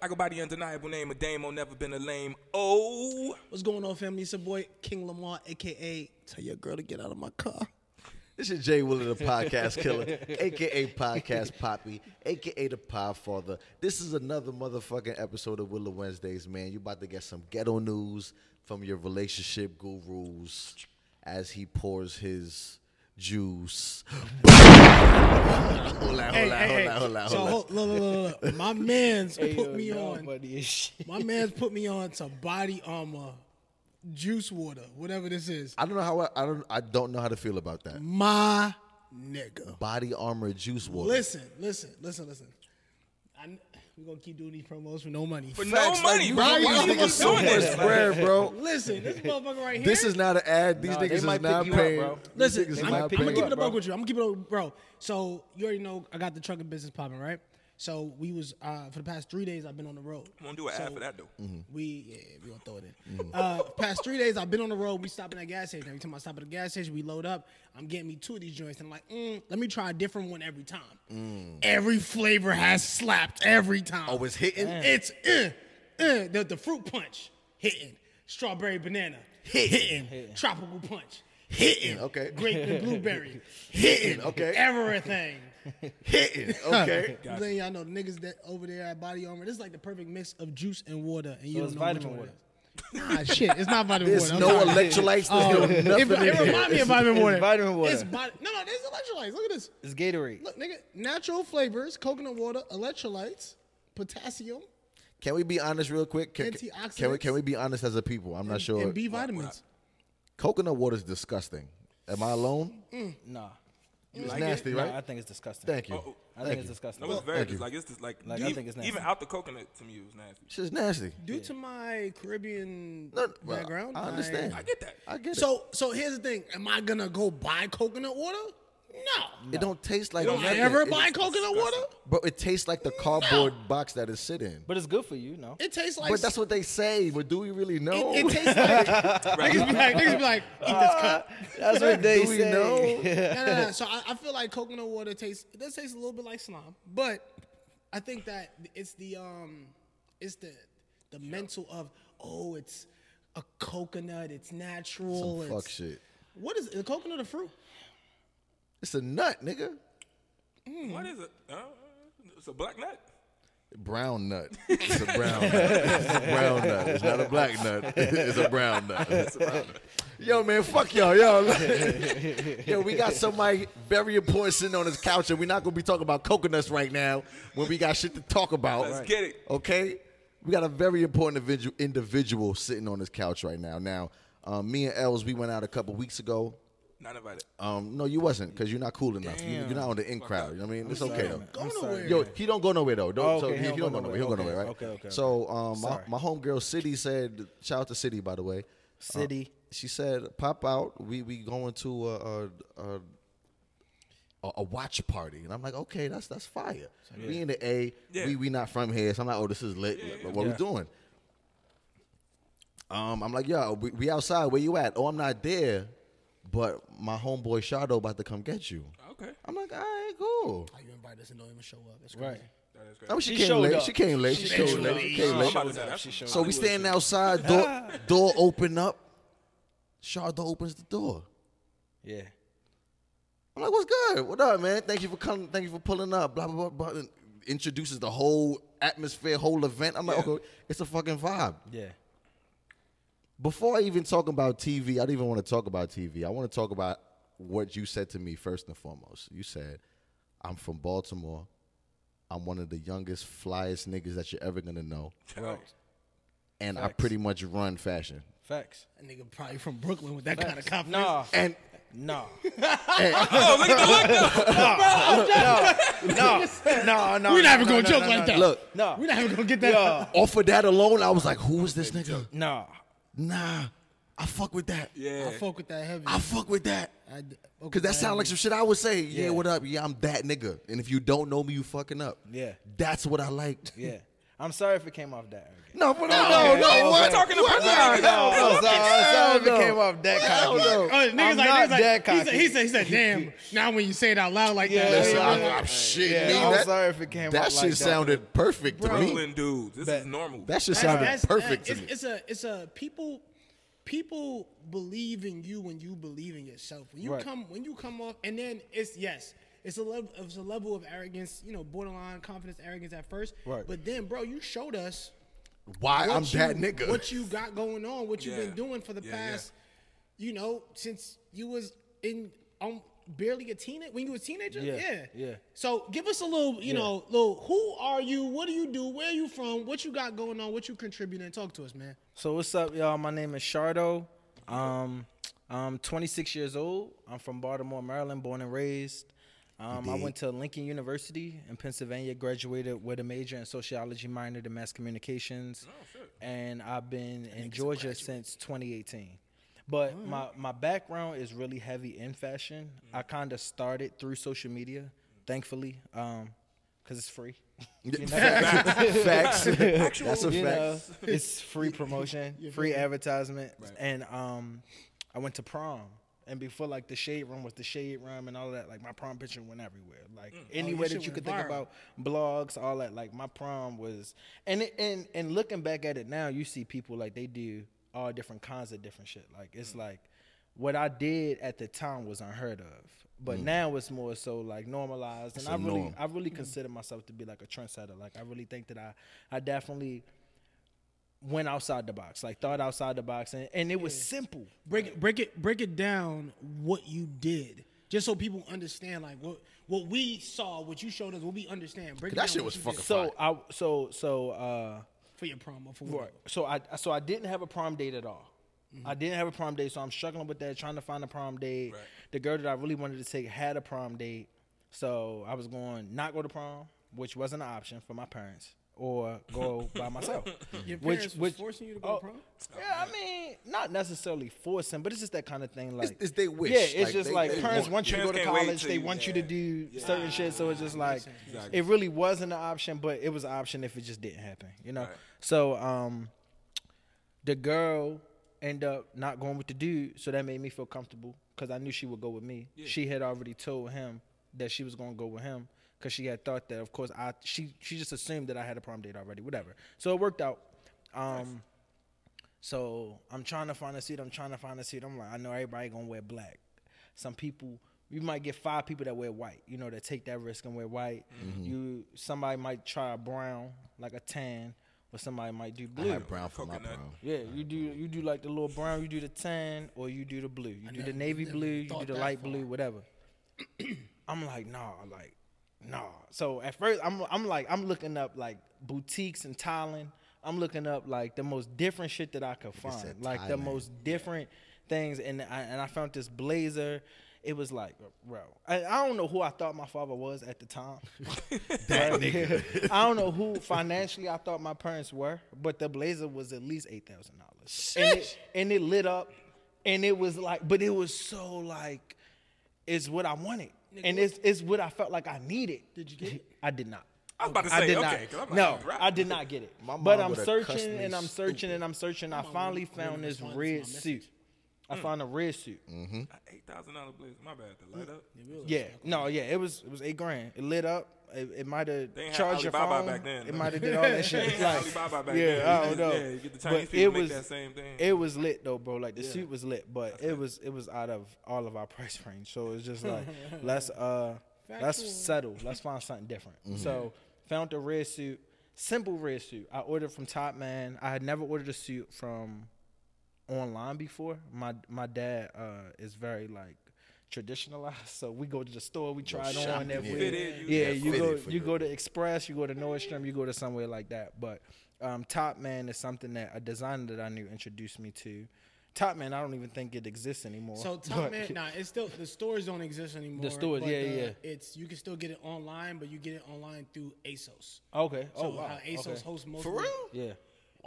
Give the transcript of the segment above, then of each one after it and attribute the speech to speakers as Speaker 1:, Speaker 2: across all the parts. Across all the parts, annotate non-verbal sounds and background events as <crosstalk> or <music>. Speaker 1: I go by the undeniable name of Damo, never been a lame. Oh,
Speaker 2: What's going on, family? It's your boy King Lamar, aka Tell Your Girl to Get Out of My Car.
Speaker 3: This is Jay Wheeler, the podcast killer, aka Podcast Poppy, aka the Podfather. This is another motherfucking episode of Willow Wednesdays, man. You about to get some ghetto news from your relationship gurus as he pours his juice. <laughs> hold on, hold on, hold on, hold on,
Speaker 2: So
Speaker 3: hold on.
Speaker 2: hold, look, look, look, look. my man's put me
Speaker 4: y'all
Speaker 2: on.
Speaker 4: funny as shit.
Speaker 2: My man's put me on to body armor, juice water, whatever this is.
Speaker 3: I don't know how I, I don't I don't know how to feel about that.
Speaker 2: My nigga.
Speaker 3: Body armor juice water.
Speaker 2: Listen, listen, listen, listen. I, kn- we gonna keep doing these promos for no money.
Speaker 1: for
Speaker 3: Facts,
Speaker 1: no
Speaker 3: like,
Speaker 1: money,
Speaker 3: you-
Speaker 1: bro.
Speaker 2: Bobby
Speaker 1: Why
Speaker 2: Armor
Speaker 1: you keep
Speaker 3: so
Speaker 1: doing
Speaker 3: much
Speaker 1: this? Like,
Speaker 3: spread, bro.
Speaker 2: Listen, this motherfucker right here.
Speaker 3: This is not an ad. These
Speaker 4: Nah,
Speaker 3: niggas
Speaker 4: they
Speaker 3: is
Speaker 4: might
Speaker 3: not
Speaker 4: pick you up,
Speaker 3: paying.
Speaker 4: bro.
Speaker 3: These niggas
Speaker 2: Listen,
Speaker 3: is
Speaker 2: I'm,
Speaker 3: not
Speaker 2: I'm
Speaker 4: pick you
Speaker 2: gonna keep
Speaker 3: paying.
Speaker 2: it a
Speaker 4: bro.
Speaker 2: buck with you. I'm gonna keep it a bro. So you already know I got the trucking business popping, right? So we was uh, for the past three days I've been on the road.
Speaker 1: I'm gonna do it
Speaker 2: so
Speaker 1: after that though.
Speaker 2: We yeah, we gonna throw it in.
Speaker 3: Mm-hmm.
Speaker 2: Uh, past three days I've been on the road. We stopping at gas station. Every time I stop at a gas station, we load up. I'm getting me two of these joints, and I'm like, mm, let me try a different one every time. Every flavor has slapped every time.
Speaker 3: Mm. Oh, it's hitting?
Speaker 2: It's uh, uh, the, the fruit punch hitting, strawberry banana hitting, tropical punch hitting,
Speaker 3: Okay.
Speaker 2: grape and blueberry hitting,
Speaker 3: Okay.
Speaker 2: everything.
Speaker 3: Hitting. Okay.
Speaker 2: <laughs> I'm letting y'all know the niggas that over there at Body Armor. This is like the perfect mix of juice and water, and you
Speaker 4: So
Speaker 2: don't
Speaker 4: it's
Speaker 2: know which
Speaker 4: vitamin
Speaker 2: one it
Speaker 4: water.
Speaker 2: is. Nah, shit, it's not vitamin
Speaker 3: There's
Speaker 2: water. I'm
Speaker 3: no
Speaker 2: sorry.
Speaker 3: electrolytes. There's no
Speaker 2: Um,
Speaker 3: Oh, nothing.
Speaker 2: it, it
Speaker 3: in
Speaker 2: reminds me
Speaker 3: here.
Speaker 2: of vitamin
Speaker 4: it's
Speaker 2: water.
Speaker 4: vitamin water.
Speaker 2: It's bi- no, no, there's electrolytes. Look at this.
Speaker 4: It's Gatorade.
Speaker 2: Look, nigga, natural flavors, coconut water, electrolytes, potassium,
Speaker 3: Can we be honest real quick? Can, can- can we
Speaker 2: Antioxidants.
Speaker 3: can we be honest as a people? I'm not sure.
Speaker 2: and B vitamins.
Speaker 3: Coconut water is disgusting. Am I alone?
Speaker 4: Nah.
Speaker 3: It's
Speaker 4: Like it?
Speaker 3: nasty,
Speaker 4: Nah,
Speaker 3: right?
Speaker 4: I think it's disgusting.
Speaker 3: Thank you.
Speaker 1: Oh,
Speaker 4: I think it's disgusting.
Speaker 1: No, it's very
Speaker 3: thank you.
Speaker 1: just like it's just like,
Speaker 4: Like, I
Speaker 1: even,
Speaker 4: think it's nasty.
Speaker 1: even out the coconut to me it was nasty.
Speaker 3: Shit's nasty.
Speaker 2: Due to my Caribbean
Speaker 3: No, well,
Speaker 2: background,
Speaker 3: I understand.
Speaker 1: I get that.
Speaker 3: I get it.
Speaker 2: So, so here's the thing: Am I gonna go buy coconut water? No.
Speaker 3: It don't taste like.
Speaker 2: Don't I
Speaker 3: nothing.
Speaker 2: ever
Speaker 3: It-
Speaker 2: buy coconut water?
Speaker 3: But it tastes like the cardboard box that it's sitting. in.
Speaker 4: But it's good for you, no?
Speaker 2: It tastes like
Speaker 3: But that's what they say. But do we really know?
Speaker 2: it, it tastes like.
Speaker 3: <laughs>
Speaker 2: niggas be like, niggas be like, eat this cup.
Speaker 4: That's what they
Speaker 3: do we
Speaker 4: say.
Speaker 3: know?
Speaker 2: No, no, no. So I, I feel like coconut water tastes. It does taste a little bit like slime, but I think that it's the um, it's the the mental of oh, it's a coconut. It's natural.
Speaker 3: Fuck
Speaker 2: it's,
Speaker 3: shit.
Speaker 2: What is it? A coconut or fruit?
Speaker 3: It's a nut, nigga.
Speaker 4: Mm.
Speaker 1: What is it? Uh, it's a black nut.
Speaker 3: Brown nut. It's a brown nut. It's a brown nut. It's not a black nut. <laughs> It's a brown nut. Yo, man, fuck y'all, yo. <laughs> yo, we got somebody very important sitting on his couch, and we're not gonna be talking about coconuts right now when we got shit to talk about.
Speaker 1: Let's get it.
Speaker 3: Okay, we got a very important individual, individual sitting on his couch right now. Now, um, me and Els, we went out a couple weeks ago.
Speaker 1: Not invited.
Speaker 4: Oh,
Speaker 3: Um, no, you wasn't, cause you're not cool enough. You, you're not on the in crowd. You know what I mean? It's okay though.
Speaker 2: Go nowhere.
Speaker 3: Yo, he don't go nowhere though. Don't,
Speaker 4: Oh,
Speaker 3: so
Speaker 4: okay,
Speaker 3: he, he don't go nowhere. He don't go nowhere, right?
Speaker 4: Okay, okay,
Speaker 3: So um, my,
Speaker 4: Sorry.
Speaker 3: my homegirl City said, shout out to City by the way. Uh,
Speaker 4: City.
Speaker 3: She said, pop out. We we going to a a, a, a- a watch party, and I'm like, okay, that's that's fire. We in the A.
Speaker 1: Yeah.
Speaker 3: We we not from here, so I'm like, oh, this is lit. Like, What
Speaker 4: yeah.
Speaker 3: we doing? Um, I'm like, yo, we, we outside. Where you at? Oh, I'm not there, but my homeboy Shadow about to come get you.
Speaker 1: Okay.
Speaker 3: I'm like, all right, cool.
Speaker 2: How you invite us and don't even show up? It's crazy.
Speaker 4: Right.
Speaker 1: That is
Speaker 3: I mean,
Speaker 1: great.
Speaker 3: she,
Speaker 4: She
Speaker 3: came
Speaker 4: showed
Speaker 3: late.
Speaker 4: up.
Speaker 3: She came late. She,
Speaker 4: She
Speaker 3: came
Speaker 4: showed
Speaker 3: late.
Speaker 4: up.
Speaker 3: She
Speaker 4: She
Speaker 3: came
Speaker 1: I'm
Speaker 3: late.
Speaker 1: about to say that.
Speaker 4: She "Ah." showed
Speaker 3: So we standing outside. Door, door open up. Sharda opens the door.
Speaker 4: Yeah.
Speaker 3: I'm like, "What's good? What up, man? Thank you for coming. Thank you for pulling up." Blah blah blah. blah. And introduces the whole atmosphere, whole event. I'm like,
Speaker 1: Yeah.
Speaker 3: "Okay, it's a fucking vibe."
Speaker 4: Yeah.
Speaker 3: Before I even talk about TV, I don't even want to talk about TV. I want to talk about what you said to me first and foremost. You said, "I'm from Baltimore. I'm one of the youngest, flyest niggas that you're ever gonna know."
Speaker 4: Right.
Speaker 3: and I
Speaker 4: Facts.
Speaker 3: pretty much run fashion.
Speaker 4: Facts.
Speaker 2: That nigga probably from Brooklyn with that kind of confidence.
Speaker 4: Nah.
Speaker 3: And
Speaker 4: Nah.
Speaker 1: Oh, look at the
Speaker 4: <laughs>
Speaker 1: look.
Speaker 4: Nah. Nah. Nah.
Speaker 2: <laughs> We're not
Speaker 4: nah,
Speaker 2: even gonna
Speaker 4: nah,
Speaker 2: joke
Speaker 4: nah,
Speaker 2: like
Speaker 4: nah,
Speaker 2: that.
Speaker 3: look,
Speaker 4: Nah.
Speaker 2: We're not even gonna get that.
Speaker 4: Yo.
Speaker 3: off of that alone, I was like, "Who is this nigga?"
Speaker 4: Nah.
Speaker 3: Nah, I fuck with that.
Speaker 1: Yeah.
Speaker 2: I fuck with that heavy.
Speaker 3: I fuck with that.
Speaker 2: I d- fuck with
Speaker 3: Cause that sound like some shit I would say. Yeah.
Speaker 4: Yeah.
Speaker 3: what up? Yeah, I'm that nigga. And if you don't know me, you fucking up.
Speaker 4: Yeah.
Speaker 3: that's what I like.
Speaker 4: Yeah. I'm sorry if it came off that
Speaker 3: <laughs>
Speaker 4: arrogant.
Speaker 3: No, but no, no, no,
Speaker 1: We're
Speaker 3: what?
Speaker 1: talking about
Speaker 3: What?
Speaker 1: no,
Speaker 4: I'm sorry, I'm sorry
Speaker 3: Hell
Speaker 4: if
Speaker 3: no.
Speaker 4: it came off that
Speaker 3: Hell
Speaker 4: cocky.
Speaker 3: no.
Speaker 2: Oh, niggas
Speaker 4: I'm
Speaker 2: like, niggas
Speaker 4: not
Speaker 2: like-
Speaker 4: that
Speaker 2: he, said,
Speaker 4: cocky.
Speaker 2: he said, he said, damn. now when you say it out loud like that,
Speaker 4: Yeah,
Speaker 3: Listen,
Speaker 4: yeah,
Speaker 3: I'm-
Speaker 4: yeah.
Speaker 3: I'm shit.
Speaker 4: Yeah,
Speaker 3: nigga,
Speaker 4: I'm
Speaker 3: that-
Speaker 4: sorry if it came
Speaker 3: That
Speaker 4: off like
Speaker 3: shit
Speaker 4: that.
Speaker 3: sounded perfect to me.
Speaker 1: Brooklyn dudes. This is normal.
Speaker 3: That shit
Speaker 2: That's-
Speaker 3: sounded
Speaker 2: that's-
Speaker 3: perfect
Speaker 2: that-
Speaker 3: to me.
Speaker 2: it's, It's a it's a people people believe in you when you believe in yourself. When you
Speaker 4: Right.
Speaker 2: come when you come off, and then it's yes, it's a level it's a level of arrogance, you know, borderline confidence, arrogance at first.
Speaker 4: Right.
Speaker 2: But then, bro, you showed us
Speaker 3: Why I'm
Speaker 2: what
Speaker 3: that
Speaker 2: you-
Speaker 3: nigga? <laughs>
Speaker 2: What you got going on? What you've
Speaker 1: Yeah.
Speaker 2: been doing for the
Speaker 1: Yeah, yeah.
Speaker 2: past, you know, since you was in um barely a teenager when you were a teenager.
Speaker 4: Yeah,
Speaker 2: yeah,
Speaker 4: yeah.
Speaker 2: So give us a little, you know, little. Who are you? What do you do? Where you from? What you got going on? What you contributing? Talk to us, man.
Speaker 4: So what's up, y'all? My name is Shardo. Um, I'm 26 years old. I'm from Baltimore, Maryland, born and raised. Um, I went to Lincoln University in Pennsylvania, graduated with a major in sociology, minored in mass communications, and I've been in Georgia since 2018. But my, my background is really heavy in fashion. I kind of started through social media, thankfully, because it's free. <laughs>
Speaker 3: Facts. That's a
Speaker 4: You know,
Speaker 3: fact.
Speaker 4: <laughs> it's free promotion, free advertisement, and um, I went to prom. And before like the shade room was the shade room and all that, like my prom picture went everywhere. Like anywhere
Speaker 2: Mm. Oh, shit
Speaker 4: that you
Speaker 2: went
Speaker 4: could think
Speaker 2: viral.
Speaker 4: about, blogs, all that. Like my prom was, and it- and and looking back at it now, you see people like they do all different kinds of different shit. Like it's like what I did at the time was unheard of, but now it's more so like normalized. And I
Speaker 3: the
Speaker 4: really
Speaker 3: norm.
Speaker 4: I really consider myself to be like a trendsetter. Like I really think that I I definitely went outside the box, like thought outside the box, and, and it was simple.
Speaker 2: Break it, break it, break it down. What you did, just so people understand, like what what we saw, what you showed us, what we understand. Break it
Speaker 3: That
Speaker 2: down
Speaker 3: shit
Speaker 2: what
Speaker 3: was
Speaker 2: you
Speaker 3: fucking
Speaker 2: did
Speaker 4: So I so so uh
Speaker 2: for your promo for
Speaker 4: Right. So I so I didn't have a prom date at all.
Speaker 2: Mm-hmm.
Speaker 4: I didn't have a prom date, so I'm struggling with that, trying to find a prom date.
Speaker 1: Right.
Speaker 4: The girl that I really wanted to take had a prom date, so I was going not go to prom, which wasn't an option for my parents, or
Speaker 2: <laughs>
Speaker 4: go by myself.
Speaker 2: Your
Speaker 4: which
Speaker 2: parents was
Speaker 4: which
Speaker 2: forcing you to go to
Speaker 4: oh,
Speaker 2: prom?
Speaker 4: Yeah, I mean, not necessarily forcing, but it's just that kind of thing. Like
Speaker 3: it's they wish.
Speaker 4: Yeah, it's
Speaker 3: Like,
Speaker 4: just
Speaker 3: they-
Speaker 4: like
Speaker 3: they
Speaker 4: parents
Speaker 3: want-
Speaker 4: want you to go
Speaker 1: Parents
Speaker 4: to
Speaker 1: can't wait
Speaker 4: college,
Speaker 1: till
Speaker 4: they
Speaker 1: you-
Speaker 4: want you to
Speaker 1: yeah.
Speaker 4: do certain shit. So it's just like it really wasn't an option, but it was an option if it just didn't happen. You know. So um, the girl ended up not going with the dude, so that made me feel comfortable because I knew she would go with me. She had already told him that she was going to go with him because she had thought that, of course, I she she just assumed that I had a prom date already, whatever. So it worked out. Um, So I'm trying to find a seat. I'm trying to find a seat. I'm like, I know everybody gonna wear black. Some people, you might get five people that wear white. You know, that take that risk and wear white. You somebody might try a brown, like a tan, or somebody might do blue.
Speaker 3: Had brown for my
Speaker 1: Coconut.
Speaker 3: brown.
Speaker 4: Yeah, you do you do like the little brown, you do the tan, or you do the blue. You do the navy blue, you do
Speaker 2: thought
Speaker 4: the
Speaker 2: that
Speaker 4: light blue, whatever. <clears throat> I'm like, nah, like, nah. So at first I'm I'm like, I'm looking up like boutiques in Thailand. I'm looking up like the most different shit that I could find.
Speaker 3: said
Speaker 4: Like the
Speaker 3: Thailand.
Speaker 4: most different things. And I and I found this blazer. It was like, bro, I, I don't know who I thought my father was at the time.
Speaker 1: <laughs>
Speaker 4: But- I don't know who financially I thought my parents were, but the blazer was at least eight thousand dollars, and it, and it lit up, and it was like, but it was so like, it's what I wanted, and it's it's what I felt like I needed. Did you get it? I did not.
Speaker 1: I was about to
Speaker 4: I
Speaker 1: say,
Speaker 4: did
Speaker 1: okay, 'cause
Speaker 4: not.
Speaker 1: I'm
Speaker 4: No,
Speaker 1: like, bruh.
Speaker 4: I did not get it.
Speaker 3: mom
Speaker 4: But I'm
Speaker 3: would've cussed
Speaker 4: searching
Speaker 3: me
Speaker 4: and I'm searching and I'm searching. I finally found this
Speaker 2: responded to my
Speaker 4: red
Speaker 2: message.
Speaker 4: suit. I
Speaker 1: Mm.
Speaker 4: found a red suit.
Speaker 1: Eight thousand dollar blazer. My bad. The light up.
Speaker 4: Yeah, no, yeah, it was it was eight grand. It lit up. It, it might have
Speaker 1: They ain't had
Speaker 4: charged your
Speaker 1: Alibaba
Speaker 4: phone.
Speaker 1: back then,
Speaker 4: it
Speaker 1: though.
Speaker 4: might
Speaker 1: <laughs>
Speaker 4: have did all that
Speaker 1: They
Speaker 4: shit.
Speaker 1: ain't had Alibaba back
Speaker 4: yeah,
Speaker 1: then. You
Speaker 4: I don't
Speaker 1: just-
Speaker 4: know.
Speaker 1: yeah, you get the Chinese
Speaker 4: but
Speaker 1: people
Speaker 4: it
Speaker 1: make
Speaker 4: was
Speaker 1: that same thing.
Speaker 4: it was lit though, bro. Like the suit was lit, but it was it was out of all of our price range. So it's just like let's uh let's settle. Let's find something different.
Speaker 1: Mm-hmm.
Speaker 4: So found the red suit, simple red suit. I ordered from Top Man. I had never ordered a suit from online before. My my dad uh, is very like traditionalized, <laughs> so we go to the store, we try it on.
Speaker 3: shopping,
Speaker 4: That
Speaker 3: yeah.
Speaker 4: way.
Speaker 1: Fit it, you-
Speaker 4: yeah,
Speaker 1: Yeah,
Speaker 4: you
Speaker 3: fit
Speaker 4: go
Speaker 3: it for
Speaker 4: you
Speaker 3: you.
Speaker 4: go to Express, you go to Nordstrom, you go to somewhere like that. But um, Top Man is something that a designer that I knew introduced me to. Top Man, I don't even think it exists anymore.
Speaker 2: So Top
Speaker 4: but-
Speaker 2: Man, nah, it's still the stores don't exist anymore.
Speaker 4: stores,
Speaker 2: but,
Speaker 4: yeah,
Speaker 2: uh,
Speaker 4: yeah.
Speaker 2: It's you can still get it online, but you get it online through ASOS.
Speaker 4: okay,
Speaker 2: So
Speaker 4: oh wow,
Speaker 2: how ASOS
Speaker 4: okay.
Speaker 2: hosts multiple.
Speaker 3: For real?
Speaker 4: yeah,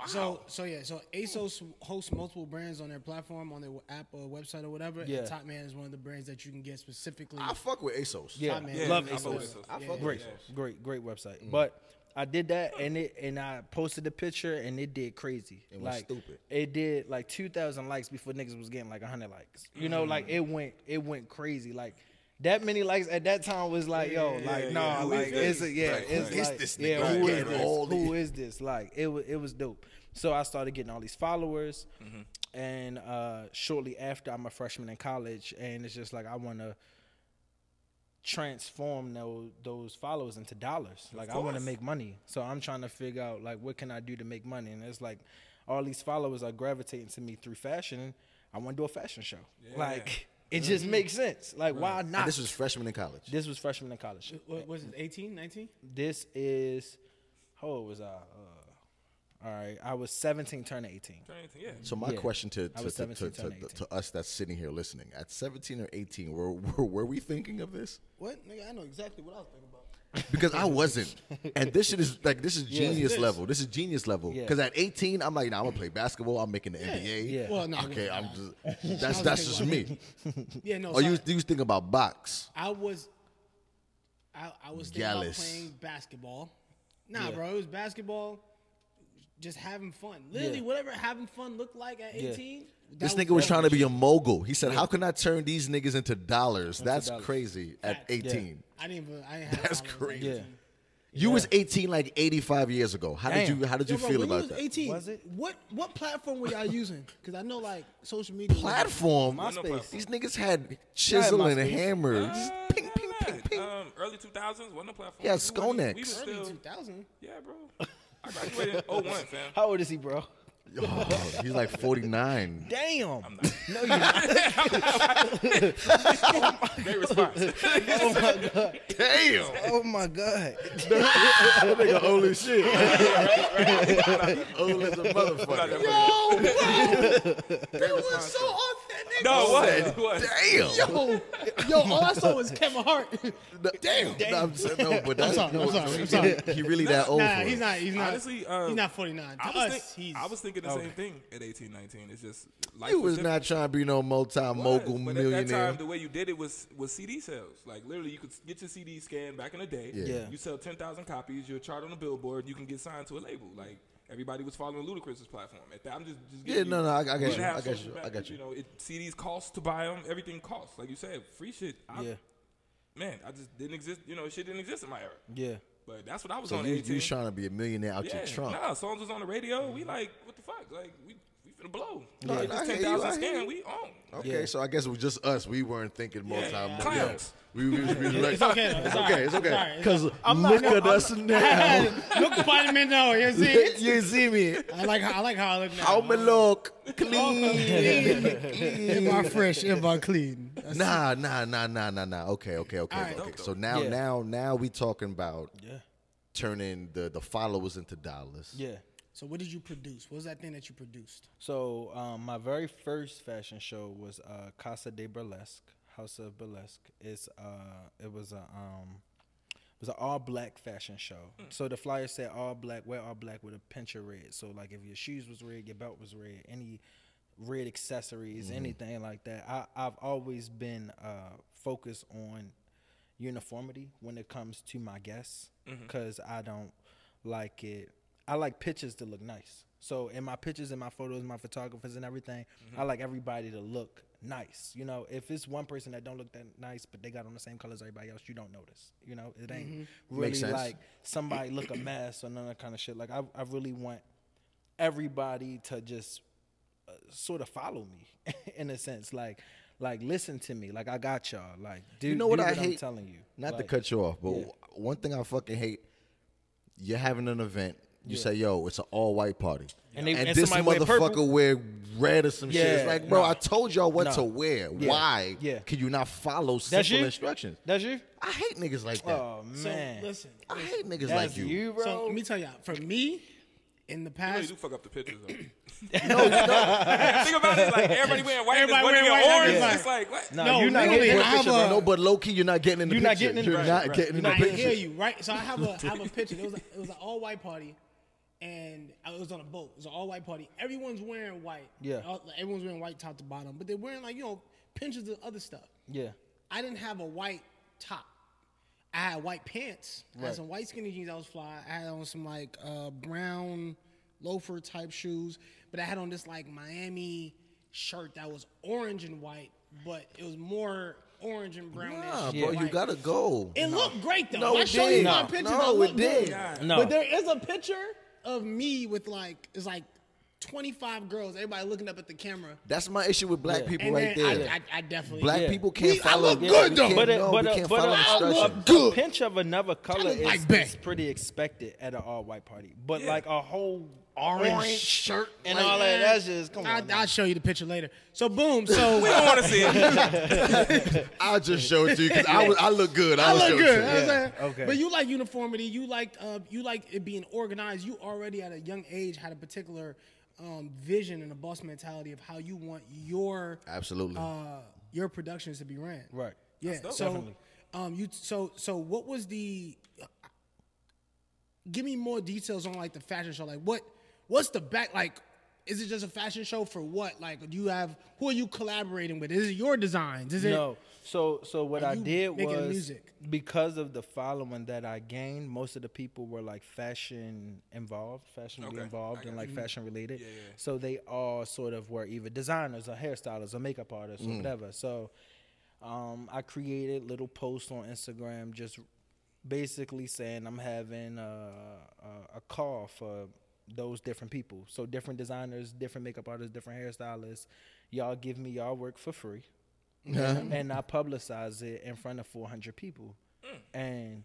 Speaker 2: So so yeah, so ASOS hosts multiple brands on their platform, on their app or website or whatever.
Speaker 4: Yeah.
Speaker 2: And Top Man is one of the brands that you can get specifically.
Speaker 3: I fuck with ASOS.
Speaker 4: yeah,
Speaker 2: Man.
Speaker 4: love
Speaker 1: I
Speaker 4: ASOS.
Speaker 1: fuck with
Speaker 3: I fuck with
Speaker 4: Great, great, great website. But I did that and it and I posted the picture and it did crazy. It
Speaker 3: went
Speaker 4: like,
Speaker 3: stupid.
Speaker 4: It did like two thousand likes before niggas was getting like hundred likes. You know, like it went it went crazy. Like that many likes at that time was like, yo, like
Speaker 1: yeah,
Speaker 4: no,
Speaker 1: who is
Speaker 4: like
Speaker 1: this?
Speaker 4: it's a, yeah,
Speaker 1: Right,
Speaker 4: it's
Speaker 1: right. It's
Speaker 4: like,
Speaker 1: this nigga
Speaker 4: yeah, who is
Speaker 3: getting all
Speaker 4: this?
Speaker 3: these-
Speaker 4: Who is this? Like it was it was dope. So I started getting all these followers, and uh, shortly after I'm a freshman in college, and it's just like I want to transform those those followers into dollars. Like I want to
Speaker 1: course.
Speaker 4: make money, so I'm trying to figure out like what can I do to make money, and it's like all these followers are gravitating to me through fashion. I want to do a fashion show, like. It just makes sense. Like, why not?
Speaker 3: And this was freshman in college.
Speaker 4: This was freshman in college.
Speaker 2: What was it? 18, 19?
Speaker 4: This is how old was I? Uh, all right, I was 17, turning 18.
Speaker 1: Yeah.
Speaker 3: So my
Speaker 4: Yeah.
Speaker 3: question to
Speaker 4: I
Speaker 3: to,
Speaker 4: was
Speaker 3: to, to,
Speaker 4: 17,
Speaker 3: to,
Speaker 4: turning 18.
Speaker 3: to us that's sitting here listening at 17 or 18 were, were were we thinking of this?
Speaker 2: What? Nigga, I know exactly what I was thinking about.
Speaker 3: Because I wasn't. And this shit is like
Speaker 4: <laughs>
Speaker 3: this is genius
Speaker 2: This-
Speaker 3: level. This is genius level.
Speaker 4: Yeah.
Speaker 3: Because at 18 I'm like, nah, I'm gonna play basketball. I'm making the NBA.
Speaker 4: yeah.
Speaker 2: Well, no,
Speaker 3: okay,
Speaker 2: no,
Speaker 3: I'm
Speaker 4: <laughs>
Speaker 2: no.
Speaker 3: just that's that's just me.
Speaker 2: Yeah, no.
Speaker 3: Oh,
Speaker 2: so
Speaker 3: you
Speaker 2: I-
Speaker 3: you was thinking about box?
Speaker 2: I was, I, I was thinking about
Speaker 3: Gallus.
Speaker 2: playing basketball. Nah,
Speaker 4: Yeah.
Speaker 2: bro, it was basketball. Just having fun, literally
Speaker 4: Yeah.
Speaker 2: whatever having fun looked like at
Speaker 4: Yeah.
Speaker 2: eighteen.
Speaker 3: This
Speaker 2: that
Speaker 3: nigga was
Speaker 2: that
Speaker 3: trying to be a mogul. He said, "How can I turn these niggas into dollars?" That's
Speaker 4: dollars.
Speaker 3: crazy. At
Speaker 2: Yeah.
Speaker 3: 18,
Speaker 2: I didn't. Even, I didn't have
Speaker 3: That's
Speaker 2: followers at
Speaker 3: crazy.
Speaker 2: 18.
Speaker 4: Yeah.
Speaker 3: you was 18 like 85 years ago. How did
Speaker 4: Damn.
Speaker 3: you How did
Speaker 2: Yo,
Speaker 3: you
Speaker 2: bro,
Speaker 3: feel
Speaker 2: when
Speaker 3: about
Speaker 2: you was
Speaker 3: that?
Speaker 2: eighteen,
Speaker 4: Was it?
Speaker 2: what what platform were y'all using? Because I know like social media was-
Speaker 3: Platform.
Speaker 1: no
Speaker 4: MySpace.
Speaker 1: platform.
Speaker 3: These niggas had chisel and
Speaker 4: MySpace.
Speaker 3: hammers. Just
Speaker 1: Uh,
Speaker 3: ping, ping,
Speaker 1: not
Speaker 3: ping,
Speaker 1: bad.
Speaker 3: ping.
Speaker 1: Um, early 2000s, wasn't no platform.
Speaker 3: Yeah,
Speaker 1: We wasn't-
Speaker 3: Skonex.
Speaker 1: We was
Speaker 2: early
Speaker 1: still,
Speaker 2: two thousand.
Speaker 1: yeah, bro. I graduated
Speaker 4: <laughs>
Speaker 1: in 01, fam.
Speaker 4: How old is he, bro?
Speaker 3: Oh,
Speaker 2: <laughs>
Speaker 3: he's like 49.
Speaker 4: Damn.
Speaker 1: not.
Speaker 4: No, you're
Speaker 1: <laughs>
Speaker 4: not. <laughs>
Speaker 1: Great response.
Speaker 4: oh my god.
Speaker 3: Damn.
Speaker 4: Oh my god.
Speaker 3: That nigga old as shit. <laughs> old as a motherfucker. Yo,
Speaker 2: <laughs> That was so authentic.
Speaker 1: No, it was. It was.
Speaker 3: Damn.
Speaker 2: Yo, yo, all I saw was Kevin Hart.
Speaker 3: Damn. No, I'm saying, no, but that's,
Speaker 2: sorry,
Speaker 3: no,
Speaker 2: I'm sorry,
Speaker 3: no,
Speaker 2: I'm
Speaker 3: he-
Speaker 2: sorry.
Speaker 3: He really that old
Speaker 2: nah,
Speaker 3: for
Speaker 2: he's
Speaker 3: it.
Speaker 2: not. He's not.
Speaker 1: Honestly, um,
Speaker 2: he's not forty nine. To
Speaker 1: I was,
Speaker 2: us,
Speaker 1: think,
Speaker 2: he's.
Speaker 1: I was thinking the same
Speaker 4: okay.
Speaker 1: thing at 18, 19. It's just life
Speaker 3: He was
Speaker 1: different.
Speaker 3: not trying to be no
Speaker 1: was,
Speaker 3: multi-mogul
Speaker 1: but At that
Speaker 3: millionaire.
Speaker 1: time, the way you did it was was CD sales. Like literally, you could get your CD scanned back in the day.
Speaker 3: Yeah.
Speaker 4: Yeah.
Speaker 1: You sell ten thousand copies. You're chart on a billboard. You can get signed to a label. Like everybody was following Ludacris's platform. At that, I'm just, just
Speaker 3: Yeah,
Speaker 1: giving
Speaker 3: no,
Speaker 1: you-
Speaker 3: no, I- I got
Speaker 1: didn't
Speaker 3: you.
Speaker 1: have
Speaker 3: I got
Speaker 1: social
Speaker 3: you. I
Speaker 1: media,
Speaker 3: got you.
Speaker 1: You know, it, CDs cost to buy them. Everything costs. Like you said, free shit. I,
Speaker 4: Yeah.
Speaker 1: Man, I just didn't exist. You know, shit didn't exist in my era.
Speaker 4: Yeah.
Speaker 1: But that's what I was
Speaker 3: So
Speaker 1: on.
Speaker 3: you,
Speaker 1: 18.
Speaker 3: you trying to be a millionaire out
Speaker 1: yeah,
Speaker 3: your trunk.
Speaker 1: nah, songs was on the radio. We like, what the fuck? Like we we finna blow.
Speaker 3: No,
Speaker 1: Like,
Speaker 3: Mm-hmm. I
Speaker 1: this
Speaker 3: hear
Speaker 1: ten
Speaker 3: you,
Speaker 1: thousand
Speaker 3: I hear
Speaker 1: scan,
Speaker 3: you.
Speaker 1: we on.
Speaker 3: Okay,
Speaker 4: Yeah.
Speaker 3: so I guess it was just us. We weren't thinking multi
Speaker 1: Yeah.
Speaker 3: yeah.
Speaker 1: Clowns.
Speaker 3: We,
Speaker 1: <laughs>
Speaker 3: we, we, we like, it's
Speaker 2: okay, though. It's
Speaker 3: It's
Speaker 2: all
Speaker 3: okay.
Speaker 2: right. It's
Speaker 3: It's
Speaker 2: all
Speaker 3: okay.
Speaker 2: right.
Speaker 3: Because
Speaker 2: I'm not-
Speaker 3: look
Speaker 2: no,
Speaker 3: at
Speaker 2: I'm <laughs>
Speaker 3: us now. <laughs>
Speaker 2: look upon me now. You see.
Speaker 3: you see me?
Speaker 2: I like how I like how I look now. <laughs>
Speaker 3: How me look
Speaker 2: Clean.
Speaker 3: clean?
Speaker 2: Am I fresh? Am I clean? That's-
Speaker 3: Nah, nah, nah, nah, nah, nah. Okay, okay, okay,
Speaker 2: All right.
Speaker 3: okay. So now,
Speaker 4: Yeah.
Speaker 3: now, now we talking about
Speaker 4: Yeah.
Speaker 3: turning the the followers into dollars.
Speaker 4: Yeah.
Speaker 2: So what did you produce? What was that thing that you produced?
Speaker 4: So um, my very first fashion show was uh, Casa de Burlesque, House of Burlesque. It's uh, it was a um, it was an all black fashion show. So the flyer said all black, wear all black with a pinch of red. So like if your shoes was red, your belt was red, any red accessories, anything like that. I I've always been uh, focused on uniformity when it comes to my guests because I don't like it. I like pictures to look nice. So in my pictures and my photos, my photographers and everything, I like everybody to look nice. You know, if it's one person that don't look that nice, but they got on the same color as everybody else, you don't notice. You know, it ain't really
Speaker 3: sense.
Speaker 4: like somebody look a mess or none of that kind of shit. Like I, I really want everybody to just uh, sort of follow me <laughs> in a sense. Like, like listen to me. Like I got y'all. Like, do
Speaker 3: You know what
Speaker 4: do
Speaker 3: I
Speaker 4: what
Speaker 3: hate?
Speaker 4: I'm telling you.
Speaker 3: Not to
Speaker 4: Like,
Speaker 3: cut you off, but w- one thing I fucking hate. You're having an event. You say, "Yo, it's an all white party," and,
Speaker 4: And they- and
Speaker 3: this
Speaker 4: somebody wear purple?
Speaker 3: motherfucker wear red or some shit. It's
Speaker 4: Yeah,
Speaker 3: like, bro,
Speaker 4: nah.
Speaker 3: I told y'all what
Speaker 4: Nah.
Speaker 3: to wear.
Speaker 4: Yeah.
Speaker 3: Why
Speaker 4: Yeah.
Speaker 3: can you not follow
Speaker 4: That's
Speaker 3: simple
Speaker 4: you?
Speaker 3: instructions?
Speaker 4: That's you?
Speaker 3: I hate niggas like that.
Speaker 4: Oh man.
Speaker 2: So listen.
Speaker 3: I hate niggas like
Speaker 4: That's
Speaker 3: you.
Speaker 4: you, bro.
Speaker 2: So let me tell y'all. For me, in the
Speaker 1: You really
Speaker 2: past,
Speaker 1: do fuck up the pictures.
Speaker 3: <laughs>
Speaker 1: Though. <laughs> Think about it. Like everybody wearing white, everybody one
Speaker 2: Everybody wearing
Speaker 1: nigga
Speaker 2: white,
Speaker 1: orange.
Speaker 2: everybody
Speaker 1: It's like what?
Speaker 4: Nah,
Speaker 2: No,
Speaker 4: you're not
Speaker 2: literally,
Speaker 4: getting
Speaker 2: I
Speaker 4: that
Speaker 2: have
Speaker 4: picture,
Speaker 2: a-
Speaker 4: bro.
Speaker 3: No, but low key, you're not getting in the
Speaker 4: You're
Speaker 3: picture.
Speaker 4: not getting in the
Speaker 3: you're
Speaker 4: picture.
Speaker 3: not
Speaker 4: Right,
Speaker 3: getting in the
Speaker 2: I
Speaker 3: picture.
Speaker 2: hear you, right? So I have a I have a picture. It was a, it was an all white party, and I was on a boat. It was an all white party. Everyone's wearing white.
Speaker 4: Yeah.
Speaker 2: All- everyone's wearing white top to bottom, but they're wearing like you know pinches of other stuff.
Speaker 4: Yeah.
Speaker 2: I didn't have a white top. I had white pants. I had some white skinny jeans. I was fly. I had on some like uh, brown loafer type shoes, but I had on this like Miami shirt that was orange and white, but it was more orange and brown.
Speaker 3: Nah,
Speaker 2: than
Speaker 3: bro, you
Speaker 2: white.
Speaker 3: gotta go.
Speaker 2: It looked great though.
Speaker 3: No,
Speaker 2: I
Speaker 3: it
Speaker 2: showed you
Speaker 3: did.
Speaker 2: my
Speaker 3: No.
Speaker 2: pictures.
Speaker 3: No,
Speaker 2: I
Speaker 3: it
Speaker 2: looked
Speaker 3: did.
Speaker 2: good.
Speaker 4: No.
Speaker 2: But there is a picture of me with like it's like 25 girls. Everybody looking up at the camera.
Speaker 3: That's my issue with black people
Speaker 2: And
Speaker 3: right
Speaker 2: then
Speaker 3: there.
Speaker 2: I, I, I definitely
Speaker 3: black
Speaker 4: Yeah.
Speaker 3: people can't
Speaker 2: We- I
Speaker 3: follow.
Speaker 2: look good,
Speaker 3: we
Speaker 2: though.
Speaker 3: can't-
Speaker 4: But,
Speaker 3: no,
Speaker 4: a, but,
Speaker 3: we
Speaker 4: a,
Speaker 3: can't
Speaker 4: but uh,
Speaker 3: follow
Speaker 4: a,
Speaker 3: instructions.
Speaker 4: a- a pinch of another color
Speaker 2: look
Speaker 4: is,
Speaker 2: like Bang.
Speaker 4: is pretty expected at an all white party. But
Speaker 1: Yeah.
Speaker 4: like a whole
Speaker 2: orange,
Speaker 4: orange,
Speaker 2: shirt
Speaker 4: and
Speaker 2: like
Speaker 4: all
Speaker 3: <laughs>
Speaker 4: that, that's just come
Speaker 2: I,
Speaker 4: on.
Speaker 2: I'll
Speaker 4: now.
Speaker 2: show you the picture later. So boom. So
Speaker 1: <laughs> We don't want to see
Speaker 3: <laughs>
Speaker 1: it.
Speaker 3: I just showed you because I was I look good.
Speaker 2: <laughs>
Speaker 3: I,
Speaker 2: I
Speaker 3: was
Speaker 2: look
Speaker 3: showing
Speaker 2: good.
Speaker 3: you.
Speaker 2: I was
Speaker 4: Yeah,
Speaker 2: like-
Speaker 4: okay.
Speaker 2: But you like uniformity. You like uh, you like it being organized. You already at a young age had a particular um, vision and a boss mentality of how you want your
Speaker 3: Absolutely.
Speaker 2: uh, your productions to be ran.
Speaker 4: Right.
Speaker 2: Yeah.
Speaker 1: dope.
Speaker 2: So,
Speaker 4: Definitely.
Speaker 2: um, you so so what was the? Give me more details on like the fashion show. Like what? What's the back like? Is it just a fashion show for what? Like, do you have who are you collaborating with? Is it your designs? Is it
Speaker 4: No. So so what I
Speaker 2: you
Speaker 4: did
Speaker 2: making
Speaker 4: was
Speaker 2: music?
Speaker 4: because of the following that I gained, most of the people were like fashion involved, fashionably
Speaker 1: Okay, I
Speaker 4: involved,
Speaker 1: got
Speaker 4: and like fashion related.
Speaker 1: yeah.
Speaker 4: So they all sort of were either designers or hairstylists or makeup artists
Speaker 1: Mm.
Speaker 4: or whatever. So um, I created little posts on Instagram just basically saying I'm having a, a, a call for those different people. So different designers, different makeup artists, different hairstylists. Y'all give me y'all work for free. and I publicize it in front of 400 people. And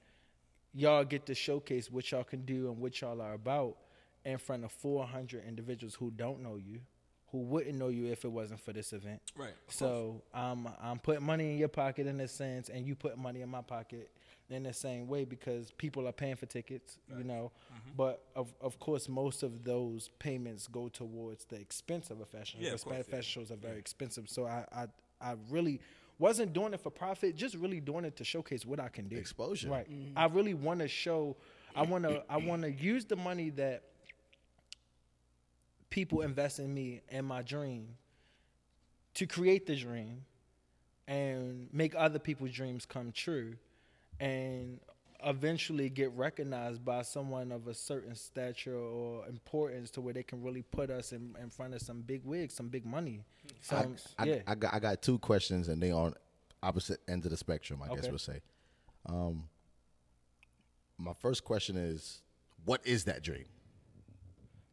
Speaker 4: y'all get to showcase what y'all can do and what y'all are about in front of 400 individuals who don't know you, who wouldn't know you if it wasn't for this event.
Speaker 1: Right, of
Speaker 4: So I'm I'm putting money in your pocket in a sense, and you put money in my pocket in the same way because people are paying for tickets, you know.
Speaker 1: Mm-hmm.
Speaker 4: But of of course, most of those payments go towards the expense of a fashion.
Speaker 1: Yeah, of
Speaker 4: because
Speaker 1: course,
Speaker 4: fashion shows are very expensive, so I, I I really wasn't doing it for profit, just really doing it to showcase what I can do.
Speaker 3: Exposure.
Speaker 4: right?
Speaker 1: Mm-hmm.
Speaker 4: I really want to show. I want to I want to use the money that people invest in me and my dream to create the dream and make other people's dreams come true and eventually get recognized by someone of a certain stature or importance to where they can really put us in, in front of some big wigs, some big money. Some,
Speaker 3: I,
Speaker 4: yeah.
Speaker 3: I got I got two questions and they on opposite ends of the spectrum. I guess
Speaker 4: Okay.
Speaker 3: we'll say. Um, my first question is, what is that dream?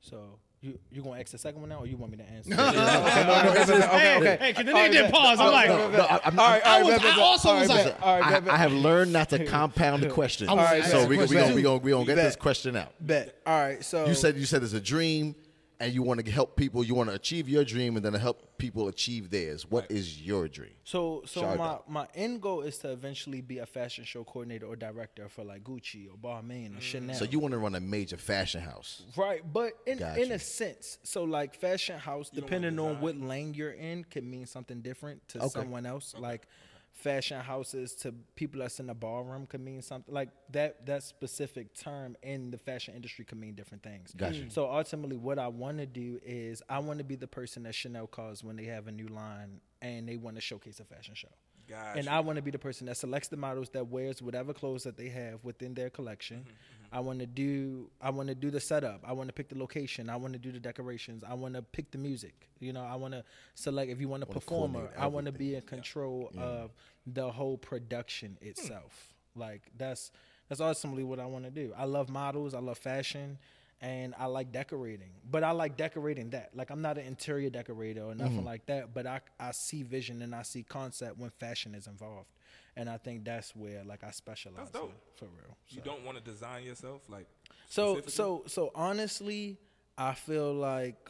Speaker 4: so you you gonna ask the second one now or you want me to
Speaker 3: <laughs>
Speaker 4: answer? okay,
Speaker 2: Hey,
Speaker 4: okay.
Speaker 2: hey, 'cause the nigga did pause. I'm like,
Speaker 3: No, no, I- I'm-
Speaker 2: I was- I also was like-
Speaker 4: all right,
Speaker 3: I,
Speaker 4: bet,
Speaker 3: I have learned not <laughs> to compound the question,
Speaker 2: right,
Speaker 3: so
Speaker 2: bet.
Speaker 3: we gon- we gonna we
Speaker 2: Bet.
Speaker 3: gonna we gonna get
Speaker 4: Bet.
Speaker 3: this question out.
Speaker 4: bet. All right, so
Speaker 3: You said you said it's a dream, and you want to help people. You want to achieve your dream, and then help people achieve theirs. What is your dream?
Speaker 4: So, so
Speaker 3: Sharda.
Speaker 4: my, my end goal is to eventually be a fashion show coordinator or director for like Gucci or Balmain or Chanel.
Speaker 3: Mm. So you want to run a major fashion house?
Speaker 4: right, but in in
Speaker 3: Gotcha.
Speaker 4: a sense, so like fashion house, depending on what lane you're in, can mean something different to someone else. Like fashion houses to people that's in the ballroom can mean something like that. That specific term in the fashion industry can mean different things. Gotcha. So ultimately, what I want to do is I want to be the person that Chanel calls when they have a new line and they want to showcase a fashion show.
Speaker 1: Gotcha.
Speaker 4: And I want to be the person that selects the models that wears whatever clothes that they have within their collection. I want to do I want to do the setup. I want to pick the location. I want to do the decorations. I want to pick the music. You know, I want to select if you want a performer. I want to be in control of the whole production itself. Like that's that's ultimately what I want to do. I love models. I love fashion. And I like decorating, but I like decorating that. Like I'm not an interior decorator or nothing like that, but I I see vision and I see concept when fashion is involved, and I think that's where like I specialize in,
Speaker 1: dope.
Speaker 4: for real.
Speaker 1: You don't want to design yourself, like
Speaker 4: So
Speaker 1: specifically?
Speaker 4: so so honestly, I feel like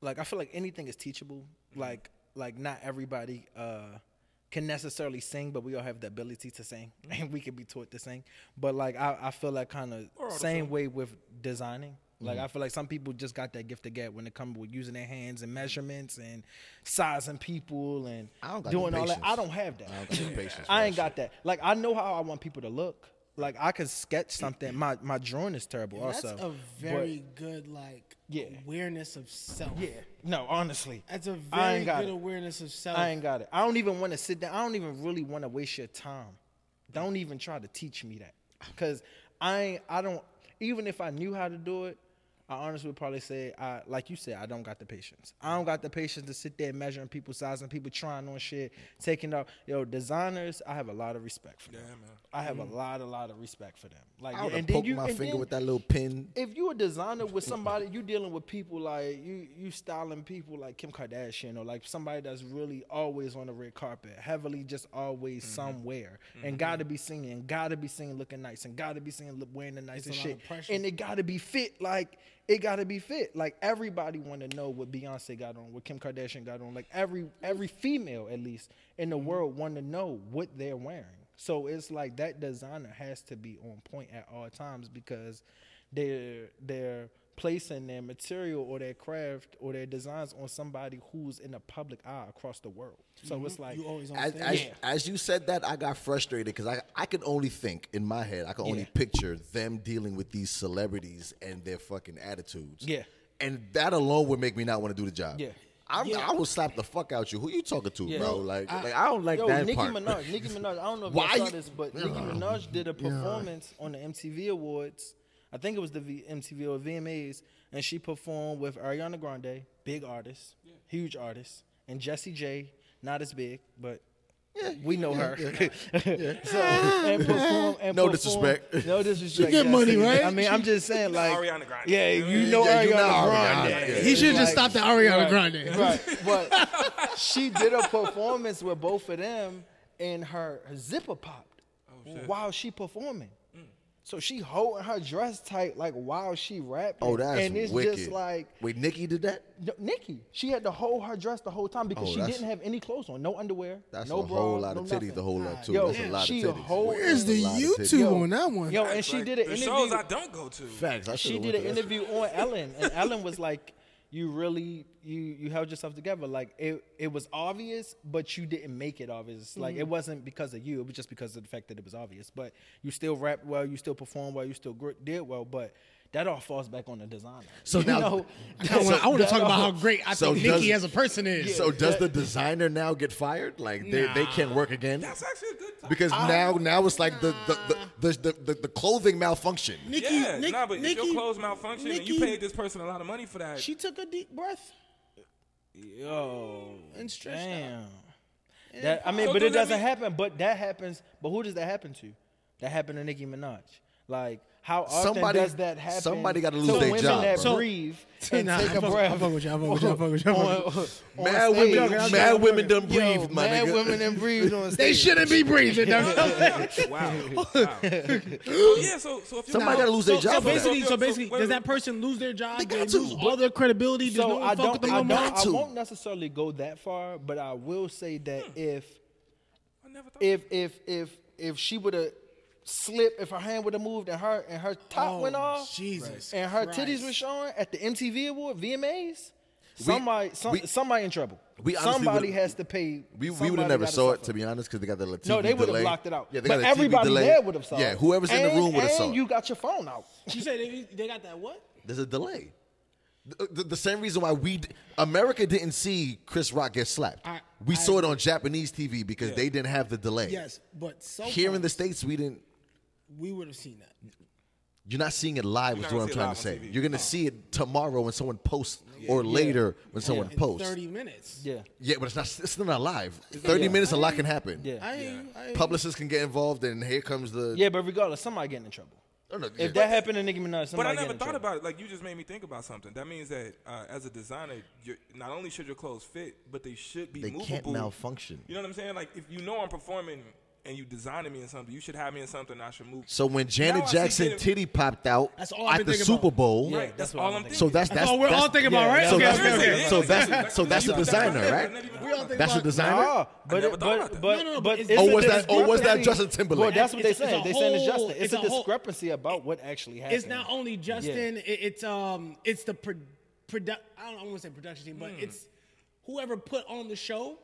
Speaker 4: like I feel like anything is teachable. Like like not everybody uh can necessarily sing, but we all have the ability to sing and we can be taught to sing. But like I, I feel that kind of same way with designing. Like I feel like some people just got that gift to get when it comes with using their hands and measurements and sizing people and
Speaker 3: I don't got the
Speaker 4: doing all that. I
Speaker 3: patience.
Speaker 4: don't have that.
Speaker 3: I don't got the patience for
Speaker 4: I
Speaker 3: that
Speaker 4: ain't got that. Like I know how I want people to look. Like I can sketch something. My my drawing is terrible.
Speaker 2: that's
Speaker 4: also,
Speaker 2: a
Speaker 4: But-
Speaker 2: very good like
Speaker 4: Yeah.
Speaker 2: awareness of self.
Speaker 4: yeah. No, honestly,
Speaker 2: That's a
Speaker 4: I
Speaker 2: very
Speaker 4: ain't got
Speaker 2: good
Speaker 4: it.
Speaker 2: awareness of self.
Speaker 4: I ain't got it. I don't even want to sit down. I don't even really want to waste your time. Don't even try to teach me that, because I ain't, I don't. Even if I knew how to do it, I honestly would probably say, I like you said, I don't got the patience. I don't got the patience to sit there measuring people, sizing people, trying on shit, taking out. Yo, designers, I have a lot of respect for them.
Speaker 1: Yeah, man.
Speaker 4: I have a lot, a lot of respect for them. Like,
Speaker 3: Mm-hmm. I would
Speaker 4: and
Speaker 3: have
Speaker 4: then
Speaker 3: poked
Speaker 4: you-
Speaker 3: my
Speaker 4: and
Speaker 3: finger
Speaker 4: then-
Speaker 3: with that little pin.
Speaker 4: if you a designer with somebody, you dealing with people like you you styling people like Kim Kardashian or like somebody that's really always on the red carpet, heavily just always
Speaker 3: Mm-hmm.
Speaker 4: somewhere, and gotta be seen and gotta be seen looking nice and gotta be seen look- wearing the nicest
Speaker 2: a lot
Speaker 4: shit,
Speaker 2: of pressure.
Speaker 4: and it gotta be fit like. It gotta be fit. Like everybody want to know what Beyonce got on, what Kim Kardashian got on. Like every every female, at least in the world, want to know what they're wearing. So it's like that designer has to be on point at all times because they're they're placing their material or their craft or their designs on somebody who's in the public eye across the world. So it's like
Speaker 2: Mm-hmm. you always on
Speaker 3: As,
Speaker 2: stage.
Speaker 3: as, as you said that, I got frustrated because I, I could only think in my head, I could only picture them dealing with these celebrities and their fucking attitudes.
Speaker 4: Yeah.
Speaker 3: And that alone would make me not want to do the job.
Speaker 4: Yeah.
Speaker 3: I'm, I will slap the fuck out you. Who you talking to,
Speaker 4: Yeah.
Speaker 3: bro? Like, like, I don't like
Speaker 4: Yo,
Speaker 3: that
Speaker 4: Nicki
Speaker 3: part.
Speaker 4: Minaj. Nicki Minaj. I don't know if
Speaker 3: Why
Speaker 4: you saw
Speaker 3: you-
Speaker 4: this, but Nicki Minaj did a performance on the MTV Awards. I think it was the v- MTV or VMAs, and she performed with Ariana Grande, big artist, huge artist, and Jessie J, not as big, but. we know her. <laughs> so and perform and
Speaker 3: No
Speaker 4: perform-
Speaker 3: disrespect.
Speaker 4: No disrespect.
Speaker 2: get
Speaker 4: yeah.
Speaker 2: money, right?
Speaker 4: I mean, I'm just saying, like
Speaker 1: Ariana Grande.
Speaker 4: Yeah, you know
Speaker 3: Yeah,
Speaker 4: Ariana
Speaker 3: you know Ariana,
Speaker 4: Grande.
Speaker 3: yeah.
Speaker 2: he should have just
Speaker 4: Like-
Speaker 2: stopped at Ariana
Speaker 4: Right,
Speaker 2: Grande.
Speaker 1: <laughs>
Speaker 4: Right. But she did a performance with both of them and her, her zipper popped
Speaker 1: Oh,
Speaker 4: while she performing. So she holding her dress tight like while she rapping.
Speaker 3: <laughs> Oh, that's
Speaker 4: And it's
Speaker 3: wicked.
Speaker 4: just like
Speaker 3: wait, Nikki did that?
Speaker 4: no, Nikki, she had to hold her dress the whole time because
Speaker 3: Oh,
Speaker 4: she
Speaker 3: that's-
Speaker 4: didn't have any clothes on, no underwear,
Speaker 3: That's
Speaker 4: no
Speaker 3: a
Speaker 4: bra,
Speaker 3: whole lot
Speaker 4: no
Speaker 3: of titties
Speaker 4: nothing.
Speaker 3: to hold up to.
Speaker 4: Yo,
Speaker 3: That's a lot
Speaker 4: she
Speaker 3: of
Speaker 4: a
Speaker 3: titties.
Speaker 4: whole-
Speaker 2: Where's the YouTube
Speaker 4: Yo.
Speaker 2: on that one?
Speaker 4: Yo, and she
Speaker 1: Like,
Speaker 4: did an
Speaker 1: the
Speaker 4: interview.
Speaker 1: shows I don't go to.
Speaker 3: Facts. I
Speaker 4: she
Speaker 3: should've
Speaker 4: did
Speaker 3: went
Speaker 4: an
Speaker 3: to that shit.
Speaker 4: interview on Ellen, and Ellen was like, "You really, you you held yourself together. Like it, it was obvious, but you didn't make it obvious. Like
Speaker 3: Mm-hmm.
Speaker 4: it wasn't because of you. It was just because of the fact that it was obvious. But you still rap well. You still perform well. You still gr- did well. But that all falls back on the designer.
Speaker 3: So
Speaker 4: You
Speaker 2: <laughs>
Speaker 3: now-
Speaker 4: know,
Speaker 2: I wanna- I want to
Speaker 4: that
Speaker 2: talk about <laughs> how
Speaker 4: all-
Speaker 2: great I
Speaker 3: So
Speaker 2: think
Speaker 3: does-
Speaker 2: Nikki as a person is.
Speaker 3: So does the designer now get fired? Like they, they can't work again?
Speaker 1: That's actually a good time.
Speaker 3: because now now it's like the the the, the, the, the, the clothing malfunction.
Speaker 2: Nikki,
Speaker 1: yeah,
Speaker 2: Nick-
Speaker 1: nah, but if
Speaker 2: Nikki-
Speaker 1: your clothes malfunction and
Speaker 2: Nikki-
Speaker 1: you paid this person a lot of money for that,
Speaker 2: She took a deep breath
Speaker 4: Yo,
Speaker 2: and stretched <laughs> out.
Speaker 4: damn. That I mean,
Speaker 1: So
Speaker 4: but it
Speaker 1: does that
Speaker 4: doesn't
Speaker 1: mean-
Speaker 4: happen. But that happens. But who does that happen to? That happened to Nicki Minaj. Like how often
Speaker 3: Somebody-
Speaker 4: does that happen?
Speaker 3: somebody gotta
Speaker 4: to
Speaker 3: lose their
Speaker 4: women
Speaker 3: job,
Speaker 4: that
Speaker 3: bro. <laughs>
Speaker 4: breathe
Speaker 2: So-
Speaker 4: and
Speaker 2: Nah, I
Speaker 4: take a
Speaker 2: fuck with-
Speaker 4: breath.
Speaker 2: I fuck with you, I fuck with you, I fuck with you, I fuck <laughs> with you.
Speaker 4: on- on
Speaker 3: Mad
Speaker 4: stage.
Speaker 3: women, mad women done breathe,
Speaker 4: Yo,
Speaker 3: my
Speaker 4: mad
Speaker 3: nigga.
Speaker 4: women
Speaker 3: <laughs>
Speaker 4: done breathe on stage.
Speaker 2: They shouldn't be breathing.
Speaker 4: <laughs>
Speaker 1: wow. wow. so, yeah, so, so if you
Speaker 3: Somebody gotta lose their
Speaker 2: So
Speaker 3: job. for that.
Speaker 2: basically, so
Speaker 1: So-
Speaker 2: basically,
Speaker 1: so- wait, wait.
Speaker 2: does that person lose their job?
Speaker 3: They
Speaker 2: They,
Speaker 3: got to,
Speaker 2: lose
Speaker 3: but-
Speaker 2: all their credibility. Does no
Speaker 4: So
Speaker 2: one
Speaker 4: I
Speaker 2: fuck with
Speaker 4: don't,
Speaker 2: them
Speaker 4: I,
Speaker 2: no
Speaker 4: don't
Speaker 2: more?
Speaker 3: want
Speaker 4: I
Speaker 3: to. Hmm.
Speaker 4: won't necessarily go that far, but I will say that if
Speaker 1: I never thought
Speaker 4: if if if if she would have slipped, if her hand would have moved and her and her top
Speaker 2: Oh,
Speaker 4: went off,
Speaker 2: Jesus
Speaker 4: and her
Speaker 2: Christ.
Speaker 4: titties were showing at the MTV Award VMAs, somebody some,
Speaker 3: we-
Speaker 4: somebody in trouble.
Speaker 3: we honestly
Speaker 4: somebody
Speaker 3: would've-
Speaker 4: has to pay.
Speaker 3: We, we
Speaker 4: somebody
Speaker 3: would have never
Speaker 4: gotta
Speaker 3: saw it
Speaker 4: suffer.
Speaker 3: to be honest because they got the TV
Speaker 4: No, they would have
Speaker 3: delay.
Speaker 4: blocked it out.
Speaker 3: Yeah, they
Speaker 4: but
Speaker 3: got a
Speaker 4: everybody
Speaker 3: TV delay.
Speaker 4: there would have saw it.
Speaker 3: Yeah, whoever's in the
Speaker 4: And-
Speaker 3: room would have saw
Speaker 4: and
Speaker 3: it.
Speaker 4: You got your phone out.
Speaker 2: You said they, they got that what?
Speaker 3: There's a delay. The, the- the same reason why we d- America didn't see Chris Rock get slapped.
Speaker 2: I-
Speaker 3: we
Speaker 2: I
Speaker 3: saw it on Japanese TV because they didn't have the delay.
Speaker 2: Yes, but so
Speaker 3: Here in
Speaker 2: far,
Speaker 3: the states, we didn't.
Speaker 2: we would have seen that.
Speaker 3: You're not seeing it live, is
Speaker 1: not
Speaker 3: what
Speaker 1: gonna
Speaker 3: I'm
Speaker 1: see it
Speaker 3: trying
Speaker 1: live
Speaker 3: to
Speaker 1: on
Speaker 3: say.
Speaker 1: TV.
Speaker 3: You're gonna see it tomorrow when someone posts, or later when someone
Speaker 2: In
Speaker 3: posts.
Speaker 2: thirty minutes.
Speaker 4: Yeah.
Speaker 3: Yeah, but it's not. It's still not live. Thirty minutes, a lot can happen.
Speaker 4: Yeah.
Speaker 2: I, I,
Speaker 3: Publicists can get involved, and here comes the.
Speaker 4: Yeah, but regardless, somebody getting in trouble.
Speaker 3: I don't know, yeah.
Speaker 4: If that happened to Nicki Minaj,
Speaker 1: But
Speaker 4: somebody
Speaker 1: I never
Speaker 4: getting in
Speaker 1: thought
Speaker 4: trouble.
Speaker 1: about it. Like you just made me think about something. That means that uh, as a designer, you're, not only should your clothes fit, but they should be
Speaker 3: They
Speaker 1: movable.
Speaker 3: can't malfunction.
Speaker 1: You know what I'm saying? Like if you know I'm performing and you designing me in something, you should have me in something I should move.
Speaker 3: So when
Speaker 1: Now
Speaker 3: Janet
Speaker 1: I see
Speaker 3: Jackson
Speaker 1: it-
Speaker 3: titty popped out
Speaker 2: That's all I've
Speaker 3: at
Speaker 2: been
Speaker 3: the
Speaker 2: thinking
Speaker 3: Super
Speaker 2: about.
Speaker 3: Bowl,
Speaker 1: right, that's, all I'm thinking.
Speaker 3: so that's that's
Speaker 2: That's all we're
Speaker 3: that's,
Speaker 2: all thinking about,
Speaker 4: yeah,
Speaker 2: right?
Speaker 4: that's
Speaker 3: So
Speaker 2: okay,
Speaker 3: that's
Speaker 2: okay,
Speaker 1: Seriously,
Speaker 2: okay.
Speaker 1: yeah,
Speaker 3: so
Speaker 1: like,
Speaker 3: that's so that's a
Speaker 1: you-
Speaker 3: designer,
Speaker 1: that's- that's
Speaker 3: right?
Speaker 1: not even-
Speaker 2: We all think
Speaker 3: That's a
Speaker 2: about-
Speaker 3: designer.
Speaker 4: Nah, but
Speaker 1: never
Speaker 4: it,
Speaker 1: thought
Speaker 4: but
Speaker 1: about that.
Speaker 4: but,
Speaker 2: No, no, no,
Speaker 4: but
Speaker 2: but it's
Speaker 4: it's
Speaker 2: Oh,
Speaker 4: a
Speaker 2: was that-
Speaker 3: oh, was that
Speaker 4: discrepancy.
Speaker 3: Justin Timberlake?
Speaker 4: Well, that's what they
Speaker 2: It's- it's
Speaker 4: saying.
Speaker 2: a
Speaker 4: They saying it's
Speaker 2: whole-
Speaker 4: Justin.
Speaker 2: it's
Speaker 4: It's, a,
Speaker 2: a whole-
Speaker 4: discrepancy about what actually happened.
Speaker 2: It's not only Justin. It, it's um, it's the pro, produ- I don't want to say production team,
Speaker 1: Hmm.
Speaker 2: but it's whoever put on the show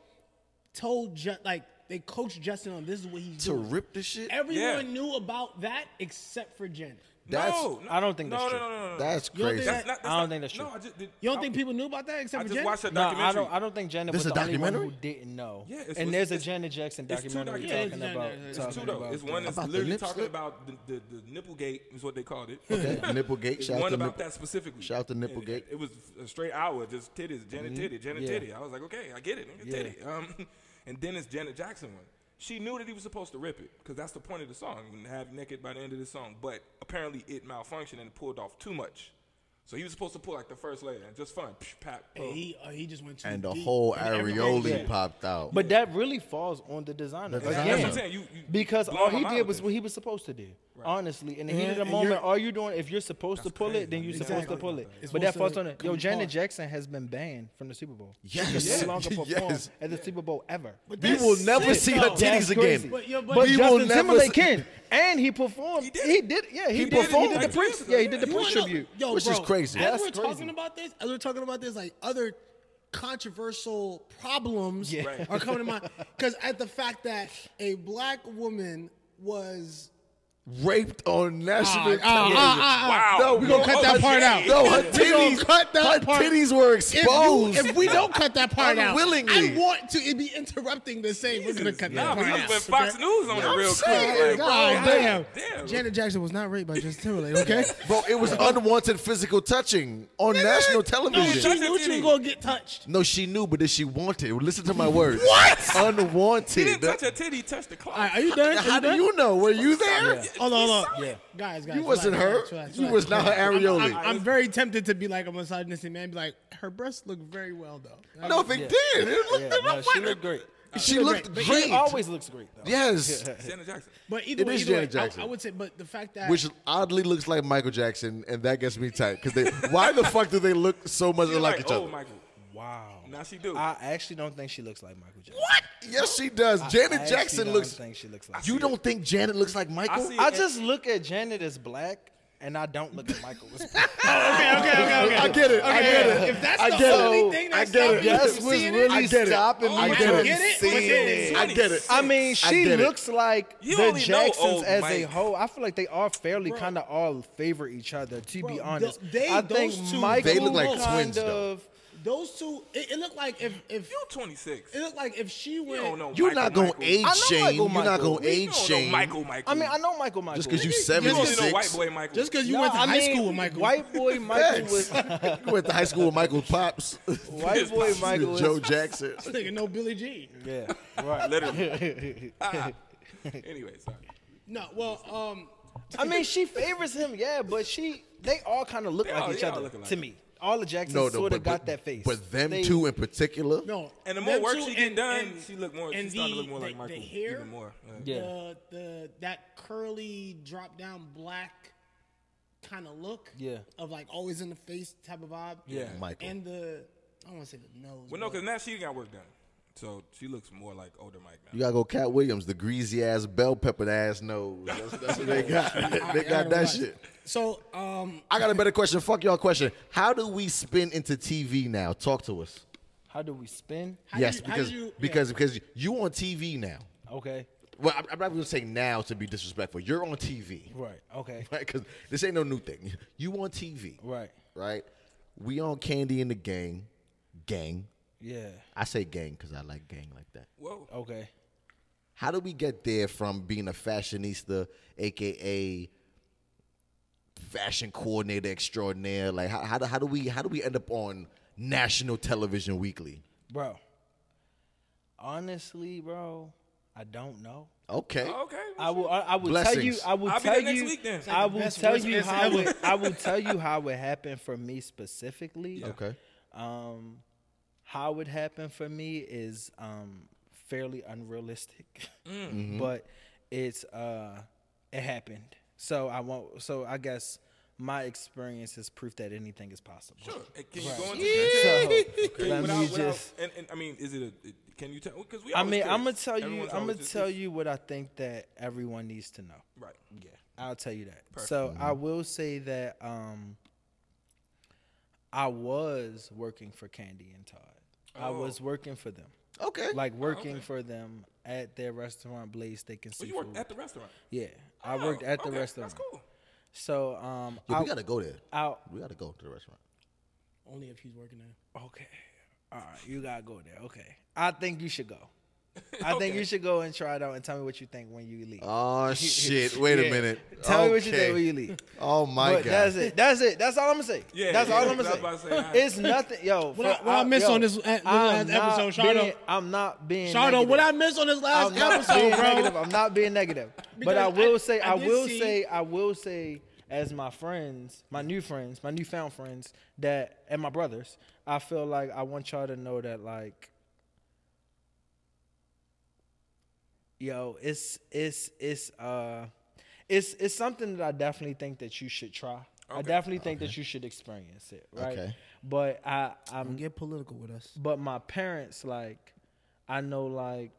Speaker 2: told Ju- like they coached Justin on this is what he's
Speaker 3: To
Speaker 2: doing.
Speaker 3: rip the shit.
Speaker 2: Everyone
Speaker 1: Yeah.
Speaker 2: knew about that except for Jen.
Speaker 3: That's
Speaker 1: no, no,
Speaker 4: I don't think
Speaker 1: no,
Speaker 4: that's
Speaker 1: no,
Speaker 4: true.
Speaker 1: No, no, no, no.
Speaker 3: that's
Speaker 2: You don't think
Speaker 3: crazy.
Speaker 1: That's not, that's
Speaker 4: I don't
Speaker 1: not-
Speaker 4: think that's
Speaker 1: no,
Speaker 4: true.
Speaker 1: I just, did,
Speaker 2: You don't
Speaker 1: I-
Speaker 2: think people knew about that except
Speaker 1: I
Speaker 2: for
Speaker 1: just
Speaker 2: Janet?
Speaker 1: watched that
Speaker 4: No, I
Speaker 1: documentary.
Speaker 4: don't. I don't think Janet
Speaker 3: This
Speaker 4: was
Speaker 3: a
Speaker 4: the only one who
Speaker 3: documentary?
Speaker 4: didn't know.
Speaker 1: Yeah, it's-
Speaker 4: and there's a
Speaker 1: it's-
Speaker 4: Janet Jackson
Speaker 1: it's two
Speaker 4: documentary
Speaker 1: documentaries.
Speaker 4: talking
Speaker 2: Yeah,
Speaker 4: about.
Speaker 2: it's
Speaker 1: It's
Speaker 4: talking
Speaker 1: two though.
Speaker 4: about
Speaker 1: It's one that's
Speaker 3: About the
Speaker 1: literally
Speaker 3: nip
Speaker 1: talking
Speaker 3: slip?
Speaker 1: about the, the, the nipplegate is what they called it.
Speaker 3: Okay,
Speaker 1: <laughs>
Speaker 3: nipplegate.
Speaker 1: It's
Speaker 3: Shout out
Speaker 1: one
Speaker 3: to
Speaker 1: about
Speaker 3: nipple-
Speaker 1: that specifically.
Speaker 3: shout out to Mm-hmm.
Speaker 1: Yeah,
Speaker 3: nipplegate.
Speaker 1: It, was a straight hour, just titties, Janet titty, Janet
Speaker 4: Yeah.
Speaker 1: titty. I was like, okay, I get it, nigga, titty. Um, <laughs> and then it's Janet Jackson one. She knew that he was supposed to rip it because that's the point of the song. You can have naked by the end of the song, but apparently it malfunctioned and it pulled off too much. So he was supposed to pull like the first layer and just fun. Psh, pap,
Speaker 2: And
Speaker 1: pull.
Speaker 2: he, uh, he just went too
Speaker 3: and the
Speaker 2: deep.
Speaker 3: whole
Speaker 2: And everything-
Speaker 3: areoli
Speaker 4: yeah.
Speaker 3: popped out.
Speaker 4: But that really falls on the designer.
Speaker 3: The designer.
Speaker 1: That's what
Speaker 4: Again,
Speaker 1: I'm saying. You, you
Speaker 4: because
Speaker 1: blow
Speaker 4: all
Speaker 1: my
Speaker 4: he
Speaker 1: mind
Speaker 4: did
Speaker 1: with
Speaker 4: was
Speaker 1: this.
Speaker 4: what he was supposed to do. Honestly, in the heat
Speaker 2: And-
Speaker 4: of the
Speaker 2: and
Speaker 4: moment,
Speaker 2: you're-
Speaker 4: all you're doing if you're supposed to pull
Speaker 1: crazy,
Speaker 4: it, then you're
Speaker 1: man.
Speaker 4: supposed to
Speaker 2: Exactly.
Speaker 4: pull it.
Speaker 2: It's
Speaker 4: but that
Speaker 2: supposed
Speaker 4: falls
Speaker 2: to
Speaker 4: on it.
Speaker 2: come
Speaker 4: Yo, Janet
Speaker 2: apart.
Speaker 4: Jackson has been banned from the Super Bowl. She can
Speaker 3: Yes.
Speaker 4: no longer perform
Speaker 3: Yes.
Speaker 4: at the Super Bowl ever.
Speaker 2: But
Speaker 3: We
Speaker 2: that's
Speaker 3: will never
Speaker 2: sick,
Speaker 3: see her
Speaker 2: though.
Speaker 3: titties
Speaker 4: That's
Speaker 3: again.
Speaker 4: crazy.
Speaker 2: But- yeah, but-
Speaker 4: but
Speaker 2: We
Speaker 3: will
Speaker 4: Justin
Speaker 3: never
Speaker 4: Timberlake
Speaker 3: see-
Speaker 4: can, and he performed. He
Speaker 1: He
Speaker 4: did.
Speaker 1: did it.
Speaker 4: Yeah, he,
Speaker 1: He did it. He
Speaker 4: performed
Speaker 1: did
Speaker 4: at
Speaker 1: it.
Speaker 4: the Prince.
Speaker 1: Like,
Speaker 4: Yeah, he did the
Speaker 1: you
Speaker 4: Prince
Speaker 2: wanna know-
Speaker 4: tribute.
Speaker 2: Yo,
Speaker 3: Which
Speaker 2: bro,
Speaker 3: is crazy.
Speaker 4: That's
Speaker 2: As we're
Speaker 4: crazy.
Speaker 2: talking about this, as we're talking about this, like other controversial problems
Speaker 4: Yeah. Right.
Speaker 2: are coming to mind. Because at the fact that a black woman was
Speaker 3: raped on national
Speaker 2: Ah, ah,
Speaker 3: television.
Speaker 2: ah, ah,
Speaker 1: ah. Wow.
Speaker 2: We gonna cut that
Speaker 3: her
Speaker 2: part
Speaker 3: titties-
Speaker 2: out.
Speaker 3: No, her
Speaker 2: We gonna
Speaker 3: titties,
Speaker 2: cut that
Speaker 3: her
Speaker 2: part-
Speaker 3: titties were
Speaker 2: If,
Speaker 3: exposed.
Speaker 2: you, if we don't cut that part out,
Speaker 3: Unwillingly.
Speaker 2: I want to be interrupting this saying we're gonna cut
Speaker 1: Nah,
Speaker 2: that part
Speaker 1: we
Speaker 2: out. Oh,
Speaker 1: went Fox News on it
Speaker 3: I'm
Speaker 1: real
Speaker 3: saying,
Speaker 1: quick. Like, bro,
Speaker 2: God damn.
Speaker 1: damn.
Speaker 2: Janet Jackson was not raped by Justin Timberlake, okay?
Speaker 3: Bro, it was unwanted physical touching on national television.
Speaker 1: shut-
Speaker 2: she knew she was gonna get touched.
Speaker 3: No, she knew, but then she wanted. Listen to my words. What?
Speaker 1: He didn't
Speaker 3: Unwanted.
Speaker 1: touch her titty, he touched the clock.
Speaker 2: All right, are you done? Are
Speaker 3: How do
Speaker 2: done?
Speaker 3: you know? Were you there?
Speaker 2: Hold on, hold on.
Speaker 4: Yeah.
Speaker 2: Guys, guys.
Speaker 3: You wasn't her.
Speaker 2: relax, relax,
Speaker 3: You
Speaker 2: relax.
Speaker 3: was not her
Speaker 2: I'm,
Speaker 3: areoli.
Speaker 2: I'm very tempted to be like a misogynistic man, be like, her breasts look very well though.
Speaker 3: No, they did. It looked-
Speaker 4: Yeah,
Speaker 3: it
Speaker 4: no,
Speaker 3: looked
Speaker 4: she
Speaker 3: like-
Speaker 4: looked great.
Speaker 3: She looked
Speaker 2: But
Speaker 3: great.
Speaker 4: She always looks great though.
Speaker 3: Yes.
Speaker 1: Janet Jackson.
Speaker 2: But either
Speaker 3: It
Speaker 2: way,
Speaker 3: is
Speaker 2: either way,
Speaker 3: Janet Jackson.
Speaker 2: I, I would say, but the fact that
Speaker 3: Which oddly looks like Michael Jackson, and that gets me tight. Cause they, why the fuck do they look so much
Speaker 1: She
Speaker 3: like, each
Speaker 1: oh,
Speaker 3: other?
Speaker 1: Michael.
Speaker 4: Wow.
Speaker 1: Now she do.
Speaker 4: I actually don't think she looks like Michael Jackson.
Speaker 3: What? Yes, she does.
Speaker 4: I
Speaker 3: Janet
Speaker 4: actually
Speaker 3: Jackson
Speaker 4: don't
Speaker 3: looks.
Speaker 4: think she looks like.
Speaker 3: You don't think Janet looks like
Speaker 1: I
Speaker 3: Michael?
Speaker 1: see
Speaker 4: I
Speaker 1: it.
Speaker 4: just look at Janet as black, and I don't look at Michael <laughs> as black.
Speaker 2: okay, okay, okay, okay.
Speaker 3: I get it. I get it.
Speaker 2: If that's
Speaker 3: I
Speaker 2: the
Speaker 3: get it.
Speaker 2: only thing that's
Speaker 3: I get it.
Speaker 2: stopping you
Speaker 4: That's
Speaker 2: from
Speaker 4: what's
Speaker 2: seeing it,
Speaker 4: really
Speaker 3: I get it.
Speaker 4: stopping me
Speaker 3: I
Speaker 2: I
Speaker 3: get
Speaker 4: from
Speaker 3: it.
Speaker 2: get it, but
Speaker 4: seeing
Speaker 2: then
Speaker 3: I get it.
Speaker 4: I mean,
Speaker 3: I
Speaker 4: she
Speaker 3: get it.
Speaker 4: looks like
Speaker 1: You
Speaker 4: the
Speaker 1: only know
Speaker 4: Jacksons
Speaker 1: old
Speaker 4: as a
Speaker 1: Mike.
Speaker 4: whole. I feel like they all fairly kind of all favor each other. To be
Speaker 2: Bro,
Speaker 4: honest,
Speaker 2: th- they-
Speaker 4: I
Speaker 2: those
Speaker 4: think
Speaker 2: two
Speaker 4: Michael
Speaker 3: They look like
Speaker 4: kind
Speaker 3: twins, though.
Speaker 4: of.
Speaker 2: Those two, it, it looked like if if
Speaker 1: You 26.
Speaker 2: it looked like if she
Speaker 1: You
Speaker 2: went.
Speaker 1: don't know.
Speaker 3: You're
Speaker 1: Michael,
Speaker 3: not gonna
Speaker 1: Michael.
Speaker 3: age
Speaker 4: I know
Speaker 3: shame.
Speaker 4: Michael,
Speaker 3: You're not
Speaker 4: Michael.
Speaker 3: gonna
Speaker 1: You don't
Speaker 3: age
Speaker 1: know
Speaker 3: shame.
Speaker 1: Michael. Michael.
Speaker 4: I mean, I know Michael Michael
Speaker 3: Just 'cause you
Speaker 1: You only know
Speaker 3: 76.
Speaker 1: white boy Michael.
Speaker 2: Just because you
Speaker 4: No,
Speaker 2: went to
Speaker 4: I
Speaker 2: high
Speaker 4: mean,
Speaker 2: school with Michael, <laughs>
Speaker 3: <laughs>
Speaker 4: White boy Michael was
Speaker 3: you went to high school with Michael Pops,
Speaker 4: white boy Michael
Speaker 3: <laughs>
Speaker 4: was
Speaker 3: Joe Jackson.
Speaker 2: this nigga no Billy Jean.
Speaker 3: <laughs>
Speaker 4: yeah right.
Speaker 1: literally.
Speaker 2: <laughs>
Speaker 1: Ah, anyway, sorry.
Speaker 2: No, well, um,
Speaker 4: I mean, she favors him, yeah, but she they all kind of look
Speaker 1: They
Speaker 4: like
Speaker 1: all-
Speaker 4: each
Speaker 1: they all
Speaker 4: other
Speaker 1: look alike.
Speaker 4: to me. All the Jacksons
Speaker 3: No, no,
Speaker 4: sort
Speaker 3: but,
Speaker 4: of got
Speaker 3: but-
Speaker 4: that face.
Speaker 3: But them
Speaker 4: They-
Speaker 3: two in particular.
Speaker 2: no.
Speaker 1: And the more
Speaker 2: them
Speaker 1: work
Speaker 2: two
Speaker 1: she get
Speaker 2: and-
Speaker 1: done,
Speaker 2: and-
Speaker 1: she look more.
Speaker 2: and
Speaker 1: She started to
Speaker 2: the-
Speaker 1: look more like
Speaker 2: the-
Speaker 1: Michael
Speaker 2: The hair,
Speaker 1: even more. Yeah.
Speaker 4: Yeah.
Speaker 2: the the that curly drop down black kind of look.
Speaker 4: Yeah.
Speaker 2: Of like always in the face type of vibe.
Speaker 4: Yeah.
Speaker 3: Michael.
Speaker 2: And the I don't want to say the nose.
Speaker 1: Well, no,
Speaker 2: but-
Speaker 1: because now she got work done, so she looks more like older Mike
Speaker 3: You
Speaker 1: now.
Speaker 3: gotta go Cat Williams, the greasy ass bell pepper ass nose. That's, that's what
Speaker 2: <laughs>
Speaker 3: they got. they
Speaker 2: All
Speaker 3: got
Speaker 2: right,
Speaker 3: that
Speaker 2: relax.
Speaker 3: shit.
Speaker 2: So um,
Speaker 3: I got a better question. Fuck y'all question. How do we spin into TV now? Talk to us.
Speaker 4: how do we spin?
Speaker 2: how
Speaker 3: yes,
Speaker 2: do you, how do
Speaker 3: because
Speaker 2: you- yeah.
Speaker 3: because because you on TV now.
Speaker 4: Okay,
Speaker 3: Well, I'm, I'm not gonna say now to be disrespectful. You're on TV,
Speaker 4: right. Okay,
Speaker 3: <laughs> right? Because this ain't no new thing. You on TV,
Speaker 4: right.
Speaker 3: right? We on Candy in the Gang, gang.
Speaker 4: Yeah.
Speaker 3: I say gang because I like gang like that.
Speaker 1: Whoa.
Speaker 4: Okay.
Speaker 3: How do we get there from being a fashionista, aka fashion coordinator extraordinaire? Like how, how do how do we how do we end up on national television weekly?
Speaker 4: Bro. Honestly, bro, I don't know.
Speaker 3: Okay.
Speaker 1: Okay.
Speaker 4: I will. I, I will tell you.
Speaker 3: Blessings.
Speaker 4: I will
Speaker 1: I'll be
Speaker 4: tell
Speaker 1: there next
Speaker 4: you.
Speaker 1: week then. It's like
Speaker 4: I
Speaker 2: the
Speaker 4: will
Speaker 2: best
Speaker 4: tell
Speaker 2: worst
Speaker 4: you
Speaker 2: answer
Speaker 4: how
Speaker 2: ever.
Speaker 4: it. I will tell you how it happened for me specifically.
Speaker 3: Okay.
Speaker 4: Um, how it happened for me is um fairly unrealistic,
Speaker 1: Mm.
Speaker 4: but it's uh it happened. So I won't. So I guess my experience is proof that anything is possible.
Speaker 1: Sure. Uh, Can you go into
Speaker 4: So
Speaker 1: detail? Can you-
Speaker 4: let
Speaker 1: without-
Speaker 4: me
Speaker 1: without-
Speaker 4: just.
Speaker 1: And, and I mean, is it a? it- Can you tell? Because we.
Speaker 4: I
Speaker 1: always
Speaker 4: mean,
Speaker 1: curious.
Speaker 4: I'm gonna tell you.
Speaker 1: Everyone's
Speaker 4: I'm gonna
Speaker 1: always just-
Speaker 4: tell you what I think that everyone needs to know.
Speaker 1: Right. Yeah.
Speaker 4: I'll tell you that. So I will say that um I was working for Candy and Todd. I
Speaker 1: Oh.
Speaker 4: was working for them.
Speaker 3: Okay.
Speaker 4: Like working for them at their restaurant Blaze Steak and
Speaker 1: But
Speaker 4: Seafood.
Speaker 1: you worked at the restaurant.
Speaker 4: yeah. I worked
Speaker 1: Oh,
Speaker 4: at the
Speaker 1: okay,
Speaker 4: restaurant.
Speaker 1: That's cool.
Speaker 4: So um,
Speaker 3: Yo,
Speaker 4: I,
Speaker 3: we gotta go there.
Speaker 4: I,
Speaker 3: We gotta go to the restaurant.
Speaker 2: Only if he's working there.
Speaker 4: Okay. All right. You gotta go there. Okay. I think
Speaker 1: <laughs>
Speaker 4: you should go. I think you should go and try it out and tell me what you think when you leave.
Speaker 2: <laughs>
Speaker 3: Oh shit! Wait
Speaker 4: Yeah.
Speaker 3: a minute.
Speaker 4: Tell me what you
Speaker 3: Okay.
Speaker 4: think when you
Speaker 3: <laughs>
Speaker 4: leave.
Speaker 3: Oh my
Speaker 4: but
Speaker 3: god.
Speaker 4: that's it. That's it. That's all I'm gonna say.
Speaker 1: Yeah,
Speaker 4: that's
Speaker 1: yeah,
Speaker 4: all I'm
Speaker 1: that's what I
Speaker 4: gonna
Speaker 1: was
Speaker 4: say.
Speaker 1: about to say.
Speaker 4: It's nothing, yo.
Speaker 2: What I-
Speaker 4: for-
Speaker 2: what I missed
Speaker 4: yo,
Speaker 2: on this, uh, this
Speaker 4: I'm
Speaker 2: last
Speaker 4: not
Speaker 2: episode, Shardo?
Speaker 4: being- I'm not being.
Speaker 2: Shardo, what I
Speaker 4: negative. Oh,
Speaker 2: missed on this
Speaker 4: I'm
Speaker 2: last
Speaker 4: not
Speaker 2: episode,
Speaker 4: being
Speaker 2: bro.
Speaker 4: negative. I'm not being negative.
Speaker 2: Because
Speaker 4: but I will
Speaker 2: I-
Speaker 4: say,
Speaker 2: I
Speaker 4: I,
Speaker 2: did
Speaker 4: will
Speaker 2: see-
Speaker 4: say, I will say, as my friends, my new friends, my newfound friends, that and my brothers, I feel like I want y'all to know that, like, yo, it's it's it's uh, it's it's something that I definitely think that you should try. I
Speaker 1: Okay.
Speaker 4: definitely think that you should experience it, right?
Speaker 3: Okay.
Speaker 4: But I, I'm
Speaker 2: Get political with us.
Speaker 4: but my parents, like, I know, like,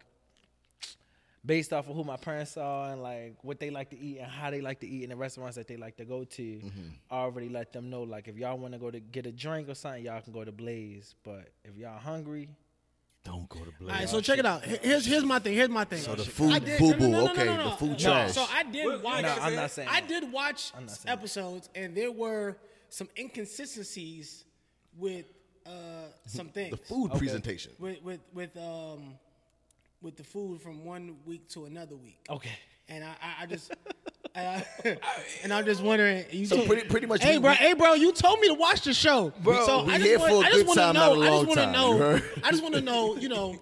Speaker 4: based off of who my parents are and like what they like to eat and how they like to eat and the restaurants that they like to go to, I already let them know. Like, if y'all want to go to get a drink or something, y'all can go to Blaze. But if y'all hungry,
Speaker 3: Don't go to
Speaker 2: All
Speaker 3: Blaze.
Speaker 2: right, so check it out. Here- Here's here's my thing. Here's my thing. So
Speaker 3: the food boo-boo, okay, the food trash.
Speaker 2: So I did
Speaker 1: Well,
Speaker 2: watch.
Speaker 1: no,
Speaker 4: I'm not saying
Speaker 2: I
Speaker 4: that.
Speaker 2: did watch
Speaker 4: not saying
Speaker 2: episodes, and there were some inconsistencies with uh, some things.
Speaker 3: The food presentation.
Speaker 2: with with with um with the food from one week to another week.
Speaker 4: okay.
Speaker 2: And I, I, I
Speaker 4: <laughs>
Speaker 2: just. and I- <laughs> and I'm just wondering. You so
Speaker 3: pretty- pretty much
Speaker 2: Hey,
Speaker 3: we-
Speaker 2: bro.
Speaker 3: we-
Speaker 2: Hey, bro. You told me to watch the show, bro. So
Speaker 3: we
Speaker 2: I
Speaker 3: here
Speaker 2: just want.
Speaker 3: for a
Speaker 2: I just
Speaker 3: good
Speaker 2: want to
Speaker 3: time, not
Speaker 2: know.
Speaker 3: a
Speaker 2: I just
Speaker 3: long
Speaker 2: want to
Speaker 3: time, you
Speaker 2: know.
Speaker 3: heard?
Speaker 2: I just want to know. You
Speaker 3: <laughs>
Speaker 2: know,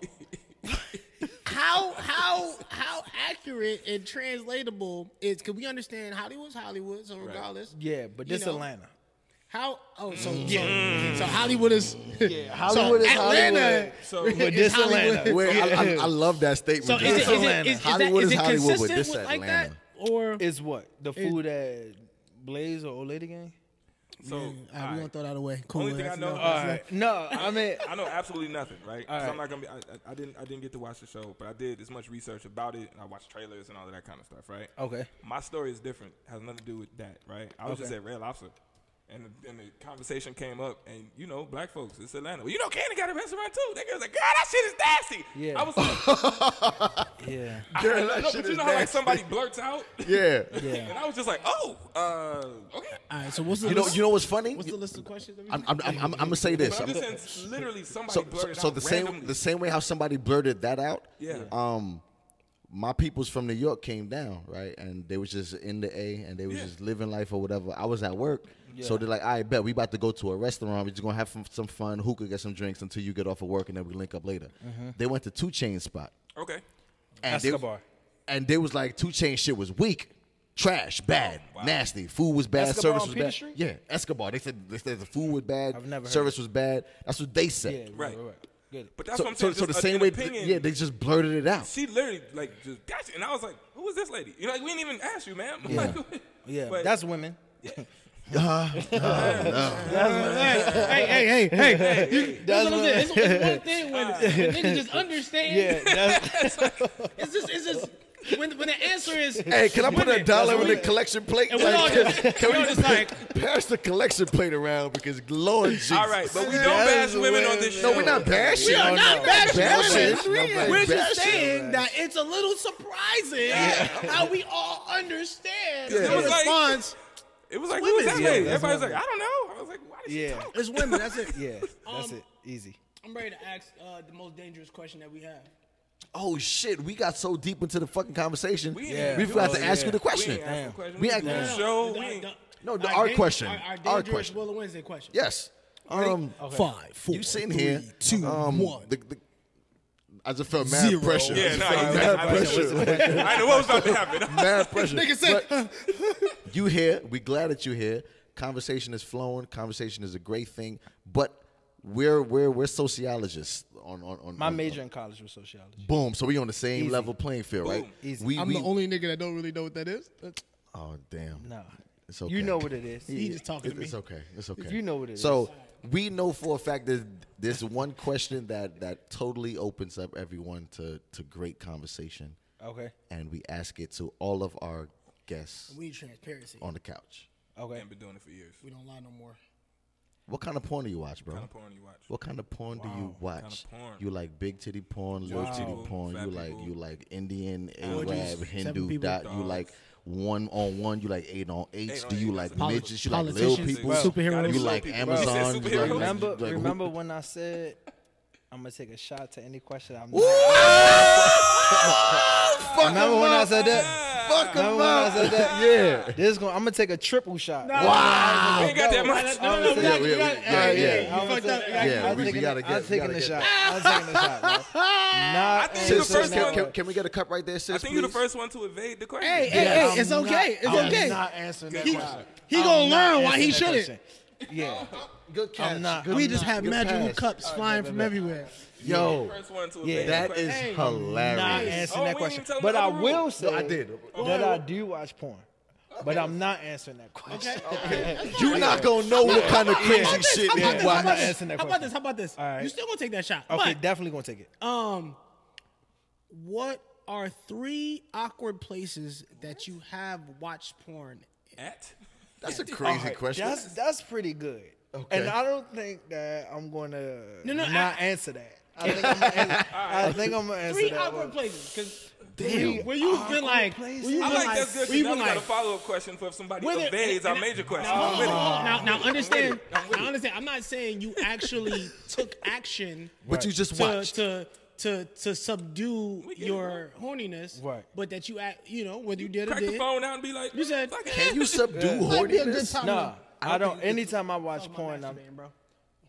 Speaker 2: how how how accurate and translatable is? Because we understand Hollywood's Hollywood. So regardless,
Speaker 4: Yeah, but
Speaker 2: You
Speaker 4: this
Speaker 2: know.
Speaker 4: Atlanta.
Speaker 2: how? Oh, so
Speaker 3: Mm.
Speaker 2: so, so Hollywood is. Yeah,
Speaker 3: Hollywood is
Speaker 2: Atlanta.
Speaker 3: Hollywood.
Speaker 1: So-
Speaker 2: is
Speaker 1: But
Speaker 4: this
Speaker 2: Hollywood.
Speaker 4: Atlanta.
Speaker 3: Wait, I, I, I love that statement.
Speaker 2: So is
Speaker 3: This
Speaker 2: it, is it,
Speaker 4: Atlanta.
Speaker 2: is, is
Speaker 3: Hollywood
Speaker 2: that, is,
Speaker 3: is
Speaker 2: it
Speaker 3: Hollywood, but
Speaker 2: consistent
Speaker 3: this
Speaker 2: with like that?
Speaker 3: Atlanta.
Speaker 2: Or
Speaker 4: Is what? The food at Blaze or O'Litigan?
Speaker 1: So
Speaker 2: All
Speaker 1: all
Speaker 2: right, we
Speaker 1: right.
Speaker 4: <laughs>
Speaker 2: gonna throw that away. Cool.
Speaker 1: Only thing
Speaker 2: that's
Speaker 1: I know-
Speaker 2: enough.
Speaker 1: All
Speaker 2: That's
Speaker 1: right.
Speaker 2: enough.
Speaker 4: No, I mean, <laughs>
Speaker 1: I know absolutely nothing, right?
Speaker 4: All
Speaker 1: So
Speaker 4: right.
Speaker 1: I'm not gonna be. I, I- I didn't. I didn't get to watch the show, but I did as much research about it, and I watched trailers and all of that kind of stuff, right?
Speaker 4: Okay.
Speaker 1: My story is different. Has nothing to do with that, right? I was just
Speaker 4: Okay.
Speaker 1: at Red Lobster, and the, and the conversation came up, and you know, black folks, it's Atlanta. Well, you know, Candy got a restaurant too. That girl's like, God, that shit is nasty.
Speaker 4: Yeah.
Speaker 1: I was like,
Speaker 4: yeah.
Speaker 1: <laughs> I,
Speaker 3: Girl,
Speaker 1: no,
Speaker 3: that
Speaker 1: but
Speaker 3: shit
Speaker 1: you
Speaker 3: is
Speaker 1: know how like
Speaker 3: nasty.
Speaker 1: somebody blurts out,
Speaker 3: <laughs>
Speaker 1: <laughs>
Speaker 3: Yeah.
Speaker 1: and I was just like, oh, uh, okay.
Speaker 2: All right. So what's the
Speaker 3: You know.
Speaker 2: list?
Speaker 3: You know what's funny?
Speaker 2: what's the list of questions? That we
Speaker 3: I'm, I'm, I'm, I'm, I'm gonna say this.
Speaker 1: But I'm just saying, s- literally somebody
Speaker 3: so, so,
Speaker 1: blurted
Speaker 3: so
Speaker 1: out
Speaker 3: the same
Speaker 1: randomly.
Speaker 3: the same way how somebody blurted that out.
Speaker 1: Yeah.
Speaker 3: Um, my peoples from New York came down right, and they was just in the A, and they was
Speaker 1: Yeah.
Speaker 3: just living life or whatever. I was at work, so they're like, "I bet we about to go to a restaurant. We just gonna have some, some fun, hookah, get some drinks until you get off of work, and then we link up later."
Speaker 1: Uh-huh.
Speaker 3: They went to Two Chain spot,
Speaker 1: okay.
Speaker 3: and
Speaker 4: Escobar.
Speaker 3: They, and they was like, Two Chain shit was weak. Trash, bad, nasty. Food was bad.
Speaker 4: Oh, Escobar
Speaker 3: service
Speaker 4: on
Speaker 3: was
Speaker 4: Peter
Speaker 3: bad.
Speaker 4: Street?
Speaker 3: Yeah, Escobar. They said they said the food was bad.
Speaker 4: I've never heard
Speaker 3: service was bad. That's what they said.
Speaker 4: Yeah.
Speaker 1: Right.
Speaker 4: Get it.
Speaker 1: But that's
Speaker 3: so,
Speaker 1: what I'm
Speaker 3: so-
Speaker 1: saying.
Speaker 3: so the
Speaker 1: just
Speaker 3: same
Speaker 1: an
Speaker 3: way,
Speaker 1: opinion.
Speaker 3: yeah, they just blurted it out.
Speaker 1: she literally like just got you, and I was like, "Who is this lady?" You know, like we didn't even ask you, ma'am. <laughs>
Speaker 4: Yeah.
Speaker 1: Like,
Speaker 4: Yeah.
Speaker 1: but-
Speaker 4: that's women.
Speaker 2: hey,
Speaker 4: <laughs>
Speaker 2: hey, hey, hey, hey. You- That's what I'm saying. It's, it's <laughs> one thing when, when niggas just understand.
Speaker 4: <laughs> Yeah. That's,
Speaker 2: It's just, it's just when, when the answer is.
Speaker 3: Hey, can I put a
Speaker 2: women,
Speaker 3: dollar
Speaker 2: that's
Speaker 3: in the
Speaker 2: women.
Speaker 3: collection plate?
Speaker 2: And we all just-
Speaker 3: <laughs> can
Speaker 2: we all just like-
Speaker 3: <laughs> pass the collection plate around because Lord Jesus.
Speaker 1: all right, but we don't
Speaker 3: That
Speaker 1: bash
Speaker 3: is
Speaker 1: women on
Speaker 3: what-
Speaker 1: this show.
Speaker 3: No, we're not bashing.
Speaker 2: We are
Speaker 4: No,
Speaker 2: not
Speaker 4: no.
Speaker 2: bashing
Speaker 3: Bashing.
Speaker 2: women.
Speaker 3: Nobody
Speaker 2: We're just
Speaker 3: bashing.
Speaker 2: saying that it's a little surprising how we all understand
Speaker 1: It
Speaker 2: the
Speaker 1: was like-
Speaker 2: response.
Speaker 1: It was like,
Speaker 2: Women.
Speaker 1: "Who is that
Speaker 2: Yeah,
Speaker 1: lady?"
Speaker 4: that's
Speaker 1: Everybody's like, "I don't know." I was like, "Why did she
Speaker 4: Yeah.
Speaker 1: talk?"
Speaker 2: It's women. That's it.
Speaker 4: yeah.
Speaker 2: Um,
Speaker 4: That's it. Easy.
Speaker 2: I'm ready to ask uh, the most dangerous question that we have.
Speaker 3: Oh shit, we got so deep into the fucking conversation.
Speaker 1: We
Speaker 3: We,
Speaker 1: ain't even do
Speaker 3: forgot
Speaker 1: it.
Speaker 3: to ask you the
Speaker 1: We
Speaker 3: question.
Speaker 1: ain't asked no question.
Speaker 3: We
Speaker 1: We
Speaker 3: act-
Speaker 1: did the
Speaker 3: No,
Speaker 1: show.
Speaker 2: The-
Speaker 1: We ain't-
Speaker 2: the-
Speaker 3: No, the- our
Speaker 2: dan-
Speaker 3: question.
Speaker 2: Our, our
Speaker 3: Our
Speaker 2: dangerous
Speaker 3: question.
Speaker 2: Will and Wednesday question.
Speaker 3: Yes. Um,
Speaker 2: Five, four,
Speaker 3: you sitting here? um, the- the- I just felt mad
Speaker 2: Zero.
Speaker 3: pressure.
Speaker 1: Yeah, no, I,
Speaker 3: mad
Speaker 1: I, I,
Speaker 3: pressure.
Speaker 1: I know what was about to happen.
Speaker 3: <laughs> mad pressure.
Speaker 2: Nigga said-
Speaker 3: But you here. We glad that you're here. Conversation is flowing. Conversation is a great thing. But we're we're we're sociologists on on, on
Speaker 4: My
Speaker 3: on-
Speaker 4: major in college was sociology.
Speaker 3: Boom. So we on the same level playing field, right?
Speaker 4: Easy.
Speaker 3: We, we-
Speaker 2: only nigga that don't really know what that is.
Speaker 3: Oh damn.
Speaker 4: No.
Speaker 3: It's okay.
Speaker 4: You know what it is.
Speaker 2: He just talking to
Speaker 3: It-
Speaker 2: me.
Speaker 3: It's okay. It's okay.
Speaker 4: you know what it
Speaker 3: so we know for a fact that there's one question that that totally opens up everyone to to great conversation,
Speaker 4: Okay.
Speaker 3: and we ask it to all of our guests
Speaker 2: We need transparency.
Speaker 3: on the couch.
Speaker 4: Okay.
Speaker 1: I've been doing it for years.
Speaker 2: We don't lie no more.
Speaker 3: What kind of porn do you watch, bro?
Speaker 1: Kind of porn you watch?
Speaker 3: What kind of porn do you watch?
Speaker 1: porn?
Speaker 3: You like big titty porn, little titty
Speaker 1: people,
Speaker 3: porn.
Speaker 1: fat
Speaker 3: You like
Speaker 1: people.
Speaker 3: you like Indian,
Speaker 2: Orgies,
Speaker 3: Arab,
Speaker 2: seven
Speaker 3: Hindu.
Speaker 2: people,
Speaker 3: Dot. You
Speaker 1: dogs.
Speaker 3: like one on one? You like eight on eights?
Speaker 1: Eight on
Speaker 3: Do you
Speaker 1: eight,
Speaker 3: like
Speaker 1: that's a-
Speaker 3: midgets? You like little
Speaker 2: Politicians,
Speaker 3: people?
Speaker 2: superheroes.
Speaker 3: You like
Speaker 1: He said
Speaker 3: Amazon? You like-
Speaker 1: superheroes.
Speaker 3: you
Speaker 4: Remember,
Speaker 3: like who-
Speaker 4: remember when I said I'm gonna take a shot to any question? I'm
Speaker 3: Fuck
Speaker 4: Remember
Speaker 3: him
Speaker 4: when I
Speaker 3: up.
Speaker 4: said that?
Speaker 3: Fuck
Speaker 4: Remember
Speaker 3: him
Speaker 4: when I
Speaker 3: up.
Speaker 4: said that?
Speaker 3: Yeah.
Speaker 4: This is going. I'm gonna take a triple shot.
Speaker 1: We
Speaker 3: Wow.
Speaker 1: ain't got that much.
Speaker 2: No, no, no,
Speaker 3: Yeah,
Speaker 2: yeah,
Speaker 3: we-
Speaker 2: yeah,
Speaker 3: we-
Speaker 2: yeah,
Speaker 3: yeah,
Speaker 2: yeah. You
Speaker 4: I'm
Speaker 2: fucked up.
Speaker 4: taking-
Speaker 2: Yeah,
Speaker 3: Yeah,
Speaker 4: I'm
Speaker 3: we- we
Speaker 4: taking
Speaker 3: gotta
Speaker 4: the-
Speaker 3: get-
Speaker 4: I'm
Speaker 3: we
Speaker 4: taking
Speaker 3: gotta
Speaker 4: the
Speaker 3: get
Speaker 4: shot. I'm taking the shot. bro. Not
Speaker 1: think
Speaker 4: on
Speaker 1: the
Speaker 3: Sis,
Speaker 1: first
Speaker 3: can,
Speaker 1: one-
Speaker 3: can, can we get a cup right there, sis?
Speaker 1: I think you're the
Speaker 3: please?
Speaker 1: first one to evade the question.
Speaker 2: Hey, hey, hey, it's okay. It's
Speaker 4: I'm
Speaker 2: okay.
Speaker 4: not answering that
Speaker 2: He-
Speaker 4: question.
Speaker 2: he
Speaker 4: I'm
Speaker 2: gonna
Speaker 4: not
Speaker 2: learn why
Speaker 4: answering
Speaker 2: he
Speaker 4: that
Speaker 2: shouldn't.
Speaker 4: question. Yeah.
Speaker 3: Good catch.
Speaker 4: not-
Speaker 3: good
Speaker 2: we
Speaker 4: I'm
Speaker 2: just
Speaker 4: not-
Speaker 2: have
Speaker 3: good
Speaker 2: magical
Speaker 3: pass.
Speaker 2: cups flying from everywhere.
Speaker 3: Yo,
Speaker 1: First one to
Speaker 4: Yeah.
Speaker 1: evade the
Speaker 3: that
Speaker 1: question.
Speaker 3: is
Speaker 2: Hey,
Speaker 4: Not
Speaker 3: hilarious.
Speaker 4: answering
Speaker 1: Oh,
Speaker 4: that
Speaker 1: we ain't
Speaker 4: question.
Speaker 1: telling
Speaker 4: But
Speaker 1: the
Speaker 4: I
Speaker 1: other
Speaker 4: will
Speaker 1: rule.
Speaker 4: say
Speaker 3: I did.
Speaker 4: that I do watch porn. But I'm not answering that question.
Speaker 3: You're not gonna know what kind of crazy shit
Speaker 2: How about
Speaker 3: he
Speaker 2: this? How about
Speaker 3: watched.
Speaker 2: this?
Speaker 4: Answer that
Speaker 2: How about
Speaker 4: question.
Speaker 2: this? How about this?
Speaker 4: right.
Speaker 2: You still gonna take that shot?
Speaker 4: Okay,
Speaker 2: But
Speaker 4: definitely gonna take it.
Speaker 2: um, what are three awkward places that you have watched porn?
Speaker 1: At?
Speaker 3: That's a crazy
Speaker 4: Alright,
Speaker 3: question.
Speaker 4: That's that's pretty good.
Speaker 3: Okay.
Speaker 4: And I don't think that I'm gonna
Speaker 2: no,
Speaker 4: not
Speaker 2: I-
Speaker 4: answer that. I think I'm <laughs> gonna answer, I think I'm gonna answer
Speaker 2: Three
Speaker 4: that.
Speaker 2: awkward
Speaker 4: one.
Speaker 2: places, because
Speaker 3: Damn.
Speaker 2: where you've been like, where
Speaker 4: places.
Speaker 2: you've been
Speaker 1: I like
Speaker 2: like,
Speaker 1: that's good.
Speaker 2: where you've
Speaker 1: Now
Speaker 2: been
Speaker 1: we got a
Speaker 2: like,
Speaker 1: follow up question for if somebody
Speaker 2: Whether-
Speaker 1: evades our
Speaker 2: and- Oh.
Speaker 1: major question.
Speaker 2: Now,
Speaker 1: I'm with it.
Speaker 2: now, now understand.
Speaker 1: I'm with it.
Speaker 2: Now understand. I'm not saying you
Speaker 1: <laughs>
Speaker 2: actually took action.
Speaker 3: But you just
Speaker 2: to,
Speaker 3: watched.
Speaker 2: to to to subdue
Speaker 1: get it,
Speaker 2: your horniness.
Speaker 4: Right.
Speaker 2: But that you act, you know, whether you did or
Speaker 1: Crack the
Speaker 2: did.
Speaker 1: phone out and be like,
Speaker 2: You said-
Speaker 1: fuck it.
Speaker 3: Can you subdue
Speaker 2: Might be a good
Speaker 3: horniness?
Speaker 2: time.
Speaker 4: Nah, I don't. Oh,
Speaker 3: think-
Speaker 4: anytime I watch
Speaker 2: to
Speaker 4: porn, I'm
Speaker 2: masturbate, bro.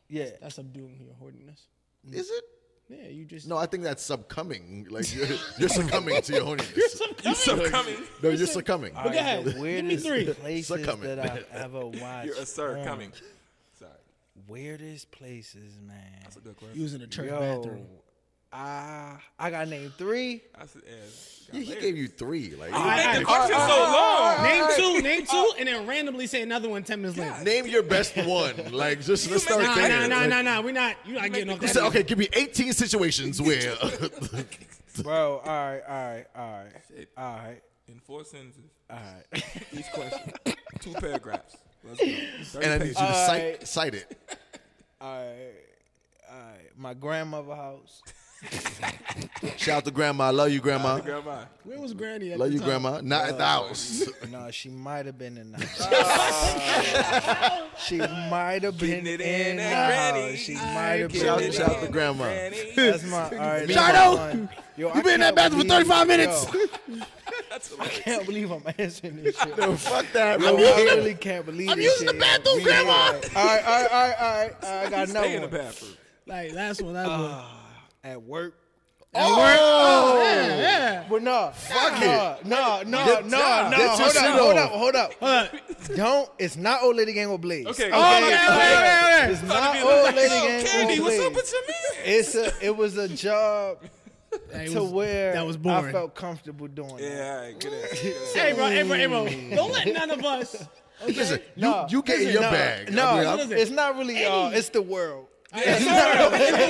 Speaker 4: yeah.
Speaker 2: That's subduing your horniness.
Speaker 3: Is it?
Speaker 2: Yeah, you just.
Speaker 3: No, I think that's succumbing. Like you're, <laughs> you're succumbing to your horniness.
Speaker 1: You
Speaker 2: <laughs>
Speaker 1: succumbing.
Speaker 3: no, you're succumbing.
Speaker 2: But go ahead.
Speaker 4: The
Speaker 2: Give me
Speaker 4: weirdest
Speaker 2: three.
Speaker 4: places
Speaker 3: Suck 'em in.
Speaker 4: that
Speaker 1: <laughs>
Speaker 4: I've ever watched.
Speaker 1: You're a sir
Speaker 4: porn.
Speaker 1: coming. Sorry.
Speaker 4: Weirdest places, man.
Speaker 1: That's a good question.
Speaker 2: Using a church
Speaker 4: Yo,
Speaker 2: bathroom.
Speaker 4: I I got name three.
Speaker 1: I said, yeah,
Speaker 3: He,
Speaker 1: got
Speaker 3: he
Speaker 1: later.
Speaker 3: gave you three. Like
Speaker 1: Make
Speaker 2: Alright,
Speaker 1: the question so long.
Speaker 2: Name two, name
Speaker 3: Uh,
Speaker 2: two, and then randomly say another one ten minutes later.
Speaker 3: name your best one. Like just let's
Speaker 1: make-
Speaker 3: start <laughs>
Speaker 2: Nah,
Speaker 3: there.
Speaker 2: nah, nah,
Speaker 3: Like,
Speaker 2: nah, nah. We're not. You're not getting off
Speaker 3: you
Speaker 2: that.
Speaker 3: said,
Speaker 2: easy.
Speaker 3: okay, give me 18 situations where. <laughs>
Speaker 4: Bro, all right, all right, all right, all right,
Speaker 1: In four sentences,
Speaker 4: all right.
Speaker 1: each question, two paragraphs. Let's go. 30
Speaker 3: and I need you
Speaker 1: pages.
Speaker 3: to cite, cite it.
Speaker 4: Alright, alright. My grandmother house.
Speaker 3: Shout out to grandma. I love you, grandma.
Speaker 1: Grandma.
Speaker 2: Where was Granny at
Speaker 3: Love
Speaker 2: the
Speaker 3: you,
Speaker 2: time?
Speaker 3: grandma. Not at the house.
Speaker 4: No, she might have been in the house. she might have been
Speaker 1: Getting it
Speaker 4: in,
Speaker 1: in
Speaker 4: the
Speaker 1: at
Speaker 4: house.
Speaker 1: Granny.
Speaker 4: She might have
Speaker 3: Shout,
Speaker 4: been. in
Speaker 1: it
Speaker 3: shout
Speaker 4: the
Speaker 3: out to
Speaker 1: in.
Speaker 3: grandma.
Speaker 1: Granny.
Speaker 4: That's my. Alright,
Speaker 3: Shardo,
Speaker 4: Yo,
Speaker 3: You been in that bathroom for 35 minutes. <laughs>
Speaker 1: That's hilarious.
Speaker 4: I can't believe I'm answering this shit.
Speaker 3: Yo, fuck that.
Speaker 4: Yo,
Speaker 3: bro.
Speaker 4: I really can't believe
Speaker 3: I'm
Speaker 4: this
Speaker 3: using
Speaker 4: shit,
Speaker 3: the
Speaker 4: yo.
Speaker 3: bathroom,
Speaker 4: We-
Speaker 3: Grandma.
Speaker 4: Alright, alright, alright, alright. alright, <laughs> I got
Speaker 1: Stay in
Speaker 4: another
Speaker 1: the
Speaker 4: one.
Speaker 1: bathroom.
Speaker 2: Like last one, last one.
Speaker 3: Uh,
Speaker 4: At work.
Speaker 3: Oh,
Speaker 4: But no,
Speaker 3: Fuck
Speaker 4: no, no, no, no,
Speaker 3: Get-
Speaker 4: no.
Speaker 3: nah, get your
Speaker 4: Hold
Speaker 3: shit
Speaker 4: up, hold
Speaker 3: off.
Speaker 4: up, hold up. Don't. It's not old lady gang with Blaze.
Speaker 1: Okay,
Speaker 2: Okay,
Speaker 1: okay.
Speaker 2: okay, okay.
Speaker 4: It's not
Speaker 1: Be
Speaker 4: old
Speaker 1: like,
Speaker 4: Uh, oh, lady
Speaker 1: yo,
Speaker 4: gang
Speaker 1: Candy,
Speaker 4: with
Speaker 1: what's up with
Speaker 4: Blaze.
Speaker 1: your man?
Speaker 4: It's a. It was a job
Speaker 2: Hey, it
Speaker 4: to
Speaker 2: was-
Speaker 4: where
Speaker 2: that was boring.
Speaker 4: I felt comfortable doing. that.
Speaker 1: Yeah, all right, good ass. Good ass.
Speaker 2: Hey, bro, hey, bro, hey,
Speaker 3: mm.
Speaker 2: bro. Don't let none of
Speaker 3: <laughs>
Speaker 2: us.
Speaker 3: Listen, you,
Speaker 4: No,
Speaker 3: you get in your
Speaker 4: no,
Speaker 3: bag.
Speaker 4: No,
Speaker 3: I mean, I'm-
Speaker 2: listen.
Speaker 4: it's not really y'all. It's the world.
Speaker 2: It's the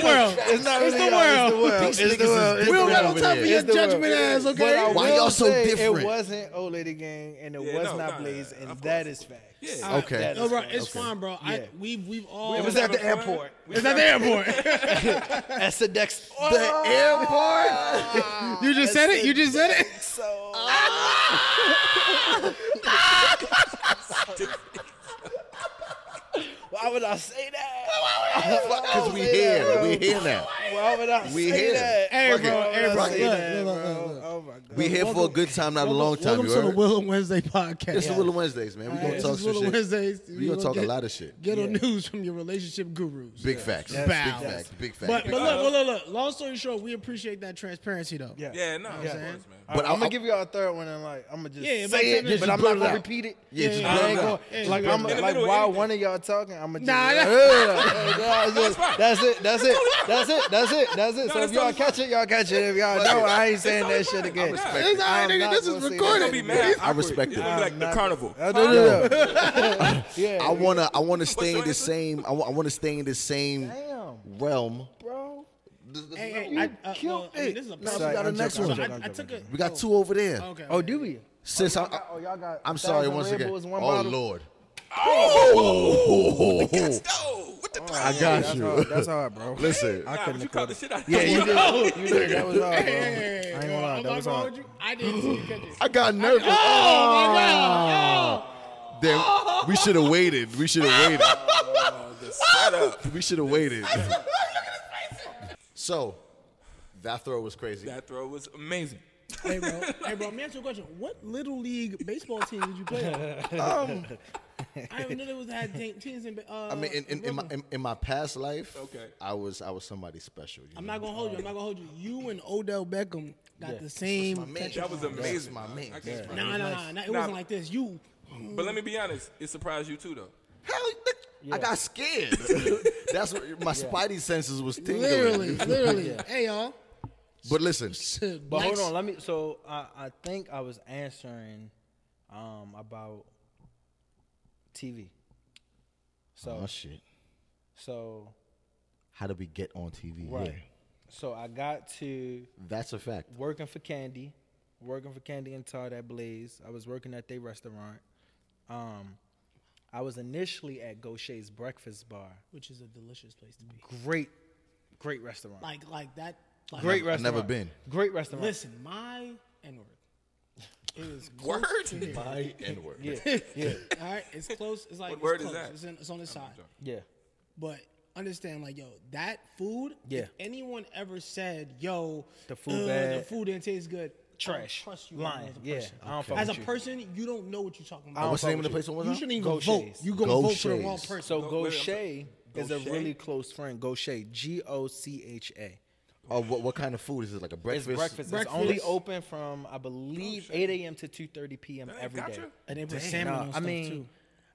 Speaker 2: world.
Speaker 4: It's not
Speaker 2: It's
Speaker 4: really
Speaker 2: the
Speaker 4: y'all,
Speaker 2: world.
Speaker 4: It's the world. It's
Speaker 3: niggas is
Speaker 4: the world. It's
Speaker 3: We don't
Speaker 4: the
Speaker 3: got
Speaker 4: world.
Speaker 3: no time for your
Speaker 4: It's the
Speaker 3: judgment
Speaker 4: world.
Speaker 3: ass,
Speaker 4: But
Speaker 3: okay?
Speaker 4: I
Speaker 3: Why
Speaker 4: will
Speaker 3: y'all so
Speaker 4: say
Speaker 3: different?
Speaker 4: It wasn't old lady gang, and it
Speaker 1: Yeah,
Speaker 4: was
Speaker 1: no,
Speaker 4: not
Speaker 1: nah,
Speaker 4: Blaze,
Speaker 1: of
Speaker 4: and
Speaker 1: course,
Speaker 4: that
Speaker 1: of
Speaker 4: is fact.
Speaker 1: Yeah.
Speaker 3: Okay.
Speaker 2: No, bro, it's
Speaker 3: Okay.
Speaker 2: fine, bro. I
Speaker 4: Yeah.
Speaker 2: we've we've all.
Speaker 4: It was at the airport.
Speaker 2: It's at the airport. <laughs>
Speaker 4: That's the next.
Speaker 3: The airport? <laughs>
Speaker 2: you just said it. You just said it.
Speaker 4: So why would I say that?
Speaker 3: Because we here. We here now.
Speaker 4: Why would I
Speaker 3: We
Speaker 4: say
Speaker 3: here.
Speaker 4: that?
Speaker 2: Hey,
Speaker 3: Fuck it.
Speaker 2: bro. Hey, bro.
Speaker 3: Fuck it.
Speaker 2: Look, look, look, look.
Speaker 4: Oh my god.
Speaker 3: We here for a good time, not a long time.
Speaker 2: Welcome
Speaker 3: You
Speaker 2: to the
Speaker 3: heard?
Speaker 2: Willow Wednesday podcast.
Speaker 3: It's the Willow Wednesdays, man. We gonna
Speaker 2: This
Speaker 3: talk
Speaker 2: is
Speaker 3: some
Speaker 2: Willow
Speaker 3: shit.
Speaker 2: Wednesdays.
Speaker 3: We gonna talk a lot of shit.
Speaker 2: Get on
Speaker 4: Yeah.
Speaker 2: news from your relationship gurus.
Speaker 3: Big facts. Big
Speaker 2: Bow.
Speaker 3: facts. Big facts.
Speaker 2: But, but
Speaker 3: Big
Speaker 2: look,
Speaker 3: facts.
Speaker 2: well, look, look. Long story short, we appreciate that transparency, though.
Speaker 4: Yeah.
Speaker 1: Yeah, no, of course, man.
Speaker 3: But
Speaker 4: But
Speaker 3: I'll-
Speaker 4: I'm gonna give y'all a third one and like I'm gonna just
Speaker 2: Yeah, but-
Speaker 4: say it,
Speaker 2: just
Speaker 4: but I'm
Speaker 2: blurt
Speaker 4: not
Speaker 2: it
Speaker 4: gonna
Speaker 2: out.
Speaker 4: repeat it.
Speaker 3: Yeah, just
Speaker 2: yeah,
Speaker 3: blur
Speaker 4: I
Speaker 3: it
Speaker 4: ain't
Speaker 3: out.
Speaker 4: gonna,
Speaker 2: Yeah,
Speaker 4: like
Speaker 2: just
Speaker 4: I'm
Speaker 1: blurt it out.
Speaker 4: like
Speaker 1: In the
Speaker 4: while
Speaker 1: middle,
Speaker 4: one of y'all talking, I'm gonna just,
Speaker 2: Nah, nah.
Speaker 4: <laughs> Yeah, just
Speaker 1: fine.
Speaker 4: that's it, that's it, that's it, that's it, that's it. So
Speaker 1: that's
Speaker 4: if
Speaker 1: totally
Speaker 4: y'all catch it, y'all catch it. If y'all don't, I ain't saying that shit again.
Speaker 1: respect
Speaker 3: It's all right,
Speaker 4: I'm
Speaker 3: nigga.
Speaker 4: not
Speaker 3: This is
Speaker 4: gonna say that.
Speaker 1: Don't be
Speaker 3: recorded.
Speaker 1: mad.
Speaker 3: I respect
Speaker 1: It's
Speaker 3: it.
Speaker 1: gonna be like the carnival.
Speaker 4: No, no, no, no.
Speaker 3: I
Speaker 4: Yeah,
Speaker 3: wanna, I wanna stay in
Speaker 1: your
Speaker 3: the same. I, wa- I wanna stay in the same
Speaker 4: Damn.
Speaker 3: realm.
Speaker 4: bro.
Speaker 2: Hey, hey, I, uh,
Speaker 4: killed
Speaker 2: well, I mean,
Speaker 4: it.
Speaker 2: this is a
Speaker 4: Nah,
Speaker 2: problem.
Speaker 4: sorry,
Speaker 3: got a
Speaker 4: I'm
Speaker 3: next
Speaker 4: joking,
Speaker 3: one.
Speaker 4: I'm joking, I'm
Speaker 2: I, I
Speaker 4: joking.
Speaker 2: took a.
Speaker 3: We got two over there.
Speaker 2: Okay.
Speaker 4: Oh, do we?
Speaker 3: Since I,
Speaker 4: Oh, y'all got.
Speaker 3: I'm sorry
Speaker 4: thousand
Speaker 3: once Oh,
Speaker 4: Red
Speaker 3: again.
Speaker 4: Bulls, one
Speaker 3: Oh
Speaker 4: bottle.
Speaker 3: Lord.
Speaker 1: Oh,
Speaker 3: Oh,
Speaker 1: no, what the
Speaker 3: I got
Speaker 4: that's
Speaker 3: you.
Speaker 4: Hard, that's hard, bro.
Speaker 3: Listen.
Speaker 4: I
Speaker 1: Nah, but
Speaker 4: couldn't
Speaker 1: you
Speaker 4: have
Speaker 1: caught
Speaker 4: caught
Speaker 1: the
Speaker 4: it.
Speaker 1: shit out of
Speaker 4: Yeah,
Speaker 1: that
Speaker 4: you
Speaker 1: one.
Speaker 4: did. You did. That was hard, bro. I
Speaker 2: Hey,
Speaker 4: ain't gonna lie.
Speaker 2: I'm
Speaker 4: That
Speaker 2: not
Speaker 4: was
Speaker 2: gonna
Speaker 4: hard.
Speaker 2: hold you. I didn't see you catch it.
Speaker 3: I got nervous. Oh,
Speaker 2: my God.
Speaker 3: Then we should have waited. We should have waited.
Speaker 1: The setup.
Speaker 3: We should have waited. so that throw was crazy.
Speaker 1: That throw was amazing.
Speaker 2: Hey, bro. Hey, bro. Let me ask you a question. What little league baseball team did you play? on? I didn't know there was had te- teams in. Uh,
Speaker 3: I mean, in, in, in, my, in, in my past life,
Speaker 1: Okay.
Speaker 3: I was I was somebody special. You
Speaker 2: I'm
Speaker 3: know?
Speaker 2: not gonna hold you. I'm not gonna hold you. You and Odell Beckham got the same.
Speaker 3: man.
Speaker 1: That was amazing.
Speaker 3: my man.
Speaker 1: I can't front.
Speaker 2: Nah, nah, nah, nah. It
Speaker 1: Nah.
Speaker 2: wasn't like this. You.
Speaker 1: But let me be honest, it surprised you too, though.
Speaker 3: Hell, I got scared. <laughs> That's what my spidey senses was tingling. <laughs>
Speaker 2: Literally, literally. Hey, y'all.
Speaker 3: But listen,
Speaker 4: But hold on, let me. So I, I think I was answering um, about TV. So
Speaker 3: oh shit,
Speaker 4: so
Speaker 3: how did we get on TV?
Speaker 4: right.
Speaker 3: Yeah.
Speaker 4: So I got to
Speaker 3: That's a fact.
Speaker 4: working for Candy, working for Candy and Todd at Blaze. I was working at their restaurant. Um, I was initially at Gaucher's Breakfast Bar.
Speaker 2: Which is a delicious place to be.
Speaker 4: Great, great restaurant.
Speaker 2: Like, like that. Like,
Speaker 4: great
Speaker 3: I've
Speaker 4: restaurant.
Speaker 3: never been.
Speaker 4: Great restaurant.
Speaker 2: Listen, my N word. It
Speaker 4: <laughs>
Speaker 2: is close
Speaker 1: Word?
Speaker 2: to here. All
Speaker 3: I N word.
Speaker 4: Yeah, yeah,
Speaker 2: right, it's close. It's like
Speaker 1: What word is
Speaker 2: it's close.
Speaker 1: that?
Speaker 2: It's, in, it's on the side.
Speaker 4: yeah.
Speaker 2: But understand, like, yo, that food.
Speaker 4: Yeah.
Speaker 2: If anyone ever said, yo,
Speaker 4: The food
Speaker 2: uh, the
Speaker 4: bad.
Speaker 2: food didn't taste good.
Speaker 4: Trash.
Speaker 2: I don't trust you
Speaker 4: Lying.
Speaker 2: as a
Speaker 4: Yeah.
Speaker 2: person.
Speaker 4: I don't fuck
Speaker 2: As a
Speaker 4: with you.
Speaker 2: person, you don't know what you're talking
Speaker 4: I
Speaker 2: about.
Speaker 3: What's the
Speaker 4: fuck
Speaker 3: name of the
Speaker 4: with
Speaker 3: place?
Speaker 2: You
Speaker 3: One more
Speaker 2: shouldn't
Speaker 3: time?
Speaker 2: even
Speaker 4: Go
Speaker 2: vote.
Speaker 4: Shays.
Speaker 2: You gonna
Speaker 3: Go
Speaker 2: vote for the wrong
Speaker 3: Shays.
Speaker 2: person.
Speaker 4: So
Speaker 1: Go- wait, I'm
Speaker 4: Gaucher is a
Speaker 1: Gaucher?
Speaker 4: really close friend. Gaucher, G O C H A.
Speaker 3: Oh, what, what kind of food is it? Like a
Speaker 4: It's
Speaker 3: breakfast?
Speaker 4: breakfast. It's
Speaker 2: Breakfast.
Speaker 4: only open from I believe 8 a.m. to 2:30 p.m.
Speaker 1: Hey,
Speaker 4: every day.
Speaker 1: gotcha.
Speaker 2: and they put salmon
Speaker 4: Nah,
Speaker 2: on
Speaker 4: I
Speaker 2: stuff
Speaker 4: mean,
Speaker 2: too.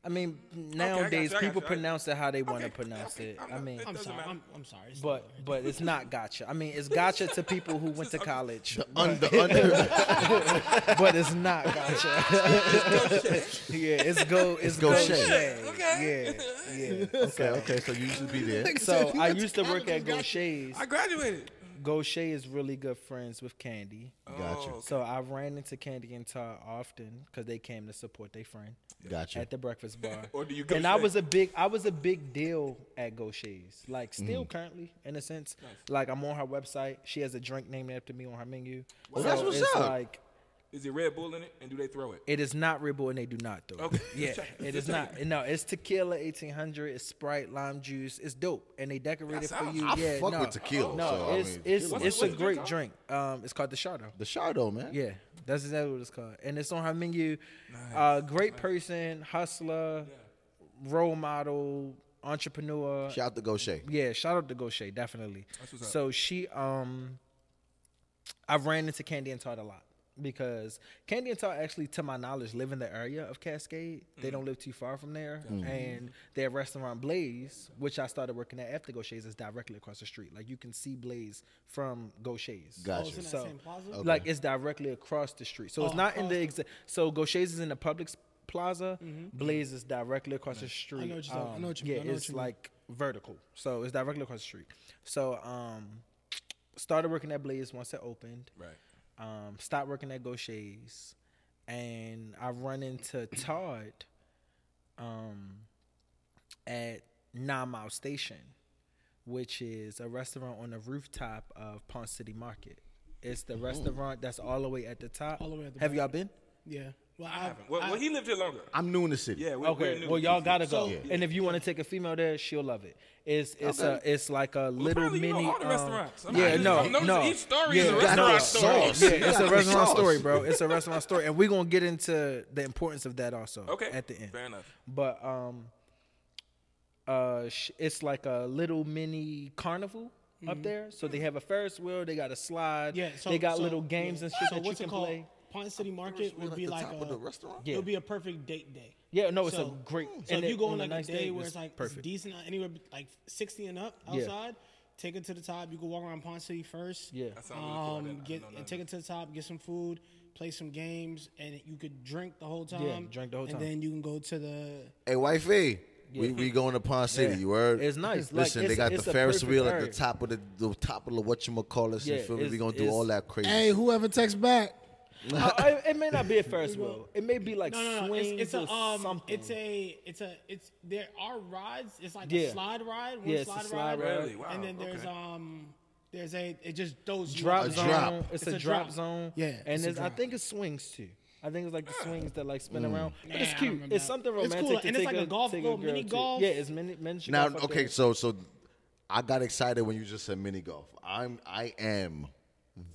Speaker 4: I mean, nowadays
Speaker 1: I got you, I
Speaker 4: people
Speaker 1: got you.
Speaker 4: pronounce it how they want to
Speaker 1: Okay,
Speaker 4: pronounce
Speaker 1: okay,
Speaker 4: it.
Speaker 1: I'm
Speaker 4: I
Speaker 1: not-
Speaker 4: mean,
Speaker 1: it
Speaker 2: I'm
Speaker 1: doesn't
Speaker 2: sorry.
Speaker 1: matter.
Speaker 2: I'm, I'm sorry. It's
Speaker 4: but but it's not gotcha.
Speaker 1: <laughs>
Speaker 4: I mean, it's gotcha to people who went to college, <laughs>
Speaker 3: Under, under.
Speaker 4: but
Speaker 1: <laughs>
Speaker 4: it's not gotcha. <laughs> yeah, it's go, it's
Speaker 3: Gaucher.
Speaker 4: Gaucher.
Speaker 1: Okay.
Speaker 4: Yeah, yeah.
Speaker 2: <laughs>
Speaker 3: okay, okay. So you should be there.
Speaker 4: So
Speaker 2: you
Speaker 4: I
Speaker 2: went to
Speaker 4: used to work
Speaker 2: college
Speaker 4: at
Speaker 2: and gotcha.
Speaker 4: Gaucher's.
Speaker 1: I graduated.
Speaker 4: Gaucher is really good friends with Candy.
Speaker 3: Gotcha.
Speaker 1: Oh,
Speaker 4: So I ran into Candy and Todd often because they came to support their friend
Speaker 3: Gotcha.
Speaker 4: at the breakfast
Speaker 1: <laughs>
Speaker 4: bar.
Speaker 1: Or do you go
Speaker 4: and I
Speaker 1: straight?
Speaker 4: was a big, I was a big deal at Gaucher's. Like
Speaker 3: Mm-hmm.
Speaker 4: still currently, in a sense. Like I'm on her website. She has a drink named after me on her menu.
Speaker 3: Well, that's what's
Speaker 4: it's
Speaker 3: up.
Speaker 4: Like
Speaker 1: is it Red Bull in it? And do they throw it?
Speaker 4: it is not Ribble and they do not though.
Speaker 1: Okay.
Speaker 4: Yeah, it is not. No, it's tequila 1800. It's Sprite, lime juice. It's dope, and they decorate it for
Speaker 1: sounds-
Speaker 4: you.
Speaker 3: I
Speaker 4: yeah,
Speaker 3: fuck
Speaker 4: no.
Speaker 3: with tequila,
Speaker 4: No,
Speaker 3: so, I
Speaker 4: it's
Speaker 3: mean,
Speaker 4: it's
Speaker 1: tequila.
Speaker 4: it's
Speaker 1: What's
Speaker 4: a
Speaker 1: it- what's it
Speaker 4: great
Speaker 1: called?
Speaker 4: drink. Um, it's called the Chardo.
Speaker 3: The Shardo, man.
Speaker 4: Yeah, that's exactly what it's called, and it's on her menu. Uh, great person, hustler, role model, entrepreneur.
Speaker 3: Shout out to Gaucher.
Speaker 4: yeah, shout out to Gaucher, definitely.
Speaker 1: what's up.
Speaker 4: So she, um, I ran into Candy and Todd a lot because Candy and Todd actually, to my knowledge, live in the area of Cascade. They
Speaker 1: Mm-hmm.
Speaker 4: don't live too far from there, and their restaurant Blaze, which I started working at after Gaucher's, is directly across the street. Like you can see Blaze from Gaucher's.
Speaker 3: Gotcha.
Speaker 2: Oh, it's in that
Speaker 4: So,
Speaker 2: same plaza? Oh,
Speaker 4: Like it's directly across the street. So it's not in the exa- so Gaucher's is in the public plaza. Blaze is directly across the street. Um,
Speaker 2: what you're talking- Mm-hmm. I know what you mean,
Speaker 4: yeah,
Speaker 2: I know what
Speaker 4: it's
Speaker 2: you mean.
Speaker 4: like vertical. So it's directly across the street. So um, started working at Blaze once it opened.
Speaker 1: Right.
Speaker 4: Um, stopped working at Gaucher's, and I run into Todd. Um, at Nine Mile Station, which is a restaurant on the rooftop of Pond City Market. It's the restaurant that's all the way at the top.
Speaker 2: All the way at the
Speaker 4: Have
Speaker 2: back.
Speaker 4: y'all been?
Speaker 2: Yeah. Well, I,
Speaker 1: Well,
Speaker 2: I-
Speaker 1: well, he lived here longer.
Speaker 3: I'm new in the city.
Speaker 1: Yeah. We, we're
Speaker 4: Okay,
Speaker 1: new.
Speaker 4: well y'all gotta go.
Speaker 2: So-
Speaker 4: and if you want to take a female there, she'll love it. It's it's a it's like a little
Speaker 1: apparently you know
Speaker 4: mini.
Speaker 1: all the
Speaker 4: um,
Speaker 1: restaurants. I'm
Speaker 4: yeah,
Speaker 1: just-
Speaker 4: no,
Speaker 1: I'm noticing
Speaker 4: no.
Speaker 1: each story is a
Speaker 4: Yeah,
Speaker 1: restaurant
Speaker 4: no,
Speaker 1: story.
Speaker 3: sauce.
Speaker 4: Yeah,
Speaker 3: You
Speaker 4: it's
Speaker 3: got
Speaker 4: a
Speaker 3: the
Speaker 4: restaurant
Speaker 3: sauce.
Speaker 4: story, bro. It's a restaurant story, and we're gonna get into the importance of that also.
Speaker 1: Okay.
Speaker 4: At the end.
Speaker 1: Fair enough.
Speaker 4: But um, uh, sh- it's like a little mini carnival up there. So they have a Ferris wheel, they got a slide,
Speaker 2: Mm-hmm. yeah. So,
Speaker 4: they got
Speaker 2: so-
Speaker 4: little games
Speaker 2: yeah.
Speaker 4: and shit
Speaker 2: So
Speaker 4: that you
Speaker 2: what's it
Speaker 4: can
Speaker 2: called?
Speaker 4: play.
Speaker 2: Pond City Market would be like a
Speaker 3: restaurant.
Speaker 4: Yeah.
Speaker 2: It would be a perfect date day.
Speaker 4: Yeah, no, it's
Speaker 2: So-
Speaker 4: a great.
Speaker 2: So
Speaker 4: and
Speaker 2: if you
Speaker 4: it-
Speaker 2: go
Speaker 4: on
Speaker 2: on like a
Speaker 4: nice
Speaker 2: day where it's like it's
Speaker 4: perfect.
Speaker 2: decent, uh, anywhere be- like 60 and up
Speaker 4: Yeah.
Speaker 2: outside, take it to the top. You can walk around Pond City first.
Speaker 4: Yeah.
Speaker 1: That sounds really cool. I didn't- I
Speaker 2: Um,
Speaker 1: didn't
Speaker 2: get
Speaker 1: know
Speaker 2: and
Speaker 1: that.
Speaker 2: take it to the top, get some food, play some games, and you could drink the whole time.
Speaker 4: drink the whole time.
Speaker 2: And then you can go to the
Speaker 3: Hey, wifey. We we going to Pond City.
Speaker 4: Yeah.
Speaker 3: You heard?
Speaker 4: It's nice. Like,
Speaker 3: Listen,
Speaker 4: it's-
Speaker 3: they got
Speaker 4: it's
Speaker 3: the
Speaker 4: a
Speaker 3: Ferris
Speaker 4: perfect
Speaker 3: wheel at the
Speaker 4: area.
Speaker 3: top of the, the top of the what you call us.
Speaker 4: Yeah,
Speaker 3: you feel me? We
Speaker 4: it's-
Speaker 3: gonna do
Speaker 4: it's-
Speaker 3: all that crazy.
Speaker 5: Hey, whoever texts back,
Speaker 4: Uh, it, it may not be a Ferris wheel. It may be like
Speaker 2: No, no, no.
Speaker 4: swings
Speaker 2: It's, it's
Speaker 4: or
Speaker 2: a, um,
Speaker 4: something.
Speaker 2: it's a, it's a, it's there are rides. It's like a
Speaker 4: Yeah.
Speaker 2: slide ride, one
Speaker 4: Yeah, it's a
Speaker 2: slide, ride,
Speaker 4: slide
Speaker 1: ride. Really? Wow,
Speaker 2: and then there's
Speaker 1: okay.
Speaker 2: um, there's a, it just throws you
Speaker 4: drop
Speaker 2: off.
Speaker 3: A
Speaker 4: zone.
Speaker 3: drop.
Speaker 4: It's, a, drop, zone.
Speaker 2: Yeah,
Speaker 4: and
Speaker 2: it's a
Speaker 4: it's, I
Speaker 2: drop.
Speaker 4: think it swings too. I think it's like the swings that like spin around. But it's
Speaker 2: Nah, I
Speaker 4: cute.
Speaker 2: remember
Speaker 4: It's
Speaker 2: that.
Speaker 4: something
Speaker 2: It's cool,
Speaker 4: romantic. to
Speaker 2: and it's
Speaker 4: take
Speaker 2: like a golf-
Speaker 4: take
Speaker 2: little
Speaker 4: girl
Speaker 2: mini
Speaker 4: to.
Speaker 2: golf.
Speaker 4: Yeah, it's mini miniature
Speaker 3: Now,
Speaker 4: golf up
Speaker 3: okay,
Speaker 4: there.
Speaker 3: so so I got excited when you just said mini golf. I'm I am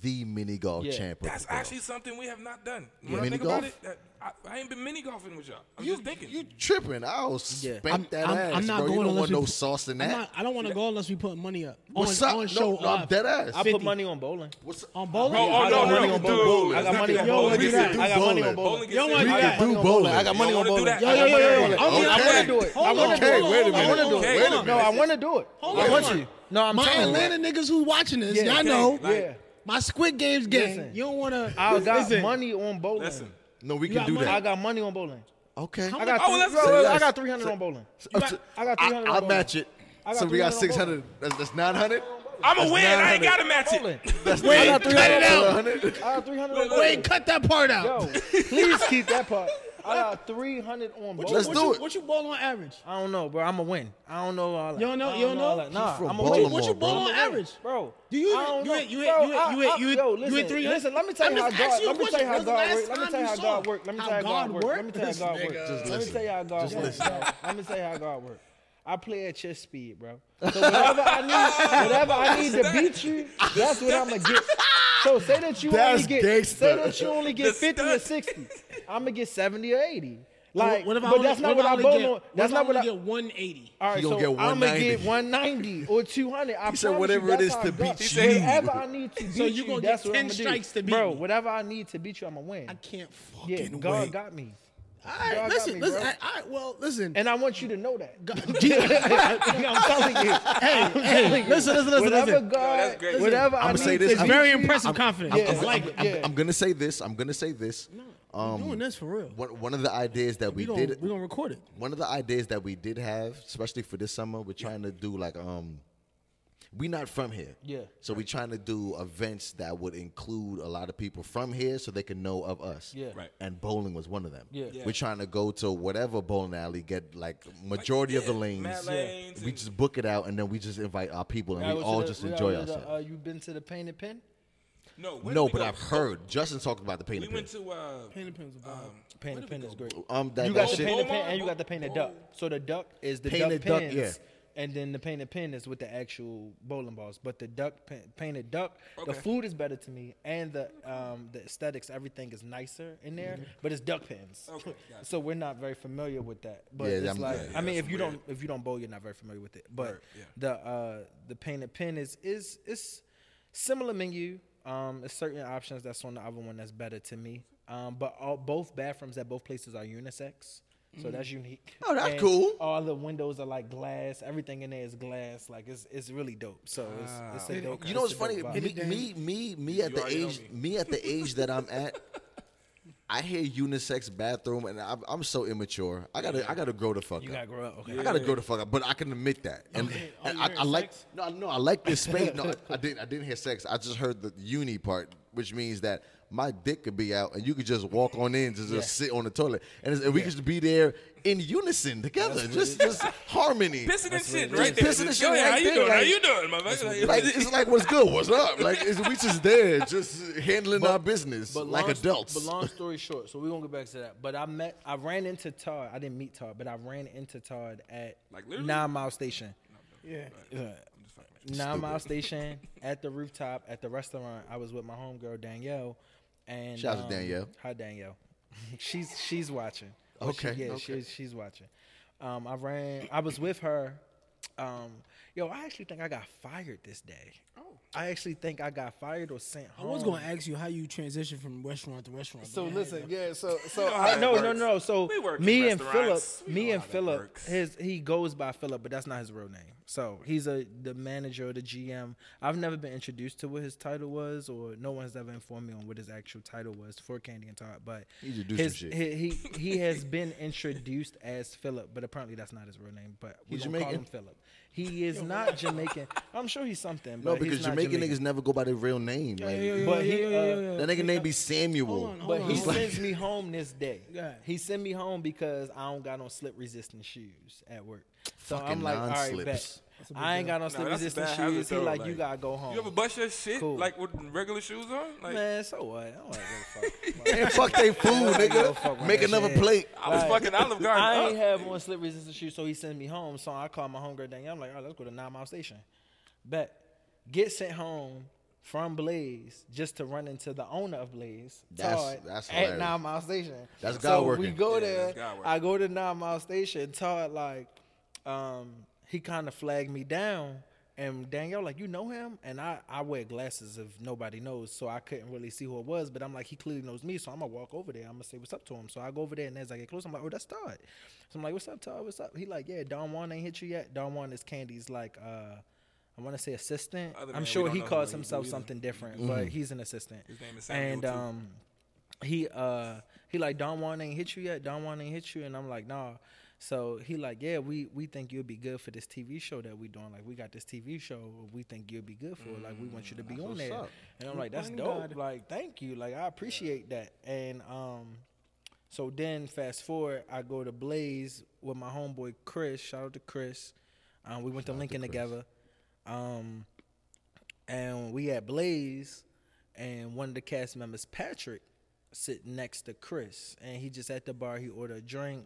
Speaker 3: the mini golf
Speaker 4: Yeah.
Speaker 3: champ. of
Speaker 1: That's
Speaker 3: the world.
Speaker 1: actually something we have not done. When
Speaker 3: Yeah,
Speaker 1: I
Speaker 3: mini
Speaker 1: think about
Speaker 3: golf?
Speaker 1: it, that- I, I ain't been mini golfing with y'all. I'm
Speaker 3: you,
Speaker 1: just thinking.
Speaker 3: you tripping. I'll
Speaker 4: Yeah.
Speaker 3: spank
Speaker 2: I'm,
Speaker 3: that
Speaker 2: I'm,
Speaker 3: ass,
Speaker 2: I'm not
Speaker 3: bro.
Speaker 2: going
Speaker 3: you don't
Speaker 2: unless
Speaker 3: want
Speaker 2: we,
Speaker 3: no sauce in
Speaker 2: I'm
Speaker 3: that.
Speaker 2: not- I don't want to go unless we put money up.
Speaker 3: What's
Speaker 2: on,
Speaker 3: up?
Speaker 2: On
Speaker 3: No,
Speaker 2: show
Speaker 3: no, I'm
Speaker 2: up.
Speaker 3: dead ass.
Speaker 4: I put
Speaker 2: 50.
Speaker 4: money on bowling.
Speaker 3: What's
Speaker 2: on bowling.
Speaker 1: No, oh, no,
Speaker 4: I got money
Speaker 1: no,
Speaker 4: on
Speaker 1: dude.
Speaker 4: bowling. I got
Speaker 1: Let's
Speaker 4: money
Speaker 1: do
Speaker 4: on
Speaker 1: that.
Speaker 2: bowling.
Speaker 1: We
Speaker 2: Yo,
Speaker 1: can
Speaker 2: let's
Speaker 1: do
Speaker 4: I got money
Speaker 1: Bowling
Speaker 3: bowling.
Speaker 4: on bowling.
Speaker 1: gets
Speaker 2: Yo,
Speaker 1: sick.
Speaker 2: do
Speaker 3: we
Speaker 1: I
Speaker 2: that.
Speaker 1: got money
Speaker 3: can do
Speaker 1: on
Speaker 3: bowling. I
Speaker 1: Y'all
Speaker 3: got money on
Speaker 1: wanna do
Speaker 3: bowling.
Speaker 1: that?
Speaker 2: Yo,
Speaker 3: I
Speaker 2: yo,
Speaker 3: got
Speaker 2: yo,
Speaker 3: money
Speaker 2: yo,
Speaker 3: on
Speaker 2: yo. I'm not
Speaker 3: bowling.
Speaker 4: I want
Speaker 3: Okay.
Speaker 4: to do it. I
Speaker 2: Hold
Speaker 4: want
Speaker 2: on,
Speaker 4: to do it.
Speaker 3: Okay, wait a
Speaker 4: I want to
Speaker 3: minute.
Speaker 4: do it.
Speaker 2: Okay, hold on.
Speaker 4: No, I want to do it.
Speaker 2: Hold
Speaker 4: I
Speaker 2: on.
Speaker 4: want you. No, I'm
Speaker 2: my
Speaker 4: telling you.
Speaker 2: Atlanta niggas who watching this,
Speaker 4: Yeah.
Speaker 2: y'all
Speaker 4: Okay,
Speaker 2: know
Speaker 1: like-
Speaker 4: Yeah.
Speaker 2: my Squid Games gang.
Speaker 4: Listen.
Speaker 2: you don't want to.
Speaker 4: I got
Speaker 2: listen,
Speaker 4: money on bowling.
Speaker 1: Listen,
Speaker 3: No, we
Speaker 2: You
Speaker 3: can
Speaker 2: got
Speaker 3: do
Speaker 2: money?
Speaker 4: I
Speaker 3: that.
Speaker 4: got money on bowling.
Speaker 3: Okay.
Speaker 2: How
Speaker 4: I got,
Speaker 1: Oh,
Speaker 4: three-
Speaker 1: let's
Speaker 4: bro,
Speaker 1: go.
Speaker 4: I got 300 on bowling.
Speaker 3: I,
Speaker 2: got-
Speaker 4: I got 300
Speaker 3: I,
Speaker 4: on
Speaker 3: will
Speaker 4: bowling.
Speaker 3: match it.
Speaker 4: I got
Speaker 3: So we got
Speaker 4: 300 on
Speaker 3: 600. That's, that's 900.
Speaker 1: I'm a
Speaker 3: That's
Speaker 1: win. I ain't
Speaker 3: 900.
Speaker 1: gotta match
Speaker 4: Bowling.
Speaker 1: it.
Speaker 3: That's
Speaker 4: I
Speaker 2: Wait,
Speaker 4: got
Speaker 2: cut
Speaker 3: 900.
Speaker 2: it
Speaker 4: 300
Speaker 2: out.
Speaker 3: 100.
Speaker 4: I got 300 on
Speaker 1: Wait,
Speaker 4: bowling.
Speaker 2: Wait, cut that part out.
Speaker 4: Yo,
Speaker 2: <laughs>
Speaker 4: please keep that part. I got 300 on bowling.
Speaker 3: Let's
Speaker 2: what
Speaker 3: do
Speaker 2: you,
Speaker 3: it.
Speaker 2: What you bowl on average?
Speaker 4: I don't know, bro. I'm a win. I don't know all that.
Speaker 2: You don't know-
Speaker 4: I
Speaker 2: you don't
Speaker 4: all
Speaker 2: know?
Speaker 4: that. Nah,
Speaker 3: from
Speaker 4: I'm a
Speaker 3: Baltimore,
Speaker 4: win.
Speaker 2: What you bowl
Speaker 3: bro.
Speaker 2: on average?
Speaker 4: Bro,
Speaker 2: Do you-
Speaker 4: I don't
Speaker 2: you
Speaker 4: know.
Speaker 2: hit- you hit-
Speaker 4: Bro,
Speaker 2: you hit-
Speaker 4: I-
Speaker 2: you hit-
Speaker 4: I-
Speaker 2: you hit-
Speaker 4: yo,
Speaker 2: you hit
Speaker 4: listen,
Speaker 2: 300?
Speaker 4: Listen, let me tell
Speaker 2: I'm
Speaker 4: you how
Speaker 2: just
Speaker 4: God.
Speaker 2: asking you
Speaker 4: Let me
Speaker 2: a
Speaker 4: tell you how
Speaker 2: question.
Speaker 4: God
Speaker 2: When's
Speaker 4: works.
Speaker 2: the
Speaker 4: Let me
Speaker 2: last
Speaker 4: tell you how
Speaker 2: time you
Speaker 4: God
Speaker 2: saw
Speaker 4: works. Let me
Speaker 2: how
Speaker 4: tell you how
Speaker 2: God
Speaker 4: God works. Let me
Speaker 2: works?
Speaker 4: tell you
Speaker 2: This
Speaker 4: how God
Speaker 2: nigga.
Speaker 4: works. Let me tell you how God works. bro. Let me tell you how God works. I play at chess
Speaker 2: <laughs>
Speaker 4: speed, bro. So whatever I need, whatever I need to beat you, that's what I'm gonna get. So say that you
Speaker 3: That's
Speaker 4: only get,
Speaker 3: gangster.
Speaker 4: say that you only get
Speaker 1: The
Speaker 4: 50 or
Speaker 1: stunt.
Speaker 4: 60. I'm gonna get 70 or 80.
Speaker 2: What-
Speaker 4: Like,
Speaker 2: what if I
Speaker 4: but
Speaker 2: only-
Speaker 4: that's not
Speaker 2: if
Speaker 4: what I
Speaker 2: only
Speaker 4: bowl
Speaker 2: get-
Speaker 4: on.
Speaker 2: what
Speaker 4: That's
Speaker 2: if
Speaker 4: not what
Speaker 2: I
Speaker 4: I.
Speaker 2: only get 180.
Speaker 4: All right,
Speaker 3: He gonna
Speaker 4: so
Speaker 3: get
Speaker 4: I'm gonna
Speaker 3: 190.
Speaker 4: get 190 or 200. I
Speaker 3: said
Speaker 4: promise
Speaker 3: whatever
Speaker 4: you,
Speaker 3: it
Speaker 4: that's
Speaker 3: is
Speaker 4: how
Speaker 3: to
Speaker 4: God-
Speaker 3: beat
Speaker 1: you.
Speaker 4: Whatever I need to beat
Speaker 2: So you
Speaker 4: you,
Speaker 2: gonna
Speaker 4: that's
Speaker 2: get
Speaker 4: what
Speaker 2: 10
Speaker 4: I'ma do.
Speaker 2: strikes to beat
Speaker 4: Bro,
Speaker 2: me.
Speaker 4: whatever I need to beat you, I'ma win.
Speaker 2: I can't fucking
Speaker 4: yeah,
Speaker 2: wait.
Speaker 4: God got me,
Speaker 2: All right,
Speaker 4: God got
Speaker 2: listen,
Speaker 4: me,
Speaker 2: listen.
Speaker 4: bro.
Speaker 2: I, I, well, listen.
Speaker 4: and I want you to know that.
Speaker 2: <laughs>
Speaker 4: <laughs>
Speaker 2: I'm telling you. Hey, hey, listen, listen, listen,
Speaker 4: whatever
Speaker 2: listen.
Speaker 4: God,
Speaker 1: that's great.
Speaker 4: whatever I
Speaker 3: I'ma
Speaker 4: need
Speaker 3: say
Speaker 4: to
Speaker 3: this,
Speaker 4: beat
Speaker 3: I'm-
Speaker 2: It's very
Speaker 4: you,
Speaker 2: impressive confidence.
Speaker 4: I'm-
Speaker 2: It's
Speaker 4: I'm-
Speaker 2: like
Speaker 4: I'm-
Speaker 2: it.
Speaker 3: I'm,
Speaker 4: Yeah.
Speaker 3: I'm gonna say this. I'm gonna say this. Um,
Speaker 2: We're doing this for real.
Speaker 3: One, one of the ideas that we,
Speaker 2: We gonna
Speaker 3: did
Speaker 2: we gonna record it.
Speaker 3: one of the ideas that we did have, especially for this summer, we're trying to do like um we not from here.
Speaker 4: Yeah.
Speaker 3: So we're trying to do events that would include a lot of people from here so they can know of us.
Speaker 4: Yeah.
Speaker 1: Right.
Speaker 3: And bowling was one of them.
Speaker 4: Yeah.
Speaker 1: Yeah.
Speaker 3: We're trying to go to whatever bowling alley, get like majority of the lanes.
Speaker 1: Mad lanes
Speaker 3: We
Speaker 1: and-
Speaker 3: just book it out and then we just invite our people and
Speaker 4: I
Speaker 3: we
Speaker 4: was
Speaker 3: all
Speaker 4: to the-
Speaker 3: just
Speaker 4: I
Speaker 3: enjoy
Speaker 4: was to the,
Speaker 3: ourselves.
Speaker 4: Uh, you been to the painted pen?
Speaker 1: No, where did
Speaker 3: no,
Speaker 1: we
Speaker 3: but
Speaker 1: go?
Speaker 3: I've heard Justin talked about the paint.
Speaker 1: We
Speaker 3: and
Speaker 1: went
Speaker 3: pins.
Speaker 1: to uh,
Speaker 2: Pain and pins are bomb.
Speaker 4: Painted pen is great.
Speaker 3: um that,
Speaker 4: You
Speaker 3: that
Speaker 4: got the
Speaker 3: shit.
Speaker 4: painted
Speaker 1: Bowline?
Speaker 4: pen and you got the painted duck.
Speaker 1: Bowl-
Speaker 4: So the duck is the
Speaker 3: Painted
Speaker 4: duck
Speaker 3: duck,
Speaker 4: pins.
Speaker 3: yeah.
Speaker 4: And then the painted pen is with the actual bowling balls, but the duck pa- painted duck, the
Speaker 1: Okay.
Speaker 4: food is better to me, and the um, the aesthetics, everything is nicer in there. But it's duck pins,
Speaker 1: Mm-hmm.
Speaker 4: <laughs>
Speaker 1: Okay, got it.
Speaker 4: so we're not very familiar with that. But
Speaker 3: Yeah,
Speaker 4: it's
Speaker 3: I'm-
Speaker 4: like,
Speaker 3: yeah,
Speaker 1: yeah,
Speaker 4: I mean,
Speaker 1: that's
Speaker 4: if you
Speaker 1: weird.
Speaker 4: don't if you don't bowl, you're not very familiar with it. But
Speaker 1: Right, yeah.
Speaker 4: the uh, the painted pen is is is similar menu. Um, it's certain options that's on the other one that's better to me. Um, but all, both bathrooms at both places are unisex, so that's unique.
Speaker 3: Oh, that's cool.
Speaker 4: All the windows are like glass. Everything in there is glass. Like it's it's really dope. So it's, it's a dope.
Speaker 3: You know what's
Speaker 4: it's a
Speaker 3: funny?
Speaker 4: dope
Speaker 3: Me, me,
Speaker 4: vibe.
Speaker 3: me, me at
Speaker 1: You
Speaker 3: the
Speaker 1: already know
Speaker 3: age,
Speaker 1: me.
Speaker 3: me. at the age that I'm at, I hear unisex bathroom, and I'm, I'm so immature. I gotta, I gotta grow the fuck
Speaker 4: You
Speaker 3: up.
Speaker 4: gotta grow up. Okay.
Speaker 3: I gotta grow the fuck up, but I can admit that, and,
Speaker 2: Oh,
Speaker 3: and
Speaker 2: you
Speaker 3: I,
Speaker 2: heard
Speaker 3: I like
Speaker 2: sex?
Speaker 3: no, no, I like this space. No, I, I didn't, I didn't hear sex. I just heard the uni part, which means that my dick could be out, and you could just walk on in, to just sit on the toilet, and, it's- and we could just be there in unison together, just, just harmony.
Speaker 1: pissing and shit
Speaker 3: is.
Speaker 1: right there.
Speaker 3: Pissing and
Speaker 1: Just,
Speaker 3: shitting
Speaker 1: Yo, yeah,
Speaker 3: right
Speaker 1: how you
Speaker 3: there,
Speaker 1: doing? How
Speaker 3: like-
Speaker 1: you doing, motherfucker?
Speaker 3: Like it's like what's good, what's up? Like it's, we just there, just handling our business like
Speaker 4: long,
Speaker 3: adults.
Speaker 4: But long story short, so we're gonna get back to that. But I met, I ran into Todd. I didn't meet Todd, but I ran into Todd at
Speaker 1: Like, literally?
Speaker 4: Nine Mile Station.
Speaker 2: Yeah.
Speaker 4: Nine Mile Station at the rooftop at the restaurant. I was with my homegirl Danielle, and um,
Speaker 3: Shout out to Danielle.
Speaker 4: Hi Danielle, <laughs> she's she's watching. Well, she-
Speaker 3: Okay,
Speaker 4: yeah,
Speaker 3: okay.
Speaker 4: she's she's watching. Um, I ran. I was with her. Um, yo, I actually think I got fired this day. Oh. I actually think I got fired or sent
Speaker 2: I
Speaker 4: home.
Speaker 2: was gonna ask you how you transition from restaurant to restaurant.
Speaker 4: So
Speaker 2: but-
Speaker 4: listen, yeah. So so
Speaker 1: know how
Speaker 4: I,
Speaker 1: that
Speaker 4: no no
Speaker 1: works.
Speaker 4: no. So
Speaker 1: We work in
Speaker 4: me and Philip,
Speaker 1: restaurants. We know
Speaker 4: me and
Speaker 1: how that
Speaker 4: Philip,
Speaker 1: works.
Speaker 4: his he goes by Philip, but that's not his real name. So he's a the manager, the GM. I've never been introduced to what his title was, or no one's ever informed me on what his actual title was for Candy and Todd. But
Speaker 3: He just do
Speaker 4: his,
Speaker 3: some shit.
Speaker 4: He, he he has been introduced as Philip, but apparently that's not his real name. But we
Speaker 3: He's
Speaker 4: gonna call
Speaker 3: Jamaican?
Speaker 4: him Philip. He is not Jamaican. I'm sure he's something. But
Speaker 3: No, because
Speaker 4: he's not
Speaker 3: Jamaican, niggas never go by their real name. like,
Speaker 4: But he, uh,
Speaker 3: That nigga name be Samuel.
Speaker 2: Hold on, hold
Speaker 4: But
Speaker 2: on,
Speaker 4: he
Speaker 2: hold on.
Speaker 4: sends me home this day.
Speaker 2: Yeah.
Speaker 4: He sent me home because I don't got no slip resistant shoes at work. So
Speaker 3: Fucking
Speaker 4: I'm like, all right,
Speaker 3: non-slips.
Speaker 4: bet. I ain't got no
Speaker 1: Nah,
Speaker 4: slip
Speaker 1: that's a
Speaker 4: resistant
Speaker 1: bad habit,
Speaker 4: shoes. He
Speaker 1: though,
Speaker 4: like, you
Speaker 1: like-
Speaker 4: gotta go home.
Speaker 1: You ever bust your shit
Speaker 4: Cool.
Speaker 1: like with regular shoes on? Like
Speaker 4: Man, so what? I don't give a
Speaker 1: <laughs>
Speaker 3: <laughs> Man, fuck
Speaker 4: fuck.
Speaker 3: they food,
Speaker 4: I don't give a fuck
Speaker 3: nigga.
Speaker 4: about
Speaker 3: Make
Speaker 4: that
Speaker 3: another
Speaker 4: shit.
Speaker 3: plate.
Speaker 1: I was
Speaker 4: Like,
Speaker 1: fucking Olive Garden. Oh.
Speaker 4: I
Speaker 1: up.
Speaker 4: ain't have one slip resistant shoe, so he sent me home. So I called my homegirl Danielle. I'm like, all right, let's go to Nine Mile Station. Bet. Get sent home from Blaze just to run into the owner of Blaze.
Speaker 3: That's-
Speaker 4: Todd,
Speaker 3: that's
Speaker 4: at
Speaker 3: hilarious.
Speaker 4: Nine Mile Station.
Speaker 3: That's
Speaker 4: so
Speaker 3: God
Speaker 4: We
Speaker 3: working.
Speaker 4: go
Speaker 1: Yeah,
Speaker 4: there.
Speaker 1: that's God working.
Speaker 4: I go to Nine Mile Station. Todd like, um, he kind of flagged me down. And Danielle like, you know him? And I, I wear glasses if nobody knows, so I couldn't really see who it was. But I'm like, he clearly knows me, so I'm gonna walk over there. I'm gonna say what's up to him. So I go over there, and as I get close, I'm like, oh, that's Todd. So I'm like, what's up, Todd? What's up? He like, yeah, Don Juan ain't hit you yet. Don Juan is Candy's like, uh, I want to say assistant.
Speaker 1: Other man,
Speaker 4: I'm
Speaker 1: we
Speaker 4: sure
Speaker 1: don't
Speaker 4: he
Speaker 1: know who
Speaker 4: calls
Speaker 1: he is
Speaker 4: himself
Speaker 1: either.
Speaker 4: something different,
Speaker 2: Mm-hmm.
Speaker 4: but he's an assistant.
Speaker 1: His name is Samuel,
Speaker 4: And
Speaker 1: too.
Speaker 4: um, he uh he like Don Juan ain't hit you yet. Don Juan ain't hit you, and I'm like nah. So he like yeah we we think you'll be good for this TV show that we doing. Like we got this TV show. We think you'll be good for. it. Like we want you to
Speaker 2: Mm,
Speaker 4: be on there. And I'm like that's
Speaker 2: Thank
Speaker 4: dope.
Speaker 2: God.
Speaker 4: Like thank you. Like I appreciate that. And um. So then, fast forward, I go to Blaze with my homeboy Chris. Shout out to Chris. Um, we went to Lincoln together. Um, and we at Blaze, and one of the cast members, Patrick, sitting next to Chris, and he just at the bar. He ordered a drink,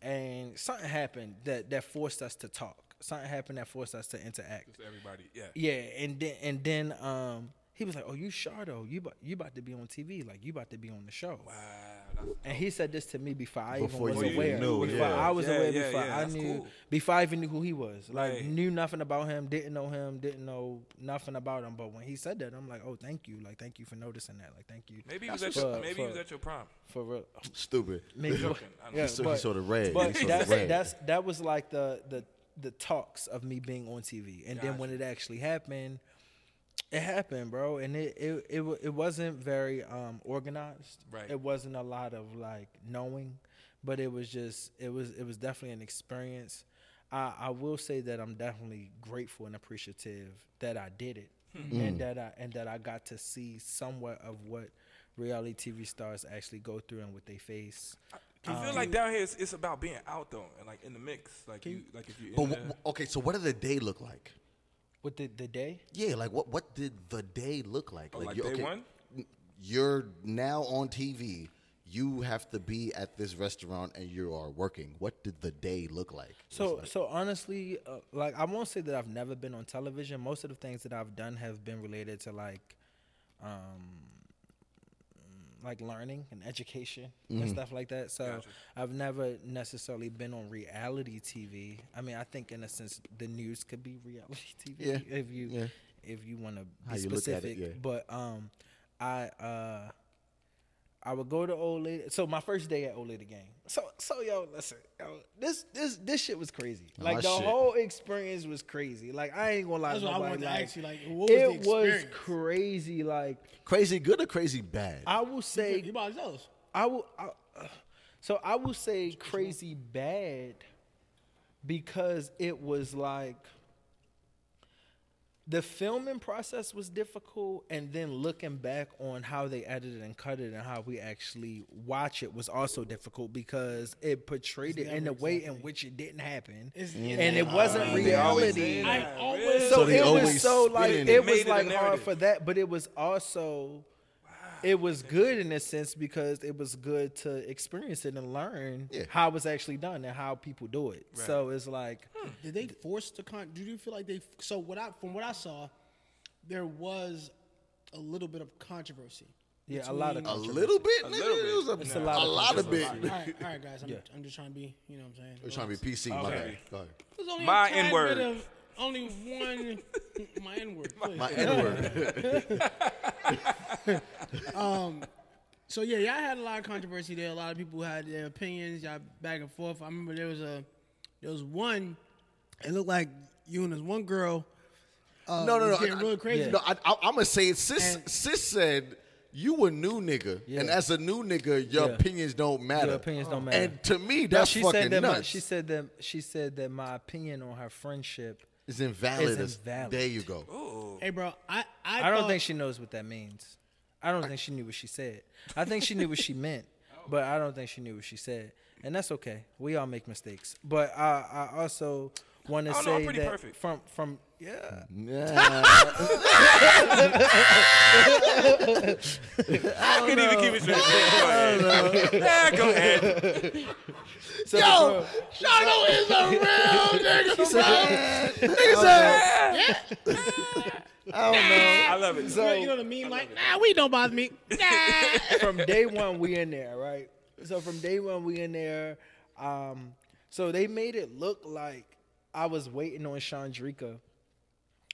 Speaker 4: and something happened that that forced us to talk. Something happened that forced us to interact.
Speaker 1: Just everybody, yeah.
Speaker 4: Yeah, and then and then um, he was like, "Oh, you Shardo, you 'bout- you about to be on TV, like you about to be on the show."
Speaker 1: Wow, that's-
Speaker 4: And he said this to me before I
Speaker 3: Before
Speaker 4: even was
Speaker 3: you
Speaker 4: aware.
Speaker 3: even knew,
Speaker 4: before
Speaker 3: yeah.
Speaker 4: I was
Speaker 1: Yeah,
Speaker 4: aware,
Speaker 1: yeah,
Speaker 4: before
Speaker 1: yeah,
Speaker 4: I
Speaker 1: that's
Speaker 4: knew,
Speaker 1: cool.
Speaker 4: before I even knew who he was. Like
Speaker 1: Right.
Speaker 4: knew nothing about him, didn't know him, didn't know nothing about him. But when he said that, I'm like, oh, thank you, like thank you for noticing that, like thank you
Speaker 1: maybe he was at
Speaker 4: That's
Speaker 1: your,
Speaker 4: what's up.
Speaker 1: maybe he was at your prom.
Speaker 4: for real.
Speaker 3: Stupid.
Speaker 4: Maybe
Speaker 1: Joking, I don't know.
Speaker 4: Yeah,
Speaker 3: So he
Speaker 4: but-
Speaker 3: saw the red.
Speaker 4: But
Speaker 3: he saw
Speaker 4: that's,
Speaker 3: the red.
Speaker 4: that's that was like the the the talks of me being on TV, and then when it actually happened, it happened, bro, and it it it, wa- it wasn't very um organized.
Speaker 1: Right.
Speaker 4: It wasn't a lot of like knowing, but it was just it was it was definitely an experience. I I will say that I'm definitely grateful and appreciative that I did it,
Speaker 1: Hmm.
Speaker 3: Hmm.
Speaker 4: and that I and that I got to see somewhat of what reality TV stars actually go through and what they face.
Speaker 1: Do you feel like down here it's, it's about being out though, and like in the mix, like you, like if you.
Speaker 3: But
Speaker 1: in
Speaker 3: wh-
Speaker 1: there-
Speaker 3: wh- okay, so what did the day look like?
Speaker 4: What the the day?
Speaker 3: Yeah, like what what did the day look like?
Speaker 1: Oh, like
Speaker 3: you're-
Speaker 1: day one?
Speaker 3: n- You're now on TV. You have to be at this restaurant and you are working. What did the day look like?
Speaker 4: So so honestly, uh, like I won't say that I've never been on television. Most of the things that I've done have been related to like, um, like learning and education
Speaker 3: Mm-hmm.
Speaker 4: and stuff like that. So I've never necessarily been on reality TV. I mean, I think in a sense the news could be reality <laughs> TV
Speaker 3: Yeah.
Speaker 4: if you
Speaker 3: Yeah.
Speaker 4: if you want to
Speaker 3: How
Speaker 4: be
Speaker 3: you look at it,
Speaker 4: specific.
Speaker 3: yeah.
Speaker 4: But um, I uh. I would go to old lady. So my first day at old lady game. So so yo, listen, yo, this this this shit was crazy. Like
Speaker 3: my
Speaker 4: the
Speaker 3: shit.
Speaker 4: whole experience was crazy. Like I ain't gonna lie.
Speaker 2: That's
Speaker 4: to
Speaker 2: what I
Speaker 4: nobody,
Speaker 2: wanted to
Speaker 4: like,
Speaker 2: ask you, like, what was the
Speaker 4: it was
Speaker 2: experience?
Speaker 4: crazy. Like
Speaker 3: crazy good or crazy bad?
Speaker 4: I will say,
Speaker 2: You about jealous?
Speaker 4: I will. I, uh, so I will say crazy bad because it was like the filming process was difficult, and then looking back on how they edited and cut it and how we actually watch it was also difficult because it portrayed it in a way in which it didn't happen,
Speaker 2: It's-
Speaker 4: and it wasn't
Speaker 1: They always
Speaker 4: reality.
Speaker 1: say
Speaker 2: I
Speaker 1: that,
Speaker 2: always-
Speaker 1: really?
Speaker 4: So,
Speaker 3: So they
Speaker 4: it was
Speaker 3: always
Speaker 4: so like
Speaker 3: spinning
Speaker 4: it,
Speaker 3: it.
Speaker 1: Made
Speaker 4: was
Speaker 1: it a
Speaker 4: like hard
Speaker 1: narrative.
Speaker 4: for that, but it was also it was good in a sense because it was good to experience it and learn
Speaker 3: Yeah.
Speaker 4: how it's actually done and how people do it. So it's like
Speaker 1: Hmm.
Speaker 2: Did they force the con? Do you feel like they? So what I from what I saw, there was a little bit of controversy.
Speaker 4: yeah, a lot of
Speaker 2: between-
Speaker 3: a
Speaker 4: controversy.
Speaker 3: little bit. nigga?
Speaker 1: little bit.
Speaker 3: It was a,
Speaker 1: It's
Speaker 4: a lot
Speaker 3: a
Speaker 4: of
Speaker 3: lot of
Speaker 1: controversy.
Speaker 3: bit. <laughs>
Speaker 2: All right, all right, guys. I'm, I'm just trying to be, you know, what I'm saying.
Speaker 3: We're trying to be PC. My bad. Go
Speaker 4: <laughs>
Speaker 3: ahead.
Speaker 2: There's only
Speaker 1: My
Speaker 2: a tad
Speaker 1: N-word.
Speaker 2: bit of- Only one, <laughs> my N word.
Speaker 3: My N word.
Speaker 4: <laughs>
Speaker 2: So yeah, y'all had a lot of controversy there. A lot of people had their opinions. Y'all back and forth. I remember there was a, there was one. It looked like you and this one girl. Uh,
Speaker 3: no, no,
Speaker 2: was
Speaker 3: no.
Speaker 2: Getting
Speaker 3: I-
Speaker 2: real
Speaker 3: I-
Speaker 2: crazy.
Speaker 3: No, I, I, I'm gonna say it. Sis,
Speaker 2: And-
Speaker 3: sis said you a new nigga, and
Speaker 4: Yeah.
Speaker 3: as a new nigga, your
Speaker 4: Yeah.
Speaker 3: opinions don't matter.
Speaker 4: opinions don't matter.
Speaker 3: And to me,
Speaker 4: No,
Speaker 3: that's
Speaker 4: she
Speaker 3: fucking
Speaker 4: said that
Speaker 3: nuts.
Speaker 4: my, she said that she said that my opinion on her friendship
Speaker 3: It's invalid.
Speaker 4: It's
Speaker 3: as-
Speaker 4: invalid.
Speaker 3: There you go.
Speaker 2: Hey, bro, I I,
Speaker 4: I don't
Speaker 2: thought-
Speaker 4: think she knows what that means. I don't think she knew what she said. I think she knew what she
Speaker 1: <laughs>
Speaker 4: meant,
Speaker 1: Oh.
Speaker 4: but I don't think she knew what she said, and that's okay. We all make mistakes, but I, I also want to
Speaker 1: Oh, no, I'm
Speaker 4: say
Speaker 1: pretty
Speaker 4: that
Speaker 1: perfect.
Speaker 4: from from yeah,
Speaker 3: Nah.
Speaker 1: I couldn't even keep it straight. Go ahead. Yeah,
Speaker 3: <laughs>
Speaker 1: go ahead.
Speaker 2: Yo, Shadow is a real nigga.
Speaker 1: I love it.
Speaker 2: You know- you know what I mean? Like, nah, we don't bother
Speaker 3: <laughs>
Speaker 2: me. Nah.
Speaker 4: from <laughs> day one we in there, right? So from day one we in there. Um, so they made it look like I was waiting on Chandrika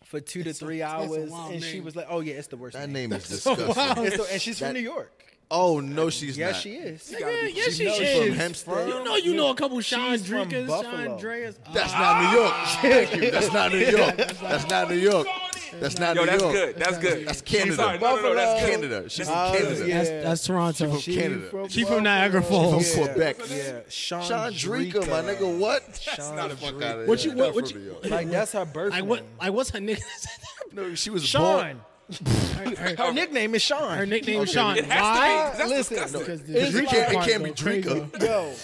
Speaker 4: for two to three
Speaker 2: that's a
Speaker 4: hours,
Speaker 2: wild
Speaker 4: and she
Speaker 2: name.
Speaker 4: was like, "Oh yeah, it's the worst."
Speaker 3: that
Speaker 4: name.
Speaker 3: name
Speaker 4: <laughs>
Speaker 3: is disgusting.
Speaker 4: And, so- and she's
Speaker 3: That-
Speaker 4: from New York.
Speaker 3: Oh no, she's
Speaker 4: Yeah,
Speaker 3: not.
Speaker 4: she is.
Speaker 2: Yeah, yeah, she
Speaker 4: knows
Speaker 2: is.
Speaker 3: from Hempstead.
Speaker 2: You know, you know a couple Chandrikas,
Speaker 4: Buffalo.
Speaker 2: Chandreas.
Speaker 3: That's not New
Speaker 4: <laughs>
Speaker 3: York. Thank you. That's not New York. That's not New York. That's not
Speaker 1: Yo,
Speaker 3: New
Speaker 1: that's
Speaker 3: York.
Speaker 1: good. That's good.
Speaker 3: That's
Speaker 1: I'm sorry.
Speaker 3: Canada.
Speaker 1: No, no, no, that's good.
Speaker 3: Canada. She's from
Speaker 4: Oh,
Speaker 3: Canada.
Speaker 4: yeah.
Speaker 2: That's, that's Toronto.
Speaker 3: She Canada.
Speaker 2: She from Niagara
Speaker 3: From
Speaker 4: Buffalo.
Speaker 2: Falls.
Speaker 4: Yeah.
Speaker 3: Quebec.
Speaker 4: Yeah, uh,
Speaker 3: Chandrika, my nigga. What?
Speaker 1: That's not a fuck out of
Speaker 2: What you what,
Speaker 3: Not
Speaker 2: what
Speaker 3: from New
Speaker 2: you
Speaker 3: York.
Speaker 4: Like that's her birth
Speaker 2: like what
Speaker 4: name.
Speaker 2: like <laughs> what's her nickname?
Speaker 3: No, she was born.
Speaker 4: Sean. her nickname is Sean.
Speaker 2: Her nickname is
Speaker 3: Okay,
Speaker 2: Sean.
Speaker 1: It
Speaker 2: Why?
Speaker 1: has to be. 'cause That's
Speaker 4: Listen,
Speaker 1: disgusting.
Speaker 2: Because
Speaker 3: Because
Speaker 2: the
Speaker 3: we can't, it can't be
Speaker 2: Crazy.
Speaker 3: Drinker.
Speaker 4: yo,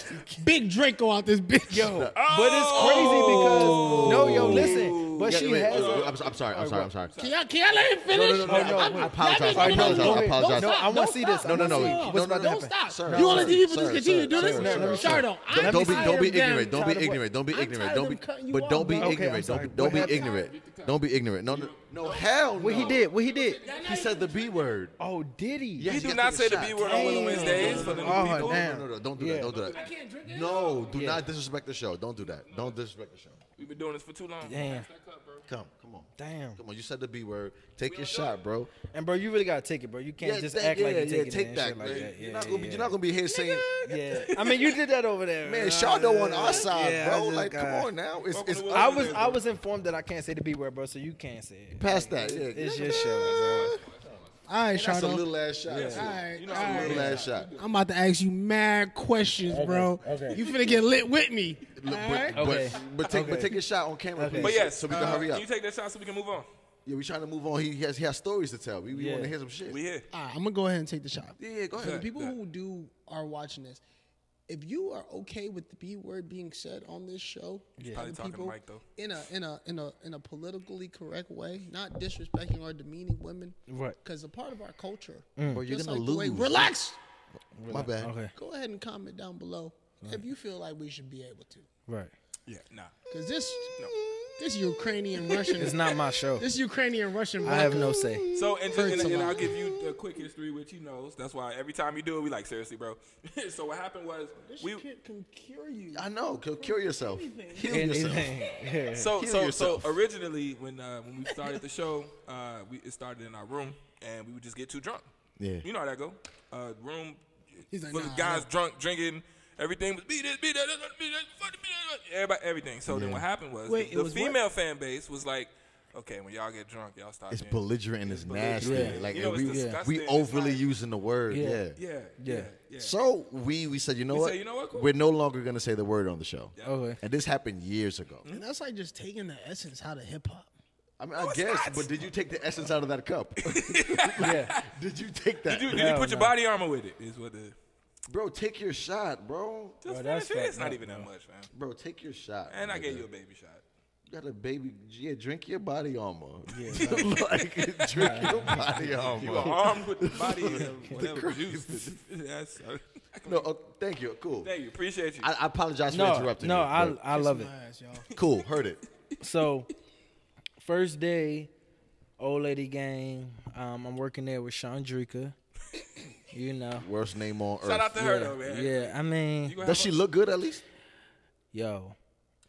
Speaker 2: Big Draco out this bitch. Yo,
Speaker 4: but it's crazy because no, yo, listen. But
Speaker 3: Oh. Yeah,
Speaker 4: she
Speaker 3: wait,
Speaker 4: has.
Speaker 3: oh, I'm, I'm sorry. I'm sorry. I'm sorry.
Speaker 2: <laughs> can y'all, can y'all let him finish?
Speaker 3: No, no, no, no,
Speaker 2: I'm-
Speaker 3: I apologize,
Speaker 2: let me-
Speaker 3: I
Speaker 2: no, no,
Speaker 3: apologize,
Speaker 2: no,
Speaker 3: I
Speaker 2: no,
Speaker 3: apologize.
Speaker 2: don't
Speaker 4: No, I wanna
Speaker 2: stop,
Speaker 4: see this, I
Speaker 2: don't
Speaker 4: wanna
Speaker 3: No, no,
Speaker 4: see
Speaker 2: stop.
Speaker 3: no, what's about to
Speaker 2: Don't
Speaker 3: happen?
Speaker 2: stop.
Speaker 3: Sir,
Speaker 2: you
Speaker 3: sir,
Speaker 2: want to people
Speaker 3: sir,
Speaker 2: just continue to
Speaker 3: sir,
Speaker 2: do this?
Speaker 3: sir,
Speaker 4: No, no, no, sir.
Speaker 2: Shardo, I'm
Speaker 3: don't be
Speaker 2: tired
Speaker 3: don't be
Speaker 2: of them.
Speaker 3: ignorant. Don't be
Speaker 4: Tired of what?
Speaker 3: ignorant. Don't be
Speaker 2: I'm
Speaker 3: ignorant.
Speaker 2: tired
Speaker 3: Don't
Speaker 2: of
Speaker 3: be
Speaker 2: them cutting you
Speaker 3: but
Speaker 2: off,
Speaker 3: don't be
Speaker 2: bro. Okay,
Speaker 4: I'm
Speaker 3: ignorant. Don't
Speaker 4: sorry.
Speaker 3: be don't
Speaker 4: What
Speaker 3: be
Speaker 4: happened?
Speaker 3: ignorant. Don't be ignorant. No no no hell.
Speaker 4: What he
Speaker 3: no.
Speaker 4: did? What he did?
Speaker 3: He said the B word.
Speaker 4: Oh, did he?
Speaker 1: You
Speaker 3: Yes.
Speaker 1: do
Speaker 3: got
Speaker 1: not
Speaker 3: to
Speaker 1: say
Speaker 3: get
Speaker 1: the
Speaker 3: shot.
Speaker 1: B word on Willow Wednesdays for the new
Speaker 4: Oh,
Speaker 1: people.
Speaker 4: damn.
Speaker 3: No, no, no, don't do
Speaker 4: Yeah.
Speaker 3: that. Don't do that. I can't drink No, do not disrespect the show. Don't do that. Don't disrespect the show.
Speaker 1: We've been doing this for too long.
Speaker 4: Damn.
Speaker 3: Come, come on.
Speaker 4: Damn.
Speaker 3: Come on, you said the B word. Take your shot, bro.
Speaker 4: And bro, you really gotta take it, bro. You can't just
Speaker 3: that-
Speaker 4: act like you
Speaker 3: yeah,
Speaker 4: taking
Speaker 3: take
Speaker 4: it and
Speaker 3: that.
Speaker 4: shit like
Speaker 3: man.
Speaker 4: that. Yeah,
Speaker 3: you're, not gonna be,
Speaker 4: yeah.
Speaker 3: you're not gonna be here saying,
Speaker 4: Yeah. I mean, you did that over there,
Speaker 3: "Man,
Speaker 4: bro.
Speaker 3: Shardo on our side,
Speaker 4: Yeah, I
Speaker 3: bro."
Speaker 4: just
Speaker 3: Like,
Speaker 4: got-
Speaker 3: come on now. It's,
Speaker 1: Welcome
Speaker 3: it's
Speaker 1: to
Speaker 4: I
Speaker 1: Welcome
Speaker 4: was
Speaker 1: to
Speaker 4: I was informed that I can't say the B word, bro. So you can't say it.
Speaker 3: past that. Yeah,
Speaker 4: It's your show. Bro.
Speaker 2: All right,
Speaker 3: That's a
Speaker 2: Shardo.
Speaker 3: little ass shot. too.
Speaker 2: All right,
Speaker 1: You know
Speaker 2: all
Speaker 1: how
Speaker 2: right.
Speaker 3: Little ass shot.
Speaker 2: I'm about to ask you mad questions, bro.
Speaker 4: okay.
Speaker 2: You finna get lit with me.
Speaker 3: Look,
Speaker 2: all
Speaker 3: but,
Speaker 2: right?
Speaker 3: but,
Speaker 4: Okay.
Speaker 3: but take but take a shot on camera, please.
Speaker 1: But yes, uh,
Speaker 3: so we can hurry up.
Speaker 1: Can you take that shot so we can move on?
Speaker 3: yeah, we trying to move on. He, he has he has stories to tell. We, we
Speaker 4: Yeah.
Speaker 3: want to hear some shit.
Speaker 1: We here.
Speaker 2: All right, I'm gonna go ahead and take the shot.
Speaker 3: yeah, yeah, go
Speaker 2: For the
Speaker 3: ahead.
Speaker 2: people who do are watching this, if you are okay with the B word being said on this show, yeah.
Speaker 1: Probably talking to Mike, though.
Speaker 2: in a in a in a in a politically correct way, not disrespecting or demeaning women,
Speaker 4: Right. Mm.
Speaker 2: Because a part of our culture.
Speaker 3: Bro, you're
Speaker 2: just
Speaker 3: gonna
Speaker 2: like the way-
Speaker 3: lose.
Speaker 2: relax.
Speaker 3: My bad.
Speaker 4: Okay.
Speaker 2: Go ahead and comment down below if you feel like we should be able to,
Speaker 4: Right.
Speaker 1: Yeah, nah.
Speaker 2: because this this Ukrainian Russian
Speaker 4: It's not my show.
Speaker 2: this Ukrainian Russian.
Speaker 4: I have no say.
Speaker 1: So and, and, and,
Speaker 2: a lot.
Speaker 1: I'll give you a quick history, which he knows. That's why every time you do it, we like seriously, bro. <laughs> so what happened was
Speaker 2: This
Speaker 1: we
Speaker 2: kid can cure you.
Speaker 3: I know. Kill, kill yourself. Heal yourself.
Speaker 4: Anything. <laughs> Yeah.
Speaker 1: so
Speaker 3: Heal
Speaker 1: so
Speaker 3: yourself.
Speaker 1: so originally when uh, when we started the show, uh, we it started in our room and we would just get too drunk.
Speaker 3: Yeah.
Speaker 1: you know how that go. Uh, room
Speaker 2: He's like,
Speaker 1: full of
Speaker 2: nah,
Speaker 1: guys drunk drinking. Everything was beat it, beat it, beat it, fuck it, beat it, everybody, everything. So then what happened was
Speaker 2: Wait,
Speaker 1: the,
Speaker 2: it
Speaker 1: the
Speaker 2: was what?
Speaker 1: female fan base was like, okay, when y'all get drunk, y'all start.
Speaker 3: It's
Speaker 1: being-
Speaker 3: belligerent. It's nasty.
Speaker 4: belligerent.
Speaker 3: Like
Speaker 1: You know,
Speaker 3: we
Speaker 1: it's disgusting.
Speaker 3: we
Speaker 1: It's
Speaker 3: overly
Speaker 1: like-
Speaker 3: using the word. Yeah.
Speaker 4: Yeah.
Speaker 1: yeah, yeah,
Speaker 4: Yeah.
Speaker 1: yeah.
Speaker 3: So we we said, you know
Speaker 1: We
Speaker 3: what?
Speaker 1: said, you know what? Cool.
Speaker 3: We're no longer gonna say the word on the show.
Speaker 4: Okay.
Speaker 3: And this happened years ago.
Speaker 2: And that's like just taking the essence out of hip hop.
Speaker 3: I mean, I
Speaker 1: it's
Speaker 3: guess.
Speaker 1: not.
Speaker 3: But did you take the essence out of
Speaker 1: <laughs>
Speaker 3: that cup?
Speaker 4: <laughs> Yeah.
Speaker 3: did you take that,
Speaker 1: Did you, did you
Speaker 4: Hell
Speaker 1: put your
Speaker 4: no.
Speaker 1: body armor with it? Is what the
Speaker 3: bro? Take your shot, bro.
Speaker 1: Just
Speaker 4: that's
Speaker 1: finish it. It's
Speaker 4: fucked
Speaker 1: not
Speaker 4: up,
Speaker 1: even that
Speaker 4: bro.
Speaker 1: much, man.
Speaker 3: Bro, take your shot.
Speaker 1: And I
Speaker 3: nigga.
Speaker 1: gave you a baby
Speaker 3: <laughs>
Speaker 1: shot.
Speaker 3: You got a baby. Yeah, drink your body armor. <laughs> like, drink your
Speaker 4: <laughs>
Speaker 3: body armor.
Speaker 1: You are armed with the body
Speaker 3: <laughs>
Speaker 1: and whatever juice. <laughs> That's,
Speaker 3: no, oh, thank you. Cool.
Speaker 1: thank you. Appreciate you.
Speaker 3: I, I apologize for
Speaker 4: No,
Speaker 3: interrupting.
Speaker 4: no,
Speaker 3: you,
Speaker 4: I
Speaker 3: but-
Speaker 4: I love it.
Speaker 2: My ass, y'all.
Speaker 3: cool. Heard it.
Speaker 4: So, first day, old lady gang. Um, I'm working there with Chandrika. You know.
Speaker 3: Worst name on earth.
Speaker 1: Shout out to her though, man.
Speaker 4: Yeah. I
Speaker 1: You
Speaker 4: mean,
Speaker 1: gonna
Speaker 3: Does
Speaker 1: have
Speaker 3: she look good at least?
Speaker 4: yo.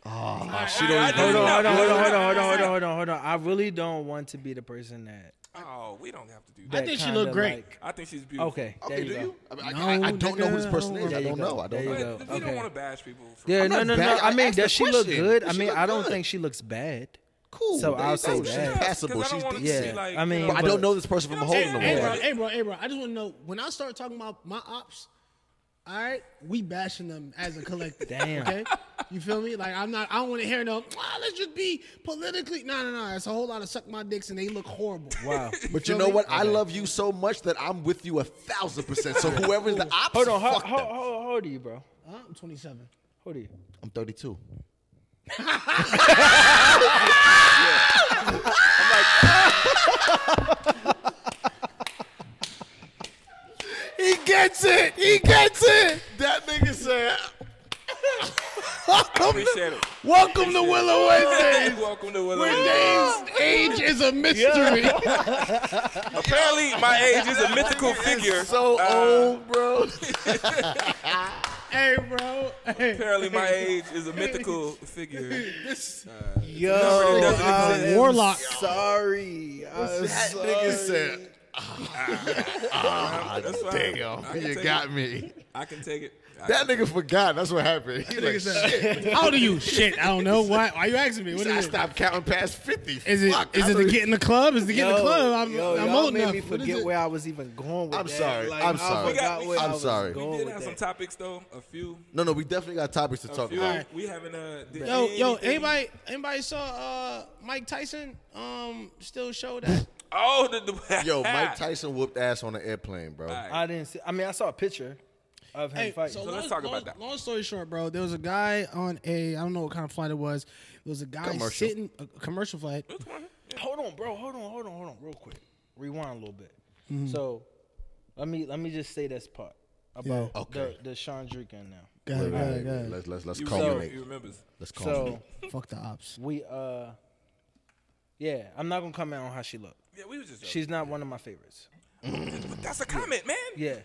Speaker 3: Oh,
Speaker 1: a-
Speaker 3: she
Speaker 1: I- I
Speaker 3: don't.
Speaker 1: just-
Speaker 4: Hold on, hold on, hold on,
Speaker 1: no,
Speaker 4: hold
Speaker 1: no,
Speaker 4: on,
Speaker 1: no,
Speaker 4: hold on,
Speaker 1: no.
Speaker 4: hold on, hold on. I really don't want to be the person that.
Speaker 1: Oh, we don't have to do
Speaker 2: I
Speaker 1: that.
Speaker 4: that
Speaker 2: think she
Speaker 4: kinda
Speaker 2: looked great.
Speaker 4: like-
Speaker 1: I think she's beautiful.
Speaker 4: okay.
Speaker 3: Okay,
Speaker 4: there you
Speaker 3: do
Speaker 4: go.
Speaker 3: you? I, mean,
Speaker 2: No,
Speaker 3: I, I, I don't know
Speaker 2: nigga,
Speaker 3: whose person
Speaker 2: I
Speaker 3: it
Speaker 2: don't
Speaker 3: is. I
Speaker 4: wanna-
Speaker 3: don't know. I
Speaker 4: There
Speaker 3: don't
Speaker 4: you
Speaker 1: But
Speaker 3: know.
Speaker 1: we
Speaker 4: go. Okay.
Speaker 1: don't want to bash people. For
Speaker 4: Yeah,
Speaker 3: I'm
Speaker 4: no,
Speaker 3: not
Speaker 4: no, no.
Speaker 3: bad.
Speaker 4: I
Speaker 3: I
Speaker 4: mean,
Speaker 3: asked the
Speaker 4: does she look
Speaker 3: question.
Speaker 4: good?
Speaker 3: Does
Speaker 4: I
Speaker 3: she
Speaker 4: mean,
Speaker 3: look
Speaker 4: I don't
Speaker 3: good?
Speaker 4: think she looks bad.
Speaker 3: Cool.
Speaker 4: So
Speaker 3: there
Speaker 4: I'll
Speaker 3: you
Speaker 4: say
Speaker 3: go.
Speaker 4: that.
Speaker 3: She's passable.
Speaker 1: Because I
Speaker 3: She's
Speaker 1: don't wanna
Speaker 3: decent.
Speaker 1: see,
Speaker 4: Yeah,
Speaker 1: like,
Speaker 4: I
Speaker 1: you
Speaker 4: mean,
Speaker 1: know,
Speaker 3: But I
Speaker 4: but-
Speaker 3: don't know this person
Speaker 1: You
Speaker 3: from
Speaker 1: know
Speaker 3: a
Speaker 1: what
Speaker 3: hole
Speaker 1: I'm
Speaker 3: in the
Speaker 1: saying?
Speaker 2: Hey, bro,
Speaker 3: wall.
Speaker 2: hey, bro, hey, bro. I just want to know when I start talking about my ops. All right, we bashing them as a collective.
Speaker 4: Damn.
Speaker 2: Okay, You feel me? Like I'm not. I don't want to hear no. "Ah, let's just be politically. No, no, no. It's a whole lot of suck my dicks and they look horrible.
Speaker 4: Wow.
Speaker 3: But you know what? I love you so much that I'm with you a thousand
Speaker 2: <laughs>
Speaker 3: percent. So whoever's the opposite,
Speaker 4: Hold on. How,
Speaker 3: fuck
Speaker 4: how,
Speaker 3: them.
Speaker 4: how, how old are you, bro?
Speaker 2: Huh? I'm 27.
Speaker 4: How old are you?
Speaker 2: <laughs>
Speaker 3: I'm 32.
Speaker 2: He gets it. He gets it.
Speaker 3: That nigga said,
Speaker 1: Appreciate it.
Speaker 2: Welcome to
Speaker 1: <laughs>
Speaker 2: Willow
Speaker 3: <laughs>
Speaker 2: Wednesdays.
Speaker 1: Welcome to Willow.
Speaker 2: Where
Speaker 1: Wednesdays.
Speaker 2: Dave's age is a mystery.
Speaker 1: Apparently, my age is a mythical figure.
Speaker 3: "So
Speaker 1: Uh,
Speaker 3: old, bro."
Speaker 2: hey, bro. Hey.
Speaker 1: Apparently, my age is a mythical figure.
Speaker 2: This,
Speaker 4: Yo,
Speaker 1: it doesn't
Speaker 4: I
Speaker 1: exist.
Speaker 4: am
Speaker 2: Warlock.
Speaker 4: Sorry. I'm
Speaker 3: That
Speaker 4: sorry.
Speaker 3: nigga said,
Speaker 1: Ah, That's fine. I
Speaker 3: "Damn,
Speaker 1: can
Speaker 3: you
Speaker 1: take
Speaker 3: got
Speaker 1: it.
Speaker 3: me."
Speaker 1: I can take it. I
Speaker 3: That
Speaker 1: can-
Speaker 3: nigga forgot. That's what happened. He like, "Shit."
Speaker 2: how old are you? Shit, I don't know. Why? Why are you asking me? What
Speaker 3: I
Speaker 2: is it?
Speaker 3: stopped counting past 50.
Speaker 2: Is it?
Speaker 3: Fuck,
Speaker 2: Is
Speaker 3: I
Speaker 2: it to
Speaker 3: don't-
Speaker 2: get in the club? Is it to get in the club? I'm,
Speaker 4: yo,
Speaker 2: I'm
Speaker 4: y'all
Speaker 2: old
Speaker 4: made
Speaker 2: enough.
Speaker 4: me
Speaker 2: What is
Speaker 4: forget
Speaker 2: it?
Speaker 4: where I was even going with
Speaker 3: I'm
Speaker 4: that.
Speaker 3: sorry.
Speaker 4: Like,
Speaker 3: I'm
Speaker 4: I
Speaker 3: sorry.
Speaker 4: forgot
Speaker 1: We
Speaker 4: where
Speaker 1: got-
Speaker 4: I
Speaker 1: I'm
Speaker 4: was
Speaker 3: sorry.
Speaker 4: going
Speaker 1: We did
Speaker 4: with
Speaker 1: have
Speaker 4: that.
Speaker 1: some topics though. A few.
Speaker 3: No, no, we definitely got topics to
Speaker 1: A
Speaker 3: talk
Speaker 1: few.
Speaker 3: about.
Speaker 1: We haven't. Uh, did
Speaker 2: Yo, yo,
Speaker 1: anything-
Speaker 2: anybody, anybody saw uh, Mike Tyson? Um, still show that.
Speaker 1: Oh, the, the <laughs>
Speaker 3: Yo, Mike Tyson whooped ass on the airplane, bro.
Speaker 1: All right.
Speaker 4: I didn't see. I mean, I saw a picture of him
Speaker 2: hey, so,
Speaker 4: fighting.
Speaker 2: long,
Speaker 1: let's talk
Speaker 2: long-
Speaker 1: about that.
Speaker 2: Long story short, bro, there was a guy on a I don't know what kind of flight it was. There was a guy
Speaker 3: Commercial.
Speaker 2: sitting a commercial flight.
Speaker 4: hold on, bro. Hold on. Hold on. Hold on. Real quick. Rewind a little bit. So, Mm-hmm. let me let me just say this part about
Speaker 3: Yeah. Okay.
Speaker 4: the the Chandrika now.
Speaker 2: Go ahead, go ahead, go ahead.
Speaker 3: Let's let's let's
Speaker 1: You
Speaker 3: call
Speaker 1: remember,
Speaker 3: it.
Speaker 1: you remembers.
Speaker 3: Let's call
Speaker 4: So
Speaker 2: Fuck the ops.
Speaker 4: we uh, yeah. I'm not gonna comment on how she looked.
Speaker 1: Yeah, we was just.
Speaker 4: She's not one of my favorites.
Speaker 1: but that's a comment, man.
Speaker 4: Yeah.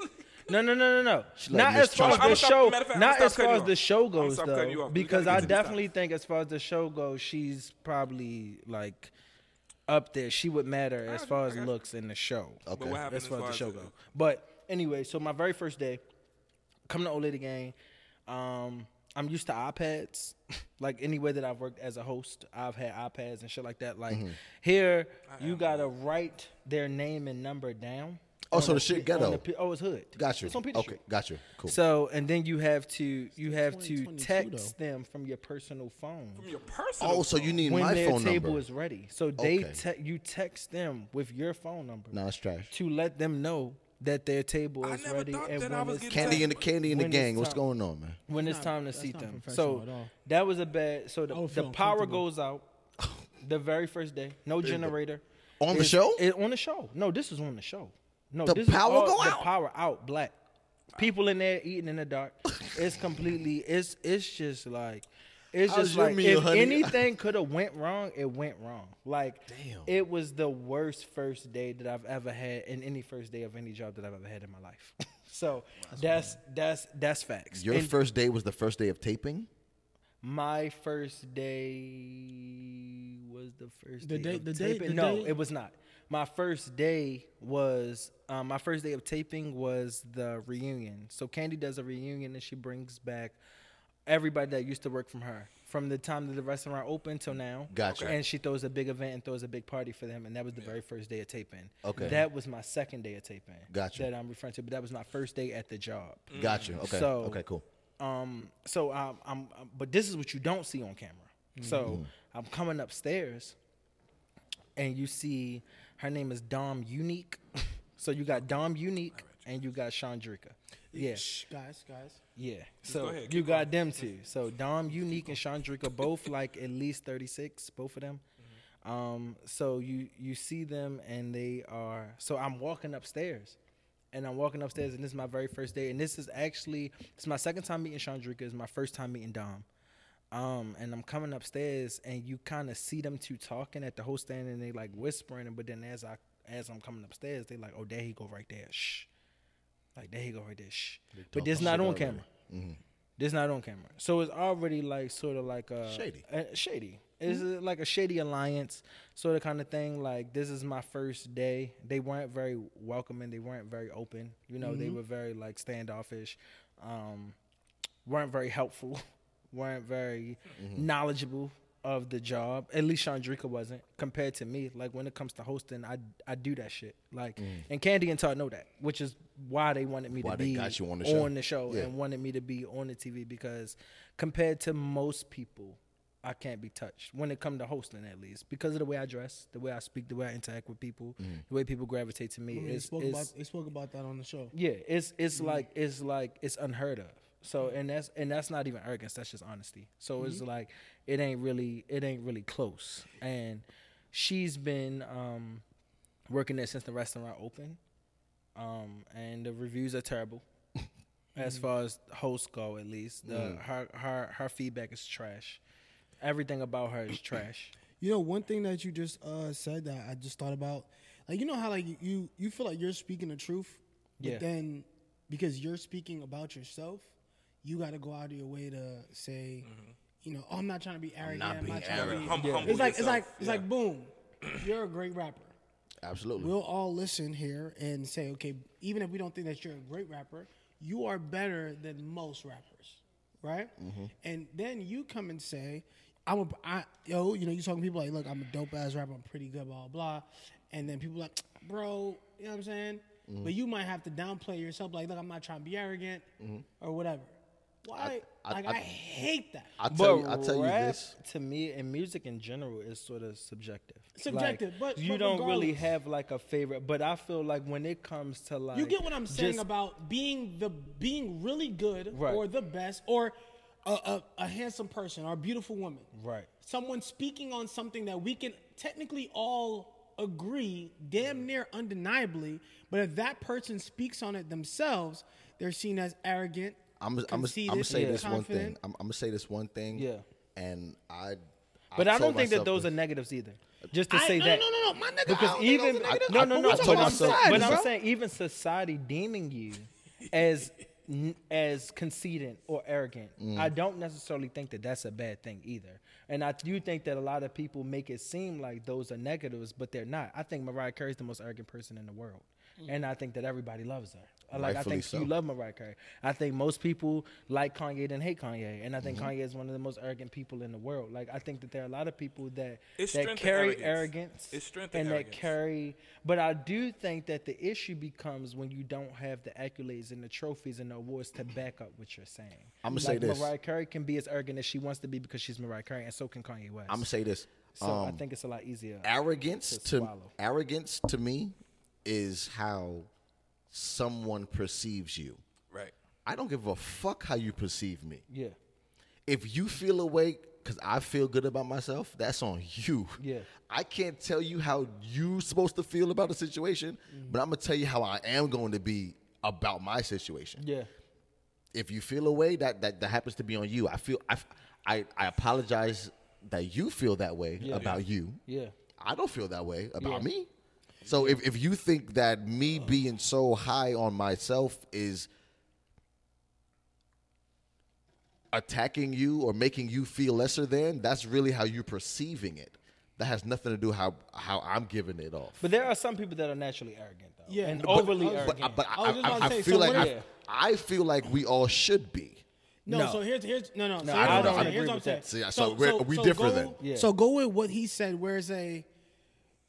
Speaker 4: No, no, no, no, no.
Speaker 3: like
Speaker 4: Not
Speaker 3: Miss
Speaker 4: as far as
Speaker 1: Trump. I'ma
Speaker 4: the
Speaker 1: stop-
Speaker 4: show.
Speaker 1: matter of fact, I'ma
Speaker 4: Not
Speaker 1: stop
Speaker 4: as far
Speaker 1: cutting
Speaker 4: as
Speaker 1: you
Speaker 4: the
Speaker 1: off.
Speaker 4: show
Speaker 1: I'ma
Speaker 4: goes,
Speaker 1: stop cutting you
Speaker 4: though,
Speaker 1: off. We
Speaker 4: because
Speaker 1: gotta
Speaker 4: I
Speaker 1: get to these
Speaker 4: definitely think as far as the show goes, she's probably like up there. She would matter as far as looks in the show.
Speaker 1: But what happened
Speaker 4: As far as the show
Speaker 1: the-
Speaker 4: goes. But anyway, so my very first day, coming to Olay the Game, um, I'm used to iPads. <laughs> like anywhere that I've worked as a host, I've had iPads and shit like that. Like
Speaker 3: Mm-hmm.
Speaker 4: here, you gotta write their name and number down.
Speaker 3: Oh,
Speaker 4: on
Speaker 3: so the shit
Speaker 4: pe- on
Speaker 3: ghetto.
Speaker 4: the pe- oh, it's hood.
Speaker 3: Got you.
Speaker 4: It's on Peter
Speaker 3: okay,
Speaker 4: Street.
Speaker 3: got you. Cool.
Speaker 4: So and then you have to you have to
Speaker 2: 2022
Speaker 4: text them from your personal phone
Speaker 1: From your personal.
Speaker 3: oh, so you need
Speaker 4: when
Speaker 3: my
Speaker 4: their
Speaker 3: phone
Speaker 4: table
Speaker 3: number.
Speaker 4: is ready. So they
Speaker 3: Okay.
Speaker 4: te- you text them with your phone number
Speaker 3: nah, it's trash.
Speaker 4: to let them know that their table
Speaker 1: I
Speaker 4: is
Speaker 1: never
Speaker 4: ready
Speaker 1: thought
Speaker 4: and
Speaker 1: that
Speaker 4: when,
Speaker 1: I was
Speaker 4: it's,
Speaker 1: getting-
Speaker 3: Candy and the candy and the
Speaker 4: When it's
Speaker 3: gang. What's
Speaker 4: time.
Speaker 3: going on, man?
Speaker 4: when it's
Speaker 2: not-
Speaker 4: time to
Speaker 2: that's
Speaker 4: see
Speaker 2: not
Speaker 4: them.
Speaker 2: professional
Speaker 4: So
Speaker 2: at all.
Speaker 4: that was a bad. So the,
Speaker 2: I would
Speaker 4: the
Speaker 2: feel
Speaker 4: power
Speaker 2: uncomfortable.
Speaker 4: goes out the very first day. No generator
Speaker 3: On the
Speaker 4: It's-
Speaker 3: show?
Speaker 4: it- on the show. No, this is on the show. No,
Speaker 3: The
Speaker 4: this is
Speaker 3: power
Speaker 4: all-
Speaker 3: go
Speaker 4: the
Speaker 3: out?
Speaker 4: Power out. Black people in there eating in the dark. It's completely. It's it's just like. It's
Speaker 3: How's
Speaker 4: just
Speaker 3: your
Speaker 4: like
Speaker 3: meal,
Speaker 4: if
Speaker 3: honey?
Speaker 4: anything could have went wrong, it went wrong. Like
Speaker 3: Damn.
Speaker 4: it was the worst first day that I've ever had in any first day of any job that I've ever had in my life. <laughs> so that's that's that's facts.
Speaker 3: Your
Speaker 4: And-
Speaker 3: first day was the first day of taping.
Speaker 4: my first day was the first
Speaker 2: The
Speaker 4: day.
Speaker 2: day-
Speaker 4: of
Speaker 2: the day-
Speaker 4: taping.
Speaker 2: the
Speaker 4: no,
Speaker 2: day-
Speaker 4: it was not. My first day was um, my first day of taping was the reunion. So Candy does a reunion and she brings back everybody that used to work from her from the time that the restaurant opened till now.
Speaker 3: Gotcha.
Speaker 4: And she throws a big event and throws a big party for them, and that was the very first day of taping.
Speaker 3: Okay.
Speaker 4: That was my second day of taping.
Speaker 3: Gotcha.
Speaker 4: That I'm referring to, but that was my first day at the job.
Speaker 3: Got you. Okay.
Speaker 4: Mm-hmm. So-
Speaker 3: okay. Cool.
Speaker 4: Um, so I'm, I'm, I'm- but this is what you don't see on camera. So I'm coming upstairs, and you see her name is Dom Unique. <laughs> so you got Dom Unique, and you got Chandrika. Yeah,
Speaker 2: Shh, guys, guys.
Speaker 4: yeah. So
Speaker 1: ahead, keep
Speaker 4: you
Speaker 1: <laughs>
Speaker 4: got them two. So Dom Unique and Chandrika both like at least 36, both of them.
Speaker 1: Mm-hmm.
Speaker 4: Um, so you you see them and they are so I'm walking upstairs. And I'm walking upstairs and this is my very first day. And this is actually it's my second time meeting Chandrika, it's my first time meeting Dom. Um, and I'm coming upstairs and you kind of see them two talking at the host stand and they like whispering, but then as I as I'm coming upstairs, they like, oh there he go right there. Shh. Like there he go right there. Shh. But this not on camera.
Speaker 1: Mm-hmm.
Speaker 4: This not on camera. So it's already like sort of like a
Speaker 3: Shady. Mm-hmm.
Speaker 4: a- shady. It's uh, like a shady alliance sort of kind of thing. Like this is my first day. They weren't very welcoming. They weren't very open. You know,
Speaker 3: Mm-hmm.
Speaker 4: they were very like standoffish. <laughs>
Speaker 3: Mm-hmm.
Speaker 4: Um, weren't very helpful. weren't very knowledgeable. of the job. At least Chandrika wasn't compared to me. Like when it comes to hosting, I I do that shit. Like and Candy and Todd know that, which is why they wanted me
Speaker 3: Mm. Why
Speaker 4: to
Speaker 3: they
Speaker 4: be
Speaker 3: got you on the show.
Speaker 4: show
Speaker 3: Yeah.
Speaker 4: and wanted me to be on the TV because compared to most people, I can't be touched when it comes to hosting at least because of the way I dress, the way I speak, the way I interact with people, the way people gravitate to me.
Speaker 2: They
Speaker 4: It's-
Speaker 2: spoke,
Speaker 4: it's-
Speaker 2: about, they spoke about that on the show.
Speaker 4: yeah, it's it's like it's like it's unheard of. So and that's and that's not even arrogance. That's just honesty. So it's like it ain't really it ain't really close. And she's been um, working there since the restaurant opened, um, and the reviews are terrible. As far as hosts go, at least the her her her feedback is trash. Everything about her is trash.
Speaker 2: You know, one thing that you just uh, said that I just thought about, like you know how like you you feel like you're speaking the truth, but
Speaker 4: Yeah.
Speaker 2: then because you're speaking about yourself, you got to go out of your way to say, you know, oh, I'm not trying to be arrogant. I'm not,
Speaker 3: being
Speaker 2: trying
Speaker 1: Yeah,
Speaker 2: to be.
Speaker 1: hum- humble
Speaker 2: It's like it's
Speaker 1: yourself.
Speaker 2: like it's
Speaker 1: Yeah.
Speaker 2: like boom, you're a great rapper.
Speaker 3: Absolutely.
Speaker 2: We'll all listen here and say, okay, even if we don't think that you're a great rapper, you are better than most rappers, right?
Speaker 3: Mm-hmm.
Speaker 2: And then you come and say, I'm a, I, yo, you know, you talking to people like, look, I'm a dope ass rapper, I'm pretty good, blah, blah, blah. And then people like, bro, you know what I'm saying?
Speaker 3: Mm-hmm.
Speaker 2: But you might have to downplay yourself, like, look, I'm not trying to be arrogant or whatever. Why?
Speaker 3: Mm-hmm. I-
Speaker 2: like, I,
Speaker 3: I-
Speaker 2: hate that.
Speaker 3: I tell you,
Speaker 4: but
Speaker 3: I tell you
Speaker 4: rap,
Speaker 3: this.
Speaker 4: to me and music in general is sort of subjective.
Speaker 2: Subjective,
Speaker 4: Like,
Speaker 2: but-
Speaker 4: you
Speaker 2: but
Speaker 4: don't really
Speaker 2: regardless.
Speaker 4: have like a favorite. But I feel like when it comes to like
Speaker 2: You get what I'm saying
Speaker 4: just-
Speaker 2: about being the being really good
Speaker 4: Right.
Speaker 2: or the best or a, a, a handsome person or a beautiful woman.
Speaker 4: Right.
Speaker 2: Someone speaking on something that we can technically all agree damn near undeniably, but if that person speaks on it themselves, they're seen as arrogant.
Speaker 3: I'm I'm I'm gonna
Speaker 2: conceited,
Speaker 3: say this one thing.
Speaker 2: confident.
Speaker 3: I'm, I'm gonna say this one thing.
Speaker 4: Yeah.
Speaker 3: And I.
Speaker 4: But I, don't
Speaker 3: told
Speaker 4: think that
Speaker 3: myself
Speaker 4: those
Speaker 3: this.
Speaker 4: are negatives either. Just to
Speaker 2: I-
Speaker 4: say
Speaker 2: no,
Speaker 4: that.
Speaker 2: no, no, no, my nigga, I
Speaker 4: Because
Speaker 2: don't think those
Speaker 4: even
Speaker 2: are negatives.
Speaker 4: no,
Speaker 2: I- but
Speaker 4: no, no.
Speaker 2: we
Speaker 4: But,
Speaker 2: talking
Speaker 4: I'm
Speaker 2: about
Speaker 4: saying,
Speaker 2: society,
Speaker 4: but I'm
Speaker 2: bro.
Speaker 4: saying even society deeming you as n- as conceited or arrogant.
Speaker 3: Mm.
Speaker 4: I don't necessarily think that that's a bad thing either. And I do think that a lot of people make it seem like those are negatives, but they're not. I think Mariah Carey is the most arrogant person in the world, and I think that everybody loves her. I Like I
Speaker 3: Mm. Rightfully
Speaker 4: think
Speaker 3: so.
Speaker 4: you love Mariah Carey. I think most people like Kanye than hate Kanye, and I
Speaker 3: Mm-hmm.
Speaker 4: think Kanye is one of the most arrogant people in the world. Like I think that there are a lot of people that
Speaker 1: It's
Speaker 4: that
Speaker 1: strength and
Speaker 4: carry
Speaker 1: arrogance. It's strength and
Speaker 4: and
Speaker 1: arrogance.
Speaker 4: that carry. But I do think that the issue becomes when you don't have the accolades and the trophies and the awards to back up what you're saying.
Speaker 3: I'ma
Speaker 4: like
Speaker 3: say this.
Speaker 4: Mariah Carey can be as arrogant as she wants to be because she's Mariah Carey, and so can Kanye West.
Speaker 3: I'm gonna say this.
Speaker 4: so
Speaker 3: um,
Speaker 4: I think it's a lot easier.
Speaker 3: arrogance
Speaker 4: to
Speaker 3: to,
Speaker 4: swallow.
Speaker 3: arrogance to me is how someone perceives you.
Speaker 1: Right.
Speaker 3: I don't give a fuck how you perceive me.
Speaker 4: yeah,
Speaker 3: If you feel awake because I feel good about myself, that's on you.
Speaker 4: Yeah.
Speaker 3: I can't tell you how you supposed to feel about the situation,
Speaker 4: Mm-hmm.
Speaker 3: but I'm gonna tell you how I am going to be about my situation
Speaker 4: yeah,
Speaker 3: if you feel a way that that, that happens to be on you i feel I, I i apologize that you feel that way about you
Speaker 4: Yeah.
Speaker 3: i don't feel that way about
Speaker 4: Yeah.
Speaker 3: me so if, if you think that me being so high on myself is attacking you or making you feel lesser than that's really how you're perceiving it that has nothing to do how how i'm giving it off
Speaker 4: but there are some people that are naturally arrogant though.
Speaker 2: Yeah.
Speaker 4: and
Speaker 2: But-
Speaker 4: overly
Speaker 2: but-
Speaker 3: but, I-
Speaker 4: arrogant.
Speaker 3: but
Speaker 2: I was just
Speaker 3: I,
Speaker 2: about to
Speaker 3: I,
Speaker 2: say,
Speaker 3: I
Speaker 2: so
Speaker 3: feel like
Speaker 2: what
Speaker 3: I,
Speaker 4: if-
Speaker 3: I feel like we all should be
Speaker 2: No,
Speaker 4: No.
Speaker 2: so here's here's no no. so here's
Speaker 4: I
Speaker 2: what I'm
Speaker 4: don't
Speaker 2: saying,
Speaker 4: agree
Speaker 2: here's what I'm
Speaker 4: with
Speaker 2: saying.
Speaker 4: that.
Speaker 3: So, yeah, so we're- we differ
Speaker 2: go,
Speaker 3: then.
Speaker 4: Yeah.
Speaker 2: So go with what he said, where it's a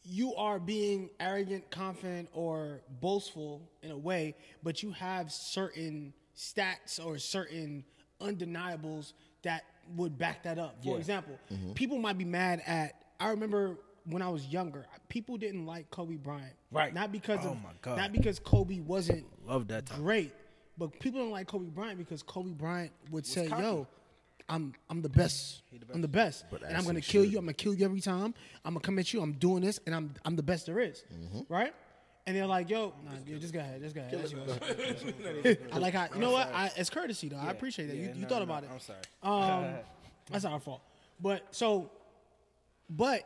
Speaker 2: you are being arrogant, confident, or boastful in a way, but you have certain stats or certain undeniables that would back that up. For
Speaker 4: Yeah.
Speaker 2: example, people might be mad at. I remember when I was younger, people didn't like Kobe Bryant,
Speaker 4: Right.
Speaker 2: Not because
Speaker 4: Oh
Speaker 2: of
Speaker 4: my God.
Speaker 2: not because Kobe wasn't
Speaker 4: Love that time.
Speaker 2: great, but people don't like Kobe Bryant because Kobe Bryant would say, "Yo, I'm I'm the best. I'm the best, and I'm
Speaker 3: as
Speaker 2: gonna
Speaker 3: he
Speaker 2: kill
Speaker 3: should.
Speaker 2: you. I'm gonna kill you every time. I'm gonna come at you. I'm doing this, and I'm I'm the best there is. right?" And they're like, "Yo, nah, dude, just go ahead, just go ahead." That's yours. I like how you know what? I, it's courtesy though. I appreciate that. you
Speaker 4: Yeah,
Speaker 2: you
Speaker 4: no,
Speaker 2: thought
Speaker 4: no,
Speaker 2: about it.
Speaker 4: I'm sorry. <laughs>
Speaker 2: Um, that's our fault. But so, but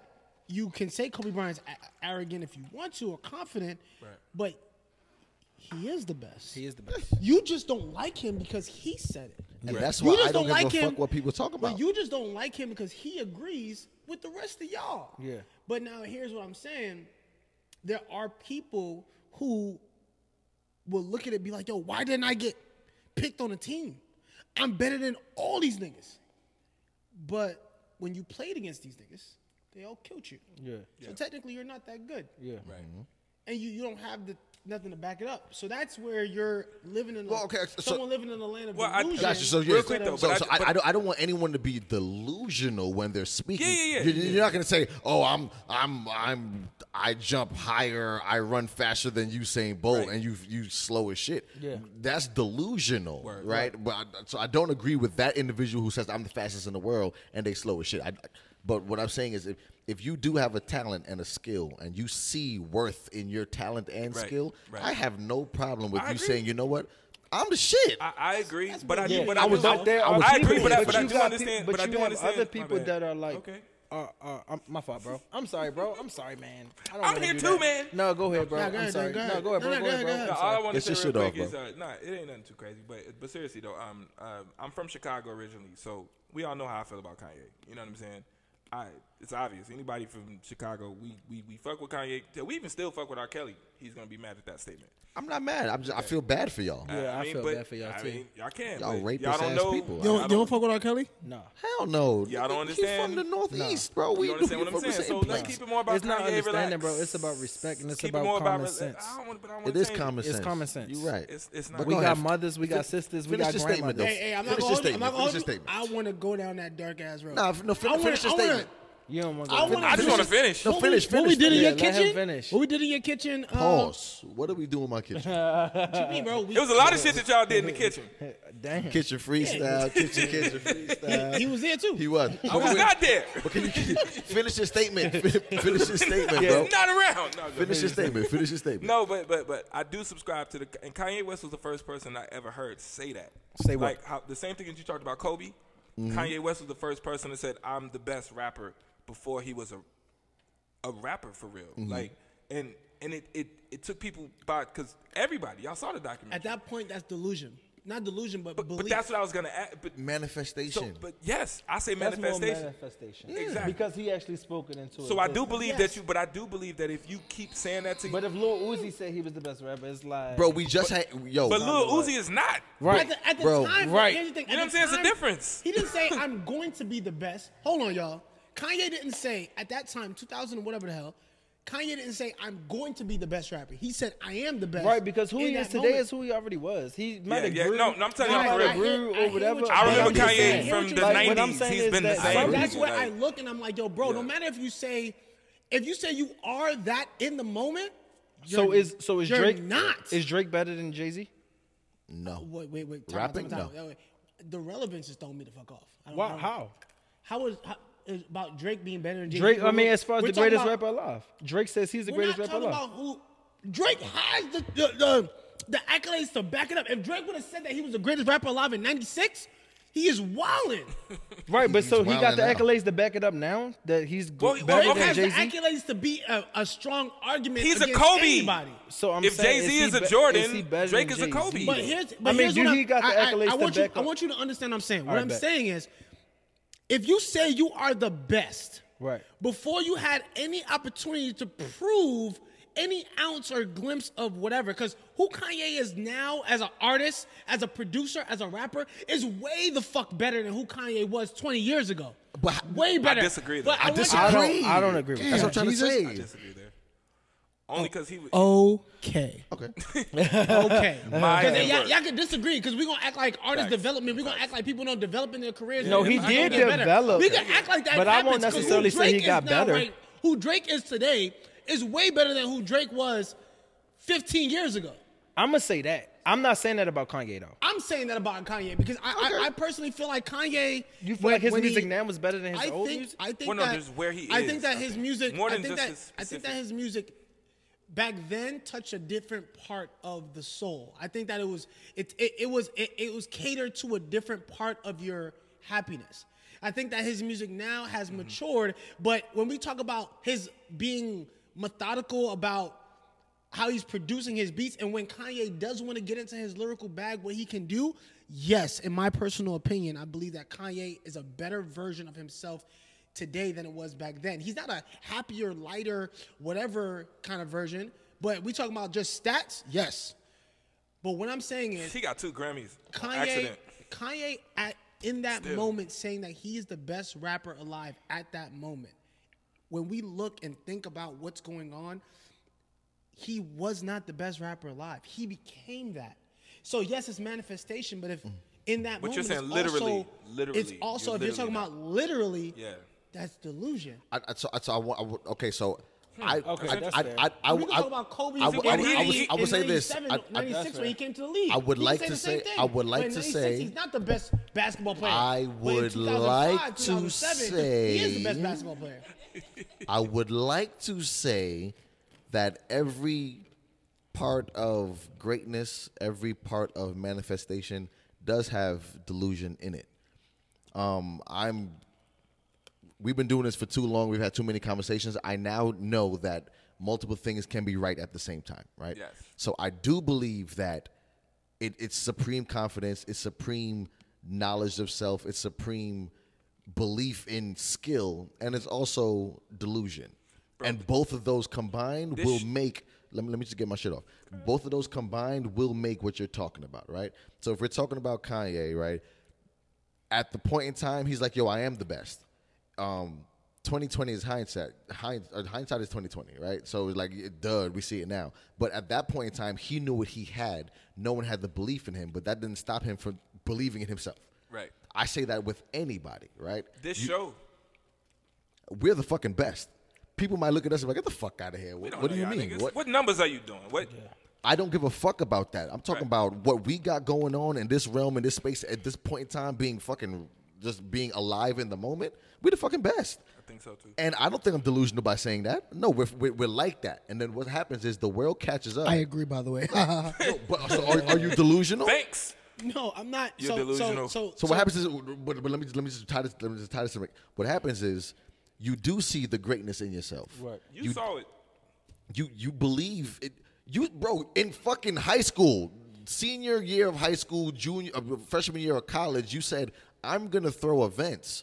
Speaker 2: you can say Kobe Bryant's a- arrogant if you want to or confident, but he is the best.
Speaker 4: he is the best.
Speaker 2: You just don't like him because he said it.
Speaker 3: And that's
Speaker 2: You
Speaker 3: why
Speaker 2: just
Speaker 3: I don't,
Speaker 2: don't
Speaker 3: give
Speaker 2: like
Speaker 3: a
Speaker 2: him,
Speaker 3: fuck what people talk about.
Speaker 2: But you just don't like him because he agrees with the rest of y'all.
Speaker 4: Yeah.
Speaker 2: But now here's what I'm saying. There are people who will look at it and be like, yo, why didn't I get picked on a team? I'm better than all these niggas. But when you played against these niggas, they all killed you.
Speaker 4: Yeah.
Speaker 2: So technically, you're not that good,
Speaker 4: Yeah.
Speaker 1: Right.
Speaker 2: Mm-hmm. and you, you don't have the nothing to back it up. So that's where you're living in. A,
Speaker 3: Well, okay, so-
Speaker 2: someone living in a land of
Speaker 1: Well, I-
Speaker 2: illusion.
Speaker 3: Gotcha. So, yeah.
Speaker 1: Real quick, though,
Speaker 3: so,
Speaker 1: but
Speaker 3: so
Speaker 1: I-
Speaker 3: I, I, don't, I don't want anyone to be delusional when they're speaking.
Speaker 1: Yeah, yeah, yeah,
Speaker 3: You're, you're not gonna say, "Oh, I'm, I'm, I'm, I jump higher, I run faster than Usain Bolt,
Speaker 1: Right.
Speaker 3: and you, you slow as shit."
Speaker 4: Yeah.
Speaker 3: that's delusional,
Speaker 1: Word.
Speaker 3: right? But I, so I don't agree with that individual who says I'm the fastest in the world and they slow as shit. I, but what I'm saying is, if, if you do have a talent and a skill, and you see worth in your talent and
Speaker 1: Right,
Speaker 3: skill,
Speaker 1: right.
Speaker 3: I have no problem with
Speaker 1: I
Speaker 3: you
Speaker 1: agree.
Speaker 3: saying, "You know what? I'm the shit."
Speaker 1: I, I agree, but I,
Speaker 4: Yeah,
Speaker 1: do, but
Speaker 4: I
Speaker 1: I,
Speaker 4: was
Speaker 1: do,
Speaker 4: out there.
Speaker 1: I,
Speaker 4: I was
Speaker 1: agree,
Speaker 4: people.
Speaker 1: but I, but I
Speaker 4: you
Speaker 1: do
Speaker 4: got
Speaker 1: understand.
Speaker 4: peop-
Speaker 1: but I
Speaker 4: you
Speaker 1: do
Speaker 4: have
Speaker 1: understand.
Speaker 4: other
Speaker 1: my
Speaker 4: people
Speaker 1: bad.
Speaker 4: that are like,
Speaker 1: okay.
Speaker 4: uh, uh, I'm, my fault, bro. I'm sorry, bro. I'm sorry, man. I don't
Speaker 1: I'm
Speaker 4: wanna
Speaker 1: here
Speaker 4: do
Speaker 1: too,
Speaker 4: that.
Speaker 1: man.
Speaker 4: No, go ahead, bro.
Speaker 2: Nah, go
Speaker 4: I'm
Speaker 2: ahead,
Speaker 4: sorry.
Speaker 2: go
Speaker 4: No,
Speaker 2: ahead.
Speaker 4: go ahead,
Speaker 2: No,
Speaker 4: bro.
Speaker 2: no,
Speaker 4: go ahead,
Speaker 2: go
Speaker 4: bro.
Speaker 2: ahead,
Speaker 1: No,
Speaker 2: go
Speaker 4: I'm
Speaker 2: ahead.
Speaker 1: all I
Speaker 4: sorry.
Speaker 1: want to
Speaker 3: Get
Speaker 1: say
Speaker 3: your
Speaker 1: real
Speaker 3: shit
Speaker 1: quick
Speaker 3: off,
Speaker 1: is
Speaker 3: bro.
Speaker 1: uh, nah, it ain't nothing too crazy. But uh, but seriously though, um, uh, I'm from Chicago originally, so we all know how I feel about Kanye. You know what I'm saying? I it's obvious. Anybody from Chicago, we we, we fuck with Kanye. We even still fuck with R. Kelly. He's gonna be mad at that statement.
Speaker 3: I'm not mad. I'm just, I feel bad for y'all.
Speaker 4: Yeah, I feel bad for y'all,
Speaker 1: I
Speaker 4: too.
Speaker 1: mean, y'all can.
Speaker 3: Y'all
Speaker 1: but
Speaker 3: rapist
Speaker 1: y'all don't
Speaker 3: ass
Speaker 1: know.
Speaker 3: people.
Speaker 1: I-
Speaker 2: You
Speaker 1: I
Speaker 2: don't, you don't
Speaker 1: don't-
Speaker 2: fuck with R. Kelly?
Speaker 4: No.
Speaker 3: Hell no.
Speaker 1: Y'all don't
Speaker 3: He's from
Speaker 1: understand?
Speaker 3: the northeast, bro. We
Speaker 1: You understand
Speaker 3: we
Speaker 1: what I'm
Speaker 3: from the
Speaker 1: saying?
Speaker 3: same
Speaker 1: So let's
Speaker 3: place.
Speaker 1: keep it more about
Speaker 4: It's not
Speaker 1: Kanye,
Speaker 4: understanding,
Speaker 1: relax.
Speaker 4: bro. It's about respect and it's
Speaker 1: Keep it
Speaker 4: about
Speaker 1: more about
Speaker 4: common
Speaker 1: rela-
Speaker 4: sense.
Speaker 1: I don't want, but I want
Speaker 3: It
Speaker 1: to
Speaker 3: is
Speaker 1: change
Speaker 3: common
Speaker 4: It's
Speaker 3: sense.
Speaker 4: common sense.
Speaker 3: You're right.
Speaker 1: It's, it's
Speaker 3: But
Speaker 1: not.
Speaker 3: go
Speaker 4: We
Speaker 3: ahead.
Speaker 4: got mothers, we got sisters, we
Speaker 3: Finish
Speaker 4: got
Speaker 3: your statement,
Speaker 4: grandmothers.
Speaker 3: though.
Speaker 2: Hey, hey, I'm not
Speaker 3: Finish
Speaker 2: gonna
Speaker 3: your
Speaker 2: hold you. I'm not
Speaker 3: statement.
Speaker 2: gonna hold you.
Speaker 3: Finish
Speaker 2: I
Speaker 3: your
Speaker 2: want to go down that dark ass road.
Speaker 3: Nah, f- no, fin-
Speaker 2: I wanna-
Speaker 3: finish your
Speaker 2: I wanna-
Speaker 3: statement.
Speaker 4: You don't want to
Speaker 2: I
Speaker 4: go.
Speaker 2: wanna-
Speaker 1: I just want to finish.
Speaker 3: No,
Speaker 2: what
Speaker 3: finish,
Speaker 2: we, What we
Speaker 3: finish,
Speaker 2: did in your
Speaker 4: finish. Yeah, let him
Speaker 2: kitchen?
Speaker 4: finish.
Speaker 2: What we did in your kitchen? uh,
Speaker 3: Pause. What do we do in my
Speaker 4: <laughs>
Speaker 3: kitchen?
Speaker 2: what you mean, bro? We,
Speaker 1: It was a lot of shit that y'all did in the kitchen.
Speaker 4: Damn.
Speaker 3: kitchen freestyle. kitchen, kitchen freestyle.
Speaker 2: uh, he was there too.
Speaker 3: He
Speaker 4: <laughs>
Speaker 3: was.
Speaker 1: I was not there.
Speaker 3: But can you finish your statement? finish your statement,
Speaker 4: <laughs>
Speaker 3: bro.
Speaker 1: Not around. No,
Speaker 3: Finish your statement. Finish your statement.
Speaker 1: No, but but but I do subscribe to the and Kanye West was the first person I ever heard say that.
Speaker 4: Say what? Mm-hmm.
Speaker 1: Like how, the same thing that you talked about Kobe. Kanye West was the first person that said I'm the best rapper before he was a a rapper for real.
Speaker 4: Mm-hmm.
Speaker 1: Like and and it it, it took people by because everybody y'all saw the documentary.
Speaker 2: At that point, that's delusion. Not delusion, but,
Speaker 1: but,
Speaker 2: belief.
Speaker 1: but that's what I was gonna add. But so,
Speaker 3: Manifestation.
Speaker 1: but yes, I say
Speaker 4: That's more
Speaker 1: manifestation.
Speaker 4: manifestation.
Speaker 1: Exactly.
Speaker 4: Because he actually spoken into it.
Speaker 1: so I do believe that
Speaker 2: Yes.
Speaker 1: you, but I do believe that if you keep saying that to
Speaker 4: But
Speaker 1: you,
Speaker 4: if Lil Uzi said he was the best rapper, it's like
Speaker 3: bro, we just had. Yo.
Speaker 1: but Lil Uzi is not.
Speaker 2: At the, at the
Speaker 3: Bro,
Speaker 2: time,
Speaker 4: right.
Speaker 2: here's the thing,
Speaker 1: You know what
Speaker 2: at
Speaker 1: I'm
Speaker 2: the
Speaker 1: saying? It's a
Speaker 2: time,
Speaker 1: difference.
Speaker 2: He didn't say I'm going to be the best. Hold on, y'all. Kanye didn't say at that time, 2000 and whatever the hell. Kanye didn't say I'm going to be the best rapper. He said I am the best.
Speaker 4: Right, because who
Speaker 2: in
Speaker 4: he
Speaker 2: that
Speaker 4: is today
Speaker 2: moment.
Speaker 4: is who he already was. He might
Speaker 1: Yeah,
Speaker 4: have
Speaker 1: yeah.
Speaker 4: grew.
Speaker 1: No, no, I'm telling
Speaker 4: he
Speaker 1: you, I'm
Speaker 4: might
Speaker 1: for
Speaker 4: have
Speaker 1: real.
Speaker 4: grew
Speaker 2: I hear- I
Speaker 4: or whatever.
Speaker 2: hear
Speaker 1: I
Speaker 2: what
Speaker 1: remember Kanye
Speaker 2: you're saying. I hear
Speaker 1: from
Speaker 2: what
Speaker 1: the
Speaker 2: you're saying.
Speaker 4: Like, what I'm
Speaker 1: 90s.
Speaker 4: saying
Speaker 1: He's
Speaker 4: is
Speaker 1: been the
Speaker 4: that-
Speaker 1: same.
Speaker 2: So
Speaker 4: Right.
Speaker 2: that's where
Speaker 1: Like,
Speaker 2: I look and I'm like, yo, bro,
Speaker 1: Yeah.
Speaker 2: no matter if you say, if you say you are that in the moment,
Speaker 4: So
Speaker 2: you're-
Speaker 4: is so is
Speaker 2: you're
Speaker 4: Drake
Speaker 2: not.
Speaker 4: Is Drake better than Jay Z?
Speaker 3: No.
Speaker 2: wait, wait, wait. Time
Speaker 3: Rapping?
Speaker 2: Out, time out, time
Speaker 3: No.
Speaker 2: out. Wait, wait. The relevance is throwing me the fuck off. I don't- I
Speaker 4: Wow,
Speaker 2: don't-
Speaker 4: how?
Speaker 2: How is how, is about Drake being better than Jay-Z?
Speaker 4: Drake. I mean, as far as
Speaker 2: We're
Speaker 4: the
Speaker 2: talking
Speaker 4: greatest
Speaker 2: about-
Speaker 4: rapper alive, Drake says he's the
Speaker 2: We're
Speaker 4: greatest
Speaker 2: not
Speaker 4: rapper
Speaker 2: talking
Speaker 4: alive.
Speaker 2: about who. Drake has the the, the the accolades to back it up. If Drake would have said that he was the greatest rapper alive in '96, he is wildin'.
Speaker 4: Right, but so he got
Speaker 3: wilding
Speaker 4: the
Speaker 3: out.
Speaker 4: accolades to back it up now that he's g-
Speaker 1: Well,
Speaker 4: better
Speaker 1: well,
Speaker 2: Drake
Speaker 4: than
Speaker 2: has
Speaker 4: Jay
Speaker 2: the
Speaker 4: Z.
Speaker 2: accolades to be a, a strong argument.
Speaker 1: He's a
Speaker 2: against
Speaker 1: Kobe.
Speaker 2: Anybody.
Speaker 4: So I'm
Speaker 1: If
Speaker 4: saying,
Speaker 1: Jay-Z is a
Speaker 4: he be-
Speaker 1: Jordan,
Speaker 4: he better
Speaker 1: Drake
Speaker 4: than
Speaker 1: is a
Speaker 4: Jay-Z?
Speaker 1: Kobe.
Speaker 2: But here's, but
Speaker 4: I mean,
Speaker 2: here's
Speaker 4: do
Speaker 2: what
Speaker 4: he
Speaker 2: I,
Speaker 4: got the
Speaker 2: I- I-
Speaker 4: accolades
Speaker 2: I,
Speaker 4: to
Speaker 2: want you,
Speaker 4: back
Speaker 2: I
Speaker 4: up?
Speaker 2: want you to understand what I'm saying.
Speaker 4: All
Speaker 2: what
Speaker 4: right,
Speaker 2: I'm
Speaker 4: bet.
Speaker 2: saying is, if you say you are the best,
Speaker 4: Right.
Speaker 2: before you had any opportunity to prove any ounce or glimpse of whatever, because who Kanye is now as an artist, as a producer, as a rapper, is way the fuck better than who Kanye was 20 years ago.
Speaker 3: But-
Speaker 2: way better.
Speaker 1: disagree, though.
Speaker 2: But
Speaker 1: I
Speaker 2: want you-
Speaker 4: I don't. I don't agree with
Speaker 3: That's
Speaker 4: that.
Speaker 3: what I'm trying
Speaker 2: Jesus.
Speaker 3: to say.
Speaker 1: I disagree there.
Speaker 4: Oh.
Speaker 1: Only because he was.
Speaker 2: Okay.
Speaker 3: Okay.
Speaker 2: Okay.
Speaker 1: <laughs> My
Speaker 2: Because y'all,
Speaker 1: network.
Speaker 2: y'all can disagree because we're going to act like artist
Speaker 1: Facts.
Speaker 2: development. We're going to act like people don't develop in their careers.
Speaker 4: No,
Speaker 2: and
Speaker 4: he
Speaker 2: people don't
Speaker 4: did
Speaker 2: get better.
Speaker 4: develop.
Speaker 2: We can act like that.
Speaker 4: But I won't
Speaker 2: happens 'cause who
Speaker 4: necessarily say
Speaker 2: Drake
Speaker 4: he got
Speaker 2: is now,
Speaker 4: better.
Speaker 2: right- who Drake is today is way better than who Drake was 15 years ago.
Speaker 4: I'm gonna say that. I'm not saying that about Kanye though.
Speaker 2: I'm saying that about Kanye because I, I, I personally feel like Kanye.
Speaker 4: You feel
Speaker 2: when-
Speaker 4: like his
Speaker 2: when he-
Speaker 4: music now was better than his
Speaker 2: I
Speaker 4: old
Speaker 2: think,
Speaker 4: music?
Speaker 2: I think
Speaker 1: Well, no,
Speaker 2: that,
Speaker 1: there's where he
Speaker 2: I
Speaker 1: is,
Speaker 2: think that
Speaker 1: I
Speaker 2: his
Speaker 1: think.
Speaker 2: music.
Speaker 1: More
Speaker 2: I
Speaker 1: than
Speaker 2: think
Speaker 1: just
Speaker 2: that,
Speaker 1: his
Speaker 2: I think that
Speaker 1: specific-
Speaker 2: his music back then touched a different part of the soul. I think that it was it it, it was it, it was catered to a different part of your happiness. I think that his music now has
Speaker 1: Mm-hmm.
Speaker 2: matured, but when we talk about his being methodical about how he's producing his beats and when Kanye does want to get into his lyrical bag what he can do yes in my personal opinion I believe that Kanye is a better version of himself today than it was back then he's not a happier lighter whatever kind of version but we talking about just stats yes but what I'm saying is
Speaker 1: He got two Grammys. on
Speaker 2: Kanye
Speaker 1: Accident.
Speaker 2: Kanye at in that moment saying that he is the best rapper alive at that moment. When we look and think about what's going on, he was not the best rapper alive. He became that. So yes, it's manifestation, but if in that
Speaker 1: But
Speaker 2: moment,
Speaker 1: you're saying
Speaker 2: it's
Speaker 1: literally,
Speaker 2: also,
Speaker 1: literally,
Speaker 2: it's also
Speaker 1: you're
Speaker 2: if you're
Speaker 1: literally
Speaker 2: talking
Speaker 1: not-
Speaker 2: about literally,
Speaker 1: Yeah.
Speaker 2: that's delusion.
Speaker 3: I, I, so, I, so I, wa- I, wa- okay, so I,
Speaker 4: okay,
Speaker 3: I,
Speaker 4: that's
Speaker 3: I,
Speaker 4: fair.
Speaker 3: I, I,
Speaker 2: we can
Speaker 3: I,
Speaker 2: talk about Kobe.
Speaker 3: I,
Speaker 2: I,
Speaker 3: I, I,
Speaker 1: in
Speaker 3: I, would- I would say this. I, I,
Speaker 2: 96 when he came to the league.
Speaker 3: I would
Speaker 2: We can
Speaker 3: like
Speaker 2: the
Speaker 3: to
Speaker 2: same
Speaker 3: say-
Speaker 2: thing.
Speaker 3: I would like
Speaker 2: But in
Speaker 3: to
Speaker 2: 96,
Speaker 3: say-
Speaker 2: he's not the best basketball player.
Speaker 3: I
Speaker 2: But in
Speaker 3: would
Speaker 2: 2005,
Speaker 3: like to
Speaker 2: 2007, he is the
Speaker 3: say-
Speaker 2: best basketball player.
Speaker 3: I would like to say that every part of greatness, every part of manifestation does have delusion in it. Um, I'm we've been doing this for too long. We've had too many conversations. I now know that multiple things can be right at the same time, right?
Speaker 1: Yes.
Speaker 3: So I do believe that it, it's supreme confidence, it's supreme knowledge of self, it's supreme belief in skill, and it's also delusion. and both of those combined will make. Let me, let me just get my shit off. Both of those combined will make what you're talking about, right? So if we're talking about Kanye, right? at the point in time, he's like, "Yo, I am the best." Um, 2020 is hindsight. Hind, or hindsight is 2020, right? So it's like, yeah, duh, we see it now. But at that point in time, he knew what he had. No one had the belief in him, but that didn't stop him from believing in himself.
Speaker 1: Right.
Speaker 3: I say that with anybody, right?
Speaker 1: This show,
Speaker 3: We're the fucking best. People might look at us and be like, "Get the fuck out of here!"
Speaker 1: we
Speaker 3: What,
Speaker 1: don't
Speaker 3: what
Speaker 1: know
Speaker 3: do you
Speaker 1: y'all
Speaker 3: mean?
Speaker 1: niggas.
Speaker 3: What?
Speaker 1: What numbers are you doing? What?
Speaker 3: I don't give a fuck about that. I'm talking
Speaker 1: Right.
Speaker 3: about what we got going on in this realm in this space at this point in time, being fucking just being alive in the moment. We're the fucking best.
Speaker 1: I think so too.
Speaker 3: And I don't think I'm delusional by saying that. No, we're, we're, we're like that. And then what happens is the world catches up.
Speaker 2: agree, by the way.
Speaker 3: <laughs> No, but, so are, are you delusional?
Speaker 1: Thanks.
Speaker 2: no, I'm not.
Speaker 1: You're
Speaker 2: so,
Speaker 1: delusional.
Speaker 2: So, so,
Speaker 3: So what happens is, but, but let me just- let me just tie this let me just tie this. in. What happens is, you do see the greatness in yourself. Right.
Speaker 1: You, saw it.
Speaker 3: you you believe it you bro in fucking high school senior year of high school junior uh, freshman year of college you said i'm gonna throw events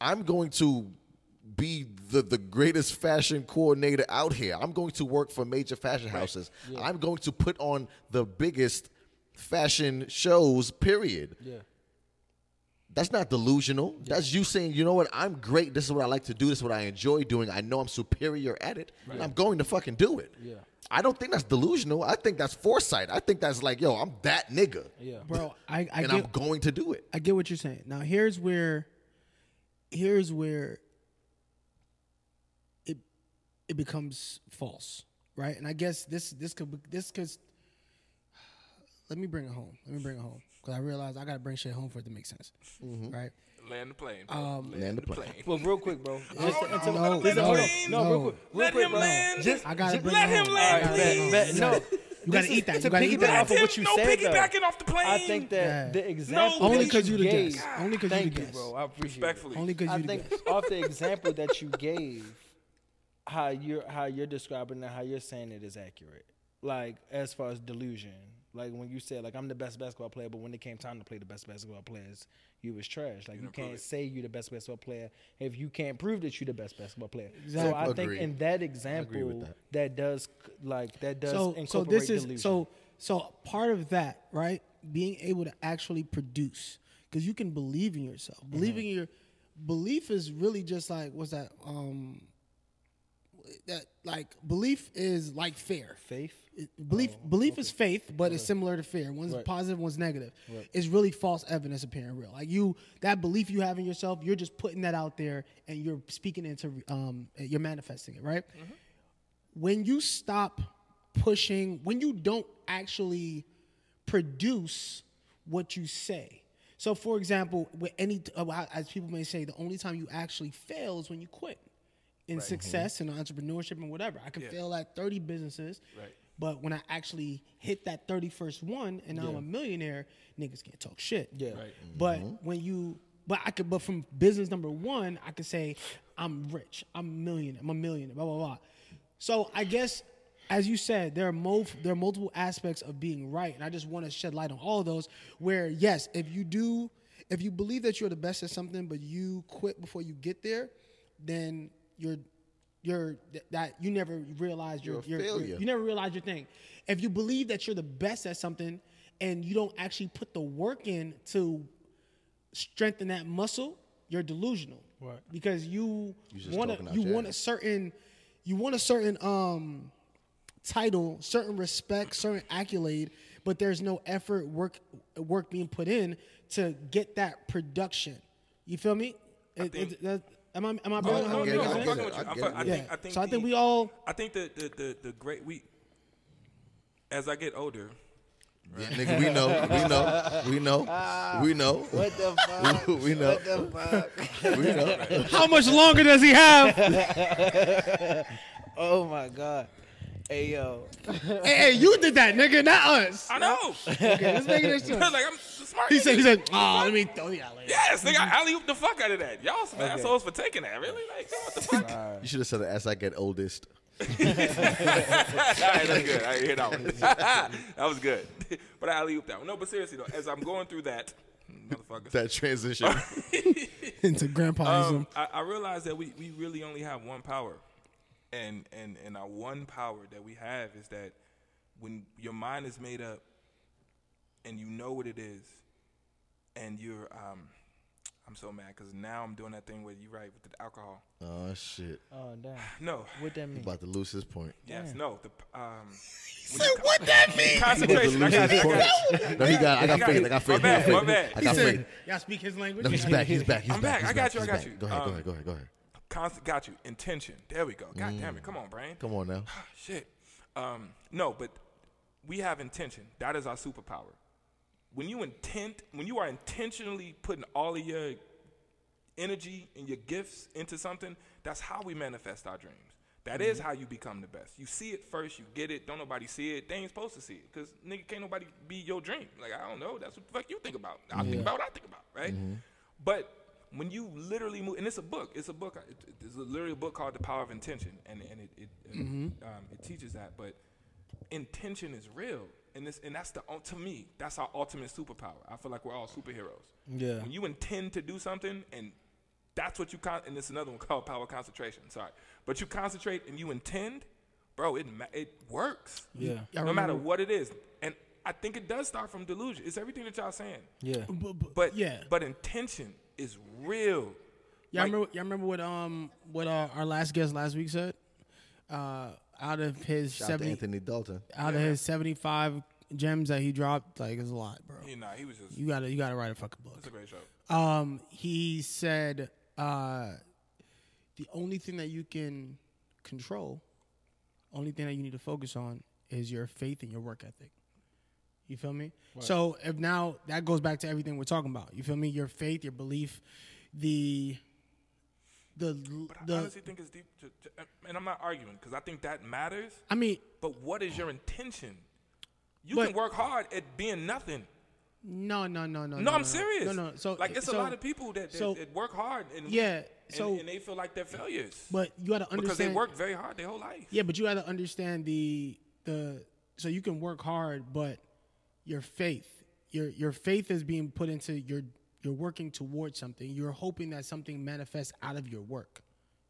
Speaker 3: i'm going to be the, the greatest fashion coordinator out here i'm going to work for major fashion houses i'm going to put on the biggest fashion shows period
Speaker 4: Yeah.
Speaker 3: that's not delusional. That's you saying, you know what, I'm great. This is what I like to do. This is what I enjoy doing. I know I'm superior at it. And I'm going to fucking do it.
Speaker 4: Yeah.
Speaker 3: I don't think that's delusional. I think that's foresight. I think that's like, yo, I'm that nigga.
Speaker 4: Yeah.
Speaker 2: bro, I, I
Speaker 3: and
Speaker 2: get,
Speaker 3: I'm going to do it.
Speaker 2: I get what you're saying. Now here's where here's where it it becomes false, right? And I guess this this could be- this could <sighs> let me bring it home. Let me bring it home because I realize I gotta bring shit home for it to make sense, right?
Speaker 1: Land the plane. bro. land,
Speaker 3: land
Speaker 1: the
Speaker 3: the
Speaker 1: plane.
Speaker 4: Well, real quick, bro. Just
Speaker 2: Oh,
Speaker 4: to- to-
Speaker 2: Um, no, no,
Speaker 4: listen, hold on.
Speaker 2: no,
Speaker 4: no, real quick, real
Speaker 1: Let
Speaker 4: quick,
Speaker 1: him
Speaker 4: bro.
Speaker 1: land.
Speaker 4: Just,
Speaker 2: I gotta
Speaker 4: just-
Speaker 2: bring
Speaker 1: let
Speaker 2: it
Speaker 1: him
Speaker 2: home.
Speaker 1: land,
Speaker 2: I gotta bring it
Speaker 1: please.
Speaker 2: home.
Speaker 4: Bet- bet- no.
Speaker 2: You gotta
Speaker 4: This is-
Speaker 2: eat that.
Speaker 4: To
Speaker 2: You gotta eat
Speaker 4: piggyback
Speaker 2: that.
Speaker 4: off of what you
Speaker 1: No
Speaker 4: said, though,
Speaker 1: piggybacking off the plane.
Speaker 4: I think that
Speaker 2: Yeah.
Speaker 4: the example
Speaker 1: Only
Speaker 4: that
Speaker 2: 'cause you the
Speaker 4: gave-
Speaker 2: guest. Only 'cause you
Speaker 4: Thank
Speaker 2: the
Speaker 4: you,
Speaker 2: guest.
Speaker 4: bro. I appreciate it.
Speaker 1: Respectfully.
Speaker 2: Only because
Speaker 4: I
Speaker 2: you the
Speaker 4: think
Speaker 2: best. <laughs>
Speaker 4: off the example that you gave, how you're how you're describing it, how you're saying it is accurate. Like as far as delusion, like when you said like I'm the best basketball player, but when it came time to play the best basketball players, you was trash. Like you, can't say you're the best basketball player if you can't prove that you're the best basketball player. So I
Speaker 3: Agreed.
Speaker 4: think in that example, that.
Speaker 3: that.
Speaker 4: does like that does
Speaker 2: so
Speaker 4: incorporate
Speaker 2: so this is
Speaker 4: delusion.
Speaker 2: so so part of that right being able to actually produce because you can believe in yourself
Speaker 4: Mm-hmm.
Speaker 2: believing in your belief is really just like what's that um that like belief is like fear
Speaker 4: faith. Oh,
Speaker 2: It- belief belief is faith but it's similar to fear one's positive one's negative it's really false evidence appearing real like you that belief you have in yourself you're just putting that out there and you're speaking into um you're manifesting it right
Speaker 4: Mm-hmm.
Speaker 2: when you stop pushing, when you don't actually produce what you say. So, for example, with any uh, well, as people may say, the only time you actually fail is when you quit in
Speaker 1: mhm.
Speaker 2: success and entrepreneurship and whatever. I could fail at thirty businesses,
Speaker 1: Right.
Speaker 2: but when I actually hit that thirty-first one and now I'm a millionaire, niggas can't talk shit.
Speaker 4: Yeah.
Speaker 1: Right.
Speaker 2: But
Speaker 3: Mm-hmm.
Speaker 2: when you, but I could, but from business number one, I could say, I'm rich, I'm a million, I'm a millionaire, blah blah blah. So I guess, as you said, there are mo- there are multiple aspects of being right, and I just want to shed light on all of those. Where yes, if you do, if you believe that you're the best at something, but you quit before you get there, then you're you're th- that you never realize your
Speaker 3: a
Speaker 2: your- your-
Speaker 3: failure.
Speaker 2: you never realize your thing. If you believe that you're the best at something and you don't actually put the work in to strengthen that muscle, you're delusional.
Speaker 4: Right.
Speaker 2: Because you
Speaker 3: just
Speaker 2: want
Speaker 3: talking
Speaker 2: to
Speaker 3: out
Speaker 2: you
Speaker 3: your
Speaker 2: want a
Speaker 3: ass.
Speaker 2: certain you want a certain um title, certain respect, certain accolade, but there's no effort work work being put in to get that production. You feel me? It-
Speaker 1: think-
Speaker 2: it- that- am I am I
Speaker 1: No,
Speaker 2: bringing
Speaker 1: no,
Speaker 3: get
Speaker 1: no,
Speaker 3: it, I
Speaker 1: I'm
Speaker 3: get
Speaker 1: fucking
Speaker 3: it,
Speaker 1: with you.
Speaker 3: I
Speaker 1: I
Speaker 3: get
Speaker 1: fuck-
Speaker 3: it.
Speaker 1: I
Speaker 2: Yeah.
Speaker 1: think I think
Speaker 2: so I think
Speaker 1: the-
Speaker 2: we all
Speaker 1: I think the the the, the great we as I get older,
Speaker 3: Yeah, nigga, we know, we know, we know, we know. What
Speaker 4: <laughs>
Speaker 3: the fuck? <laughs> we know. What the fuck? We
Speaker 2: <laughs>
Speaker 3: know.
Speaker 2: How much longer does he have? hey,
Speaker 4: Oh my god. Hey yo.
Speaker 2: hey, you did that, nigga, not us.
Speaker 1: I know.
Speaker 2: <laughs> Okay, let's make
Speaker 1: <laughs>
Speaker 2: it this choice.
Speaker 1: like I'm smart.
Speaker 2: He said, he
Speaker 1: nigga.
Speaker 2: said, oh, let me throw you out later.
Speaker 1: Yes, nigga, I alley ooped the fuck out of that. Y'all some assholes for taking that. Really? Like, nigga, what the fuck? <laughs> All
Speaker 3: You should have said, "As I get oldest."
Speaker 1: right, that's good. I hear that one. <laughs> that was good. <laughs> But I alley ooped that one. No, but seriously though, as I'm going through that, <laughs> motherfucker.
Speaker 3: That transition.
Speaker 2: Into grandpaism.
Speaker 1: Um, I, I realized that we, we really only have one power, and and and our one power that we have is that when your mind is made up, and you know what it is, and you're um, I'm so mad because now I'm doing that thing where you right with the alcohol.
Speaker 3: oh shit!
Speaker 4: Oh damn.
Speaker 1: No,
Speaker 4: What that mean?
Speaker 3: About to lose his point.
Speaker 1: yes, no. The um, <laughs>
Speaker 2: what that mean?
Speaker 1: concentration. I got it. I got it.
Speaker 3: <laughs> No, he got. I got faith. I got faith.
Speaker 1: My bad,
Speaker 3: I got
Speaker 1: my
Speaker 3: faith.
Speaker 1: bad.
Speaker 3: I
Speaker 2: He
Speaker 3: got
Speaker 2: said,
Speaker 3: faith.
Speaker 2: y'all speak his language.
Speaker 3: No, he's back. He's back. He's
Speaker 1: I'm
Speaker 3: back.
Speaker 1: back. I
Speaker 3: he's
Speaker 1: got
Speaker 3: back,
Speaker 1: you, I
Speaker 3: he's
Speaker 1: got
Speaker 3: back.
Speaker 1: you.
Speaker 3: Go ahead. Go
Speaker 1: Um,
Speaker 3: ahead. Go ahead. Go ahead.
Speaker 1: Cons- got you. Intention. There we go. God damn it. Come on, brain.
Speaker 3: Come on now.
Speaker 1: <sighs> Shit. Um, no, but we have intention. That is our superpower. When you intent, when you are intentionally putting all of your energy and your gifts into something, that's how we manifest our dreams. That is how you become the best. You see it first, you get it. Don't nobody see it. They ain't supposed to see it, cause nigga can't nobody be your dream. Like I don't know. That's what the fuck you think about. I think about what I think about, right? But when you literally move, and it's a book. It's a book. It, it- it's a literally a book called The Power of Intention, and and it it, um, it teaches that. But intention is real, and this and that's the ul- to me that's our ultimate superpower. I feel like we're all superheroes.
Speaker 4: Yeah.
Speaker 1: When you intend to do something and that's what you con and it's another one called power concentration sorry but you concentrate and you intend bro it ma- it works
Speaker 4: Yeah.
Speaker 1: no matter what it is and i think it does start from delusion it's everything that y'all saying
Speaker 4: Yeah.
Speaker 1: but
Speaker 2: yeah.
Speaker 1: but intention is real Like-
Speaker 2: Y'all remember? Y'all remember what um what uh, our last guest last week said? Uh, out of his
Speaker 3: Shout out to
Speaker 2: seventy,
Speaker 3: Anthony Dalton.
Speaker 2: out of his seventy-five gems that he dropped, like it's a lot, bro.
Speaker 1: you know he was just
Speaker 2: You gotta, you gotta write a fucking book.
Speaker 1: it's a great show
Speaker 2: Um, he said, uh, the only thing that you can control, only thing that you need to focus on is your faith and your work ethic. You feel me? So if now that goes back to everything we're talking about. You feel me? Your faith, your belief, the the
Speaker 1: but i
Speaker 2: the.
Speaker 1: honestly think it's deep to, to- and i'm not arguing because i think that matters
Speaker 2: I mean,
Speaker 1: but what is your intention you
Speaker 2: But-
Speaker 1: can work hard at being nothing
Speaker 2: no, no, no, no.
Speaker 1: No, I'm serious.
Speaker 2: No, no. So
Speaker 1: like, it's
Speaker 2: so-
Speaker 1: a lot of people that, that,
Speaker 2: so-
Speaker 1: that work hard and
Speaker 2: Yeah,
Speaker 1: and,
Speaker 2: so-
Speaker 1: and they feel like they're failures
Speaker 2: But you gotta understand
Speaker 1: because they worked very hard their whole life.
Speaker 2: Yeah, but you got to understand the the so you can work hard, but your faith, your your faith is being put into your you're working towards something. You're hoping that something manifests out of your work.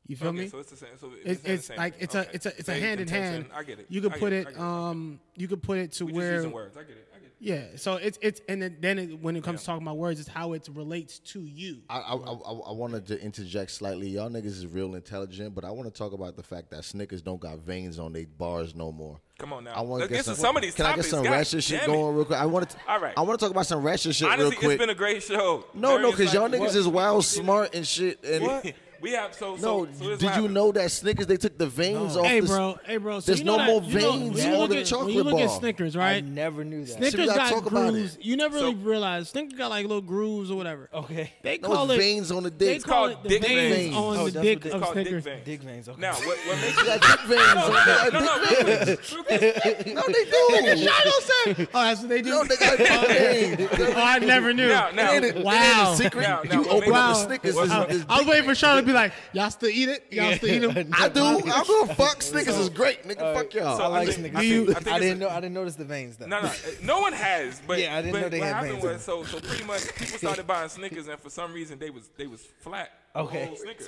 Speaker 2: You feel
Speaker 1: okay,
Speaker 2: me?
Speaker 1: so it's the same. So it's,
Speaker 2: it's
Speaker 1: the
Speaker 2: it's
Speaker 1: same
Speaker 2: like
Speaker 1: thing.
Speaker 2: it's
Speaker 1: Okay.
Speaker 2: a it's a it's a
Speaker 1: Faith,
Speaker 2: hand in hand.
Speaker 1: intention, I get it.
Speaker 2: You could
Speaker 1: I get
Speaker 2: put
Speaker 1: it,
Speaker 2: it,
Speaker 1: I get
Speaker 2: um you could put it to
Speaker 1: We just
Speaker 2: where
Speaker 1: using words. I get it. I get it.
Speaker 2: yeah. So it's it's and then, then it, when it comes to talking about words, it's how it relates to you.
Speaker 3: I, I, I, I wanted to interject slightly. Y'all niggas is real intelligent, but I want to talk about the fact that Snickers don't got veins on their bars no more.
Speaker 1: Come on now.
Speaker 3: I want
Speaker 1: Let's
Speaker 3: to get
Speaker 1: get to
Speaker 3: some,
Speaker 1: some of these
Speaker 3: Can I
Speaker 1: topics.
Speaker 3: get some
Speaker 1: God
Speaker 3: ratchet shit
Speaker 1: damn it.
Speaker 3: going real quick? I want to.
Speaker 1: All right.
Speaker 3: I want to talk about some ratchet shit
Speaker 1: Honestly,
Speaker 3: real quick.
Speaker 1: it's been a great show.
Speaker 3: no, no, because
Speaker 1: Various
Speaker 3: y'all
Speaker 1: like-
Speaker 3: niggas is wild, smart, and shit. And
Speaker 1: <laughs> we have so
Speaker 3: no,
Speaker 1: so. so this
Speaker 3: did you
Speaker 1: happened.
Speaker 3: know that Snickers they took the veins off?
Speaker 2: Hey
Speaker 3: the,
Speaker 2: bro, hey bro. So
Speaker 3: there's
Speaker 2: you know
Speaker 3: no
Speaker 2: that-
Speaker 3: more
Speaker 2: you know-
Speaker 3: veins
Speaker 2: when you
Speaker 3: on
Speaker 2: look
Speaker 3: the
Speaker 2: at- When
Speaker 3: chocolate
Speaker 2: you look at
Speaker 3: bar.
Speaker 2: Snickers,
Speaker 4: I
Speaker 2: right?
Speaker 4: never knew that.
Speaker 3: Snick-
Speaker 2: Snickers
Speaker 3: gotta
Speaker 2: got
Speaker 3: talk about
Speaker 2: grooves. You never really realize Snickers got like little grooves or whatever.
Speaker 4: Okay.
Speaker 2: They
Speaker 3: No,
Speaker 2: call
Speaker 3: it's
Speaker 2: it
Speaker 3: veins on the
Speaker 2: They
Speaker 3: dick.
Speaker 1: It's called
Speaker 2: call it the
Speaker 1: dick
Speaker 2: veins,
Speaker 1: veins.
Speaker 2: on
Speaker 4: Oh,
Speaker 2: the
Speaker 4: that's what
Speaker 2: dick
Speaker 4: they
Speaker 2: of
Speaker 1: called dick
Speaker 2: Snickers.
Speaker 1: veins.
Speaker 4: Dick veins. Okay.
Speaker 1: Now what? What makes
Speaker 3: They <laughs> got dick veins on the
Speaker 1: <laughs> no, no,
Speaker 3: dick veins.
Speaker 1: no,
Speaker 3: No, they do.
Speaker 2: <laughs> oh, that's what they do.
Speaker 3: Yo, they got dick veins.
Speaker 2: oh, I never knew.
Speaker 1: Now- now-
Speaker 3: Ain't it- ain't
Speaker 2: wow.
Speaker 3: it a secret?
Speaker 1: Now- now
Speaker 3: You
Speaker 1: what
Speaker 3: open up
Speaker 2: makes-
Speaker 3: the Snickers.
Speaker 1: Wow.
Speaker 3: it's-
Speaker 1: Wow.
Speaker 3: it's
Speaker 2: I was waiting for Sean to be like, "Y'all still eat it? Y'all still eat them?"
Speaker 3: <laughs> I do. I do. Fuck Snickers is great, nigga. fuck y'all.
Speaker 1: so
Speaker 4: I like
Speaker 1: I think-
Speaker 4: Snickers.
Speaker 1: I
Speaker 4: I,
Speaker 1: think- I think it's
Speaker 4: didn't
Speaker 1: a-
Speaker 4: know. I didn't notice the veins though.
Speaker 1: No, no, uh, no one has. But
Speaker 4: Yeah, I didn't
Speaker 1: but
Speaker 4: know they
Speaker 1: what
Speaker 4: had
Speaker 1: happened
Speaker 4: veins in
Speaker 1: was so so pretty much people
Speaker 4: <laughs>
Speaker 1: started buying Snickers, and for some reason they was they was flat. the
Speaker 4: Okay.
Speaker 1: whole Snicker.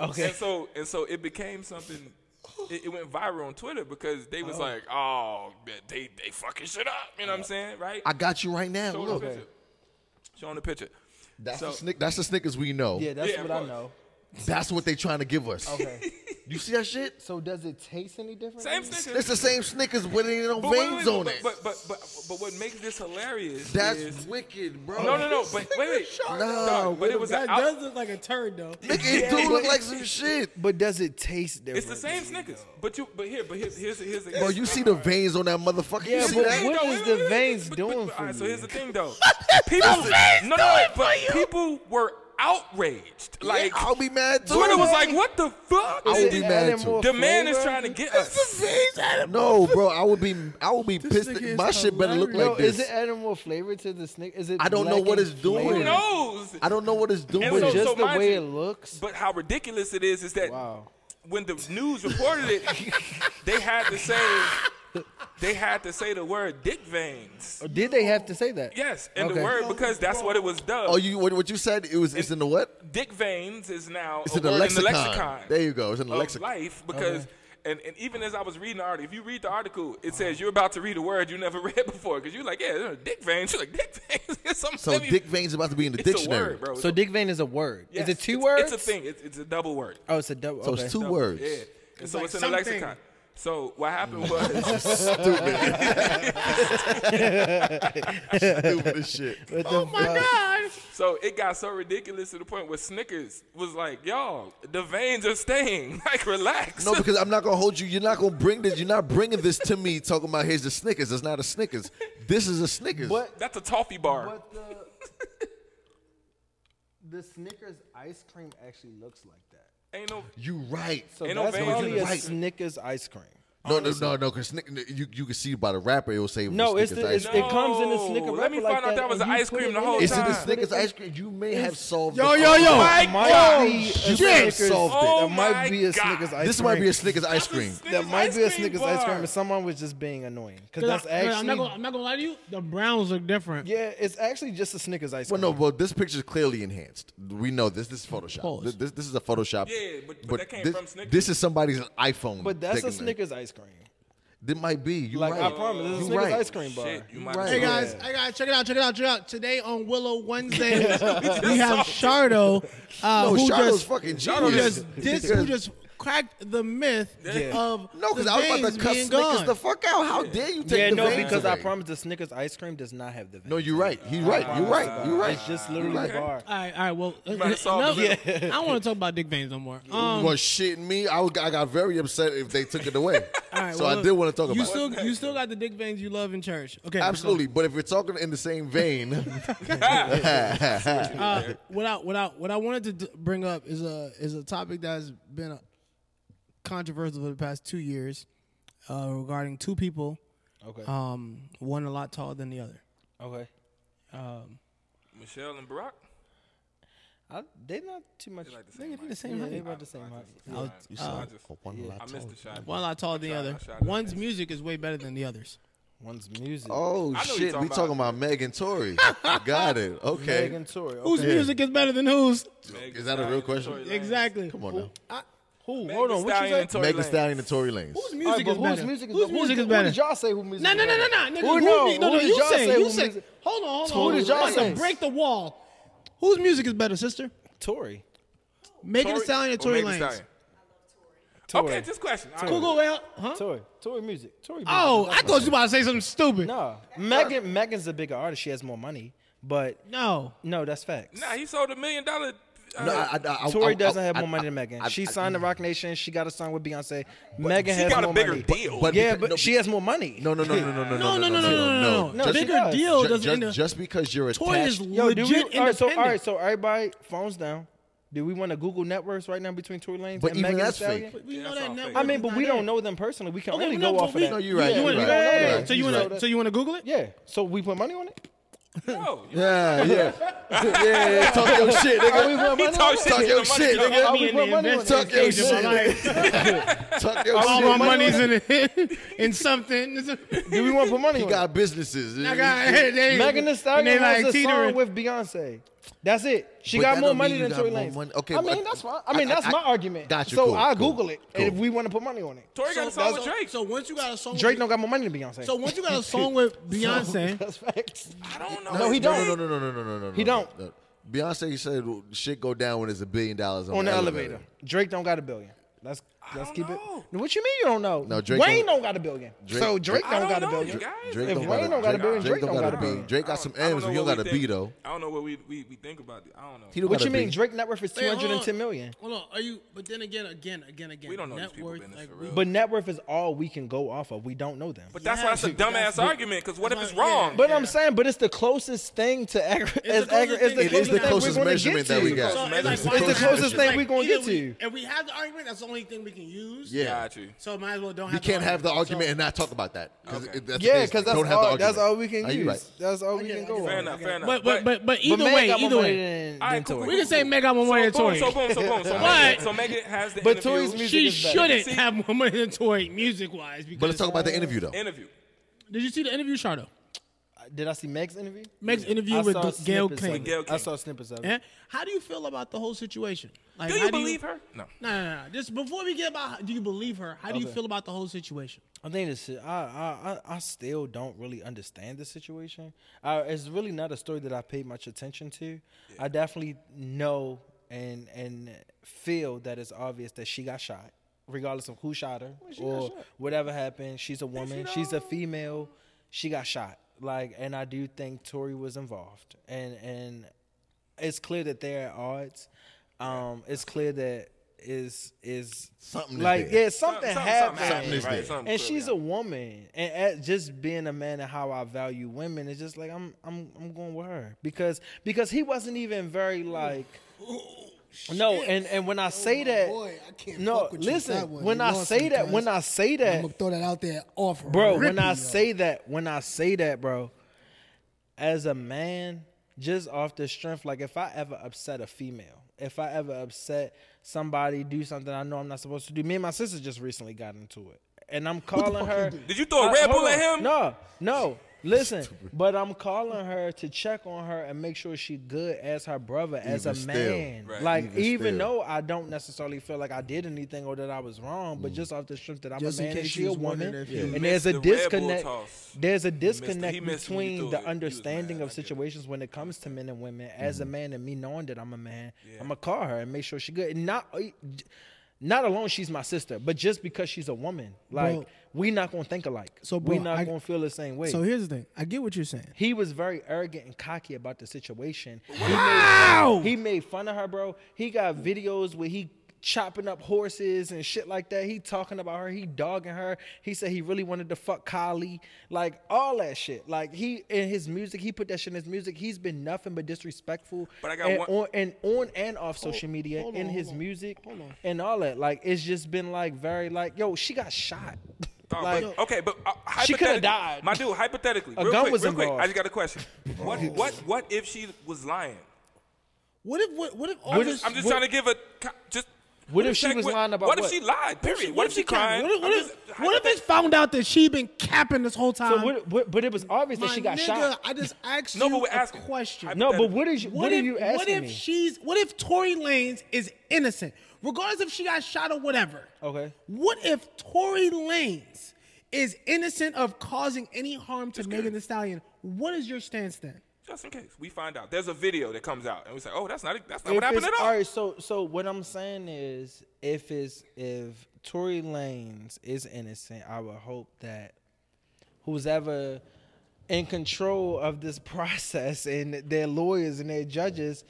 Speaker 4: Okay.
Speaker 1: And so and so it became something. It, it went viral on Twitter because they was like, oh, they they fucking shit up. You know what I'm saying, right?
Speaker 3: I got you right now.
Speaker 1: Show
Speaker 3: Look,
Speaker 1: the picture. Showing the picture.
Speaker 3: That's
Speaker 1: So-
Speaker 3: the Snick. That's the Snickers we know.
Speaker 4: <laughs> Yeah, that's
Speaker 1: Yeah, Oh. of
Speaker 4: what I
Speaker 1: course.
Speaker 4: know.
Speaker 3: That's what they trying to give us.
Speaker 4: Okay.
Speaker 1: <laughs>
Speaker 3: You see that shit?
Speaker 4: so does it taste any different?
Speaker 1: Same
Speaker 3: It's
Speaker 1: Snickers.
Speaker 3: the same Snickers, but it ain't no
Speaker 1: But wait,
Speaker 3: veins
Speaker 1: wait,
Speaker 3: on
Speaker 1: but,
Speaker 3: it.
Speaker 1: But, but but but what makes this hilarious
Speaker 3: that's
Speaker 1: is
Speaker 4: <laughs>
Speaker 3: wicked, bro.
Speaker 1: no no no. But wait wait.
Speaker 3: No,
Speaker 1: but it was
Speaker 2: that
Speaker 1: an out-
Speaker 2: does look like a turd though.
Speaker 3: Make it do look like some shit.
Speaker 4: But does it taste different?
Speaker 1: It's the same Snickers. But you but here but here's here's here's the
Speaker 3: Bro, you see the veins on that motherfucker?
Speaker 4: Yeah,
Speaker 3: you see
Speaker 4: but
Speaker 3: that?
Speaker 4: what-
Speaker 1: No,
Speaker 4: is
Speaker 1: no,
Speaker 4: the
Speaker 1: no, no, but-
Speaker 4: veins
Speaker 1: but-
Speaker 4: doing
Speaker 1: but-
Speaker 4: for
Speaker 1: alright, So
Speaker 4: you?
Speaker 1: here's the thing though. People no no but people were outraged. Like
Speaker 3: I'll be mad too.
Speaker 1: Twitter was like, what the fuck?
Speaker 3: I would
Speaker 4: Is
Speaker 3: be
Speaker 4: it
Speaker 3: mad
Speaker 4: adding
Speaker 3: too.
Speaker 4: more
Speaker 1: The man is
Speaker 4: flavor?
Speaker 1: trying to get us.
Speaker 3: No, bro, I would be, I would be pissed.
Speaker 2: nigga
Speaker 3: That
Speaker 2: is
Speaker 3: my shit better look
Speaker 4: Yo,
Speaker 3: like this.
Speaker 4: is it adding more flavor to the Snick? Is it?
Speaker 3: I don't know what
Speaker 4: blackened
Speaker 3: it's doing.
Speaker 1: Who
Speaker 4: flavor?
Speaker 1: knows?
Speaker 3: I don't know what it's doing.
Speaker 1: so-
Speaker 4: But just the
Speaker 1: mind
Speaker 4: way
Speaker 1: you-
Speaker 4: it looks.
Speaker 1: But how ridiculous it is is that
Speaker 4: Wow.
Speaker 1: when the news reported it, they had to say they had to say the word dick veins.
Speaker 4: Did they have to say that?
Speaker 1: Yes, and the
Speaker 4: Okay.
Speaker 1: word because that's what it was dubbed.
Speaker 3: oh, you what, what you said? It was. It's in the what?
Speaker 1: dick veins is now
Speaker 3: It's
Speaker 1: a
Speaker 3: in the
Speaker 1: word
Speaker 3: lexicon.
Speaker 1: Oh, in the lexicon Oh,
Speaker 3: There you go. It's in the
Speaker 1: of
Speaker 3: lexicon.
Speaker 1: life because. And, and even as I was reading the article, if you read the article, it says you're about to read a word you never <laughs> read before because you're like, yeah, uh, dick veins. <laughs> You're like, dick veins. It's some-
Speaker 3: So
Speaker 1: let me-
Speaker 3: Dick Vane's about to be in the
Speaker 1: it's
Speaker 3: dictionary.
Speaker 1: a word, bro.
Speaker 4: So dick vein is a word.
Speaker 1: Yes,
Speaker 4: Is it two
Speaker 1: it's, It's
Speaker 4: words?
Speaker 1: a thing. It's, it's a double word.
Speaker 4: Oh, it's a double.
Speaker 3: So
Speaker 4: okay. <laughs>
Speaker 3: it's two
Speaker 1: Double-
Speaker 3: words.
Speaker 1: Yeah. And so
Speaker 2: like
Speaker 1: it's in the
Speaker 2: something.
Speaker 1: lexicon. So what happened was
Speaker 3: <laughs> <laughs> Stupid as shit.
Speaker 4: oh my
Speaker 3: uh,
Speaker 2: God.
Speaker 1: So it got so ridiculous to the point where Snickers was like, "Y'all, the veins are staying. <laughs> Like, relax."
Speaker 3: No, because I'm not gonna hold you. You're not gonna bring this. You're not bringing this to me. Talking about here's the Snickers. It's not a Snickers. This is a Snickers.
Speaker 4: But
Speaker 1: That's a toffee bar.
Speaker 4: But the <laughs> the Snickers ice cream actually looks like that.
Speaker 1: Ain't no.
Speaker 3: You right.
Speaker 4: So
Speaker 1: Ain't no
Speaker 4: that's
Speaker 1: veins in
Speaker 4: only
Speaker 1: the
Speaker 4: a
Speaker 1: ice cream.
Speaker 4: Snickers ice cream.
Speaker 1: Oh,
Speaker 3: No, no, no, no. Because you you can see by the wrapper, it will say
Speaker 4: No, it's
Speaker 3: Snickers
Speaker 4: the,
Speaker 3: ice
Speaker 4: it's,
Speaker 3: cream.
Speaker 4: it comes in the
Speaker 1: No,
Speaker 4: Snicker
Speaker 1: let me
Speaker 4: wrapper like
Speaker 1: find out that was
Speaker 4: and
Speaker 1: the
Speaker 4: you
Speaker 1: ice
Speaker 4: put
Speaker 1: cream
Speaker 4: it
Speaker 1: the whole
Speaker 4: in Oh
Speaker 3: It's in the
Speaker 1: time.
Speaker 3: Snickers ice cream. You may have solved.
Speaker 2: Yo,
Speaker 3: the
Speaker 2: yo, yo.
Speaker 3: problem.
Speaker 1: My
Speaker 4: It
Speaker 1: God.
Speaker 4: might be a
Speaker 3: Yes.
Speaker 4: Snickers.
Speaker 3: Solved it.
Speaker 1: Oh
Speaker 4: There might
Speaker 1: my
Speaker 4: be a
Speaker 1: God.
Speaker 4: Snickers ice
Speaker 3: This
Speaker 4: cream.
Speaker 3: might be a Snickers ice cream.
Speaker 4: That might be a
Speaker 1: ice cream
Speaker 4: Snickers ice
Speaker 1: bar.
Speaker 4: cream, and someone was just being annoying because
Speaker 2: 'Cause
Speaker 4: that's
Speaker 2: I, am
Speaker 4: actually
Speaker 2: not gonna, I'm not gonna lie to you. The Browns look different.
Speaker 4: yeah, it's actually just a Snickers ice
Speaker 3: Well,
Speaker 4: cream.
Speaker 3: no, well, this picture is clearly enhanced. We know this. This is Photoshop.
Speaker 2: Pause.
Speaker 3: This, this, this is a Photoshop.
Speaker 1: Yeah, but- but that came
Speaker 3: this,
Speaker 1: from Snickers.
Speaker 3: This is somebody's iPhone.
Speaker 4: but that's a
Speaker 3: taking it.
Speaker 4: Snickers ice cream.
Speaker 3: That might be. You
Speaker 4: Like
Speaker 3: right.
Speaker 4: I promise, this is a
Speaker 3: You
Speaker 4: Snickers
Speaker 3: right.
Speaker 4: ice cream bar.
Speaker 1: Shit, you might
Speaker 3: Right.
Speaker 1: be right.
Speaker 2: Hey guys, hey guys, check it out, check it out, check it out. Today on Willow
Speaker 3: <laughs>
Speaker 2: Wednesday, we have Shardo, uh,
Speaker 3: No,
Speaker 2: who
Speaker 3: Shiloh's
Speaker 2: just
Speaker 3: fucking
Speaker 2: who
Speaker 3: genius.
Speaker 2: just dis, who just cracked the myth of
Speaker 3: No, because
Speaker 2: the
Speaker 3: I was about
Speaker 2: veins
Speaker 3: to cuss
Speaker 2: being
Speaker 3: Snickers
Speaker 2: gone.
Speaker 3: the fuck out. How dare you take
Speaker 4: Yeah,
Speaker 3: the
Speaker 4: no,
Speaker 3: veins
Speaker 4: because
Speaker 3: away?
Speaker 4: I promise the Snickers ice cream does not have the veins.
Speaker 3: No, you're right. He's right. You're right. You're right.
Speaker 4: It's just literally
Speaker 3: right.
Speaker 4: a bar.
Speaker 2: all right, all right. Well, uh,
Speaker 1: might have
Speaker 2: no,
Speaker 1: solved it.
Speaker 2: I don't want to talk about Dick Veins no more.
Speaker 3: You
Speaker 2: Um,
Speaker 3: was shitting me. I, was, I got very upset if they took it away.
Speaker 2: <laughs> all right,
Speaker 3: so
Speaker 2: well,
Speaker 3: I
Speaker 2: look,
Speaker 3: did want to talk
Speaker 2: you
Speaker 3: about it.
Speaker 2: still, You still got the Dick Veins you love in church. Okay,
Speaker 3: Absolutely. But if we're talking in the
Speaker 2: <laughs>
Speaker 3: same vein, <laughs>
Speaker 2: Uh, what I what I what I wanted to d- bring up is a is a topic that has been uh controversial for the past two years uh, regarding two people,
Speaker 4: Okay.
Speaker 2: um, one a lot taller than the other.
Speaker 4: okay.
Speaker 1: Michelle and Barack.
Speaker 4: I, they're not too much.
Speaker 1: Like the
Speaker 2: They
Speaker 1: same
Speaker 2: the
Speaker 1: mic.
Speaker 2: same
Speaker 4: yeah,
Speaker 2: height.
Speaker 4: they're about the same height.
Speaker 2: I was-
Speaker 1: I just-
Speaker 3: one
Speaker 1: I missed the shot.
Speaker 2: one a lot taller than the
Speaker 1: tried- I
Speaker 2: other.
Speaker 1: tried to
Speaker 2: One's music is way better than the others.
Speaker 4: One's music.
Speaker 3: Oh
Speaker 1: I know you're
Speaker 3: shit,
Speaker 1: talking
Speaker 3: we talking about Megan
Speaker 2: <laughs>
Speaker 3: Tory. Got it. Okay.
Speaker 4: Megan Tory. Okay.
Speaker 2: Whose music is better than whose?
Speaker 3: Is that a real question?
Speaker 2: Exactly.
Speaker 3: Come on now.
Speaker 4: Who?
Speaker 1: Megan
Speaker 4: Hold on. What you
Speaker 1: Stallion
Speaker 4: say?
Speaker 1: and Tory
Speaker 3: Megan
Speaker 1: Lanez.
Speaker 3: Stallion and Tory Lanez.
Speaker 2: Whose
Speaker 4: All
Speaker 2: music
Speaker 4: right, but
Speaker 2: is better?
Speaker 4: Whose music is
Speaker 2: whose
Speaker 4: beho- who
Speaker 2: music
Speaker 4: did-
Speaker 2: is better?
Speaker 4: Who did y'all say who music?
Speaker 2: No,
Speaker 4: is
Speaker 2: no, no,
Speaker 4: better?
Speaker 2: no, no, nigga.
Speaker 4: Who,
Speaker 2: Who,
Speaker 4: no,
Speaker 2: mu- no,
Speaker 4: who
Speaker 2: no,
Speaker 4: did
Speaker 2: you
Speaker 4: y'all
Speaker 2: say,
Speaker 4: who
Speaker 2: you say.
Speaker 4: music-
Speaker 2: Hold on, hold on.
Speaker 4: Who
Speaker 2: hold
Speaker 4: did
Speaker 2: on.
Speaker 4: y'all
Speaker 2: Let's
Speaker 4: say?
Speaker 2: Break the wall. Whose music is better, sister?
Speaker 4: Tory.
Speaker 2: Megan Thee Stallion or Tory Lanez?
Speaker 4: Tory.
Speaker 1: Okay, just question. All right.
Speaker 2: Cool, cool, well, huh?
Speaker 4: Tory. Tory music. Tory. Music.
Speaker 2: Oh, I thought you were about to say something stupid. No.
Speaker 4: no. Megan. Megan's a bigger artist. She has more money. But no, that's facts.
Speaker 1: Nah, he sold a million dollar. uh,
Speaker 3: No, I- I- I-
Speaker 4: Tory
Speaker 3: I-
Speaker 4: doesn't
Speaker 3: I-
Speaker 4: have
Speaker 3: I-
Speaker 4: more money than
Speaker 3: I-
Speaker 4: Megan.
Speaker 3: I-
Speaker 4: she
Speaker 3: I-
Speaker 4: signed the Rock Nation. She got a song with Beyonce. Megan
Speaker 1: She
Speaker 4: has
Speaker 1: got a
Speaker 4: more
Speaker 1: bigger
Speaker 4: money.
Speaker 1: deal.
Speaker 3: But
Speaker 4: yeah,
Speaker 3: because-
Speaker 4: but
Speaker 3: no,
Speaker 4: she has more money.
Speaker 3: No, no, no, no, no, no,
Speaker 2: No, no, no, no, no, no, no.
Speaker 4: No, she
Speaker 2: Bigger
Speaker 4: does.
Speaker 2: deal
Speaker 3: Ju- ju-
Speaker 2: doesn't
Speaker 3: Just,
Speaker 2: end up.
Speaker 3: because you're attached.
Speaker 2: Toy is
Speaker 4: Yo, do
Speaker 2: legit
Speaker 4: we, all right, so, all
Speaker 2: independent.
Speaker 4: right, so everybody, phones down. Do we want to Google net worths right now between Tory Lanez
Speaker 3: But
Speaker 4: and
Speaker 3: even
Speaker 4: Megan Thee
Speaker 3: that's
Speaker 4: Stallion?
Speaker 3: fake.
Speaker 2: we
Speaker 1: Yeah,
Speaker 2: know
Speaker 1: that's
Speaker 2: that
Speaker 1: all
Speaker 2: now.
Speaker 1: fake.
Speaker 4: I mean, but we don't
Speaker 2: know.
Speaker 4: know them personally. We can
Speaker 2: Okay,
Speaker 4: only
Speaker 2: we
Speaker 4: go
Speaker 2: know, but
Speaker 4: off of
Speaker 2: we-
Speaker 4: that.
Speaker 3: No, you're right,
Speaker 4: Yeah,
Speaker 3: you're
Speaker 4: we
Speaker 3: right.
Speaker 4: don't know
Speaker 3: Yeah,
Speaker 4: that.
Speaker 2: So you
Speaker 3: He's
Speaker 2: want to?
Speaker 3: right.
Speaker 2: So you want to Google it?
Speaker 4: Yeah. So we put money on it.
Speaker 1: no, you-
Speaker 3: Yeah, yeah, yeah, yeah,
Speaker 2: <laughs>
Speaker 3: yeah. Talk your shit, nigga.
Speaker 1: he talked shit.
Speaker 3: Talk
Speaker 1: to
Speaker 3: your
Speaker 1: the money
Speaker 3: shit,
Speaker 1: deal.
Speaker 3: nigga.
Speaker 4: we put money on
Speaker 3: Tuck your shit.
Speaker 2: life.
Speaker 3: Talk your
Speaker 2: All
Speaker 3: shit.
Speaker 2: my
Speaker 3: nigga.
Speaker 2: money's in it, in something. It's a-
Speaker 4: Do we want to put money
Speaker 3: He
Speaker 4: on it?
Speaker 3: got businesses.
Speaker 2: I got hey, they,
Speaker 4: Megan Thee
Speaker 2: and
Speaker 4: Stallion
Speaker 2: they
Speaker 4: has
Speaker 2: like
Speaker 4: a
Speaker 2: teetering.
Speaker 4: song with Beyonce. That's it. She
Speaker 3: But
Speaker 4: got
Speaker 3: that
Speaker 4: more
Speaker 3: don't
Speaker 4: money
Speaker 3: mean you
Speaker 4: than
Speaker 3: got
Speaker 4: Tory
Speaker 3: more
Speaker 4: Lanez.
Speaker 3: money. Okay,
Speaker 4: I
Speaker 3: but
Speaker 4: mean
Speaker 3: I-
Speaker 4: that's fine. I mean
Speaker 3: I-
Speaker 4: that's
Speaker 3: I-
Speaker 4: my argument.
Speaker 3: Got you.
Speaker 4: So
Speaker 3: Cool,
Speaker 4: I
Speaker 3: cool,
Speaker 4: Google it
Speaker 3: cool.
Speaker 4: if we want to put money on it.
Speaker 1: Tory got a song with Drake.
Speaker 2: So once you got a song,
Speaker 4: Drake
Speaker 2: with,
Speaker 4: don't got more money than Beyonce.
Speaker 2: So once you <laughs> got a song with Beyonce,
Speaker 4: <laughs> that's facts.
Speaker 1: I don't know.
Speaker 4: No, he
Speaker 1: It's
Speaker 4: don't.
Speaker 1: Drake.
Speaker 3: No, no, no, no, no, no, no, no.
Speaker 4: He
Speaker 3: no,
Speaker 4: don't.
Speaker 3: no. Beyonce said shit go down when there's a billion dollars on,
Speaker 4: on the elevator.
Speaker 3: elevator.
Speaker 4: Drake don't got a billion. Let's let's
Speaker 1: don't
Speaker 4: keep
Speaker 1: know.
Speaker 4: it. What you mean you don't know?
Speaker 3: No, Drake
Speaker 4: Wayne
Speaker 3: don't-
Speaker 4: don't, got a billion.
Speaker 3: Drake-
Speaker 4: so Drake
Speaker 1: I don't
Speaker 4: don't, got
Speaker 1: know,
Speaker 4: a billion.
Speaker 1: you guys.
Speaker 3: Drake
Speaker 1: If
Speaker 3: don't
Speaker 4: Wayne
Speaker 3: got
Speaker 4: don't got a billion,
Speaker 3: Drake
Speaker 4: Drake
Speaker 3: don't
Speaker 4: don't
Speaker 3: got a
Speaker 4: got a
Speaker 3: billion.
Speaker 4: billion.
Speaker 3: Drake got some M's, but you don't got a B though.
Speaker 1: I don't know what we, we, we think about it. I don't know.
Speaker 3: He don't
Speaker 4: What
Speaker 3: got
Speaker 4: you
Speaker 3: a
Speaker 4: mean
Speaker 3: B.
Speaker 4: Drake net worth is
Speaker 2: Wait,
Speaker 4: two hundred and
Speaker 2: hold
Speaker 4: ten
Speaker 2: on.
Speaker 4: million?
Speaker 2: Hold on, are you? But then again, again, again, again.
Speaker 1: We don't know
Speaker 2: net
Speaker 1: these people
Speaker 2: worth,
Speaker 1: business
Speaker 2: like,
Speaker 1: for
Speaker 2: we-
Speaker 1: real.
Speaker 4: But net worth is all we can go off of. We don't know them.
Speaker 1: but that's why it's a
Speaker 2: Yeah, that's-
Speaker 1: dumbass argument. Because what if
Speaker 2: that's
Speaker 1: it's
Speaker 2: why- yeah.
Speaker 1: wrong?
Speaker 4: But
Speaker 2: Yeah.
Speaker 4: I'm saying, but it's the closest thing to accurate.
Speaker 2: It's the
Speaker 4: It's,
Speaker 2: closest
Speaker 4: it's
Speaker 2: thing-
Speaker 4: the
Speaker 2: It is
Speaker 4: closest,
Speaker 2: the
Speaker 3: closest
Speaker 4: thing we're gonna
Speaker 3: measurement
Speaker 4: get to.
Speaker 3: that we got.
Speaker 2: So,
Speaker 1: It's
Speaker 2: it's like,
Speaker 1: the
Speaker 2: why is
Speaker 1: closest
Speaker 2: that
Speaker 1: thing
Speaker 2: measurement?
Speaker 4: we gonna
Speaker 2: either
Speaker 4: get to.
Speaker 2: We, if we have the argument, that's the only thing we can use.
Speaker 3: Yeah.
Speaker 1: Got you.
Speaker 2: So might as well don't have.
Speaker 3: You can't have the argument
Speaker 2: So-
Speaker 3: and not talk about that. 'cause
Speaker 1: Okay.
Speaker 3: it- that's
Speaker 4: Yeah,
Speaker 3: his-
Speaker 4: because that's
Speaker 3: don't have the
Speaker 4: all. That's
Speaker 3: argument.
Speaker 4: all we can
Speaker 3: Are you
Speaker 4: use.
Speaker 3: right?
Speaker 4: That's all we
Speaker 2: Okay,
Speaker 4: can
Speaker 2: okay,
Speaker 4: go
Speaker 1: fair
Speaker 4: on.
Speaker 1: enough. Fair enough.
Speaker 2: But but but, but
Speaker 4: But
Speaker 2: either
Speaker 4: man
Speaker 2: way,
Speaker 4: got more
Speaker 2: either
Speaker 4: money
Speaker 2: way,
Speaker 4: than-
Speaker 1: All right,
Speaker 4: than
Speaker 1: cool,
Speaker 4: Tory.
Speaker 1: cool.
Speaker 2: we can say Meg got more money than
Speaker 1: so,
Speaker 2: Tory.
Speaker 1: boom, so boom, so boom, so
Speaker 2: But-
Speaker 1: Megan- so Megan has the
Speaker 4: But
Speaker 1: interview,
Speaker 4: Tory's music-
Speaker 2: She
Speaker 4: is better.
Speaker 2: shouldn't
Speaker 1: See-
Speaker 2: have more money than Tory music wise.
Speaker 3: But let's talk about the interview though.
Speaker 1: interview.
Speaker 2: Did you see the interview, Shardo?
Speaker 4: Did I see Meg's interview?
Speaker 2: Meg's
Speaker 4: I
Speaker 2: interview with
Speaker 4: saw
Speaker 2: G- Gail
Speaker 4: snippets of
Speaker 2: King.
Speaker 1: Gail
Speaker 4: it. I
Speaker 1: King.
Speaker 4: saw snippets of it.
Speaker 2: Eh? How do you feel about the whole situation? Like,
Speaker 1: Do
Speaker 2: how
Speaker 1: you believe her? No.
Speaker 2: No, no, no. Just before we get about, do you believe her? How do you feel about the whole situation?
Speaker 4: I think this. I, I I I still don't really understand the situation. Uh, it's really not a story that I paid much attention to. I definitely know and and feel that it's obvious that she got shot, regardless of who shot her or whatever happened. She's a woman. She's a female. She got shot. Like, and I do think Tori was involved. And and it's clear that they're at odds. Um, it's clear that is is
Speaker 3: Something is
Speaker 4: like
Speaker 3: there.
Speaker 4: yeah something, happened.
Speaker 3: Something is there.
Speaker 4: And she's a woman, and at just being a man and how I value women is just like I'm, I'm, I'm going with her because because he wasn't even very like no, and and when I say that,
Speaker 5: Oh boy, I can't
Speaker 4: no,
Speaker 5: fuck with you with
Speaker 4: listen,
Speaker 5: that one.
Speaker 4: when
Speaker 5: You
Speaker 4: I
Speaker 5: lost
Speaker 4: say
Speaker 5: me,
Speaker 4: that,
Speaker 5: cuz.
Speaker 4: when I say
Speaker 5: I'm
Speaker 4: that,
Speaker 5: gonna throw that out there off.
Speaker 4: bro, when
Speaker 5: rip
Speaker 4: I
Speaker 5: you,
Speaker 4: say that, when I say that, bro, as a man, just off the strength, like if I ever upset a female, if I ever upset somebody, do something I know I'm not supposed to do. Me and my sister just recently got into it, and I'm calling her.
Speaker 1: Did you throw a Red
Speaker 4: hold
Speaker 1: Bull at
Speaker 4: on.
Speaker 1: him?
Speaker 4: No, no. Listen, but I'm calling her to check on her and make sure she good as her brother, as
Speaker 3: Even
Speaker 4: a
Speaker 3: still.
Speaker 4: man.
Speaker 1: Right.
Speaker 4: Like
Speaker 3: Even
Speaker 4: even,
Speaker 3: still.
Speaker 4: though I don't necessarily feel like I did anything or that I was wrong, but just off the strength that I'm
Speaker 5: Mm. Just
Speaker 4: a
Speaker 5: in
Speaker 4: man and
Speaker 5: case
Speaker 4: she
Speaker 5: you
Speaker 4: a
Speaker 5: was
Speaker 4: woman,
Speaker 5: wondering if you
Speaker 4: and
Speaker 1: missed
Speaker 4: there's
Speaker 1: the
Speaker 4: a
Speaker 1: Red Bull
Speaker 4: disconnect.
Speaker 1: toss.
Speaker 4: There's a
Speaker 1: missed it. He
Speaker 4: disconnect
Speaker 1: missed when you
Speaker 4: between
Speaker 1: threw it. He
Speaker 4: the
Speaker 1: was
Speaker 4: understanding
Speaker 1: mad. Mm-hmm.
Speaker 4: of
Speaker 1: I get it.
Speaker 4: situations when it comes to men and women. As a man and me knowing that I'm a man, I'm gonna call her and make sure she good. And not uh, not alone she's my sister, but just because she's a woman, like
Speaker 5: Bro.
Speaker 4: we not gonna think alike.
Speaker 5: So,
Speaker 4: we
Speaker 5: bro,
Speaker 4: not
Speaker 5: I-
Speaker 4: gonna feel the same way.
Speaker 5: So here's the thing. I get what you're saying.
Speaker 4: He was very arrogant and cocky about the situation. Wow! He made, he made fun of her, bro. He got videos where he chopping up horses and shit like that. He talking about her. He dogging her. He said he really wanted to fuck Kylie. Like all that shit. Like he in his music, he put that shit in his music. He's been nothing but disrespectful.
Speaker 1: But I got
Speaker 4: and
Speaker 1: one-
Speaker 4: on and on and off social media in his music and all that. Like it's just been like very like yo, she got shot.
Speaker 1: Oh,
Speaker 4: <laughs> like
Speaker 1: but, okay, but uh,
Speaker 4: She coulda
Speaker 1: hypothetically-
Speaker 4: died.
Speaker 1: My dude, hypothetically,
Speaker 4: A
Speaker 1: real
Speaker 4: gun
Speaker 1: quick,
Speaker 4: was
Speaker 1: real quick,
Speaker 4: involved.
Speaker 1: I just got a question. What, what, what if she was lying?
Speaker 2: What if what, what if all
Speaker 1: I'm
Speaker 2: this?
Speaker 1: just, I'm just
Speaker 4: what-
Speaker 1: trying to give a co- just.
Speaker 4: What if she
Speaker 1: check
Speaker 4: was lying about
Speaker 1: What if
Speaker 4: what?
Speaker 1: she lied? Period. What if, she cried?
Speaker 2: What if, what if, what if it's found out that she been capping this whole time?
Speaker 4: so what, what, but it was obvious that
Speaker 2: My
Speaker 4: she got
Speaker 2: nigga,
Speaker 4: shot.
Speaker 2: I <laughs> just asked
Speaker 1: No,
Speaker 2: you
Speaker 1: but we're
Speaker 2: a
Speaker 1: asking.
Speaker 2: question.
Speaker 1: Hypothetically.
Speaker 4: No, but what is what,
Speaker 2: if,
Speaker 4: are you asking
Speaker 2: What if
Speaker 4: me?
Speaker 2: she's? What if Tory Lanez is innocent, regardless if she got shot or whatever?
Speaker 4: Okay.
Speaker 2: What if Tory Lanez is innocent of causing any harm to Megan Thee Stallion? What is your stance then?
Speaker 1: Just in case we find out, there's a video that comes out, and we say, "Oh, that's not that's not
Speaker 4: If
Speaker 1: what happened
Speaker 4: it's-
Speaker 1: at all."
Speaker 4: All right, so so what I'm saying is, if it's if Tory Lanez is innocent, I would hope that who's ever in control of this <laughs> process and their lawyers and their judges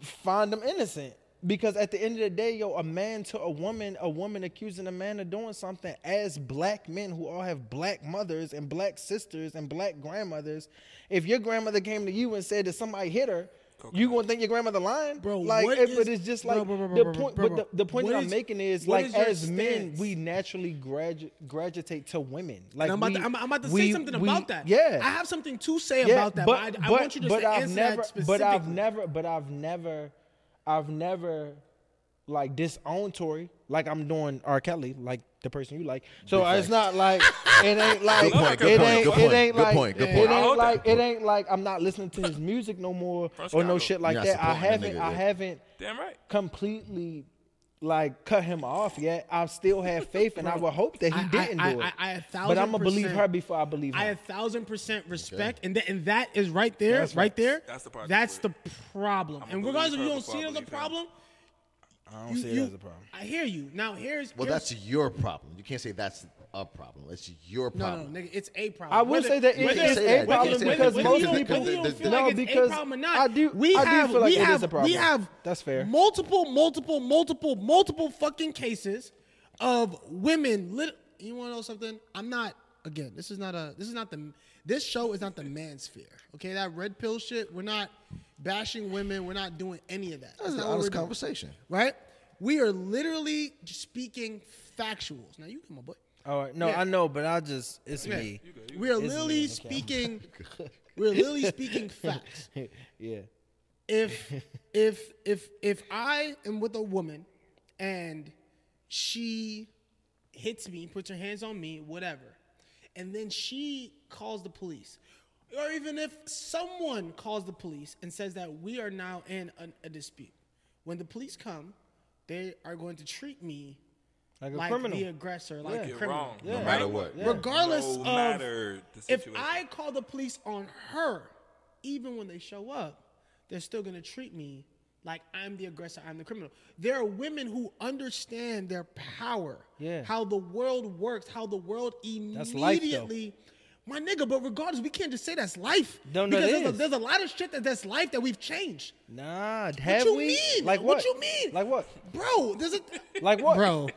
Speaker 4: find them innocent. Because at the end of the day, yo, a man to a woman, a woman accusing a man of doing something, as black men who all have black mothers and black sisters and black grandmothers, if your grandmother came to you and said that somebody hit her, you gonna think your grandmother lying?
Speaker 2: Bro,
Speaker 4: like,
Speaker 2: what
Speaker 4: it- but
Speaker 2: is-
Speaker 4: it's just
Speaker 2: bro,
Speaker 4: like
Speaker 2: bro, bro, bro,
Speaker 4: the
Speaker 2: bro,
Speaker 4: point.
Speaker 2: bro,
Speaker 4: But
Speaker 2: bro.
Speaker 4: the, the point
Speaker 2: What
Speaker 4: that I'm
Speaker 2: is-
Speaker 4: making is
Speaker 2: what
Speaker 4: like,
Speaker 2: is your
Speaker 4: as men,
Speaker 2: stance?
Speaker 4: we naturally gradu- gravitate to women. Like,
Speaker 2: And I'm, about
Speaker 4: we-
Speaker 2: to, I'm, I'm about to say
Speaker 4: we-
Speaker 2: something
Speaker 4: we-
Speaker 2: about that.
Speaker 4: Yeah,
Speaker 2: I have something to say
Speaker 4: yeah,
Speaker 2: about that, but, I, I want you just
Speaker 4: but
Speaker 2: to
Speaker 4: I've
Speaker 2: answer
Speaker 4: never,
Speaker 2: that specifically.
Speaker 4: But I've never, but I've never, I've never, like disowned Tory like I'm doing R. Kelly, like the person you like. So it's
Speaker 3: <laughs>
Speaker 4: not like it ain't like
Speaker 1: point, good
Speaker 4: it
Speaker 1: point,
Speaker 4: ain't
Speaker 1: good
Speaker 4: it
Speaker 1: point,
Speaker 4: ain't
Speaker 3: good
Speaker 4: like
Speaker 3: point, good
Speaker 4: it
Speaker 3: point.
Speaker 1: I
Speaker 4: ain't
Speaker 1: hold
Speaker 4: like
Speaker 1: that.
Speaker 4: it ain't like I'm not listening to his music no more
Speaker 1: First
Speaker 4: or
Speaker 1: guy,
Speaker 4: no shit like
Speaker 3: You're not
Speaker 4: that. I
Speaker 3: supporting the
Speaker 4: haven't,
Speaker 3: nigga,
Speaker 4: I
Speaker 3: dude.
Speaker 4: haven't
Speaker 1: Damn right.
Speaker 4: completely like cut him off yet. I still have faith, and I would hope that he
Speaker 2: I- I-
Speaker 4: didn't do
Speaker 2: I-
Speaker 4: it.
Speaker 2: I- I a
Speaker 4: but
Speaker 2: thousand
Speaker 4: I'm gonna believe
Speaker 2: percent-
Speaker 4: her before I believe him.
Speaker 2: I a thousand percent respect, and that and that is right there,
Speaker 4: That's
Speaker 2: right
Speaker 4: right.
Speaker 2: there.
Speaker 1: That's the part
Speaker 2: That's
Speaker 1: that's
Speaker 2: the problem.
Speaker 1: I'ma
Speaker 2: And regardless if
Speaker 1: believe
Speaker 2: you
Speaker 1: her
Speaker 2: don't
Speaker 1: before
Speaker 2: see
Speaker 1: I
Speaker 2: it as a
Speaker 1: believe him.
Speaker 2: problem,
Speaker 4: I don't
Speaker 2: you,
Speaker 4: see
Speaker 2: you-
Speaker 4: it as a problem.
Speaker 2: I hear you. Now here's
Speaker 3: Well,
Speaker 2: here's-
Speaker 3: that's your problem. You can't say that's a problem. It's your
Speaker 2: no, no,
Speaker 3: problem.
Speaker 2: nigga, it's a problem.
Speaker 4: I would say that it
Speaker 3: whether-
Speaker 4: is
Speaker 3: say that.
Speaker 4: a
Speaker 3: You
Speaker 4: problem
Speaker 3: can't say
Speaker 4: because
Speaker 3: that.
Speaker 4: most
Speaker 3: Whether you
Speaker 4: people
Speaker 3: don't- whether you don't
Speaker 2: feel
Speaker 4: no
Speaker 2: like it's a
Speaker 4: because
Speaker 2: problem or not,
Speaker 4: I do
Speaker 2: we
Speaker 4: I do
Speaker 2: have,
Speaker 4: feel like
Speaker 2: we
Speaker 4: it is
Speaker 2: have,
Speaker 4: a problem.
Speaker 2: We have
Speaker 4: that's fair.
Speaker 2: Multiple, multiple, multiple, multiple fucking cases of women. Lit- you want to know something? I'm not. Again, this is not a. This is not the. This show is not the man's sphere. Okay, that red pill shit. We're not bashing women. We're not doing any of that.
Speaker 3: That's an
Speaker 2: not what we're
Speaker 3: honest
Speaker 2: doing
Speaker 3: conversation.
Speaker 2: right? We are literally just speaking factuals. Now you come on, boy.
Speaker 4: All right, no,
Speaker 2: Yeah.
Speaker 4: I know, but I just it's
Speaker 2: Yeah.
Speaker 4: me.
Speaker 2: We are literally
Speaker 4: <laughs>
Speaker 2: speaking. We're literally speaking facts.
Speaker 4: yeah,
Speaker 2: If if if if I am with a woman and she hits me, puts her hands on me, whatever, and then she calls the police. Or even if someone calls the police and says that we are now in a, a dispute, when the police come, they are going to treat me
Speaker 4: like a
Speaker 2: like
Speaker 4: criminal.
Speaker 2: the aggressor, like a
Speaker 1: You're
Speaker 2: criminal.
Speaker 1: wrong.
Speaker 4: Yeah.
Speaker 1: No
Speaker 4: No
Speaker 1: matter what.
Speaker 3: what. Yeah.
Speaker 2: Regardless
Speaker 1: no
Speaker 2: of
Speaker 1: matter the
Speaker 2: if
Speaker 1: situation.
Speaker 2: I call the police on her, even when they show up, they're still gonna treat me like I'm the aggressor, I'm the criminal. There are women who understand their power,
Speaker 4: Yeah.
Speaker 2: how the world works, how the world
Speaker 4: life, though.
Speaker 2: immediately. My nigga, but regardless, we can't just say that's life.
Speaker 4: No, no,
Speaker 2: because
Speaker 4: it
Speaker 2: there's, A,
Speaker 4: is.
Speaker 2: there's a lot of shit that that's life that we've changed.
Speaker 4: Nah, have
Speaker 2: you
Speaker 4: we?
Speaker 2: mean?
Speaker 4: Like
Speaker 2: What
Speaker 4: what?
Speaker 2: you mean?
Speaker 4: Like what?
Speaker 2: Bro, there's a <laughs>
Speaker 4: Like what?
Speaker 2: Bro.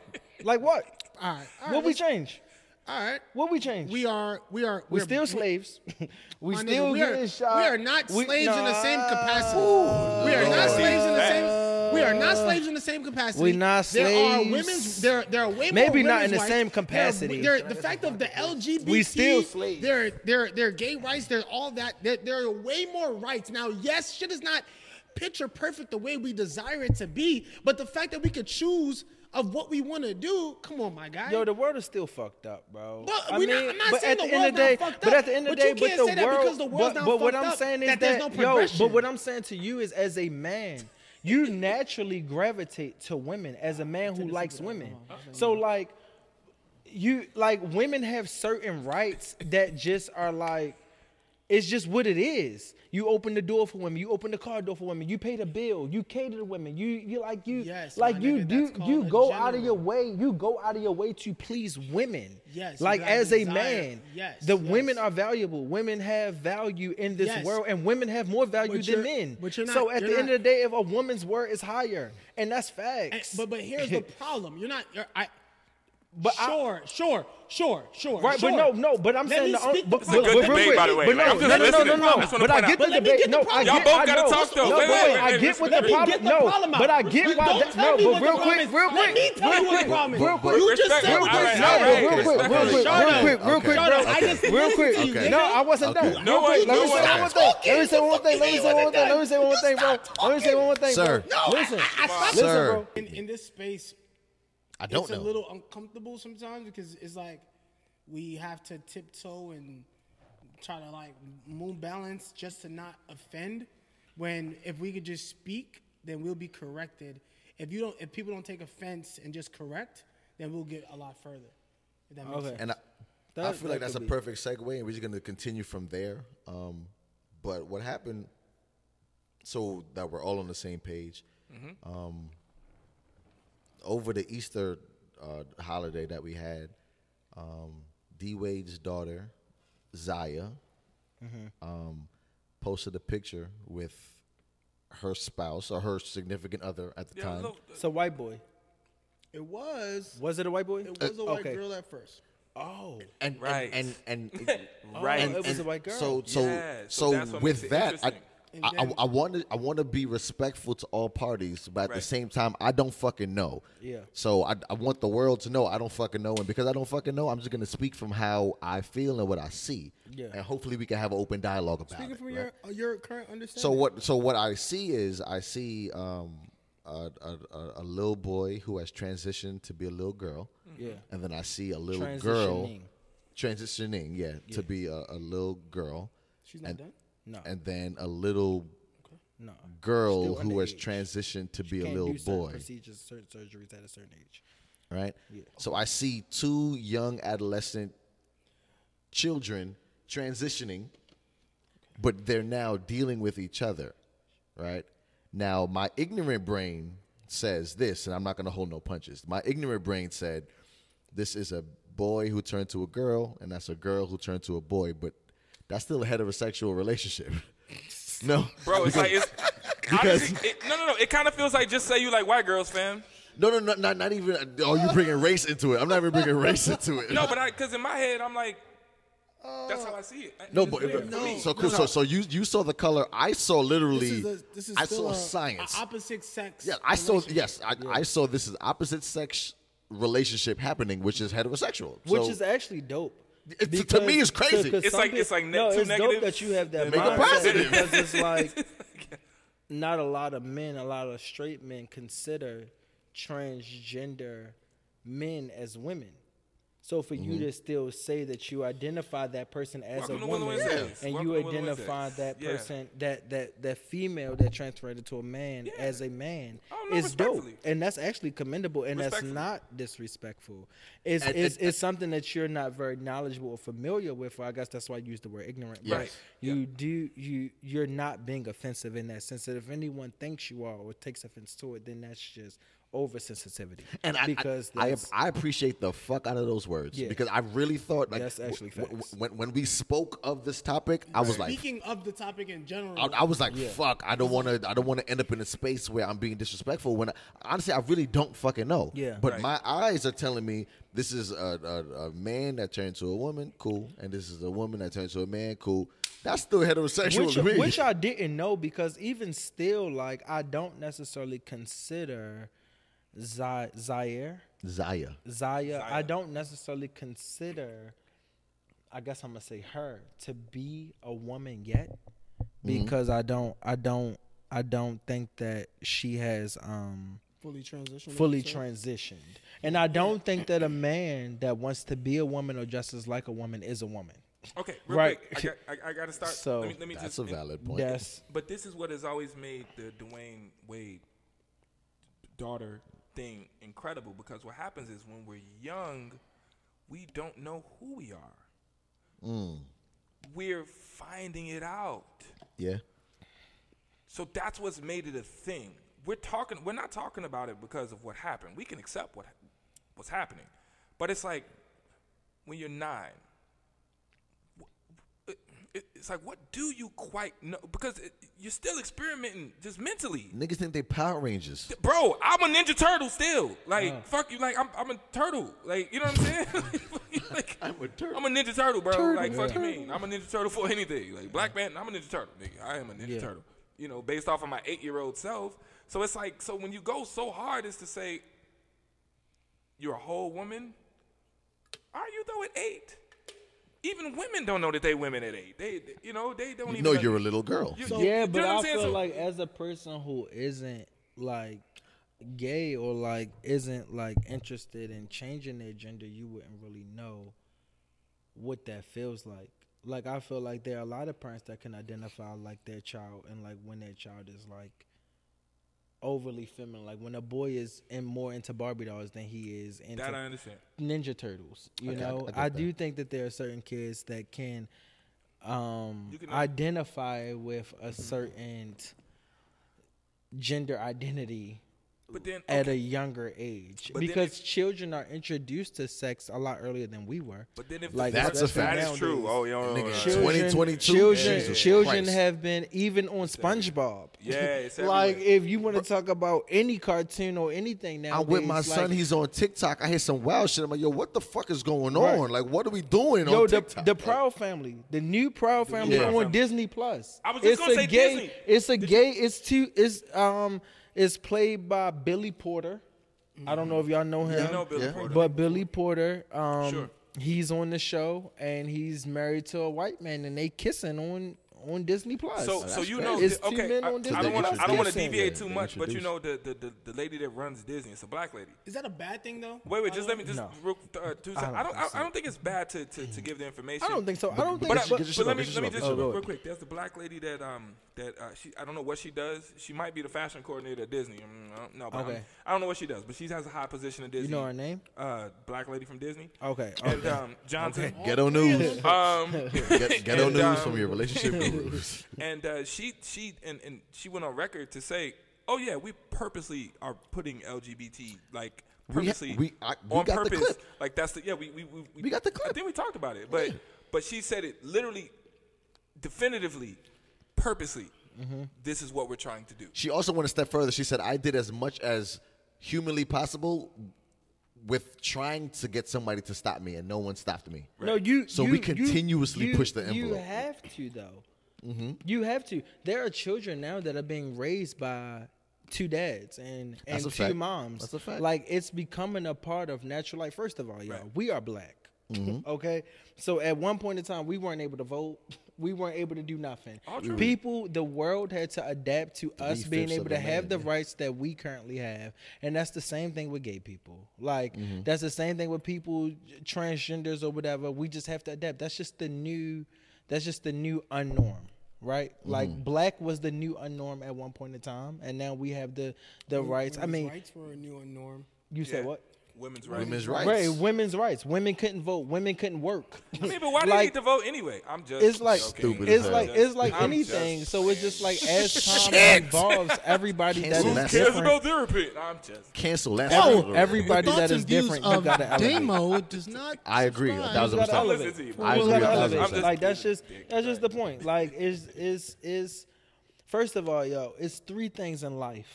Speaker 4: Like what?
Speaker 2: All right. All right.
Speaker 4: What we
Speaker 2: let's-
Speaker 4: change?
Speaker 2: all right.
Speaker 4: What we change?
Speaker 2: We are we are
Speaker 4: we
Speaker 2: we're-
Speaker 4: still slaves. <laughs> we
Speaker 2: My nigga,
Speaker 4: still
Speaker 2: we are-
Speaker 4: getting shot.
Speaker 2: We are not
Speaker 4: We-
Speaker 2: slaves in the same
Speaker 4: Nah.
Speaker 2: capacity. we are not
Speaker 1: Lord.
Speaker 2: slaves in the same.
Speaker 4: Facts.
Speaker 2: We are not slaves in the same capacity.
Speaker 4: We not
Speaker 2: There are
Speaker 4: slaves.
Speaker 2: women's. There there are way more
Speaker 4: Maybe not
Speaker 2: women's
Speaker 4: in the
Speaker 2: rights.
Speaker 4: same
Speaker 2: There are-
Speaker 4: capacity.
Speaker 2: there- the fact of the LGBT.
Speaker 4: We still slaves.
Speaker 2: There there there are gay rights. There are all that. There, there are way more rights now. Yes, shit is not picture perfect the way we desire it to be, but the fact that we could choose of what we want to do. Come on, my guy.
Speaker 4: Yo, the world is still fucked up, bro.
Speaker 2: But
Speaker 4: I
Speaker 2: we
Speaker 4: mean,
Speaker 2: not, I'm not
Speaker 4: but
Speaker 2: saying
Speaker 4: at
Speaker 2: the,
Speaker 4: the,
Speaker 2: world's
Speaker 4: end of the day,
Speaker 2: not fucked up.
Speaker 4: but at the end of the day,
Speaker 2: you can't
Speaker 4: but the
Speaker 2: say that
Speaker 4: world,
Speaker 2: because the world's
Speaker 4: but,
Speaker 2: not
Speaker 4: but what
Speaker 2: fucked
Speaker 4: I'm
Speaker 2: up,
Speaker 4: saying is
Speaker 2: that there's
Speaker 4: that,
Speaker 2: no
Speaker 4: yo,
Speaker 2: progression.
Speaker 4: but what I'm saying to you is, as a man, you naturally gravitate to women. As a man who likes women, so like, you like women have certain rights that just are like. It's just what it is. You open the door for women. You open the car door for women. You pay the bill. You cater to women. You you like you
Speaker 2: Yes, my
Speaker 4: like you
Speaker 2: nigga,
Speaker 4: do
Speaker 2: that's called
Speaker 4: you
Speaker 2: a
Speaker 4: go out of
Speaker 2: gentleman.
Speaker 4: your way. You go out of your way to please women.
Speaker 2: Yes, you
Speaker 4: Like
Speaker 2: gotta
Speaker 4: as a
Speaker 2: desire-
Speaker 4: man,
Speaker 2: yes,
Speaker 4: the
Speaker 2: yes.
Speaker 4: women are valuable. Women have value in this
Speaker 2: Yes.
Speaker 4: world, and women have more value
Speaker 2: But
Speaker 4: than
Speaker 2: you're-
Speaker 4: men.
Speaker 2: but you're not-
Speaker 4: so at
Speaker 2: you're
Speaker 4: the end
Speaker 2: not-
Speaker 4: of the day, if a woman's word is higher, and that's
Speaker 2: And-
Speaker 4: facts.
Speaker 2: but but here's
Speaker 4: <laughs>
Speaker 2: the problem. You're not. You're, I.
Speaker 4: But I-
Speaker 2: sure, sure, sure, sure.
Speaker 4: Right,
Speaker 2: sure.
Speaker 4: but no, no, but I'm
Speaker 2: Let me
Speaker 4: saying the only.
Speaker 2: speak
Speaker 4: But,
Speaker 2: the
Speaker 4: but,
Speaker 2: problem.
Speaker 4: but
Speaker 1: Good
Speaker 4: real
Speaker 1: debate,
Speaker 4: quick,
Speaker 1: by the way.
Speaker 4: But
Speaker 1: I'm
Speaker 4: no,
Speaker 1: just
Speaker 4: no, no, no,
Speaker 1: listening. I
Speaker 4: no, no.
Speaker 1: just wanna
Speaker 4: But
Speaker 1: point
Speaker 4: I get
Speaker 1: out.
Speaker 4: the
Speaker 2: Let me get
Speaker 4: debate.
Speaker 2: the
Speaker 4: No, I
Speaker 2: problem
Speaker 1: Y'all
Speaker 4: get.
Speaker 1: both
Speaker 4: I
Speaker 1: gotta
Speaker 4: know.
Speaker 1: talk, though.
Speaker 4: No,
Speaker 1: Wait, wait, wait,
Speaker 4: but wait, I
Speaker 1: wait,
Speaker 4: get what
Speaker 1: wait,
Speaker 4: the
Speaker 1: wait.
Speaker 4: problem.
Speaker 2: Get the
Speaker 4: No,
Speaker 2: problem out.
Speaker 4: but I
Speaker 2: Re-
Speaker 4: get
Speaker 2: re-
Speaker 4: why.
Speaker 2: don't
Speaker 4: that-
Speaker 2: tell
Speaker 4: No,
Speaker 2: me what the
Speaker 4: but real
Speaker 2: problem
Speaker 4: quick,
Speaker 2: is. Let
Speaker 4: real quick,
Speaker 2: me tell you
Speaker 4: real
Speaker 2: what the
Speaker 4: quick,
Speaker 2: problem is.
Speaker 4: real quick.
Speaker 2: You just said
Speaker 1: Respect- all
Speaker 2: what you
Speaker 1: right,
Speaker 2: said.
Speaker 1: all right,
Speaker 4: real quick,
Speaker 1: respect-
Speaker 4: real quick,
Speaker 2: Shut
Speaker 4: real
Speaker 2: up.
Speaker 4: quick, real quick,
Speaker 2: Shut up.
Speaker 4: bro.
Speaker 2: I just
Speaker 4: Real
Speaker 2: listened
Speaker 4: quick.
Speaker 2: to you,
Speaker 3: Okay.
Speaker 4: No,
Speaker 2: nigga.
Speaker 4: I wasn't
Speaker 3: Okay.
Speaker 4: done.
Speaker 1: No
Speaker 4: Real
Speaker 1: way,
Speaker 4: quick, Let me
Speaker 1: no way.
Speaker 4: say one more thing. Let me say one more thing. Let me say one more thing. Let me say one more thing, bro. Let me say one more thing, bro.
Speaker 3: Sir.
Speaker 4: Listen, listen,
Speaker 3: Sir.
Speaker 4: bro.
Speaker 2: In, in this space,
Speaker 3: I don't
Speaker 2: it's
Speaker 3: know.
Speaker 2: a little uncomfortable sometimes because it's like we have to tiptoe and try to like move balance just to not offend. When if we could just speak, then we'll be corrected. If you don't, if people don't take offense and just correct, then we'll get a lot further. If that makes
Speaker 4: Okay.
Speaker 2: sense.
Speaker 3: and I, I
Speaker 4: That-
Speaker 3: feel like
Speaker 4: that
Speaker 3: that's a
Speaker 4: could be.
Speaker 3: perfect segue, and we're just gonna continue from there. Um, but what happened? So that we're all on the same page. Um, over the Easter uh, holiday that we had, um, D Wade's daughter, Zaya,
Speaker 4: Mm-hmm.
Speaker 3: um, posted a picture with her spouse or her significant other at the
Speaker 1: Yeah,
Speaker 3: time.
Speaker 1: look,
Speaker 4: It's a white boy.
Speaker 2: It was.
Speaker 4: Was it a white boy?
Speaker 2: It was a white
Speaker 4: okay.
Speaker 2: girl at first.
Speaker 4: Oh,
Speaker 3: and
Speaker 1: Right.
Speaker 3: and and,
Speaker 1: <laughs>
Speaker 3: and
Speaker 2: Oh,
Speaker 1: Right.
Speaker 3: and-
Speaker 4: it was
Speaker 3: and
Speaker 4: a white girl.
Speaker 3: So so
Speaker 1: Yeah, so
Speaker 3: so,
Speaker 1: that's what makes
Speaker 3: with
Speaker 1: it
Speaker 3: that, I,
Speaker 2: interesting.
Speaker 3: I,
Speaker 2: And
Speaker 3: I,
Speaker 2: then-
Speaker 3: I want to I want to be respectful to all parties, but at the
Speaker 1: Right.
Speaker 3: same time, I don't fucking know.
Speaker 4: Yeah.
Speaker 3: So I, I want the world to know I don't fucking know, and because I don't fucking know, I'm just gonna speak from how I feel and what I see.
Speaker 4: Yeah.
Speaker 3: And hopefully, we can have an open dialogue about
Speaker 2: Speaking
Speaker 3: it.
Speaker 2: from
Speaker 3: right?
Speaker 2: your uh, your current understanding.
Speaker 3: So what? So what I see is I see um, a, a, a, a little boy who has transitioned to be a little girl.
Speaker 2: Mm-hmm.
Speaker 4: Yeah.
Speaker 3: And then I see a little girl
Speaker 4: Transitioning.
Speaker 3: transitioning, yeah, to be a, a little girl.
Speaker 2: She's not
Speaker 3: and,
Speaker 2: done?
Speaker 4: No.
Speaker 3: And then a little
Speaker 4: No.
Speaker 3: girl
Speaker 4: Still
Speaker 3: who has
Speaker 4: underage.
Speaker 3: transitioned to
Speaker 4: You
Speaker 3: be a
Speaker 4: can't
Speaker 3: little
Speaker 4: do certain
Speaker 3: boy,
Speaker 4: Procedures, certain surgeries at a certain age.
Speaker 3: right? So I see two young adolescent children transitioning, but they're now dealing with each other, right? Now my ignorant brain says this, and I'm not going to hold no punches. My ignorant brain said, "This is a boy who turned to a girl, and that's a girl who turned to a boy," but that's still a heterosexual relationship. <laughs> no,
Speaker 1: bro. It's like
Speaker 3: <laughs>
Speaker 1: it's honestly, it, no, no, no. It kind of feels like just say you like white girls, fam.
Speaker 3: No, no, no, not not even. Oh, you bringing race into it? I'm not even bringing race into it.
Speaker 1: No, but I because in my head I'm like, that's how I see it.
Speaker 3: no,
Speaker 1: It's
Speaker 3: but
Speaker 1: weird for me.
Speaker 3: so cool. So, so you you saw the color. I saw literally.
Speaker 5: This is a- this is
Speaker 3: I
Speaker 5: still
Speaker 3: saw
Speaker 5: a-
Speaker 3: science.
Speaker 2: A opposite sex.
Speaker 3: yeah, I saw. Yes, I, I saw this is opposite sex relationship happening, which is heterosexual.
Speaker 4: Which
Speaker 3: So-
Speaker 4: is actually dope.
Speaker 3: It- to- to me, it's crazy.
Speaker 4: because
Speaker 1: It's
Speaker 4: some
Speaker 1: like-
Speaker 4: peo-
Speaker 1: it's like
Speaker 4: no,
Speaker 1: net- two
Speaker 4: it's dope
Speaker 1: negatives,
Speaker 4: that you have that
Speaker 1: then
Speaker 3: make it
Speaker 4: mindset
Speaker 3: positive. <laughs>
Speaker 4: because it's like not a lot of men, a lot of straight men consider transgender men as women. So for
Speaker 3: Mm-hmm.
Speaker 4: you to still say that you identify that person as
Speaker 1: Welcome
Speaker 4: a
Speaker 1: to Willow
Speaker 4: woman,
Speaker 1: Wednesdays.
Speaker 4: and
Speaker 1: Welcome
Speaker 4: you
Speaker 1: to Willow
Speaker 4: identify
Speaker 1: Wednesdays.
Speaker 4: that
Speaker 1: Yeah.
Speaker 4: person, that that that female that transferred into a man as a man,
Speaker 1: Oh, no,
Speaker 4: is dope,
Speaker 1: respectfully.
Speaker 4: and that's actually commendable, and that's
Speaker 1: Respectfully.
Speaker 4: not disrespectful. It's
Speaker 3: And-
Speaker 4: it's,
Speaker 3: and-
Speaker 4: it's something that you're not very knowledgeable or familiar with. Or I guess that's why I use the word ignorant. but
Speaker 3: Yes.
Speaker 4: You do you you're not being offensive in that sense. That if anyone thinks you are or takes offense to it, then that's just oversensitivity.
Speaker 3: and I,
Speaker 4: because
Speaker 3: I, I,
Speaker 4: that's-
Speaker 3: I appreciate the fuck out of those words
Speaker 4: Yeah.
Speaker 3: because I really thought like
Speaker 4: That's actually facts.
Speaker 3: when when we spoke of this topic, I was like,
Speaker 2: Speaking of the topic in general,
Speaker 3: I, I was like, fuck, I don't want to. I don't want to end up in a space where I'm being disrespectful. When I, honestly, I really don't fucking know.
Speaker 4: Yeah.
Speaker 3: But
Speaker 1: Right.
Speaker 3: my eyes are telling me this is a, a, a man that turned to a woman, cool, and this is a woman that turned to a man, cool. That's still heterosexual
Speaker 4: which,
Speaker 3: to me.
Speaker 4: which
Speaker 3: <laughs>
Speaker 4: I didn't know because even still, like I don't necessarily consider Zy- Zaire.
Speaker 3: Zaya.
Speaker 4: Zaya, I don't necessarily consider, I guess I'm gonna say her to be a woman yet, because I don't, I don't, I don't think that she has um
Speaker 5: Fully transition.
Speaker 4: fully transitioned, and I don't think that a man that wants to be a woman or just as like a woman is a woman.
Speaker 1: okay, real
Speaker 4: Right.
Speaker 1: Quick, I, got, I, I got to start.
Speaker 4: So,
Speaker 1: let me, let me
Speaker 3: That's
Speaker 1: just,
Speaker 3: a
Speaker 1: and-
Speaker 3: valid point.
Speaker 4: That's
Speaker 1: But this is what has always made the Dwayne Wade daughter thing incredible because what happens is when we're young, we don't know who we are.
Speaker 3: Mm.
Speaker 1: We're finding it out.
Speaker 3: Yeah.
Speaker 1: So that's what's made it a thing. We're talking. We're not talking about it because of what happened. We can accept what what's happening, but it's like when you're nine. wh- it- it- It's like, what do you quite know? Because it, you're still experimenting just mentally,
Speaker 3: Niggas think they Power Rangers.
Speaker 1: bro. I'm a Ninja Turtle still. Like, fuck you. Like, I'm, I'm a turtle. Like, you know what I'm saying? <laughs> like, I'm a turtle. I'm a Ninja Turtle, bro. like, fuck you mean? I'm a Ninja Turtle for anything. Like, Black Man, I'm a Ninja Turtle, nigga. I am a Ninja Turtle. You know, based off of my eight year old self. So it's like, so when you go so hard as to say, you're a whole woman. Are you though at eight? Even women don't know that they women at eight. They, you know, they don't
Speaker 3: You
Speaker 1: even
Speaker 3: know you're a little girl.
Speaker 1: You- you
Speaker 4: yeah,
Speaker 1: know
Speaker 4: but
Speaker 1: what I'm
Speaker 4: I
Speaker 1: saying?
Speaker 4: feel
Speaker 1: So-
Speaker 4: like as a person who isn't like gay or like isn't like interested in changing their gender, you wouldn't really know what that feels like. Like I feel like there are a lot of parents that can identify like their child and like when their child is like overly feminine. Like when a boy is in more into Barbie dolls than he is into
Speaker 1: that I understand.
Speaker 4: Ninja Turtles. You
Speaker 3: Okay, I-
Speaker 4: know,
Speaker 3: I get
Speaker 4: I,
Speaker 3: that.
Speaker 4: do think that there are certain kids that can, um,
Speaker 1: You can- Mm-hmm.
Speaker 4: identify with a certain gender identity
Speaker 1: But then
Speaker 4: at
Speaker 1: okay.
Speaker 4: a younger age
Speaker 1: But then
Speaker 4: because children are introduced to sex a lot earlier than we were.
Speaker 1: But then if
Speaker 4: Like,
Speaker 3: That's a fact.
Speaker 1: That is true. Oh, yo, yo, yo,
Speaker 3: Nigga,
Speaker 1: yo.
Speaker 3: shit.
Speaker 4: Children,
Speaker 3: 2022?
Speaker 4: children,
Speaker 3: Jesus
Speaker 4: children
Speaker 3: Christ.
Speaker 4: have been even on SpongeBob. <laughs>
Speaker 1: Yeah, it's
Speaker 4: like
Speaker 1: everywhere.
Speaker 4: if you want to talk about any cartoon or anything now,
Speaker 3: I'm with my son. He's on TikTok. I hear some wild shit. I'm like, yo, what the fuck is going on?
Speaker 4: Right.
Speaker 3: Like, what are we doing
Speaker 4: Yo,
Speaker 3: on
Speaker 4: the,
Speaker 3: TikTok?
Speaker 4: the
Speaker 3: Like,
Speaker 4: Proud Family, the new Proud Family
Speaker 1: Proud
Speaker 4: on
Speaker 1: Family.
Speaker 4: Disney Plus.
Speaker 1: I was just
Speaker 4: it's
Speaker 1: gonna
Speaker 4: a
Speaker 1: say
Speaker 4: gay,
Speaker 1: Disney.
Speaker 4: It's a gay. It's two. It's um. It's played by Billy Porter. I don't know if y'all know him,
Speaker 1: I Mm-hmm. know Billy
Speaker 3: Yeah.
Speaker 1: Porter.
Speaker 4: but Billy Porter. Um,
Speaker 1: Sure.
Speaker 4: he's on the show and he's married to a white man and they kissing on on Disney Plus.
Speaker 1: So, so you know,
Speaker 4: It's
Speaker 1: th-
Speaker 4: two
Speaker 1: okay.
Speaker 4: men
Speaker 1: I,
Speaker 4: on Disney
Speaker 1: I don't want
Speaker 3: Plus.
Speaker 1: to. I don't want to
Speaker 3: Introduced.
Speaker 1: deviate
Speaker 3: Yeah,
Speaker 1: too
Speaker 3: they
Speaker 1: much, but you know,
Speaker 3: introduced.
Speaker 1: the, the, the, the lady that runs Disney, it's a black lady.
Speaker 2: Is that a bad thing though?
Speaker 1: Wait, wait,
Speaker 2: By
Speaker 1: just
Speaker 2: the
Speaker 1: let me just
Speaker 4: No.
Speaker 1: real, uh, two seconds. I don't. I don't, I, don't think it's bad to, to, to give the information.
Speaker 4: I don't think so. I don't think.
Speaker 1: But, I,
Speaker 3: Get your-
Speaker 1: but, but
Speaker 3: get your shit
Speaker 1: let
Speaker 3: off,
Speaker 1: me
Speaker 3: get your
Speaker 1: let me
Speaker 3: shit
Speaker 1: just
Speaker 3: off.
Speaker 4: Oh, go
Speaker 1: real
Speaker 4: ahead.
Speaker 1: quick. There's the black lady that um that uh, she I don't know what she does. She might be the fashion coordinator at Disney. Mm, I don't know, but
Speaker 4: Okay.
Speaker 1: I'm- I don't know what she does. But she has a high position at Disney.
Speaker 4: You know her name? Oh,
Speaker 1: Uh, black lady from Disney.
Speaker 4: Okay.
Speaker 1: And um, Johnson.
Speaker 3: Ghetto news.
Speaker 4: <laughs>
Speaker 1: Um,
Speaker 3: Get, ghetto
Speaker 1: And,
Speaker 3: news
Speaker 1: um,
Speaker 3: from your relationship gurus.
Speaker 1: and uh, she she and, and she went on record to say, "Oh yeah, we purposely are putting LGBT like
Speaker 3: We ha-
Speaker 1: purposely
Speaker 3: we- I- we
Speaker 1: on
Speaker 3: got the
Speaker 1: purpose.
Speaker 3: clip.
Speaker 1: Like that's the yeah we we, we,
Speaker 3: We got the
Speaker 1: I
Speaker 3: clip.
Speaker 1: think we talked about it, but but she said it literally, definitively, purposely. This is what we're trying to do.
Speaker 3: She also went a step further. She said, "I did as much as humanly possible with trying to get somebody to stop me, and no one stopped me."
Speaker 4: No, you.
Speaker 3: So
Speaker 4: you-
Speaker 3: we
Speaker 4: you-
Speaker 3: continuously
Speaker 4: you-
Speaker 3: push the
Speaker 4: You
Speaker 3: envelope. Mm-hmm.
Speaker 4: have to though. You have to. There are children now that are being raised by two dads and and
Speaker 3: That's a
Speaker 4: two
Speaker 3: fact.
Speaker 4: moms.
Speaker 3: That's a fact.
Speaker 4: Like it's becoming a part of natural life. First of all, y'all, we are black.
Speaker 3: Mm-hmm.
Speaker 4: <laughs> okay, so at one point in time, we weren't able to vote. <laughs> We weren't able to do nothing. People, the world had to adapt to us being
Speaker 3: three-fifths
Speaker 4: able
Speaker 3: of
Speaker 4: to
Speaker 3: a
Speaker 4: have
Speaker 3: man,
Speaker 4: the rights that we currently have, and that's the same thing with gay people. Like
Speaker 3: Mm-hmm.
Speaker 4: that's the same thing with people transgenders or whatever. We just have to adapt. That's just the new. That's just the new unnorm, right?
Speaker 3: Mm-hmm.
Speaker 4: Like black was the new unnorm at one point in time, and now we have the the rights. I
Speaker 2: women's
Speaker 4: mean,
Speaker 2: rights were a new norm.
Speaker 4: you said
Speaker 1: Yeah.
Speaker 4: what?
Speaker 1: Women's rights.
Speaker 3: Women's rights.
Speaker 4: Right, women's rights. Women couldn't vote. Women couldn't work.
Speaker 1: I mean, but why do you
Speaker 4: Like-
Speaker 1: need to vote anyway? I'm just
Speaker 4: It's like
Speaker 1: joking.
Speaker 3: Stupid as
Speaker 4: it's
Speaker 3: hell.
Speaker 4: like it's like
Speaker 1: I'm just
Speaker 4: anything. So it's just like as time
Speaker 3: Shit.
Speaker 4: involves everybody that
Speaker 3: Cancel
Speaker 4: is
Speaker 3: that.
Speaker 1: Cares
Speaker 4: different.
Speaker 1: about their opinion. I'm just.
Speaker 3: Cancel last
Speaker 4: Every-
Speaker 3: night.
Speaker 5: The
Speaker 4: Oh, everybody that
Speaker 5: thoughts
Speaker 4: is
Speaker 5: and views
Speaker 4: different, you
Speaker 5: of
Speaker 4: gotta elevate.
Speaker 5: Damo does not.
Speaker 3: I agree. A
Speaker 5: subscribe.
Speaker 3: thousand
Speaker 4: You gotta
Speaker 3: percent.
Speaker 4: elevate.
Speaker 1: Listen to you.
Speaker 3: I
Speaker 4: You
Speaker 3: agree.
Speaker 4: gotta
Speaker 3: A
Speaker 1: I'm
Speaker 3: thousand
Speaker 4: elevate.
Speaker 1: just-
Speaker 3: percent.
Speaker 4: Like that's just that's just the point. Like is is is first of all, yo, it's three things in life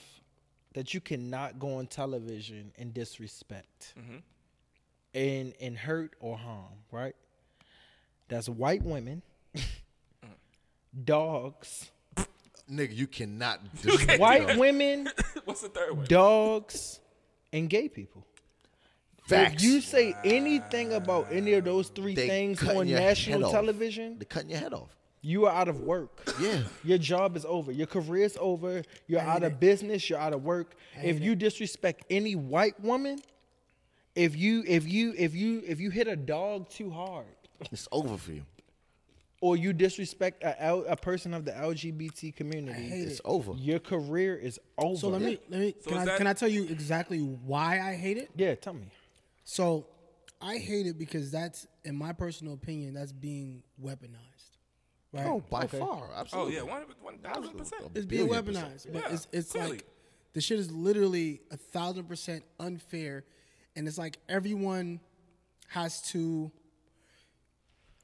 Speaker 4: that you cannot go on television and disrespect
Speaker 3: Mm-hmm.
Speaker 4: and and hurt or harm, right? That's
Speaker 3: <laughs>
Speaker 4: white women, dogs,
Speaker 3: Nigga, you cannot.
Speaker 1: <laughs>
Speaker 3: Dis-
Speaker 4: white women,
Speaker 1: What's the third one?
Speaker 4: dogs, and gay people.
Speaker 3: Facts.
Speaker 4: If you say anything about any of those three
Speaker 3: They
Speaker 4: things
Speaker 3: cutting
Speaker 4: on
Speaker 3: your head
Speaker 4: national
Speaker 3: off.
Speaker 4: television,
Speaker 3: They're cutting your head off.
Speaker 4: you are out of work.
Speaker 3: Yeah.
Speaker 4: Your job is over. Your career is over. You're out of business. You're out of work. If you disrespect any white woman, if you if you if you if you hit a dog too hard,
Speaker 3: It's over for you.
Speaker 4: or you disrespect a, L- a person of the LGBT community,
Speaker 3: It's over.
Speaker 4: your career is over.
Speaker 2: So let me let me
Speaker 1: So
Speaker 2: can
Speaker 1: is
Speaker 2: I
Speaker 1: that-
Speaker 2: can I tell you exactly why I hate it?
Speaker 4: Yeah, tell me.
Speaker 2: So I hate it because that's in my personal opinion that's being weaponized. Right?
Speaker 3: Oh, by far,
Speaker 1: Oh
Speaker 3: absolutely.
Speaker 1: yeah, one one thousand percent.
Speaker 2: it's being
Speaker 3: billion
Speaker 2: weaponized, but
Speaker 1: Yeah,
Speaker 2: it's it's
Speaker 1: clearly.
Speaker 2: like the shit is literally a thousand percent unfair, and it's like everyone has to.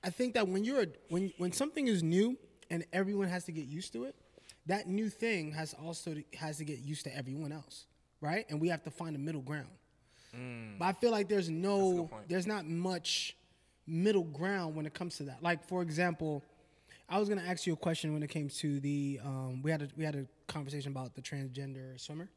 Speaker 2: I think that when you're a, when when something is new and everyone has to get used to it, that new thing has also to, has to get used to everyone else, right? And we have to find a middle ground. But I feel like there's no there's not much middle ground when it comes to that. Like for example, I was gonna ask you a question when it came to the um, we had a we had a conversation about the transgender swimmer.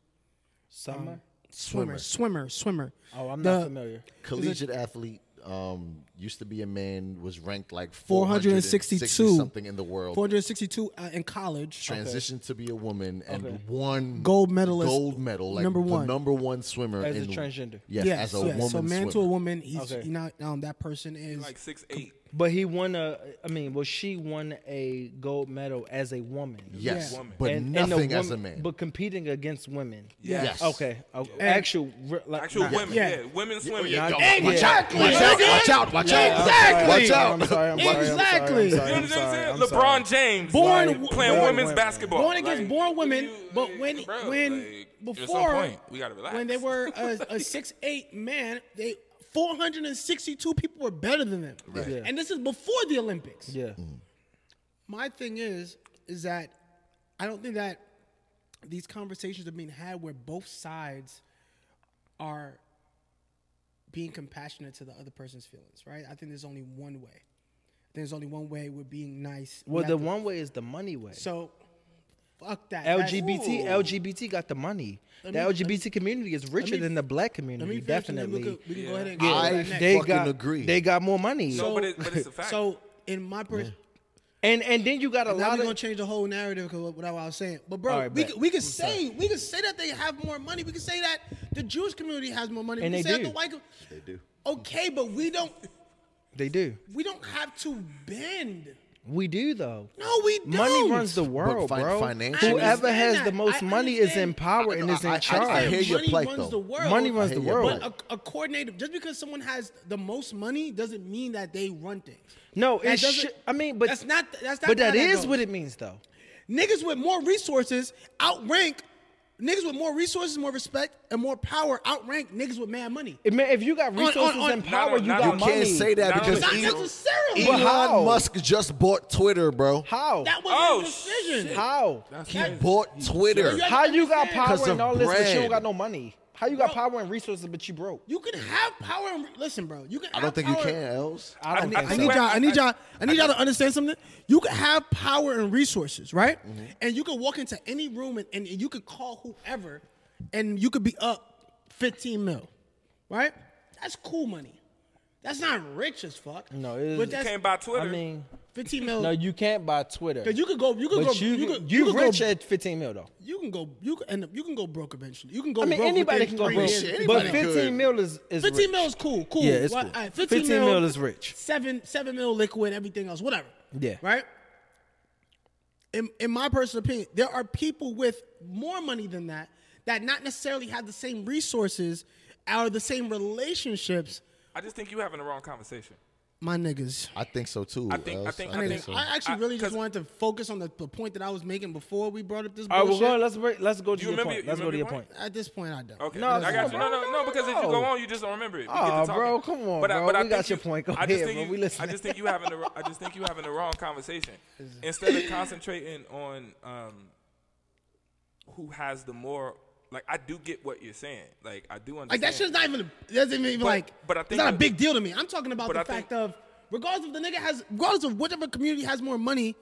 Speaker 4: Summer.
Speaker 2: Swimmer, swimmer, swimmer.
Speaker 4: oh, I'm
Speaker 2: The
Speaker 4: not familiar.
Speaker 3: Collegiate athlete um, used to be a man was ranked like
Speaker 2: 462
Speaker 3: 462 something in the world.
Speaker 2: 462 uh, in college.
Speaker 3: Transitioned to be a woman and won
Speaker 2: Gold medalist,
Speaker 3: Gold medal, like
Speaker 2: number
Speaker 3: the
Speaker 2: one.
Speaker 3: number one swimmer
Speaker 4: As a
Speaker 3: in-
Speaker 4: transgender.
Speaker 3: Yes, as a
Speaker 2: so-
Speaker 3: woman.
Speaker 2: So man to a
Speaker 3: swimmer.
Speaker 2: woman, he's
Speaker 4: Okay.
Speaker 2: you know um, that person is
Speaker 1: Like six eight.
Speaker 4: But he won a. I mean, well, she won a gold medal as a woman.
Speaker 3: Yes,
Speaker 1: Yeah. Woman.
Speaker 3: but
Speaker 4: the
Speaker 3: nothing as a
Speaker 4: woman-
Speaker 3: man.
Speaker 4: But competing against women.
Speaker 3: Yes.
Speaker 1: Oh,
Speaker 4: Okay. okay. Actual. re- Like,
Speaker 1: Actual
Speaker 4: not-
Speaker 1: women.
Speaker 2: Yeah.
Speaker 1: Yeah, women swimming.
Speaker 3: Yo,
Speaker 1: You
Speaker 4: yeah.
Speaker 3: watch out! Watch out! Watch out! Watch out! Watch
Speaker 4: I'm
Speaker 3: out!
Speaker 4: sorry. I'm sorry. I'm sorry, I'm sorry,
Speaker 2: Exactly.
Speaker 4: I'm
Speaker 1: know
Speaker 4: sorry, I'm
Speaker 1: what I'm
Speaker 4: sorry,
Speaker 1: saying?
Speaker 4: I'm sorry.
Speaker 1: LeBron James
Speaker 2: Born
Speaker 1: like,
Speaker 2: w-
Speaker 1: playing
Speaker 4: born
Speaker 1: women's
Speaker 4: women.
Speaker 1: basketball.
Speaker 2: Born against
Speaker 1: Like,
Speaker 2: born women,
Speaker 1: you-
Speaker 2: but
Speaker 1: like,
Speaker 2: when
Speaker 1: bro,
Speaker 2: when
Speaker 1: like, at some
Speaker 2: before
Speaker 1: point, we gotta relax.
Speaker 2: when they were a, a six eight man, they 462 people were better than them,
Speaker 4: Yeah.
Speaker 2: and this is before the Olympics.
Speaker 4: Yeah.
Speaker 2: My thing is, is that I don't think that these conversations are being had where both sides are being compassionate to the other person's feelings, right? I think there's only one way. There's only one way with being nice.
Speaker 4: Well, the
Speaker 2: Not-
Speaker 4: one way is the money way.
Speaker 2: so fuck that. That's-
Speaker 4: LGBT, LGBT got the money. the LGBT community is richer
Speaker 2: me-
Speaker 4: than the black
Speaker 2: Let
Speaker 4: community,
Speaker 2: me finish and then
Speaker 4: definitely.
Speaker 2: We could- we can go ahead and
Speaker 3: Yeah.
Speaker 2: go to
Speaker 3: I
Speaker 2: that next.
Speaker 3: think-
Speaker 4: they
Speaker 3: Fucking
Speaker 4: got,
Speaker 3: agree.
Speaker 2: <laughs>
Speaker 4: They got more money.
Speaker 1: No, but, it, but it's a fact.
Speaker 2: So in my pers-
Speaker 4: And and then you got a
Speaker 2: Now
Speaker 4: lot
Speaker 2: we're
Speaker 4: of
Speaker 2: gonna change the whole narrative because what, what I was saying. But bro,
Speaker 4: All right,
Speaker 2: we
Speaker 4: bet.
Speaker 2: could, we could say we could say that they have more money. We could say that the Jewish community has more money.
Speaker 4: And
Speaker 2: we
Speaker 4: they
Speaker 2: could say
Speaker 4: do.
Speaker 2: That the white. com-
Speaker 3: They do.
Speaker 2: Okay, but we don't
Speaker 4: they do.
Speaker 2: we don't have to bend.
Speaker 4: We do though.
Speaker 2: No, we don't.
Speaker 4: Money runs the world,
Speaker 3: fin-
Speaker 4: bro.
Speaker 3: financially-
Speaker 4: Whoever has
Speaker 2: I
Speaker 4: the
Speaker 2: understand
Speaker 4: most
Speaker 2: that. I
Speaker 4: money is in
Speaker 2: understand.
Speaker 4: power and is
Speaker 3: I- I- I
Speaker 4: in charge.
Speaker 3: hear your
Speaker 2: money
Speaker 3: plight,
Speaker 2: runs
Speaker 3: though.
Speaker 2: the world.
Speaker 4: Money
Speaker 3: I
Speaker 4: runs the
Speaker 3: hear your
Speaker 4: world.
Speaker 3: plight.
Speaker 2: But a, a coordinator, just because someone has the most money doesn't mean that they run things.
Speaker 4: No,
Speaker 2: That
Speaker 4: it
Speaker 2: doesn't-
Speaker 4: should. I mean, but
Speaker 2: that's not that's not
Speaker 4: But
Speaker 2: how
Speaker 4: that is
Speaker 2: goes.
Speaker 4: what it means, though.
Speaker 2: Niggas with more resources outrank niggas with more resources, more respect, and more power outrank niggas with mad money.
Speaker 4: It may- if you got
Speaker 2: on-
Speaker 4: resources
Speaker 2: on-
Speaker 4: and
Speaker 1: Not
Speaker 4: power,
Speaker 1: on-
Speaker 4: you
Speaker 1: not
Speaker 4: got
Speaker 1: on-
Speaker 3: You
Speaker 4: money.
Speaker 3: can't say that
Speaker 1: Not
Speaker 3: because
Speaker 1: only-
Speaker 2: Not
Speaker 1: <laughs>
Speaker 3: Elon,
Speaker 2: necessarily.
Speaker 3: Elon
Speaker 4: how?
Speaker 3: Musk just bought Twitter, bro.
Speaker 4: How?
Speaker 2: That was
Speaker 1: Oh,
Speaker 2: a decision.
Speaker 4: How?
Speaker 1: That's
Speaker 3: He
Speaker 1: crazy.
Speaker 3: bought Twitter.
Speaker 2: You-
Speaker 4: How you got
Speaker 2: Because
Speaker 4: power
Speaker 3: of
Speaker 4: and all this, but you
Speaker 3: bread.
Speaker 4: don't got no money? How you got
Speaker 2: Bro.
Speaker 4: power and resources, but you broke?
Speaker 2: You can have power. And re- listen, bro. You can.
Speaker 3: I don't
Speaker 2: have
Speaker 3: think you
Speaker 2: power-
Speaker 3: can, Els.
Speaker 4: I don't
Speaker 1: I- I
Speaker 4: think
Speaker 2: I
Speaker 4: so.
Speaker 2: need y'all. I need y'all. I need y'all to understand something. You can have power and resources, right?
Speaker 4: Mm-hmm.
Speaker 2: And you can walk into any room and, and you could call whoever, and you could be up fifteen mil, right? That's cool money. That's not rich as fuck.
Speaker 4: No, it
Speaker 2: but
Speaker 4: is-
Speaker 2: that's
Speaker 1: Can't buy Twitter.
Speaker 4: I mean,
Speaker 2: fifteen mil.
Speaker 4: no, you can't buy Twitter.
Speaker 2: 'Cause you could go. You could go.
Speaker 4: but you,
Speaker 2: You, could,
Speaker 4: you,
Speaker 2: could
Speaker 4: rich
Speaker 2: go,
Speaker 4: at 15 mil, though.
Speaker 2: You can go. You can end up. You can go broke eventually. You can go.
Speaker 4: I mean,
Speaker 2: broke
Speaker 4: anybody
Speaker 2: within
Speaker 4: can go
Speaker 2: three
Speaker 4: broke.
Speaker 2: years.
Speaker 3: Shit,
Speaker 4: But
Speaker 3: anybody
Speaker 4: 15
Speaker 3: could.
Speaker 4: mil is, is
Speaker 2: 15
Speaker 4: rich.
Speaker 2: mil is cool. Cool.
Speaker 4: Yeah, it's
Speaker 2: Why-
Speaker 4: cool.
Speaker 2: all right, 15,
Speaker 4: 15 mil is rich.
Speaker 2: Seven, seven mil liquid, everything else, whatever.
Speaker 4: Yeah.
Speaker 2: Right? In, in my personal opinion, there are people with more money than that that not necessarily have the same resources or the same relationships.
Speaker 1: I just think you having the wrong conversation.
Speaker 2: My niggas.
Speaker 3: I think so too.
Speaker 1: I think- I
Speaker 3: Els.
Speaker 1: think-
Speaker 2: My
Speaker 1: I
Speaker 2: niggas.
Speaker 1: so.
Speaker 2: I actually
Speaker 1: I-
Speaker 2: really just
Speaker 1: 'cause-
Speaker 2: wanted to focus on the, the point that I was making before we brought up this
Speaker 4: All right,
Speaker 2: bullshit.
Speaker 4: we're going. Let's break, let's go to
Speaker 1: You
Speaker 4: your
Speaker 1: remember-
Speaker 4: point.
Speaker 1: you
Speaker 4: Let's go to
Speaker 1: remember
Speaker 4: your
Speaker 1: your
Speaker 4: point.
Speaker 2: At this point, I don't.
Speaker 1: Okay,
Speaker 4: No,
Speaker 1: I got
Speaker 4: no,
Speaker 1: you. No, no,
Speaker 4: bro,
Speaker 1: no, because if you go
Speaker 4: no.
Speaker 1: on, you just don't remember it. You get
Speaker 4: Aw,
Speaker 1: to talking.
Speaker 4: bro, come on,
Speaker 1: but I,
Speaker 4: bro.
Speaker 1: but I
Speaker 4: We got
Speaker 1: think
Speaker 4: your
Speaker 1: you-
Speaker 4: point. Go
Speaker 1: I just
Speaker 4: ahead,
Speaker 1: think
Speaker 4: bro.
Speaker 1: you,
Speaker 4: We listening.
Speaker 1: I just think you having the. wr- I just think you having the wrong
Speaker 4: <laughs>
Speaker 1: conversation. Instead of concentrating on um, who has the more. Like I do get what you're saying. Like I do understand.
Speaker 2: Like that shit's not even that's even even
Speaker 1: But-
Speaker 2: like
Speaker 1: but I
Speaker 2: it's
Speaker 1: think
Speaker 2: not a
Speaker 1: that-
Speaker 2: big deal to me. I'm talking about
Speaker 1: but
Speaker 2: the
Speaker 1: I
Speaker 2: fact
Speaker 1: think-
Speaker 2: of regardless of the nigga has regardless of whatever community has more money,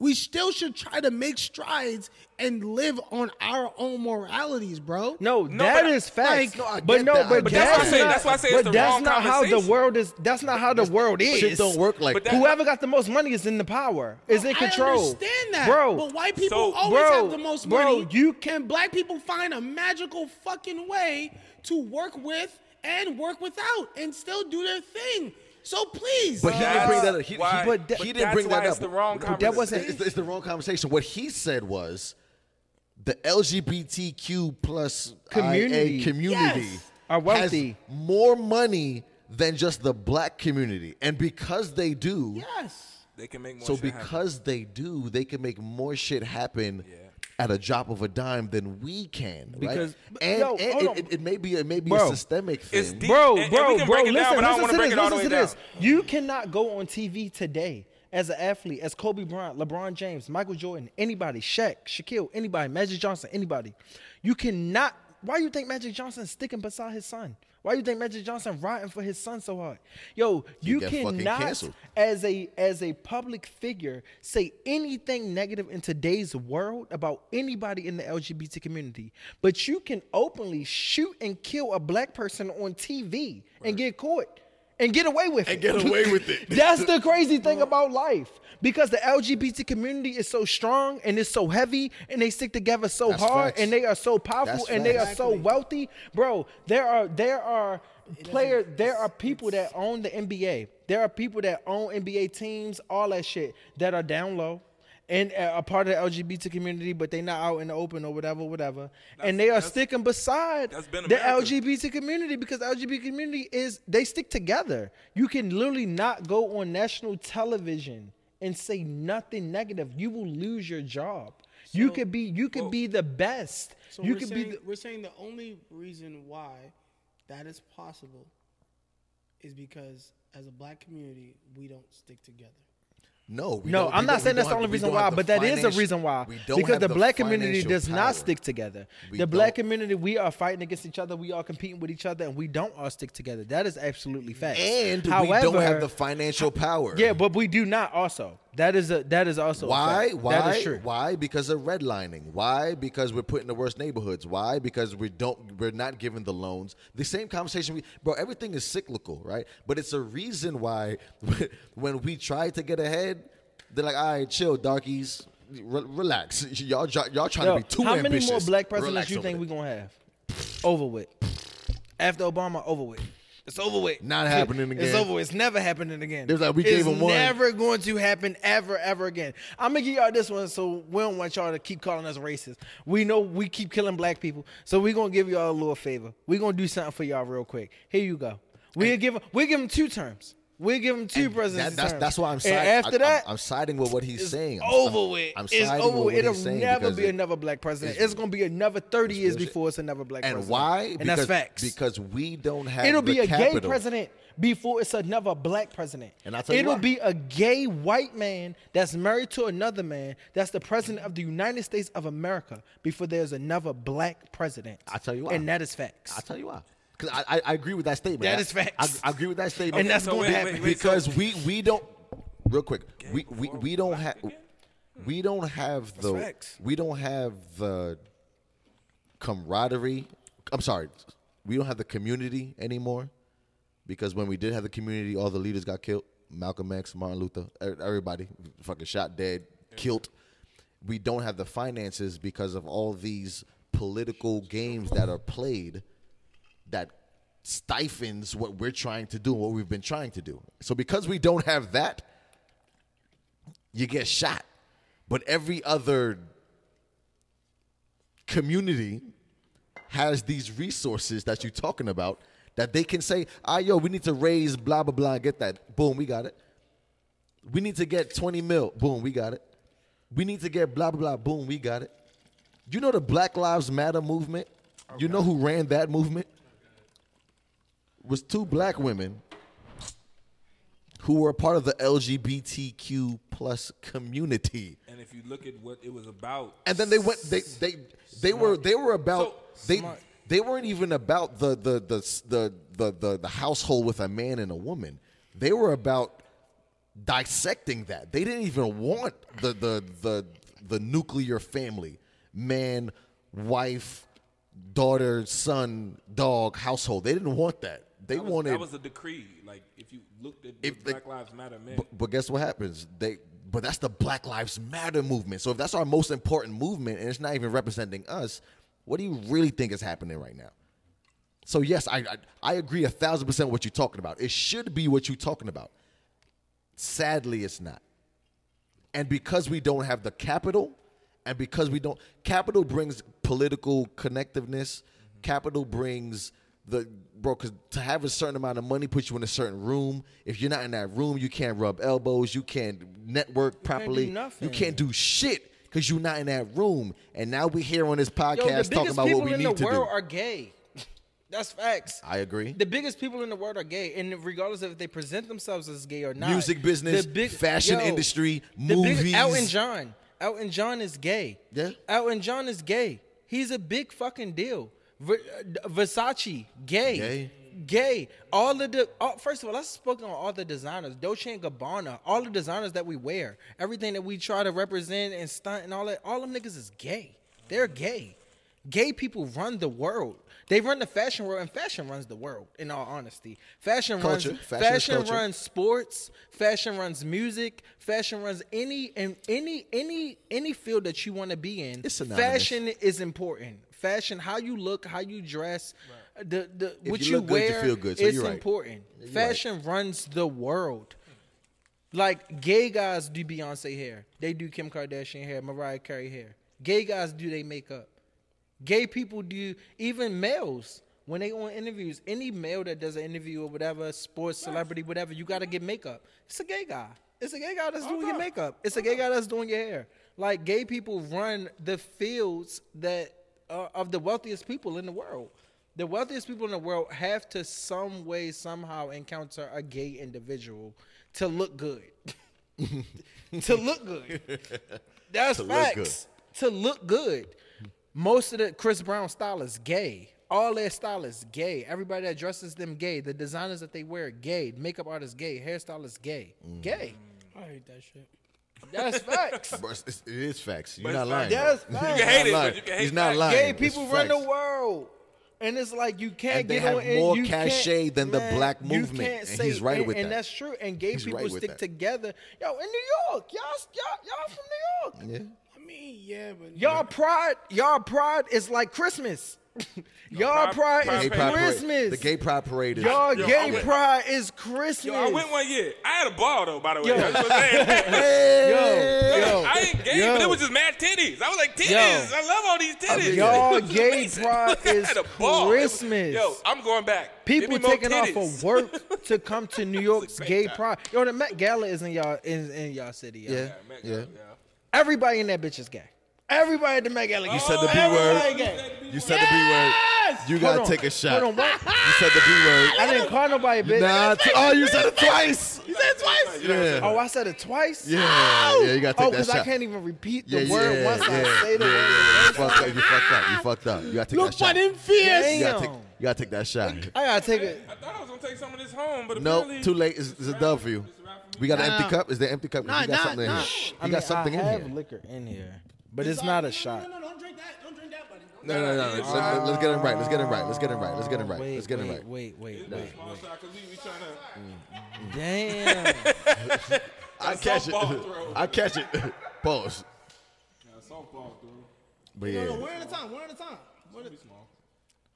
Speaker 2: we still should try to make strides and live on our own moralities, bro.
Speaker 4: No,
Speaker 1: No,
Speaker 4: that
Speaker 1: but I-
Speaker 4: is
Speaker 3: like,
Speaker 4: facts.
Speaker 3: no, I
Speaker 4: but
Speaker 3: get
Speaker 4: no,
Speaker 3: that, I
Speaker 4: but
Speaker 3: get
Speaker 1: that. That's why I
Speaker 4: that's,
Speaker 1: say-
Speaker 4: not,
Speaker 1: that's why I say it's
Speaker 4: but
Speaker 1: the
Speaker 4: that's
Speaker 1: wrong
Speaker 4: not how the
Speaker 1: conversation.
Speaker 4: world is. That's not how the world is.
Speaker 3: Shit don't work like
Speaker 1: But
Speaker 3: that.
Speaker 1: that-
Speaker 4: Whoever got the most money is in the power, is in
Speaker 2: I
Speaker 4: control.
Speaker 2: understand that,
Speaker 4: bro.
Speaker 2: But white people
Speaker 1: So,
Speaker 2: always
Speaker 4: bro,
Speaker 2: have the most
Speaker 4: bro,
Speaker 2: money.
Speaker 4: you can-
Speaker 2: and black people find a magical fucking way to work with and work without and still do their thing. So please,
Speaker 3: But he didn't
Speaker 1: That's
Speaker 3: bring that up. He,
Speaker 1: why-
Speaker 3: he,
Speaker 1: but
Speaker 3: he didn't
Speaker 1: that's
Speaker 3: bring
Speaker 1: why
Speaker 3: that up.
Speaker 1: it's the wrong
Speaker 3: But that wasn't.
Speaker 1: conversation.
Speaker 3: It's, it's the wrong conversation. What he said was the LGBTQ plus
Speaker 4: Community.
Speaker 3: IA community
Speaker 2: Yes.
Speaker 4: Are wealthy.
Speaker 3: has more money than just the black community, and because they do,
Speaker 2: yes.
Speaker 1: they can make more.
Speaker 3: so
Speaker 1: shit happen.
Speaker 3: because they do, they can make more shit happen. At a drop of a dime than we can, right?
Speaker 4: Because-
Speaker 3: and,
Speaker 4: Yo,
Speaker 3: and
Speaker 4: hold
Speaker 3: it,
Speaker 4: on.
Speaker 3: it, it may be it may be
Speaker 4: Bro.
Speaker 3: a systemic thing.
Speaker 1: It's deep.
Speaker 4: bro,
Speaker 1: And- and
Speaker 4: bro,
Speaker 1: we can
Speaker 4: bro.
Speaker 1: break it
Speaker 4: listen,
Speaker 1: down, but I don't
Speaker 4: listen
Speaker 1: wanna
Speaker 4: to
Speaker 1: break
Speaker 4: this,
Speaker 1: it all the
Speaker 4: listen
Speaker 1: way
Speaker 4: to this.
Speaker 1: down.
Speaker 4: You cannot go on TV today as an athlete, as Kobe Bryant, LeBron James, Michael Jordan, anybody, Shaq, Shaquille, anybody, Magic Johnson, anybody. You cannot. Why you think Magic Johnson is sticking beside his son? Why you think Magic Johnson riding for his son so hard? Yo, you
Speaker 3: get fucking
Speaker 4: cannot
Speaker 3: canceled.
Speaker 4: as a as a public figure say anything negative in today's world about anybody in the LGBT community, but you can openly shoot and kill a black person on TV and get caught and get away with it.
Speaker 3: get away with it.
Speaker 4: <laughs> That's the crazy thing about life because the LGBT community is so strong and it's so heavy and they stick together so
Speaker 3: That's
Speaker 4: hard
Speaker 3: facts.
Speaker 4: and they are so powerful
Speaker 3: That's
Speaker 4: and they are
Speaker 3: facts.
Speaker 4: so wealthy, bro. There are there are player there are people that own the NBA. There are people that own NBA teams, all that shit that are down low. And uh, are part of the LGBT community, but they not out in the open or whatever, whatever. and they are sticking beside
Speaker 1: that's been
Speaker 4: the
Speaker 1: America.
Speaker 4: LGBT community because the LGBT community is they stick together. You can literally not go on national television and say nothing negative. You will lose your job. you could be you could be the best.
Speaker 2: So
Speaker 4: you
Speaker 2: we're,
Speaker 4: could
Speaker 2: saying,
Speaker 4: be the,
Speaker 2: we're saying the only reason why that is possible is because as a black community, we don't stick together.
Speaker 3: No, we
Speaker 4: no,
Speaker 3: don't-
Speaker 4: I'm
Speaker 3: we
Speaker 4: not
Speaker 3: don't- we
Speaker 4: saying
Speaker 3: don't
Speaker 4: that's the only
Speaker 3: have- we
Speaker 4: reason
Speaker 3: don't
Speaker 4: why,
Speaker 3: have the
Speaker 4: but that is the
Speaker 3: financi-
Speaker 4: reason why.
Speaker 3: we don't
Speaker 4: because
Speaker 3: have
Speaker 4: the black community
Speaker 3: financial
Speaker 4: does
Speaker 3: power.
Speaker 4: not stick together.
Speaker 3: We
Speaker 4: the black
Speaker 3: don't.
Speaker 4: community, we are fighting against each other. We are competing with each other, and we don't all stick together. That is absolutely fact.
Speaker 3: and
Speaker 4: However,
Speaker 3: we don't have the financial power.
Speaker 4: yeah, but we do not also. That is a that is also a
Speaker 3: Why?
Speaker 4: fact.
Speaker 3: Why?
Speaker 4: That is true.
Speaker 3: Why? Because of redlining. Why? Because we're put in the worst neighborhoods. Why? Because we don't. We're not given the loans. The same conversation. We, bro, everything is cyclical, right? But it's a reason why <laughs> when we try to get ahead, they're like, "All right, chill, darkies, Re- relax. <laughs> Y'all, y'all, y'all trying
Speaker 4: Yo,
Speaker 3: to be too
Speaker 4: how
Speaker 3: ambitious."
Speaker 4: many more black presidents
Speaker 3: Relax
Speaker 4: you
Speaker 3: over
Speaker 4: think
Speaker 3: there."
Speaker 4: we gonna have? Over with. After Obama, over with. It's over with.
Speaker 3: Not happening again.
Speaker 4: It's over. with. It's never happening again.
Speaker 3: They was like, we
Speaker 4: it's
Speaker 3: gave 'em one.
Speaker 4: never going to happen ever, ever again. I'm gonna give y'all this one, so we don't want y'all to keep calling us racist. We know we keep killing black people, so we gonna give y'all a little favor. We gonna do something for y'all real quick. Here you go. We will give we give them two terms. We give them two
Speaker 3: That-
Speaker 4: presidents.
Speaker 3: that's,
Speaker 4: terms.
Speaker 3: that's why I'm
Speaker 4: And
Speaker 3: siding.
Speaker 4: after that,
Speaker 3: I'm, siding with what he's
Speaker 4: it's
Speaker 3: saying. I'm,
Speaker 4: over
Speaker 3: I'm-
Speaker 4: with.
Speaker 3: I'm
Speaker 4: it's
Speaker 3: siding
Speaker 4: over
Speaker 3: with
Speaker 4: with.
Speaker 3: what
Speaker 4: It'll
Speaker 3: he's saying
Speaker 4: never
Speaker 3: because
Speaker 4: be
Speaker 3: it-
Speaker 4: another black president.
Speaker 3: it's-
Speaker 4: It's, gonna be another 30 years
Speaker 3: bullshit.
Speaker 4: before it's another black
Speaker 3: And
Speaker 4: president.
Speaker 3: why?
Speaker 4: And
Speaker 3: because,
Speaker 4: that's facts.
Speaker 3: Because we don't have.
Speaker 4: It'll
Speaker 3: the
Speaker 4: be a gay
Speaker 3: capital.
Speaker 4: president before it's another black president.
Speaker 3: And I'll tell you
Speaker 4: It'll
Speaker 3: why.
Speaker 4: be a gay white man that's married to another man that's the president of the United States of America before there's another black president.
Speaker 3: I'll tell you why.
Speaker 4: And that is facts.
Speaker 3: I'll tell you why. Because I, I, I agree with that statement.
Speaker 4: That
Speaker 3: I-
Speaker 4: is facts.
Speaker 3: I, I agree with that statement.
Speaker 4: And that's
Speaker 1: so
Speaker 4: gonna
Speaker 1: wait,
Speaker 4: happen.
Speaker 1: wait, wait, so-
Speaker 3: because we we don't. Real quick, we, we,
Speaker 1: before
Speaker 3: we don't
Speaker 1: black
Speaker 3: have
Speaker 1: again?
Speaker 3: we don't have the
Speaker 4: facts.
Speaker 3: we don't have the camaraderie. I'm sorry, we don't have the community anymore. Because when we did have the community, all the leaders got killed. Malcolm X, Martin Luther, e- everybody fucking shot dead, killed. We don't have the finances because of all these political games that are played that stifles what we're trying to do, what we've been trying to do. So because we don't have that, you get shot. But every other community has these resources that you're talking about that they can say, ah, yo, we need to raise blah, blah, blah, and get that. Boom, we got it. We need to get 20 mil. Boom, we got it. We need to get blah, blah, blah. Boom, we got it. You know the Black Lives Matter movement? You know who ran that movement? Was two black women who were a part of the LGBTQ plus community.
Speaker 1: And if you look at what it was about,
Speaker 3: And then they went. They they they were they were about
Speaker 1: So
Speaker 3: they
Speaker 1: smart.
Speaker 3: they weren't even about the the the the the the, the household with a man and a woman. They were about dissecting that. They didn't even want the the the the nuclear family, man, wife, daughter, son, dog household. They didn't want that. They
Speaker 1: that was,
Speaker 3: wanted
Speaker 1: that was a decree. Like if you looked at
Speaker 3: If
Speaker 1: what
Speaker 3: the-
Speaker 1: Black Lives Matter meant,
Speaker 3: But, but guess what happens? They but that's the Black Lives Matter movement. So if that's our most important movement and it's not even representing us, what do you really think is happening right now? So yes, I I, I agree a thousand percent what you're talking about. It should be what you're talking about. Sadly, it's not. And because we don't have the capital, and because we don't, capital brings political connectiveness. Capital brings the bro, because to have a certain amount of money puts you in a certain room. If you're not in that room, you can't rub elbows. You can't network properly.
Speaker 4: nothing.
Speaker 3: You can't do shit because you're not in that room. And now we're here on this podcast talking about what we need to do.
Speaker 4: are gay. That's facts.
Speaker 3: I agree.
Speaker 4: The biggest people in the world are gay, and regardless of if they present themselves as gay or not,
Speaker 3: Music business, fashion industry, movies.
Speaker 4: Elton John, Elton John is gay.
Speaker 3: Yeah.
Speaker 4: Elton John is gay. He's a big fucking deal. Ver- Versace, gay,
Speaker 3: Gay.
Speaker 4: gay. All of the all, first of all, let's spoken on all the designers, Dolce and Gabbana, all the designers that we wear, everything that we try to represent and stunt and all that. All them niggas is gay. They're gay. Gay people run the world. They run the fashion world, and fashion runs the world. In all honesty, fashion
Speaker 3: Culture.
Speaker 4: runs
Speaker 3: Fashion is culture.
Speaker 4: runs sports, fashion runs music, fashion runs any and any any any field that you want to be in.
Speaker 3: It's synonymous.
Speaker 4: fashion is important. Fashion, how you look, how you dress, the the what
Speaker 3: you
Speaker 4: you,
Speaker 3: look good, you
Speaker 4: wear,
Speaker 3: feel good, so
Speaker 4: it's
Speaker 3: you're right.
Speaker 4: important.
Speaker 3: you're right.
Speaker 4: fashion runs the world. Like gay guys do Beyonce hair, they do Kim Kardashian hair, Mariah Carey hair. Gay guys do they makeup. Gay people do even males when they on interviews. Any male that does an interview or whatever, sports, celebrity, whatever, you got to get makeup. It's a gay guy. It's a gay guy that's doing your makeup. It's a gay guy that's doing your hair. Like gay people run the fields that are of the wealthiest people in the world. The wealthiest people in the world have to some way somehow encounter a gay individual to look good. to look
Speaker 3: <laughs>
Speaker 4: good. That's
Speaker 3: look good.
Speaker 4: facts. To look good. Most of the Chris Brown stylists gay. All their stylists gay. Everybody that dresses them gay. The
Speaker 3: Mm.
Speaker 4: designers that they wear gay. Makeup artists gay. Hairstylists gay. Gay.
Speaker 5: I hate that shit.
Speaker 3: <laughs>
Speaker 4: That's facts.
Speaker 3: Bro, it's- it's- it is facts.
Speaker 1: But
Speaker 3: You're not
Speaker 1: it's
Speaker 3: lying.
Speaker 1: facts.
Speaker 4: Yes,
Speaker 3: bro. He's
Speaker 4: facts. You can
Speaker 3: not
Speaker 1: hate it, but
Speaker 3: lying.
Speaker 1: you can hate
Speaker 3: He's not
Speaker 1: facts.
Speaker 3: lying.
Speaker 4: Gay
Speaker 3: It's
Speaker 4: people run the
Speaker 3: facts.
Speaker 4: world. And it's like you can't
Speaker 3: And they
Speaker 4: get
Speaker 3: have
Speaker 4: on and
Speaker 3: more
Speaker 4: you can't-
Speaker 3: cachet than the
Speaker 4: man,
Speaker 3: black
Speaker 4: you
Speaker 3: movement,
Speaker 4: can't
Speaker 3: and he's
Speaker 4: say-
Speaker 3: right
Speaker 4: and,
Speaker 3: with
Speaker 4: and
Speaker 3: that.
Speaker 4: that's true. And gay
Speaker 3: He's
Speaker 4: people
Speaker 3: right with
Speaker 4: stick
Speaker 3: that.
Speaker 4: together. Yo, in New York, y'all, y'all, y'all from New York.
Speaker 2: I mean, yeah, but
Speaker 4: Y'all pride, y'all pride is
Speaker 3: <laughs>
Speaker 4: like Christmas. y'all
Speaker 1: Pride-
Speaker 4: pride,
Speaker 1: Pride
Speaker 4: is
Speaker 3: Gay pride parade.
Speaker 4: Christmas.
Speaker 3: The gay pride parade is.
Speaker 4: y'all
Speaker 1: Yo, I
Speaker 4: gay
Speaker 1: went-
Speaker 4: pride is
Speaker 1: Yo,
Speaker 4: Christmas.
Speaker 1: I went one year. I had a ball though, by the way.
Speaker 4: Yo.
Speaker 1: That's what I'm
Speaker 4: <laughs>
Speaker 1: saying.
Speaker 4: Yo, yo.
Speaker 1: I ain't gay,
Speaker 4: Yo.
Speaker 1: but it was just mad titties. I was like, titties.
Speaker 4: Yo.
Speaker 1: I love all these titties.
Speaker 4: Y'all
Speaker 1: It was
Speaker 4: gay
Speaker 1: amazing.
Speaker 4: pride
Speaker 1: Look, <laughs> I
Speaker 4: is
Speaker 1: had a ball. It was-
Speaker 4: Christmas.
Speaker 1: Yo, I'm going back. Give
Speaker 4: People
Speaker 1: me more
Speaker 4: taking off
Speaker 1: titties.
Speaker 4: of work to come
Speaker 3: <laughs>
Speaker 4: to New York's
Speaker 1: great
Speaker 4: gay
Speaker 1: time.
Speaker 4: pride. Yo, the Met Gala is in y'all in, in y'all city. Y'all.
Speaker 3: Yeah.
Speaker 1: Yeah, man,
Speaker 3: Yeah.
Speaker 4: Everybody in that bitch is gay. Everybody at the Met Gala.
Speaker 3: You said
Speaker 1: Oh,
Speaker 3: the B
Speaker 4: everybody
Speaker 3: word.
Speaker 4: gay.
Speaker 3: You said the B word. You
Speaker 4: Hold
Speaker 3: gotta
Speaker 4: on.
Speaker 3: take a shot.
Speaker 4: Hold on, what?
Speaker 3: You said the B word.
Speaker 4: I didn't call nobody bitch.
Speaker 3: Nah, t- oh, you said it twice. You said it twice. Yeah.
Speaker 4: Oh, I said it twice.
Speaker 3: Yeah, yeah, you gotta take that
Speaker 4: Oh, because I
Speaker 3: shot.
Speaker 4: can't even repeat
Speaker 3: yeah,
Speaker 4: the
Speaker 3: yeah,
Speaker 4: word
Speaker 3: yeah,
Speaker 4: once I
Speaker 3: yeah,
Speaker 4: say the
Speaker 3: yeah, yeah, yeah. You
Speaker 4: word.
Speaker 3: fucked up. You fucked up. You fucked up. You gotta take that
Speaker 2: look
Speaker 3: shot.
Speaker 2: at them fierce.
Speaker 3: You gotta, take,
Speaker 4: Damn.
Speaker 3: you gotta take that shot.
Speaker 4: I gotta take it.
Speaker 1: I thought I was gonna take some of this home, but
Speaker 3: No,
Speaker 1: apparently-
Speaker 3: too late. It's, it's a dub for you. We got an empty cup. Is there empty cup? 'Cause
Speaker 2: Nah,
Speaker 3: you got
Speaker 2: nah,
Speaker 3: something in
Speaker 2: nah.
Speaker 3: here. You
Speaker 4: I mean,
Speaker 3: got something
Speaker 4: I
Speaker 3: in
Speaker 4: have
Speaker 3: here.
Speaker 4: liquor in here, but it's not a shot.
Speaker 2: No, no, don't drink that. Don't drink that, buddy.
Speaker 3: No, no, no. no. Let- let- Let's get him right. Let's get him right. Let's get him right. Let's get him right. Let's get him right.
Speaker 4: Wait, wait, <laughs> wait.
Speaker 1: Small shot, Oh, 'cause we- we tryna-
Speaker 4: Damn.
Speaker 3: I catch it.
Speaker 1: softball throw.
Speaker 3: <laughs> I catch it. Pause.
Speaker 1: Yeah, softball, dude.
Speaker 3: But
Speaker 2: No, no,
Speaker 3: yeah,
Speaker 2: one at a time. One at a time. One at-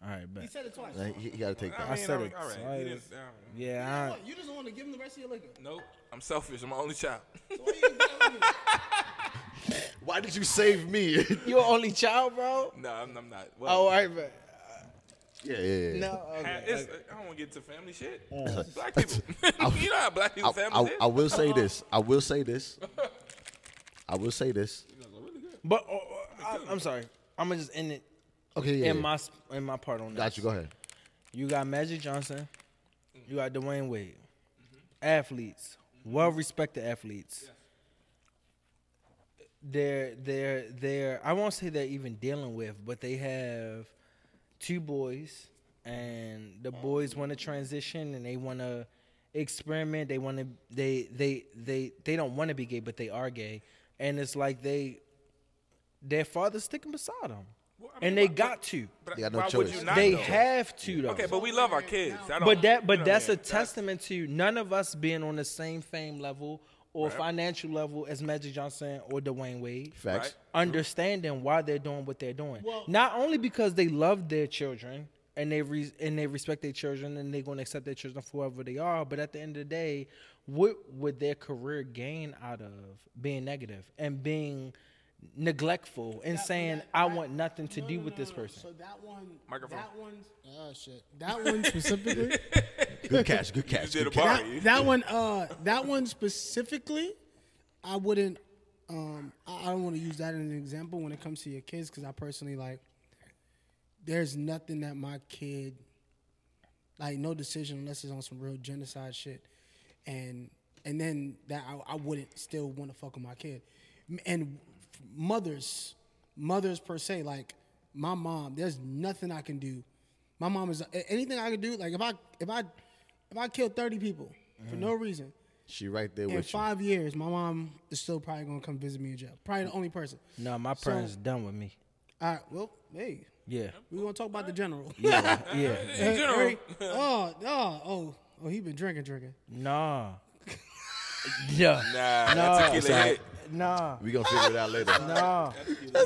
Speaker 4: All right,
Speaker 2: He
Speaker 4: bet.
Speaker 2: said it twice.
Speaker 3: Like, you you gotta take
Speaker 1: I
Speaker 3: that.
Speaker 1: mean,
Speaker 4: said
Speaker 1: I'm-
Speaker 4: it
Speaker 1: all right. He
Speaker 4: twice.
Speaker 1: didn't- I don't know.
Speaker 4: Yeah. I-
Speaker 2: What? You just want to give him the rest of your liquor.
Speaker 1: Nope. I'm selfish. I'm an only child. <laughs>
Speaker 2: So why you ain't got liquor?
Speaker 3: Why did you save me? <laughs> yeah,
Speaker 4: You an only child, bro?
Speaker 1: no, I'm, I'm not. Well,
Speaker 4: Oh, all right, bet.
Speaker 3: yeah, yeah.
Speaker 4: No.
Speaker 1: ha-
Speaker 4: Okay.
Speaker 1: it's- I don't want to get to family shit.
Speaker 4: Oh.
Speaker 1: Black people. <laughs> you know how black
Speaker 3: I,
Speaker 1: people family
Speaker 3: I,
Speaker 1: shit.
Speaker 3: I will say this. I will say this. I will say this.
Speaker 4: But uh, I, I'm sorry. I'm gonna just end it
Speaker 3: Okay, yeah.
Speaker 4: in
Speaker 3: yeah.
Speaker 4: my s- in my part on that.
Speaker 3: Got you. Go ahead.
Speaker 4: You got Magic Johnson. You got Dwayne Wade. Athletes, well respected athletes. They're they're they're I won't say they're even dealing with, but they have two boys and the
Speaker 1: Oh.
Speaker 4: boys want to transition and they want to experiment. They want to they they they they don't want to be gay, but they are gay. And it's like they their father's sticking beside them.
Speaker 1: I mean,
Speaker 4: and they
Speaker 1: why-
Speaker 4: got to.
Speaker 1: But
Speaker 3: Yeah, no
Speaker 1: why
Speaker 3: choice.
Speaker 1: Would you not,
Speaker 4: They
Speaker 1: though?
Speaker 4: have to though.
Speaker 1: Okay, but we love our kids. I don't,
Speaker 4: But that
Speaker 1: you
Speaker 4: but
Speaker 1: know what I
Speaker 4: that's a
Speaker 1: mean?
Speaker 4: testament to none of us being on the same fame level or financial level as Magic Johnson or Dwayne Wade.
Speaker 3: Facts.
Speaker 4: Understanding why they're doing what they're doing.
Speaker 2: Well-
Speaker 4: Not only because they love their children and they re- and they respect their children and they're going to accept their children for whoever they are, but at the end of the day, what would their career gain out of being negative and being neglectful and saying I want nothing to
Speaker 2: No,
Speaker 4: do
Speaker 2: no,
Speaker 4: with
Speaker 2: no,
Speaker 4: this
Speaker 2: no.
Speaker 4: person?
Speaker 2: So that one,
Speaker 1: Microphone.
Speaker 2: that one's, oh <laughs> shit, that one specifically,
Speaker 3: Good catch. Good catch.
Speaker 1: did a
Speaker 3: Good
Speaker 1: bar.
Speaker 3: catch.
Speaker 1: Sorry.
Speaker 2: that, that one, uh, that one specifically, I wouldn't, um, I, I don't want to use that as an example when it comes to your kids because I personally like, there's nothing that my kid, like, no decision unless it's on some real genocide shit, and and then that I, I wouldn't still want to fuck with my kid, M- and mothers, mothers per se, like my mom, there's nothing I can do. My mom is a- anything I can do. Like if I if I if I kill thirty people for no reason
Speaker 3: She right there
Speaker 2: in
Speaker 3: Mm-hmm. with you.
Speaker 2: five years, my mom is still probably gonna come visit me in jail. Probably the only person.
Speaker 4: No, my
Speaker 2: So-
Speaker 4: parents done with me.
Speaker 2: All right. Well, hey,
Speaker 4: Yeah.
Speaker 2: we gonna talk about the general. <laughs>
Speaker 4: Yeah.
Speaker 1: In general,
Speaker 2: oh, oh, oh, oh, he been drinking, drinking.
Speaker 4: Nah. <laughs> yeah.
Speaker 1: nah,
Speaker 4: Nah,
Speaker 1: that tequila
Speaker 4: sorry.
Speaker 1: hit.
Speaker 4: Nah.
Speaker 3: We gonna figure it
Speaker 4: <laughs>
Speaker 3: out later.
Speaker 4: Nah.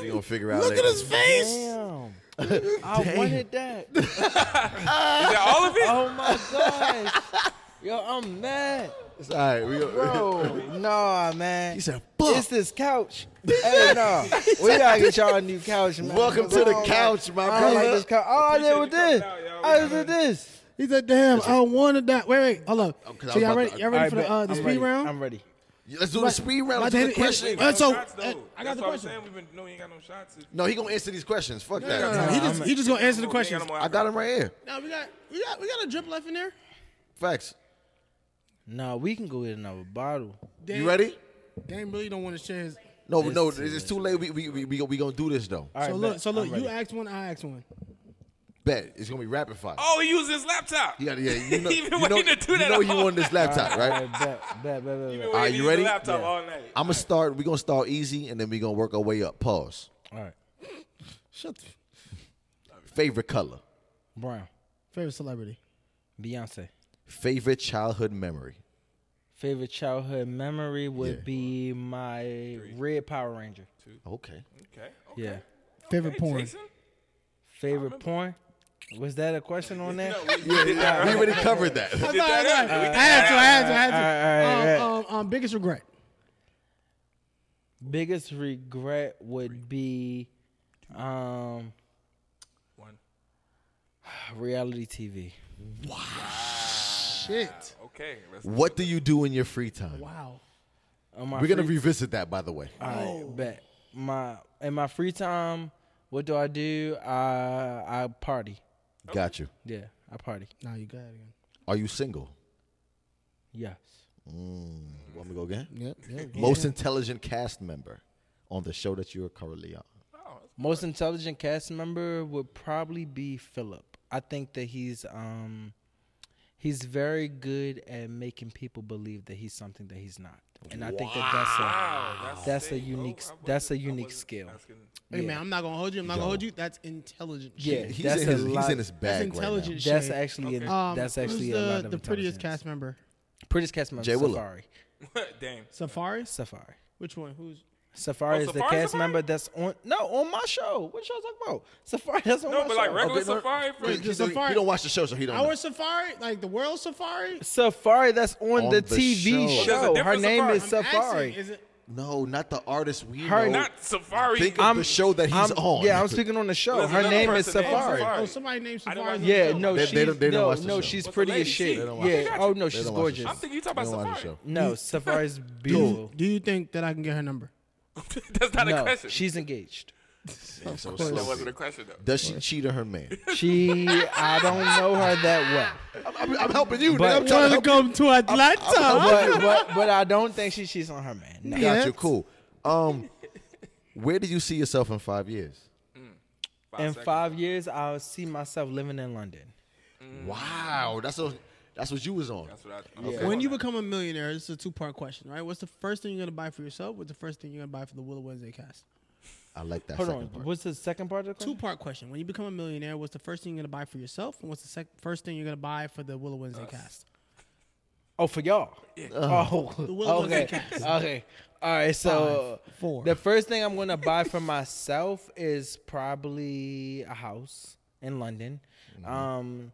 Speaker 3: We gonna figure out later.
Speaker 2: face.
Speaker 4: Damn. I wanted that.
Speaker 1: Is that all of it?
Speaker 4: Oh my gosh. Yo, I'm <laughs> mad.
Speaker 3: It's all right. We gonna,
Speaker 4: Bro, nah, man.
Speaker 3: He said, "Fuck."
Speaker 4: It's this couch. hey, nah. We gotta get y'all a new couch, man.
Speaker 3: <laughs> Welcome to the
Speaker 4: I don't
Speaker 3: couch, my
Speaker 4: I don't like
Speaker 3: brother.
Speaker 4: this couch. All I did was
Speaker 1: Appreciate
Speaker 4: this.
Speaker 1: you coming out, y'all. We
Speaker 4: I just
Speaker 1: gotta-
Speaker 4: did this.
Speaker 2: He said, "Damn, I wanted that." Wait, wait, hold
Speaker 4: Oh,
Speaker 2: up.
Speaker 3: 'cause I
Speaker 2: so
Speaker 3: was
Speaker 2: y'all
Speaker 3: about
Speaker 2: ready?
Speaker 3: to-
Speaker 2: y'all ready
Speaker 4: All
Speaker 2: for
Speaker 4: right,
Speaker 2: the uh,
Speaker 4: bet.
Speaker 2: the
Speaker 4: I'm
Speaker 2: speed
Speaker 4: ready.
Speaker 2: round?
Speaker 4: I'm ready.
Speaker 3: let's do the speed round.
Speaker 2: about
Speaker 3: Let's
Speaker 2: to
Speaker 3: do the
Speaker 2: hit it.
Speaker 3: question.
Speaker 2: Uh, so,
Speaker 1: Shots, though.
Speaker 2: uh, I got
Speaker 1: That's why
Speaker 2: the
Speaker 1: I'm
Speaker 2: question.
Speaker 1: saying we been- no, we ain't got no shots.
Speaker 3: No, he gonna answer these questions. Fuck that.
Speaker 2: he just he just gonna answer the
Speaker 1: We ain't got
Speaker 2: questions.
Speaker 1: no more
Speaker 3: I got him right here.
Speaker 2: Now we got we got we got a drip left in there.
Speaker 3: Facts.
Speaker 4: Nah, we can go get another bottle.
Speaker 2: Dan,
Speaker 3: You ready?
Speaker 2: Dan really don't want to share his.
Speaker 3: No, no, it's too late. We we we, we gonna do this though.
Speaker 4: All right,
Speaker 2: so look,
Speaker 4: bet.
Speaker 2: so look,
Speaker 4: I'm
Speaker 2: you
Speaker 4: ready.
Speaker 2: asked one, I asked one.
Speaker 3: Bet it's gonna be rapid fire.
Speaker 1: Oh, he used his laptop.
Speaker 3: You gotta, yeah,
Speaker 1: <laughs>
Speaker 3: you know,
Speaker 1: He been
Speaker 3: you know,
Speaker 1: waiting to do
Speaker 3: you
Speaker 1: that
Speaker 3: know
Speaker 1: all
Speaker 3: you on this laptop, right?
Speaker 4: Hey, bet, bet, bet, bet, bet.
Speaker 1: Been waiting
Speaker 3: Are
Speaker 1: to
Speaker 3: you
Speaker 1: use
Speaker 3: ready?
Speaker 1: The laptop
Speaker 4: Yeah.
Speaker 1: all night.
Speaker 3: I'm gonna start. We're gonna start easy, and then we're gonna work our way up. Pause.
Speaker 4: All right,
Speaker 5: Shut the
Speaker 3: Favorite color.
Speaker 4: Brown,
Speaker 5: favorite celebrity.
Speaker 4: Beyonce.
Speaker 3: Favorite childhood memory.
Speaker 4: Favorite childhood memory would
Speaker 3: Yeah.
Speaker 4: be my red Power Ranger.
Speaker 3: Okay.
Speaker 1: okay. okay.
Speaker 4: Yeah.
Speaker 5: Favorite
Speaker 1: Hey,
Speaker 5: porn.
Speaker 1: Jason?
Speaker 4: Favorite porn? Was that a
Speaker 1: <laughs>
Speaker 4: question on that?
Speaker 1: No, we, we did that
Speaker 3: We
Speaker 1: right.
Speaker 3: already covered that.
Speaker 1: did that
Speaker 2: I
Speaker 1: earlier. We did
Speaker 2: had
Speaker 1: that
Speaker 2: to. I had to. I had
Speaker 4: Alright,
Speaker 2: to. Um, um, um, biggest regret.
Speaker 4: Biggest regret would be um
Speaker 1: One.
Speaker 4: reality TV.
Speaker 5: Shit.
Speaker 1: Okay. let's-
Speaker 3: What do you do in your free time?
Speaker 5: Wow.
Speaker 4: On my
Speaker 3: We're gonna
Speaker 4: free-
Speaker 3: revisit that, by the way.
Speaker 1: Uh,
Speaker 4: All right,
Speaker 1: Oh.
Speaker 4: bet. My in my free time, what do I do? I I party.
Speaker 3: Got you.
Speaker 4: Yeah, I party.
Speaker 5: Now you got it again.
Speaker 3: Are you single?
Speaker 4: Yes.
Speaker 3: Want me to go again?
Speaker 5: Yep. yep.
Speaker 3: Most intelligent cast member on the show that you are currently on.
Speaker 4: Most intelligent cast member would probably be Philip. I think that he's um he's very good at making people believe that he's something that he's not. And I think that that's a
Speaker 1: that's
Speaker 4: that's, a
Speaker 1: sick, bro.
Speaker 4: unique
Speaker 1: I
Speaker 4: that's a
Speaker 1: wasn't- I
Speaker 4: unique
Speaker 1: wasn't
Speaker 4: skill.
Speaker 1: asking-
Speaker 2: Hey man, I'm not gonna hold you. I'm not gonna hold you. That's intelligent.
Speaker 4: Yeah,
Speaker 2: shit.
Speaker 3: He's
Speaker 4: that's
Speaker 3: in
Speaker 4: a
Speaker 3: his, he's
Speaker 4: lot.
Speaker 3: in his
Speaker 2: that's
Speaker 3: bag right now.
Speaker 2: intelligent.
Speaker 4: That's
Speaker 2: shit.
Speaker 4: actually a,
Speaker 2: Um,
Speaker 4: that's
Speaker 2: who's
Speaker 4: actually
Speaker 2: the,
Speaker 4: a lot of
Speaker 2: the prettiest
Speaker 4: intelligence.
Speaker 2: cast member.
Speaker 4: prettiest cast member.
Speaker 3: Jay Willow.
Speaker 4: Safari.
Speaker 1: <laughs> Damn.
Speaker 2: Safari.
Speaker 4: Safari.
Speaker 2: Which one? Who's?
Speaker 4: Safari
Speaker 1: Oh,
Speaker 4: is the
Speaker 1: Safari,
Speaker 4: cast
Speaker 1: Safari?
Speaker 4: member that's on no on my show. What show I talking about? Safari. That's on
Speaker 1: No,
Speaker 4: my
Speaker 1: but
Speaker 4: show.
Speaker 1: like regular
Speaker 3: no,
Speaker 1: safari. for-
Speaker 3: He,
Speaker 2: just
Speaker 3: don't-
Speaker 2: Safari.
Speaker 3: he don't watch the show, so he don't. know.
Speaker 2: Our Safari, like the world Safari.
Speaker 4: Safari that's on,
Speaker 3: On
Speaker 4: the,
Speaker 3: the
Speaker 4: TV
Speaker 3: show.
Speaker 4: show.
Speaker 3: Oh, there's
Speaker 1: a
Speaker 4: Her
Speaker 1: different
Speaker 4: name is
Speaker 2: I'm asking,
Speaker 4: Safari.
Speaker 2: is it?
Speaker 3: No, not the artist we
Speaker 4: Her-
Speaker 3: know.
Speaker 1: Not safari.
Speaker 3: Think of the show that he's
Speaker 4: I'm-
Speaker 3: on.
Speaker 4: Yeah, I'm speaking on the show.
Speaker 1: There's
Speaker 4: Her
Speaker 1: another
Speaker 4: name is
Speaker 1: person named
Speaker 4: Safari.
Speaker 1: Safari.
Speaker 2: Oh, somebody named
Speaker 1: I didn't
Speaker 2: Safari.
Speaker 1: watch
Speaker 2: on the
Speaker 4: Yeah,
Speaker 2: show.
Speaker 4: no,
Speaker 3: They- they
Speaker 4: she's
Speaker 3: don't- they don't
Speaker 4: no,
Speaker 3: watch the
Speaker 4: no,
Speaker 3: show.
Speaker 4: she's
Speaker 1: What's
Speaker 4: pretty
Speaker 1: the
Speaker 4: as
Speaker 1: lady?
Speaker 4: shit.
Speaker 1: She- They
Speaker 3: don't watch
Speaker 4: Yeah.
Speaker 1: the show.
Speaker 4: Oh no,
Speaker 3: They
Speaker 4: she's
Speaker 3: don't watch the
Speaker 4: gorgeous.
Speaker 3: show.
Speaker 1: I'm thinking you talk
Speaker 3: They
Speaker 1: about
Speaker 3: don't watch the
Speaker 1: safari.
Speaker 3: show.
Speaker 1: <laughs>
Speaker 4: No, Safari's beautiful.
Speaker 2: Do you think that I can get her number?
Speaker 1: <laughs> That's not a
Speaker 4: No,
Speaker 1: question.
Speaker 4: she's engaged.
Speaker 3: Damn, so
Speaker 1: that
Speaker 3: slow.
Speaker 1: wasn't a question though.
Speaker 3: Does she cheat on her man?
Speaker 4: She, I don't know her that
Speaker 1: <laughs>
Speaker 4: well.
Speaker 3: I'm, I'm helping you.
Speaker 4: But-
Speaker 3: nigga. I'm trying to help
Speaker 2: Welcome to Atlanta.
Speaker 4: but, but but I don't think she cheats on her man. No.
Speaker 3: you. Got you. Cool. Um, where do you see yourself in five years?
Speaker 4: In
Speaker 1: seconds.
Speaker 4: five years, I'll see myself living in London.
Speaker 3: Wow, that's what that's what you was on.
Speaker 1: Mm. That's what I. Okay.
Speaker 2: When you become a millionaire, this is a two-part question, right? What's the first thing you're gonna buy for yourself? What's the first thing you're gonna buy for the Willow Wednesday cast?
Speaker 3: I like that
Speaker 4: Hold
Speaker 3: second
Speaker 4: on.
Speaker 3: part.
Speaker 4: What's the second part of the question?
Speaker 2: Two-part question. When you become a millionaire, what's the first thing you're gonna buy for yourself, and what's the sec- first thing you're gonna buy for the Willow Wednesday cast?
Speaker 4: Oh, for y'all. Oh,
Speaker 2: Willow was
Speaker 4: <laughs> okay.
Speaker 2: the
Speaker 4: Okay. All right. So
Speaker 2: Five, four.
Speaker 4: the first thing I'm gonna buy for myself is probably a house in London.
Speaker 2: Mm-hmm.
Speaker 4: Um,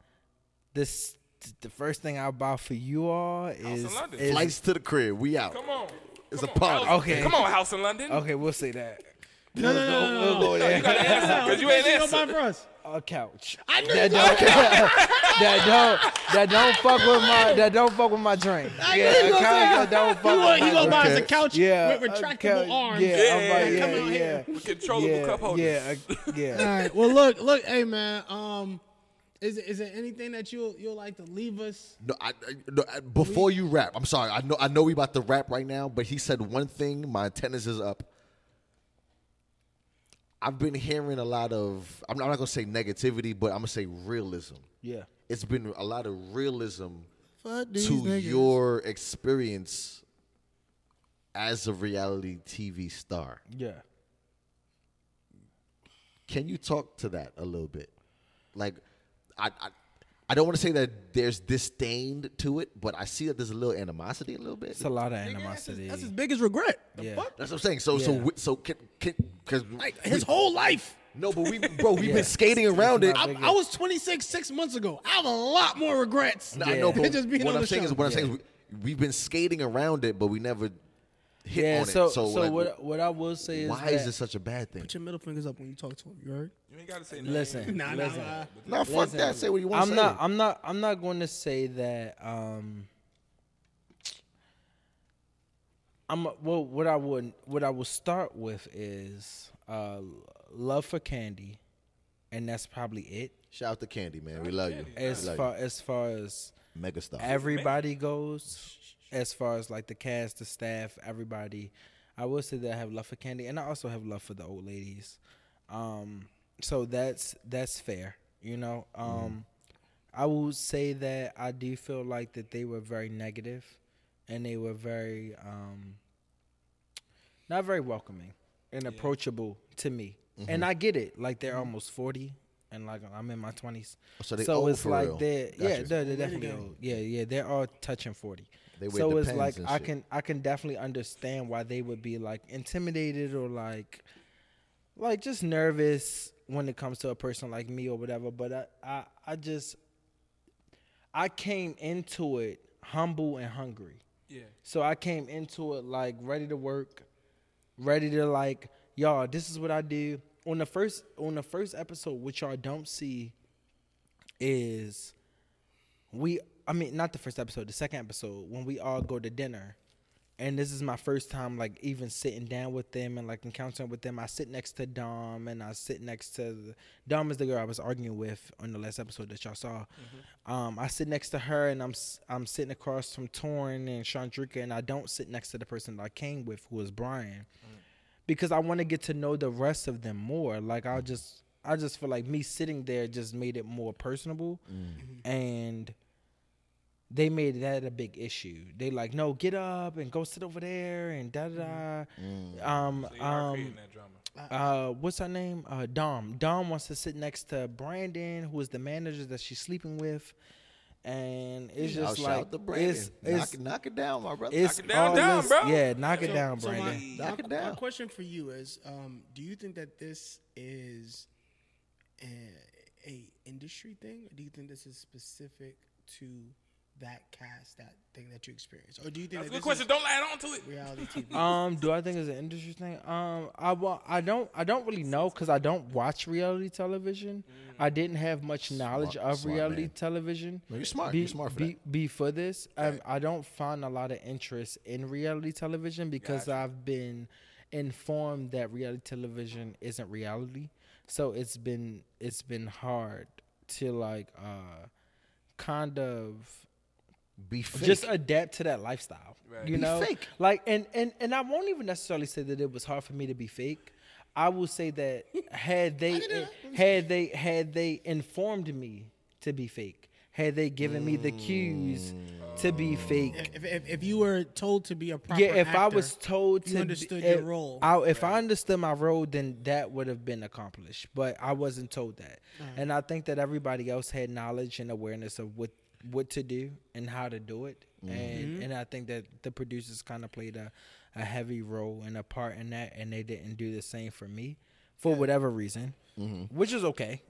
Speaker 4: this the first thing I'll buy for you all is,
Speaker 1: London.
Speaker 4: is-
Speaker 3: Flights to the crib. We out.
Speaker 1: Come on.
Speaker 3: It's
Speaker 1: Come
Speaker 3: a
Speaker 1: on, Oh,
Speaker 3: party.
Speaker 1: House-
Speaker 4: Okay.
Speaker 1: Come on, house in London.
Speaker 4: Okay, we'll say that
Speaker 2: No, no, no, no, no.
Speaker 4: We'll go there.
Speaker 1: oh, You gotta answer because you ain't
Speaker 2: What you
Speaker 1: answer.
Speaker 2: gonna buy for us?
Speaker 4: a couch. I knew that don't, that don't that don't fuck with my that don't fuck with my drink.
Speaker 2: knew you
Speaker 4: Yeah, a
Speaker 2: was
Speaker 4: couch
Speaker 2: gonna say
Speaker 4: that don't fuck
Speaker 2: You
Speaker 4: with
Speaker 2: gonna,
Speaker 4: my
Speaker 2: you gonna buy
Speaker 4: drink.
Speaker 2: us a
Speaker 3: Okay.
Speaker 2: couch
Speaker 4: yeah,
Speaker 2: with
Speaker 4: a
Speaker 2: retractable
Speaker 4: couch.
Speaker 2: arms?
Speaker 4: Yeah,
Speaker 1: Yeah,
Speaker 4: I'm
Speaker 1: come
Speaker 4: like,
Speaker 1: out
Speaker 4: yeah, yeah,
Speaker 2: here.
Speaker 1: With controllable
Speaker 4: yeah,
Speaker 1: cup holders.
Speaker 4: yeah, a-
Speaker 2: All <laughs>
Speaker 4: yeah.
Speaker 2: right. Well, look, look, hey man. Um, is is there anything that you you'll like to leave us?
Speaker 3: No, I, I- no, I- before you rap, I'm sorry. I know I know we about to rap right now, but he said one thing. My antennas is up. I've been hearing a lot of. I'm not, I'm not gonna say negativity, but I'm gonna say realism.
Speaker 4: yeah.
Speaker 3: It's been a lot of realism
Speaker 5: Fuck
Speaker 3: to
Speaker 5: these niggas.
Speaker 3: your experience as a reality TV star.
Speaker 4: Yeah.
Speaker 3: Can you talk to that a little bit? Like, I, I, I don't want to say that there's disdain to it, but I see that there's a little animosity, a little bit.
Speaker 4: It's a lot of
Speaker 2: That's his,
Speaker 4: animosity.
Speaker 2: that's his biggest regret. The
Speaker 4: Yeah.
Speaker 2: fuck?
Speaker 3: That's what I'm saying. So, so,
Speaker 4: Yeah.
Speaker 3: we- so, can, can, cause
Speaker 2: Like his whole life.
Speaker 3: no, but we, bro, we've
Speaker 4: <laughs> Yeah.
Speaker 3: been skating around it.
Speaker 4: my
Speaker 3: I,
Speaker 2: I, I was 26 six months ago. I have a lot more regrets.
Speaker 3: I know,
Speaker 4: Yeah. <laughs>
Speaker 3: but
Speaker 2: Just being
Speaker 3: what
Speaker 2: on
Speaker 3: I'm
Speaker 2: the
Speaker 3: saying
Speaker 2: show.
Speaker 3: is, what I'm saying is, we, we've been skating around it, but we never hit
Speaker 4: yeah.
Speaker 3: on
Speaker 4: So,
Speaker 3: it.
Speaker 4: so,
Speaker 3: like,
Speaker 4: what what I will say is
Speaker 3: why
Speaker 4: that,
Speaker 3: is this such a bad thing?
Speaker 2: Put your middle fingers up when you talk to him. You heard?
Speaker 1: You ain't gotta say nothing.
Speaker 4: <laughs> Listen,
Speaker 2: Nah, nah,
Speaker 4: listen.
Speaker 2: nah.
Speaker 3: No, fuck that. Say what you want.
Speaker 4: I'm not. I'm not. I'm not going to say that. Um, I'm well. What I would. What I will start with is uh, love for candy, and that's probably it.
Speaker 3: Shout out to Candy, man. We love you.
Speaker 4: As far as far as
Speaker 3: Megastar.
Speaker 4: everybody goes as far as like the cast the staff everybody i will say that i have love for candy and i also have love for the old ladies um so that's that's fair You know, um,
Speaker 3: Mm-hmm.
Speaker 4: I will say that I do feel like that they were very negative, and they were very um, not very welcoming and approachable to me.
Speaker 3: Mm-hmm.
Speaker 4: And I get it. Like they're almost forty, and like I'm in my twenties.
Speaker 3: So they old
Speaker 4: it's
Speaker 3: for
Speaker 4: like
Speaker 3: real.
Speaker 4: they're yeah,
Speaker 3: Gotcha.
Speaker 4: they're, they're definitely old. Yeah, yeah, they're all touching forty.
Speaker 3: They wear
Speaker 4: so it's
Speaker 3: Depends
Speaker 4: like
Speaker 3: and
Speaker 4: I
Speaker 3: shit.
Speaker 4: can I can definitely understand why they would be like intimidated or like like just nervous when it comes to a person like me or whatever. But I I, I just I came into it humble and hungry.
Speaker 1: Yeah.
Speaker 4: So I came into it like ready to work, ready to like, y'all, this is what I do. On the first on the first episode, what y'all don't see is we I mean not the first episode, the second episode, when we all go to dinner. And this is my first time like even sitting down with them and like encountering with them. I sit next to Dom and I sit next to the, Dom is the girl I was arguing with on the last episode that y'all saw. Um, I sit next to her and I'm s- I'm sitting across from Torn and Chandrika and I don't sit next to the person that I came with who was Brian because I want to get to know the rest of them more. Like I just I just feel like me sitting there just made it more personable and they made that a big issue. They like, no, get up and go sit over there and da da da. Um,
Speaker 1: They are
Speaker 4: um,
Speaker 1: creating that drama.
Speaker 4: uh, what's her name? Uh, Dom. Dom wants to sit next to Brandon, who is the manager that she's sleeping with, and it's
Speaker 3: I'll
Speaker 4: just
Speaker 3: shout
Speaker 4: like
Speaker 3: the Brandon.
Speaker 4: it's
Speaker 3: knock,
Speaker 4: it's,
Speaker 3: it- knock it down, my brother.
Speaker 4: it's
Speaker 1: Knock it down,
Speaker 4: all
Speaker 1: down,
Speaker 4: this-
Speaker 1: bro.
Speaker 4: Yeah, knock it down,
Speaker 2: so
Speaker 4: Brandon.
Speaker 2: My,
Speaker 3: Knock it
Speaker 2: my- my
Speaker 3: down.
Speaker 2: question for you is: um, Do you think that this is a, a industry thing, or do you think this is specific to that cast, that thing that you experienced, or do you think
Speaker 1: That's a
Speaker 2: that
Speaker 1: good question.
Speaker 2: this
Speaker 1: Don't add on to it. <laughs>
Speaker 2: is reality TV?
Speaker 4: <laughs> um, do I think it's an industry thing? Um, I wa- I don't I don't really know because I don't watch reality television. I didn't have much knowledge of
Speaker 3: Mm. smart
Speaker 4: reality
Speaker 3: man.
Speaker 4: television.
Speaker 3: No, you're smart.
Speaker 4: Be,
Speaker 3: You're smart for
Speaker 4: be, Before this, I, I don't find a lot of interest in reality television because I've been informed that reality television isn't reality. So it's been it's been hard to like uh kind of
Speaker 3: Be fake.
Speaker 4: just adapt to that lifestyle. You
Speaker 3: Be
Speaker 4: know,
Speaker 3: fake.
Speaker 4: like and and and I won't even necessarily say that it was hard for me to be fake. I will say
Speaker 3: <laughs>
Speaker 4: that had they had they had they informed me to be fake, had they given me the cues to be fake,
Speaker 2: if, if, if you were told to be a proper
Speaker 4: yeah, if I
Speaker 2: actor,
Speaker 4: was told
Speaker 2: you
Speaker 4: to
Speaker 2: understood
Speaker 4: be-
Speaker 2: your
Speaker 4: if-
Speaker 2: role.
Speaker 4: I, if I understood my role, then that would have been accomplished. But I wasn't told that, and I think that everybody else had knowledge and awareness of what what to do and how to do it, and and I think that the producers kind of played a a heavy role and a part in that, and they didn't do the same for me for whatever reason, which is okay.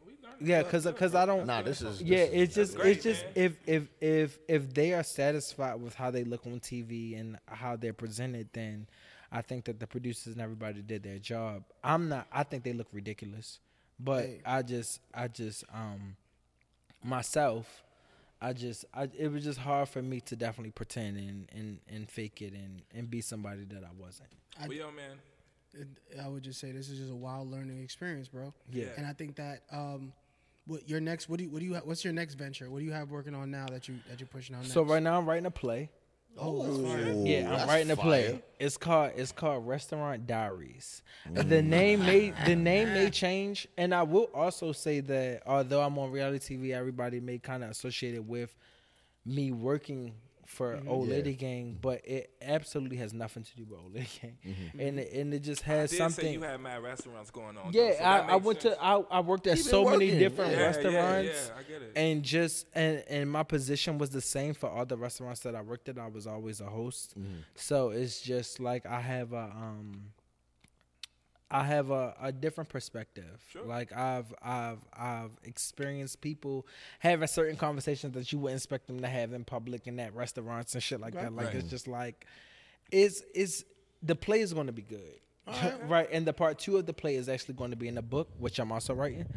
Speaker 4: Yeah, because I don't
Speaker 3: nah, this is this
Speaker 4: yeah,
Speaker 3: is-
Speaker 4: it's just it's just if if if if they are satisfied with how they look on TV and how they're presented, then I think that the producers and everybody did their job. I'm not. I think they look ridiculous, but I just I just um myself. I just, I, it was just hard for me to definitely pretend and, and, and fake it and, and be somebody that I wasn't.
Speaker 1: Well, yo, man.
Speaker 2: I would just say this is just a wild learning experience, bro.
Speaker 4: Yeah.
Speaker 2: And I think that um, what your next what do you, what do you ha- what's your next venture? What do you have working on now that you that you're pushing on? Next?
Speaker 4: So right now I'm writing a play.
Speaker 1: Oh,
Speaker 3: Ooh,
Speaker 4: Yeah, I'm
Speaker 3: that's
Speaker 4: writing a
Speaker 3: fire.
Speaker 4: play. It's called it's called Restaurant Diaries.
Speaker 3: Mm.
Speaker 4: The name may
Speaker 3: <laughs>
Speaker 4: the name may change, and I will also say that although I'm on reality TV, everybody may kind of associate it with me working for
Speaker 3: Mm-hmm.
Speaker 4: Old Lady Gang, but it absolutely has nothing to do with Old Lady Gang,
Speaker 3: Mm-hmm.
Speaker 4: and it- and it just has
Speaker 1: Did
Speaker 4: something.
Speaker 1: say you had mad restaurants going on.
Speaker 4: Yeah,
Speaker 1: though, so that
Speaker 4: I, I
Speaker 1: makes
Speaker 4: went
Speaker 1: sense.
Speaker 4: to I, I worked at
Speaker 3: He been
Speaker 4: so many
Speaker 3: working,
Speaker 4: different
Speaker 3: yeah.
Speaker 1: Yeah,
Speaker 4: restaurants.
Speaker 1: yeah, yeah, I get it.
Speaker 4: And just and and my position was the same for all the restaurants that I worked at. I was always a host. So it's just like I have a um I have a, a different perspective. Like I've I've I've experienced people having certain conversations that you wouldn't expect them to have in public and at restaurants and shit like that. Like it's just like it's it's the play is going to be good. <laughs> Right. and the part two of the play is actually going to be in the book, which I'm also writing.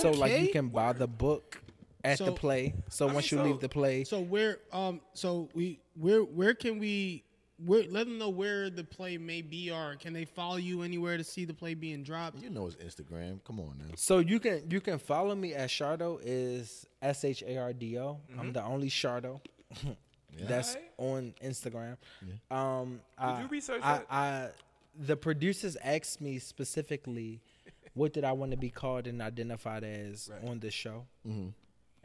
Speaker 4: So like you
Speaker 2: Okay.
Speaker 4: can buy the book at the
Speaker 2: So-
Speaker 4: play. So once you
Speaker 1: so-
Speaker 4: leave the play,
Speaker 2: So where um so we where where can we where let them know where the play may be or can they follow you anywhere to see the play being dropped?
Speaker 3: You know it's Instagram. Come on now.
Speaker 4: So you can you can follow me at Shardo is S H A R D O. I'm the only Shardo <laughs> that's on Instagram. Um, Did
Speaker 1: you research
Speaker 4: I,
Speaker 1: that?
Speaker 4: I, the producers asked me specifically what did I want to be called and identified as
Speaker 1: Right.
Speaker 4: on the show? Mm-hmm.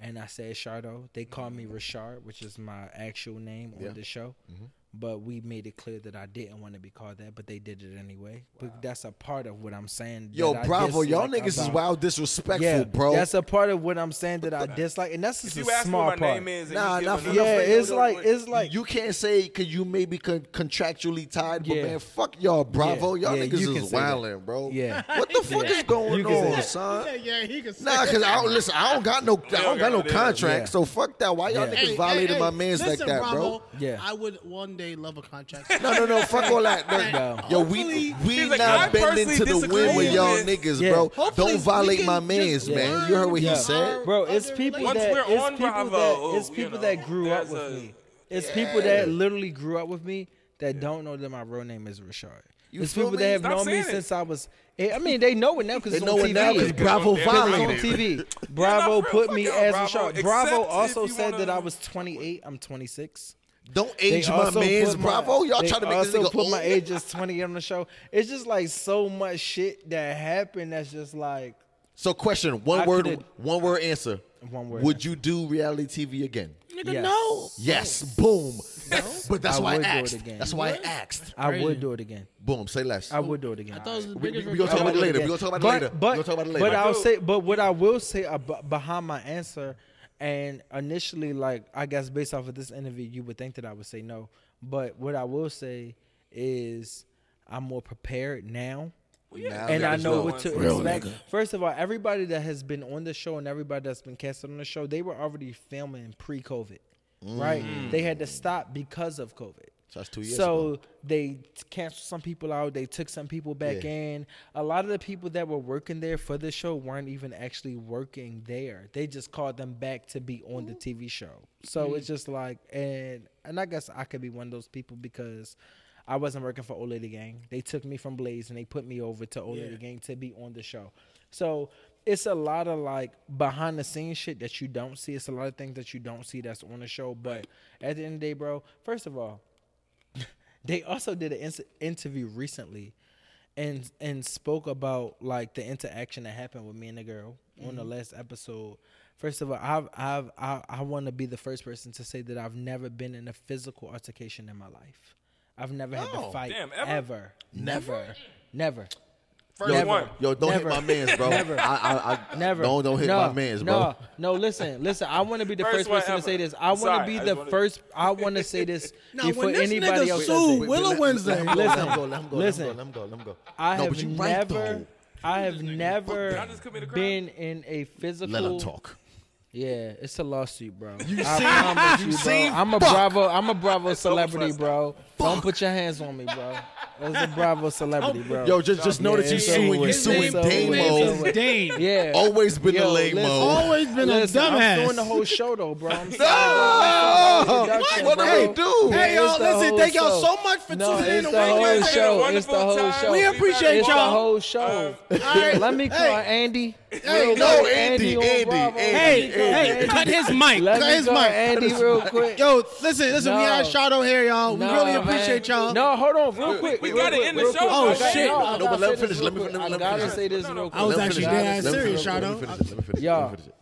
Speaker 4: And I said Shardo. They called
Speaker 1: Mm-hmm.
Speaker 4: me Richard, which is my actual name on the show.
Speaker 3: Mm-hmm.
Speaker 4: But we made it clear that I didn't want to be called that, but they did it anyway. But that's a part of what I'm saying.
Speaker 3: Yo,
Speaker 4: that I
Speaker 3: Bravo, y'all
Speaker 4: dislike
Speaker 3: niggas is
Speaker 4: about-
Speaker 3: wild disrespectful,
Speaker 4: yeah,
Speaker 3: bro.
Speaker 4: That's a part of what I'm saying that I dislike, and that's just
Speaker 1: If you
Speaker 4: a
Speaker 1: ask me
Speaker 4: small
Speaker 1: what my
Speaker 4: part.
Speaker 1: name is, and
Speaker 3: Nah,
Speaker 1: you
Speaker 3: not
Speaker 1: give
Speaker 3: for
Speaker 1: a
Speaker 4: yeah,
Speaker 1: number,
Speaker 4: it's
Speaker 1: you know
Speaker 4: like
Speaker 1: what?
Speaker 4: it's like
Speaker 3: you can't say because you may be con- contractually tied, but
Speaker 4: Yeah.
Speaker 3: man, fuck y'all, Bravo,
Speaker 4: Yeah,
Speaker 3: y'all
Speaker 4: yeah, you
Speaker 3: niggas
Speaker 4: can
Speaker 3: is
Speaker 4: say that.
Speaker 3: wildin', bro.
Speaker 4: <laughs> Yeah.
Speaker 3: what the fuck is going
Speaker 4: You can say
Speaker 3: on,
Speaker 4: that.
Speaker 3: son?
Speaker 2: <laughs> yeah, he can say
Speaker 3: Uh, Nah, cause I don't listen. I don't got no. I don't got no
Speaker 1: Yeah.
Speaker 3: contract.
Speaker 4: Yeah.
Speaker 3: So fuck that. Why y'all
Speaker 4: Yeah.
Speaker 3: niggas violating my mans like
Speaker 2: listen,
Speaker 3: that, bro?
Speaker 2: Bravo,
Speaker 4: Yeah.
Speaker 2: I would one day love a
Speaker 3: <laughs>
Speaker 2: contract.
Speaker 3: No, no, no. Fuck all that. No.
Speaker 4: No.
Speaker 3: Yo, we we
Speaker 1: He's like, I
Speaker 3: not bending
Speaker 1: personally
Speaker 3: to the wind with
Speaker 1: disagree
Speaker 3: y'all
Speaker 1: with-
Speaker 3: niggas,
Speaker 4: Yeah.
Speaker 3: bro.
Speaker 2: Hopefully
Speaker 3: Don't
Speaker 2: we
Speaker 3: violate
Speaker 2: can
Speaker 3: my
Speaker 2: just
Speaker 3: mans, man. You heard what
Speaker 4: Yeah.
Speaker 3: he said.
Speaker 4: bro. It's
Speaker 2: Other
Speaker 4: people
Speaker 2: relationships.
Speaker 1: Once
Speaker 4: that
Speaker 1: we're
Speaker 4: it's
Speaker 1: on
Speaker 4: people
Speaker 1: Bravo,
Speaker 4: that
Speaker 1: oh,
Speaker 4: it's
Speaker 1: you
Speaker 4: people
Speaker 1: know,
Speaker 4: that grew up
Speaker 1: there's
Speaker 4: with
Speaker 1: a-
Speaker 4: me. It's people that literally grew up with me that don't know that my real name is Rashard.
Speaker 3: You
Speaker 4: it's
Speaker 3: feel
Speaker 4: people
Speaker 3: me?
Speaker 4: that have
Speaker 1: Stop
Speaker 4: known me
Speaker 1: saying it.
Speaker 4: since I was. I mean, they know it now because
Speaker 3: They
Speaker 4: it's
Speaker 3: know
Speaker 4: on
Speaker 3: it
Speaker 4: TV.
Speaker 3: now because Bravo
Speaker 1: They're
Speaker 4: It's on
Speaker 3: violated.
Speaker 4: TV.
Speaker 1: Yeah,
Speaker 4: <laughs> Bravo
Speaker 1: not for real.
Speaker 4: put
Speaker 1: Fuck
Speaker 4: me
Speaker 1: y'all,
Speaker 4: as
Speaker 1: Bravo.
Speaker 4: Rashard.
Speaker 1: Except
Speaker 4: Bravo
Speaker 1: if
Speaker 4: also
Speaker 1: you
Speaker 4: said that
Speaker 1: wanna-
Speaker 4: I was 28. I'm 26.
Speaker 3: Don't
Speaker 4: They
Speaker 3: age my
Speaker 4: also
Speaker 3: mans,
Speaker 4: put
Speaker 3: Bravo. Y'all
Speaker 4: they
Speaker 3: trying to make this
Speaker 4: also
Speaker 3: nigga
Speaker 4: put
Speaker 3: old.
Speaker 4: my age as 20 on the show. It's just like so much shit that happened that's just like
Speaker 3: So, question one
Speaker 4: I
Speaker 3: word,
Speaker 4: could've-
Speaker 3: one word answer.
Speaker 4: One word
Speaker 3: Would
Speaker 4: answer.
Speaker 3: you do reality TV again?
Speaker 2: Nigga,
Speaker 4: Yes.
Speaker 2: no.
Speaker 3: Yes. Boom. But that's
Speaker 4: I
Speaker 3: why I
Speaker 4: would do it
Speaker 3: asked.
Speaker 4: again.
Speaker 3: That's why I asked.
Speaker 4: I
Speaker 5: Crazy.
Speaker 4: would do it again.
Speaker 3: Boom. Say less.
Speaker 4: I would do it again.
Speaker 2: I thought it was the
Speaker 3: We, we,
Speaker 2: biggest.
Speaker 3: we gonna talk
Speaker 4: I
Speaker 3: about it
Speaker 4: would
Speaker 3: later. We
Speaker 4: again.
Speaker 3: gonna talk about it
Speaker 4: but,
Speaker 3: later.
Speaker 4: But,
Speaker 3: we gonna talk about it later.
Speaker 4: But I'll
Speaker 1: do.
Speaker 4: say, but what I will say about, behind my answer, and initially, like I guess based off of this interview, you would think that I would say no. But what I will say is, I'm more prepared now.
Speaker 3: Now
Speaker 4: and
Speaker 3: you
Speaker 4: I
Speaker 3: gotta
Speaker 4: know
Speaker 3: go.
Speaker 4: what to
Speaker 3: Real
Speaker 4: expect.
Speaker 3: nigga.
Speaker 4: First of all, everybody that has been on the show and everybody that's been canceled on the show, they were already filming pre-COVID, right? They had to stop because of COVID.
Speaker 3: Mm. So that's two years
Speaker 4: So they t- canceled some people out. They took some people back
Speaker 3: Yeah.
Speaker 4: in. A lot of the people that were working there for the show weren't even actually working there. They just called them back to be on the TV show. So it's just like, and and I guess I could be one of those people because I wasn't working for Old Lady Gang. They took me from Blaze and they put me over to Old Lady Gang to be on the show. So it's a lot of like behind the scenes shit that you don't see. It's a lot of things that you don't see that's on the show. But at the end of the day, bro, first of all, they also did an ins- interview recently and and spoke about like the interaction that happened with me and the girl on
Speaker 1: Mm-hmm.
Speaker 4: the last episode first of all i've i've i, I want to be the first person to say that i've never been in a physical altercation in my life i've never had to fight
Speaker 1: Damn, ever?
Speaker 4: ever? ever never never
Speaker 1: First
Speaker 4: Never.
Speaker 1: one.
Speaker 3: Yo, don't
Speaker 4: Never.
Speaker 3: hit my mans, bro.
Speaker 4: <laughs> Never.
Speaker 3: I, I, I,
Speaker 4: Never.
Speaker 3: Don't don't hit
Speaker 4: No,
Speaker 3: my mans, bro.
Speaker 4: No, no. Listen, listen. I want to be the
Speaker 1: First
Speaker 4: first,
Speaker 1: one
Speaker 4: person
Speaker 1: ever.
Speaker 4: to say this. I
Speaker 1: I'm
Speaker 4: want
Speaker 1: sorry.
Speaker 4: to be
Speaker 1: I
Speaker 4: the
Speaker 1: just wanna-
Speaker 4: first. I want to
Speaker 1: <laughs>
Speaker 4: say this
Speaker 2: Now,
Speaker 4: before
Speaker 2: when this
Speaker 4: anybody
Speaker 2: nigga
Speaker 4: else
Speaker 2: sued,
Speaker 4: does it.
Speaker 2: Wait, Willow
Speaker 3: Let-
Speaker 2: Wednesday.
Speaker 3: Let, let, him go, let him go. Let him
Speaker 4: Listen.
Speaker 3: go. Let him go. Let him go.
Speaker 4: I
Speaker 3: no, but
Speaker 4: have
Speaker 3: you right
Speaker 4: never.
Speaker 3: though.
Speaker 4: I have
Speaker 1: Did I
Speaker 4: never
Speaker 1: just commit a crime?
Speaker 4: been in a physical.
Speaker 3: Let him talk.
Speaker 4: Yeah, it's a lawsuit, bro. You I promise you, bro. I'm a Bravo. I'm a Bravo celebrity,
Speaker 1: fuss
Speaker 4: bro. Don't put your hands on me, bro. It's a Bravo celebrity, bro.
Speaker 3: Yo, just just know
Speaker 4: Yeah,
Speaker 3: that you
Speaker 4: it's
Speaker 3: see when
Speaker 4: over.
Speaker 3: you
Speaker 4: His
Speaker 3: suing
Speaker 4: name's- his name's
Speaker 3: Damo.
Speaker 4: over.
Speaker 2: <laughs> Dame.
Speaker 4: yeah.
Speaker 3: Always been a
Speaker 4: Yo,
Speaker 3: lame
Speaker 4: listen.
Speaker 3: mo.
Speaker 2: Always been
Speaker 4: Listen,
Speaker 2: a dumbass.
Speaker 4: I'm doing the whole show though,
Speaker 3: <laughs>
Speaker 4: bro. I'm sorry.
Speaker 3: No!
Speaker 4: Introduction,
Speaker 3: Oh, What do
Speaker 4: bro.
Speaker 3: we
Speaker 2: Hey,
Speaker 3: do?
Speaker 4: Yeah, it's
Speaker 2: y'all,
Speaker 4: the
Speaker 2: listen,
Speaker 4: whole
Speaker 2: thank y'all
Speaker 4: show.
Speaker 2: so much for
Speaker 4: No,
Speaker 2: tuning in
Speaker 4: it's
Speaker 2: to
Speaker 4: the
Speaker 2: Wake
Speaker 4: whole
Speaker 2: Wednesday.
Speaker 4: show.
Speaker 1: Wonderful
Speaker 4: It's the whole
Speaker 1: time.
Speaker 4: show.
Speaker 2: We
Speaker 1: back
Speaker 2: appreciate
Speaker 1: on.
Speaker 4: It's the
Speaker 2: y'all.
Speaker 4: whole show.
Speaker 2: right.
Speaker 4: Let me call
Speaker 2: Hey.
Speaker 4: Andy.
Speaker 2: Hey,
Speaker 4: real
Speaker 3: no,
Speaker 4: quick.
Speaker 3: Andy,
Speaker 4: on
Speaker 3: Andy,
Speaker 4: Bravo.
Speaker 3: Andy,
Speaker 2: Hey,
Speaker 4: Let me call
Speaker 2: hey,
Speaker 4: Andy.
Speaker 2: cut his mic.
Speaker 4: Let
Speaker 2: cut
Speaker 4: me
Speaker 2: his
Speaker 4: call
Speaker 2: mic.
Speaker 4: Andy real quick.
Speaker 2: Yo, listen, listen, we
Speaker 4: No.
Speaker 2: had Shadow here, y'all. We
Speaker 4: Nah,
Speaker 2: really
Speaker 4: man.
Speaker 2: appreciate y'all.
Speaker 4: No, hold on, real quick.
Speaker 1: we
Speaker 4: real
Speaker 1: gotta
Speaker 4: quick,
Speaker 1: end the
Speaker 4: real
Speaker 1: show.
Speaker 4: quick.
Speaker 1: Oh,
Speaker 4: I gotta-
Speaker 2: shit.
Speaker 4: no, I
Speaker 3: No, but
Speaker 4: gotta
Speaker 3: let him
Speaker 4: say this
Speaker 3: finish. Let me
Speaker 4: real
Speaker 3: fin-
Speaker 4: quick.
Speaker 3: let
Speaker 4: I
Speaker 3: me
Speaker 4: gotta
Speaker 3: finish.
Speaker 4: say this
Speaker 1: No, no,
Speaker 4: real quick.
Speaker 2: I was
Speaker 3: Let him
Speaker 2: actually
Speaker 3: finish.
Speaker 2: dead ass
Speaker 3: Let him
Speaker 2: serious,
Speaker 3: finish. Let
Speaker 2: Shadow.
Speaker 3: him finish it. Let him finish it.
Speaker 4: Y'all.
Speaker 3: Let him finish it.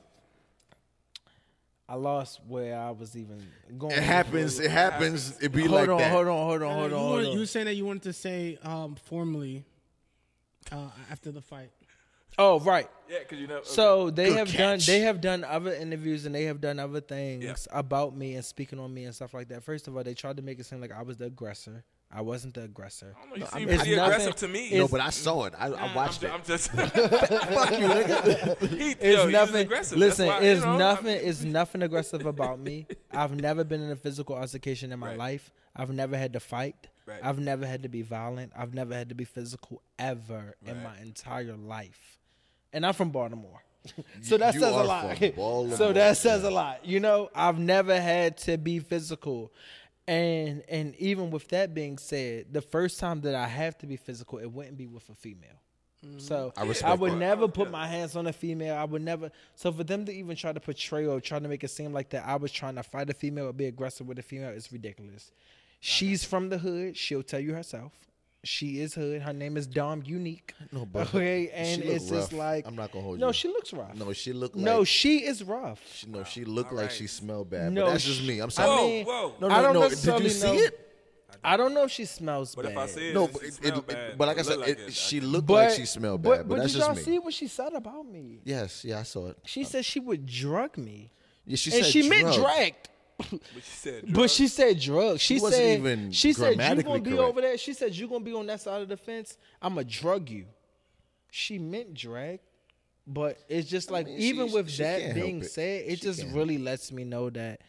Speaker 4: I lost where I was even going.
Speaker 3: It happens. It happens. It be
Speaker 4: Hold
Speaker 3: like
Speaker 4: on,
Speaker 3: that.
Speaker 4: hold on, hold on, hold
Speaker 2: you,
Speaker 4: on,
Speaker 2: were,
Speaker 4: hold on.
Speaker 2: you were saying that you wanted to say um, formally uh, after the fight.
Speaker 4: Oh, right.
Speaker 1: Yeah, because you know. okay.
Speaker 4: So they
Speaker 3: Good
Speaker 4: have
Speaker 3: catch.
Speaker 4: done they have done other interviews and they have done other things
Speaker 1: Yeah.
Speaker 4: about me and speaking on me and stuff like that. First of all, they tried to make it seem like I was the aggressor. I wasn't the aggressor.
Speaker 1: I don't know, you seem
Speaker 3: mean,
Speaker 1: pretty
Speaker 4: it's
Speaker 1: aggressive
Speaker 4: nothing-
Speaker 1: to me.
Speaker 3: No, but I saw it. I, I watched it.
Speaker 1: I'm just. I'm just
Speaker 3: Fuck you, nigga.
Speaker 1: he,
Speaker 4: It's
Speaker 1: yo, he's
Speaker 4: nothing.
Speaker 1: aggressive. That's
Speaker 4: Listen,
Speaker 1: why, you
Speaker 4: it's
Speaker 1: know, I
Speaker 4: nothing.
Speaker 1: mean- <laughs>
Speaker 4: It's nothing aggressive about me. I've never been in a physical altercation in my
Speaker 1: Right.
Speaker 4: life. I've never had to fight.
Speaker 1: Right.
Speaker 4: I've never had to be violent. I've never had to be physical ever in my entire life. And I'm from Baltimore. <laughs> So that
Speaker 3: you
Speaker 4: says
Speaker 3: are
Speaker 4: a lot.
Speaker 3: from Baltimore.
Speaker 4: <laughs> So that says a lot. You know, I've never had to be physical. And and even with that being said, the first time that I have to be physical, it wouldn't be with a female.
Speaker 1: Mm-hmm.
Speaker 4: So I,
Speaker 3: respect
Speaker 4: would
Speaker 3: that.
Speaker 4: never put my hands on a female. I would never. So for them to even try to portray or try to make it seem like that I was trying to fight a female or be aggressive with a female is ridiculous. She's from the hood. She'll tell you herself. She is hood. Her name is Dom Unique.
Speaker 3: No, but
Speaker 4: okay,
Speaker 3: she
Speaker 4: and
Speaker 3: look
Speaker 4: it's just
Speaker 3: rough.
Speaker 4: like
Speaker 3: I'm not gonna hold
Speaker 4: no,
Speaker 3: you.
Speaker 4: she looks rough.
Speaker 3: No, she looked like
Speaker 4: no, she is rough.
Speaker 3: she, no, she looked like
Speaker 1: Alright.
Speaker 3: she smelled bad.
Speaker 4: No,
Speaker 3: but that's just
Speaker 4: she-
Speaker 3: me. I'm
Speaker 4: I
Speaker 3: sorry.
Speaker 4: mean,
Speaker 1: whoa.
Speaker 3: no, no,
Speaker 4: I don't
Speaker 3: no. Did
Speaker 4: necessarily
Speaker 3: you see
Speaker 4: know-
Speaker 3: it?
Speaker 4: I don't know if she smells
Speaker 1: But
Speaker 4: bad.
Speaker 1: if I see it,
Speaker 3: No,
Speaker 1: it
Speaker 3: but, it,
Speaker 1: smell
Speaker 3: it-
Speaker 1: bad,
Speaker 3: but
Speaker 1: it
Speaker 3: like I
Speaker 1: look
Speaker 3: said, it,
Speaker 1: it.
Speaker 3: she looked like she smelled bad. But, that's
Speaker 4: did
Speaker 3: just
Speaker 4: y'all
Speaker 3: me.
Speaker 4: see what she said about me?
Speaker 3: Yes, yeah, I saw it.
Speaker 4: She said she would drug me,
Speaker 3: Yeah, she
Speaker 4: and
Speaker 3: said
Speaker 4: she meant
Speaker 3: drugs.
Speaker 4: dragged.
Speaker 1: But she said,
Speaker 4: But she said drugs. She,
Speaker 3: wasn't
Speaker 4: said
Speaker 3: even
Speaker 4: she said you
Speaker 3: grammatically
Speaker 4: gonna be
Speaker 3: correct.
Speaker 4: over there. She said you gonna be on that side of the fence. I'm gonna drug you. She meant drag, but it's just like
Speaker 3: mean,
Speaker 4: even
Speaker 3: she-
Speaker 4: with
Speaker 3: she
Speaker 4: that
Speaker 3: can't
Speaker 4: being
Speaker 3: help it.
Speaker 4: said, it
Speaker 3: She
Speaker 4: just
Speaker 3: can't
Speaker 4: really lets me know that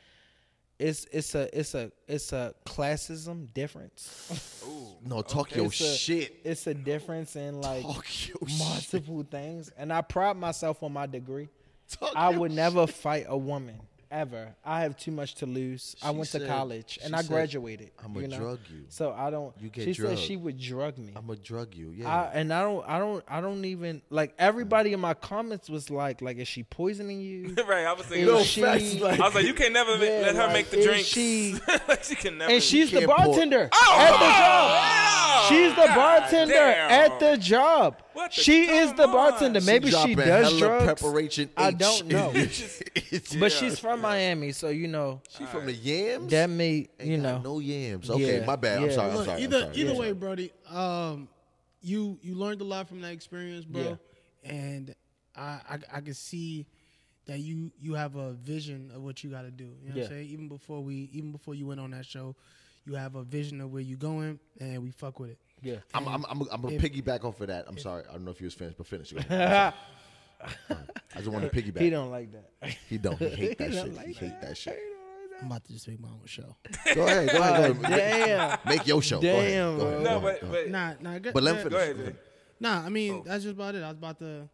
Speaker 4: it's it's a it's a it's a classism difference.
Speaker 3: No, talk your
Speaker 4: It's a-
Speaker 3: shit.
Speaker 4: It's a difference in like
Speaker 3: Talk your shit.
Speaker 4: multiple things, and I pride myself on my degree.
Speaker 3: Talk
Speaker 4: I
Speaker 3: your
Speaker 4: would never fight a woman ever. I have too much to lose. I
Speaker 3: She
Speaker 4: went to
Speaker 3: said-
Speaker 4: college and
Speaker 3: she
Speaker 4: I
Speaker 3: said,
Speaker 4: graduated.
Speaker 3: "I'ma
Speaker 4: you know?
Speaker 3: drug you.
Speaker 4: So I don't.
Speaker 3: You get
Speaker 4: she
Speaker 3: drugged.
Speaker 4: said she would drug me.
Speaker 3: I'm gonna drug you. Yeah.
Speaker 4: I, and I don't. I don't. I don't even like. Everybody in my comments was like, like, is she
Speaker 3: <laughs>
Speaker 4: poisoning you?
Speaker 1: <laughs> right, I was thinking,
Speaker 4: No,
Speaker 1: like,
Speaker 4: she-
Speaker 3: facts,
Speaker 1: I was like, you can never ma-
Speaker 4: Yeah,
Speaker 1: let her
Speaker 4: like,
Speaker 1: make the
Speaker 4: is
Speaker 1: drinks.
Speaker 4: she-
Speaker 1: <laughs> like she can never.
Speaker 4: and she's the
Speaker 3: can't pour-
Speaker 4: bartender
Speaker 1: Oh,
Speaker 4: at the
Speaker 1: oh,
Speaker 4: job.
Speaker 1: oh,
Speaker 4: She's the
Speaker 1: God
Speaker 4: bartender
Speaker 1: damn.
Speaker 4: at the job.
Speaker 1: What the-
Speaker 4: she is
Speaker 1: come
Speaker 4: the
Speaker 1: on.
Speaker 4: bartender. <laughs> Maybe she
Speaker 3: dropping
Speaker 4: does
Speaker 3: hella
Speaker 4: drugs.
Speaker 3: Preparation
Speaker 4: I
Speaker 3: H.
Speaker 4: don't know.
Speaker 3: <laughs> It's-
Speaker 4: But she's from Miami, so you know
Speaker 3: she from the yams.
Speaker 4: that may you
Speaker 3: Ain't got
Speaker 4: know.
Speaker 3: no yams. Okay,
Speaker 4: Yeah,
Speaker 3: my bad. I'm
Speaker 4: yeah.
Speaker 3: sorry. I'm
Speaker 4: Look,
Speaker 3: sorry. I'm
Speaker 5: either
Speaker 3: sorry.
Speaker 5: either
Speaker 3: Yeah.
Speaker 5: way, Brody. Um, you you learned a lot from that experience, bro, and I, I I can see that you you have a vision of what you got to do. You know what
Speaker 4: Yeah.
Speaker 5: I'm saying? Even before we even before you went on that show, you have a vision of where you going, and we fuck with it.
Speaker 4: Yeah.
Speaker 3: I'm I'm I'm, I'm gonna piggyback off of that. I'm sorry. I don't know if you was finished, but finish. Go ahead. I'm
Speaker 4: <laughs>
Speaker 3: sorry. I just want to piggyback.
Speaker 4: He don't like that. <laughs>
Speaker 3: He don't. He hate that
Speaker 4: He don't
Speaker 3: shit. he
Speaker 4: like
Speaker 3: hate that shit.
Speaker 5: I'm about to just make my own show.
Speaker 3: Go ahead. Go <laughs> ahead. Go ahead.
Speaker 4: <laughs> Damn.
Speaker 3: Make your show. Go ahead.
Speaker 4: Damn,
Speaker 3: Go ahead.
Speaker 4: bro.
Speaker 3: Go
Speaker 1: No,
Speaker 3: ahead.
Speaker 1: but but
Speaker 5: Nah, nah, good.
Speaker 3: But let him
Speaker 5: nah,
Speaker 1: go ahead.
Speaker 3: finish. Oh.
Speaker 1: Jay.
Speaker 5: Nah, I mean that's just about it. I was about to.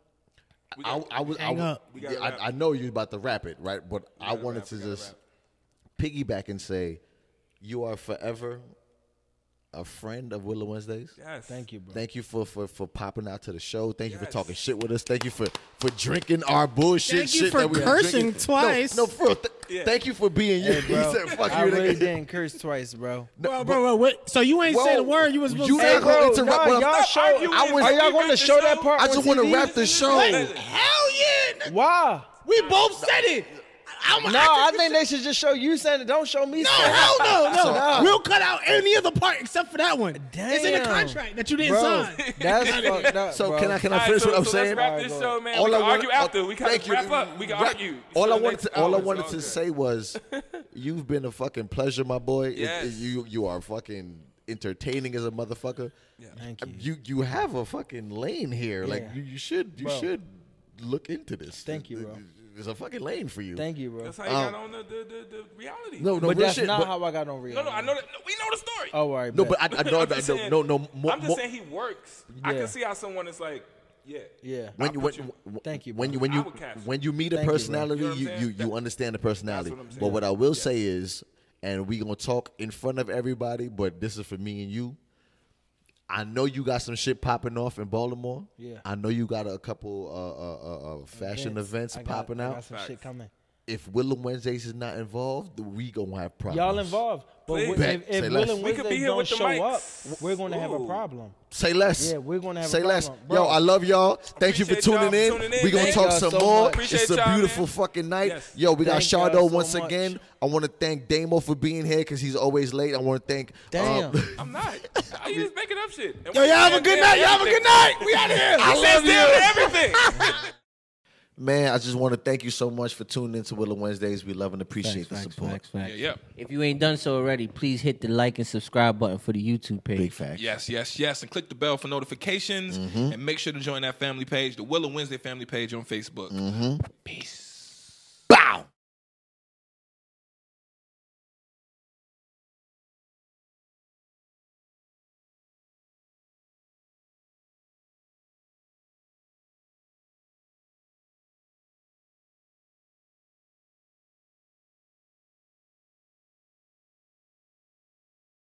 Speaker 1: We
Speaker 3: I,
Speaker 1: got-
Speaker 3: I was. I,
Speaker 5: Hang
Speaker 3: was-
Speaker 5: up.
Speaker 1: We
Speaker 3: yeah,
Speaker 1: gotta wrap.
Speaker 3: I, I know you was about to wrap it, right? But I
Speaker 1: gotta
Speaker 3: wanted
Speaker 1: wrap,
Speaker 3: to
Speaker 1: we gotta
Speaker 3: just piggyback and say, you are forever a friend of Willow Wednesdays.
Speaker 1: yes.
Speaker 4: Thank you, bro.
Speaker 3: Thank you for, for, for popping out to the show. Thank you for
Speaker 1: Yes.
Speaker 3: talking shit with us. Thank you for, for drinking our bullshit.
Speaker 5: Thank you
Speaker 3: shit
Speaker 5: for
Speaker 3: that we were
Speaker 5: cursing
Speaker 3: drinking. No,
Speaker 5: twice.
Speaker 3: No, for real. Th-
Speaker 1: Yeah.
Speaker 3: Thank you for being you.
Speaker 4: Hey,
Speaker 3: <laughs>
Speaker 4: bro,
Speaker 3: he said, "Fuck
Speaker 4: I
Speaker 3: you."
Speaker 4: really
Speaker 3: nigga."
Speaker 4: didn't curse twice, bro.
Speaker 3: No,
Speaker 5: Bro,
Speaker 3: but-
Speaker 5: bro, bro, wait. Oh, So you ain't say the
Speaker 3: Whoa,
Speaker 5: word. You was supposed
Speaker 3: you
Speaker 5: to
Speaker 3: not
Speaker 4: Hey,
Speaker 5: say the word.
Speaker 3: gonna
Speaker 4: bro,
Speaker 3: interrupt
Speaker 4: nah,
Speaker 3: what I'm-
Speaker 4: y'all show.
Speaker 1: arguing.
Speaker 4: I was,
Speaker 1: If
Speaker 4: are
Speaker 1: we
Speaker 4: y'all
Speaker 1: wrap
Speaker 4: going to
Speaker 1: this
Speaker 4: show that
Speaker 1: up,
Speaker 4: part?
Speaker 3: I just
Speaker 4: want
Speaker 3: wanna
Speaker 4: to
Speaker 3: wrap the show.
Speaker 5: Hell yeah!
Speaker 4: Why?
Speaker 5: We both said it. I'm,
Speaker 4: No, I think they should just show you saying it. Don't show me.
Speaker 5: No,
Speaker 4: saying it.
Speaker 5: hell no, no.
Speaker 4: Nah.
Speaker 5: We'll cut out any other part except for that one. It's in the
Speaker 4: Damn.
Speaker 5: contract that you didn't
Speaker 4: Bro,
Speaker 5: sign.
Speaker 4: <laughs> that's fucked up.
Speaker 3: So
Speaker 4: bro.
Speaker 3: can I can
Speaker 1: All
Speaker 3: I
Speaker 1: right,
Speaker 3: finish
Speaker 1: so,
Speaker 3: what I'm
Speaker 1: so
Speaker 3: saying?
Speaker 1: Let's wrap
Speaker 4: All right,
Speaker 1: this
Speaker 4: go
Speaker 1: show,
Speaker 4: ahead.
Speaker 1: man. we can
Speaker 3: wanted-
Speaker 1: argue after. We
Speaker 3: thank
Speaker 1: gotta
Speaker 3: you.
Speaker 1: wrap up. We can
Speaker 3: Wrap-
Speaker 1: argue.
Speaker 3: All I
Speaker 1: Till the
Speaker 3: wanted
Speaker 1: next
Speaker 3: to, all I
Speaker 1: hour. It's
Speaker 3: wanted
Speaker 1: all
Speaker 3: to
Speaker 1: good. <laughs>
Speaker 3: say was, you've been a fucking pleasure, my boy. It-
Speaker 1: Yes.
Speaker 3: it- you you are fucking entertaining as a motherfucker.
Speaker 4: Thank you.
Speaker 3: You you have a fucking lane here. Like
Speaker 4: Yeah.
Speaker 3: you, you should you
Speaker 4: Bro.
Speaker 3: should look into this.
Speaker 4: Thank you, bro.
Speaker 3: There's a fucking lane for you.
Speaker 4: Thank you, bro.
Speaker 1: That's how you got on the, the, the, the reality.
Speaker 3: No, no,
Speaker 4: But
Speaker 3: real
Speaker 4: that's
Speaker 3: shit,
Speaker 4: not
Speaker 3: but-
Speaker 4: how I got on Rio.
Speaker 1: no, no. I know that. No, we know the story.
Speaker 4: Oh, all right.
Speaker 3: no,
Speaker 4: bet.
Speaker 3: but I, I know
Speaker 1: I'm
Speaker 3: that
Speaker 1: just
Speaker 3: no,
Speaker 1: saying-
Speaker 3: no no mo-
Speaker 1: I'm just
Speaker 3: mo-
Speaker 1: saying he works. I
Speaker 4: Yeah.
Speaker 1: can see how someone is like, yeah,
Speaker 4: yeah.
Speaker 3: when you, when, w-
Speaker 4: Thank you,
Speaker 3: when
Speaker 4: bro.
Speaker 3: you when
Speaker 1: I
Speaker 3: you
Speaker 1: would cast it.
Speaker 3: when you meet a
Speaker 4: Thank you, bro.
Speaker 3: personality,
Speaker 1: You know what I'm
Speaker 3: you, you,
Speaker 1: saying?
Speaker 3: you,
Speaker 1: That-
Speaker 3: understand the personality.
Speaker 1: what I'm
Speaker 3: but
Speaker 1: saying.
Speaker 3: what I will say is, and we gonna talk in front of everybody, but this is for me and you. I know you got some shit popping off in Baltimore.
Speaker 4: Yeah.
Speaker 3: I know you got a couple uh, uh, uh, uh, fashion events,
Speaker 4: I got-
Speaker 3: popping
Speaker 4: I
Speaker 3: out.
Speaker 4: got some shit coming.
Speaker 3: If Willow Wednesdays is not involved, we gonna have problems.
Speaker 4: Y'all involved. But
Speaker 1: Please.
Speaker 4: wh- if,
Speaker 3: Bet.
Speaker 4: if
Speaker 3: Say
Speaker 4: Will
Speaker 3: less.
Speaker 4: and
Speaker 1: We could be
Speaker 4: Wednesday
Speaker 1: here
Speaker 4: don't
Speaker 1: with the
Speaker 4: show
Speaker 1: mics.
Speaker 4: up, we're going to have a
Speaker 1: Ooh.
Speaker 4: problem.
Speaker 3: Say less.
Speaker 4: Yeah, we're gonna have a
Speaker 3: say less.
Speaker 4: problem. Bro.
Speaker 3: Yo, I love y'all. Thank you for
Speaker 1: Appreciate y'all
Speaker 3: tuning in.
Speaker 1: for tuning in,
Speaker 3: We're gonna
Speaker 1: man.
Speaker 3: talk
Speaker 4: Thank
Speaker 3: some
Speaker 4: y'all so
Speaker 3: more.
Speaker 4: much.
Speaker 1: Appreciate
Speaker 3: It's a
Speaker 1: y'all,
Speaker 3: beautiful
Speaker 1: man.
Speaker 3: fucking night.
Speaker 1: Yes.
Speaker 3: Yo, we got
Speaker 4: Thank
Speaker 3: Shardo
Speaker 4: y'all so
Speaker 3: once
Speaker 4: much.
Speaker 3: again. I want to thank Damo for being here because he's always late. I want to thank.
Speaker 4: Damn.
Speaker 3: Um,
Speaker 1: I'm
Speaker 5: <laughs>
Speaker 1: not. You just making up shit. And
Speaker 5: Yo,
Speaker 1: we
Speaker 5: y'all have a
Speaker 1: stand
Speaker 5: good
Speaker 1: there
Speaker 5: night.
Speaker 1: for
Speaker 5: Y'all have a good
Speaker 1: everything.
Speaker 5: night. We out
Speaker 1: <laughs>
Speaker 5: of here.
Speaker 1: We stand there for everything.
Speaker 3: <laughs>
Speaker 5: <laughs>
Speaker 3: man, I just want to thank you so much for tuning in to Willow Wednesdays. We love and appreciate the support.
Speaker 1: Yeah.
Speaker 6: If you ain't done so already, please hit the like and subscribe button for the YouTube page.
Speaker 3: Big facts.
Speaker 1: Yes, yes, yes. And click the bell for
Speaker 5: Mm-hmm.
Speaker 3: Mm-hmm.
Speaker 1: notifications. And make sure to join that family page, the Willow Wednesday family page on Facebook. Peace.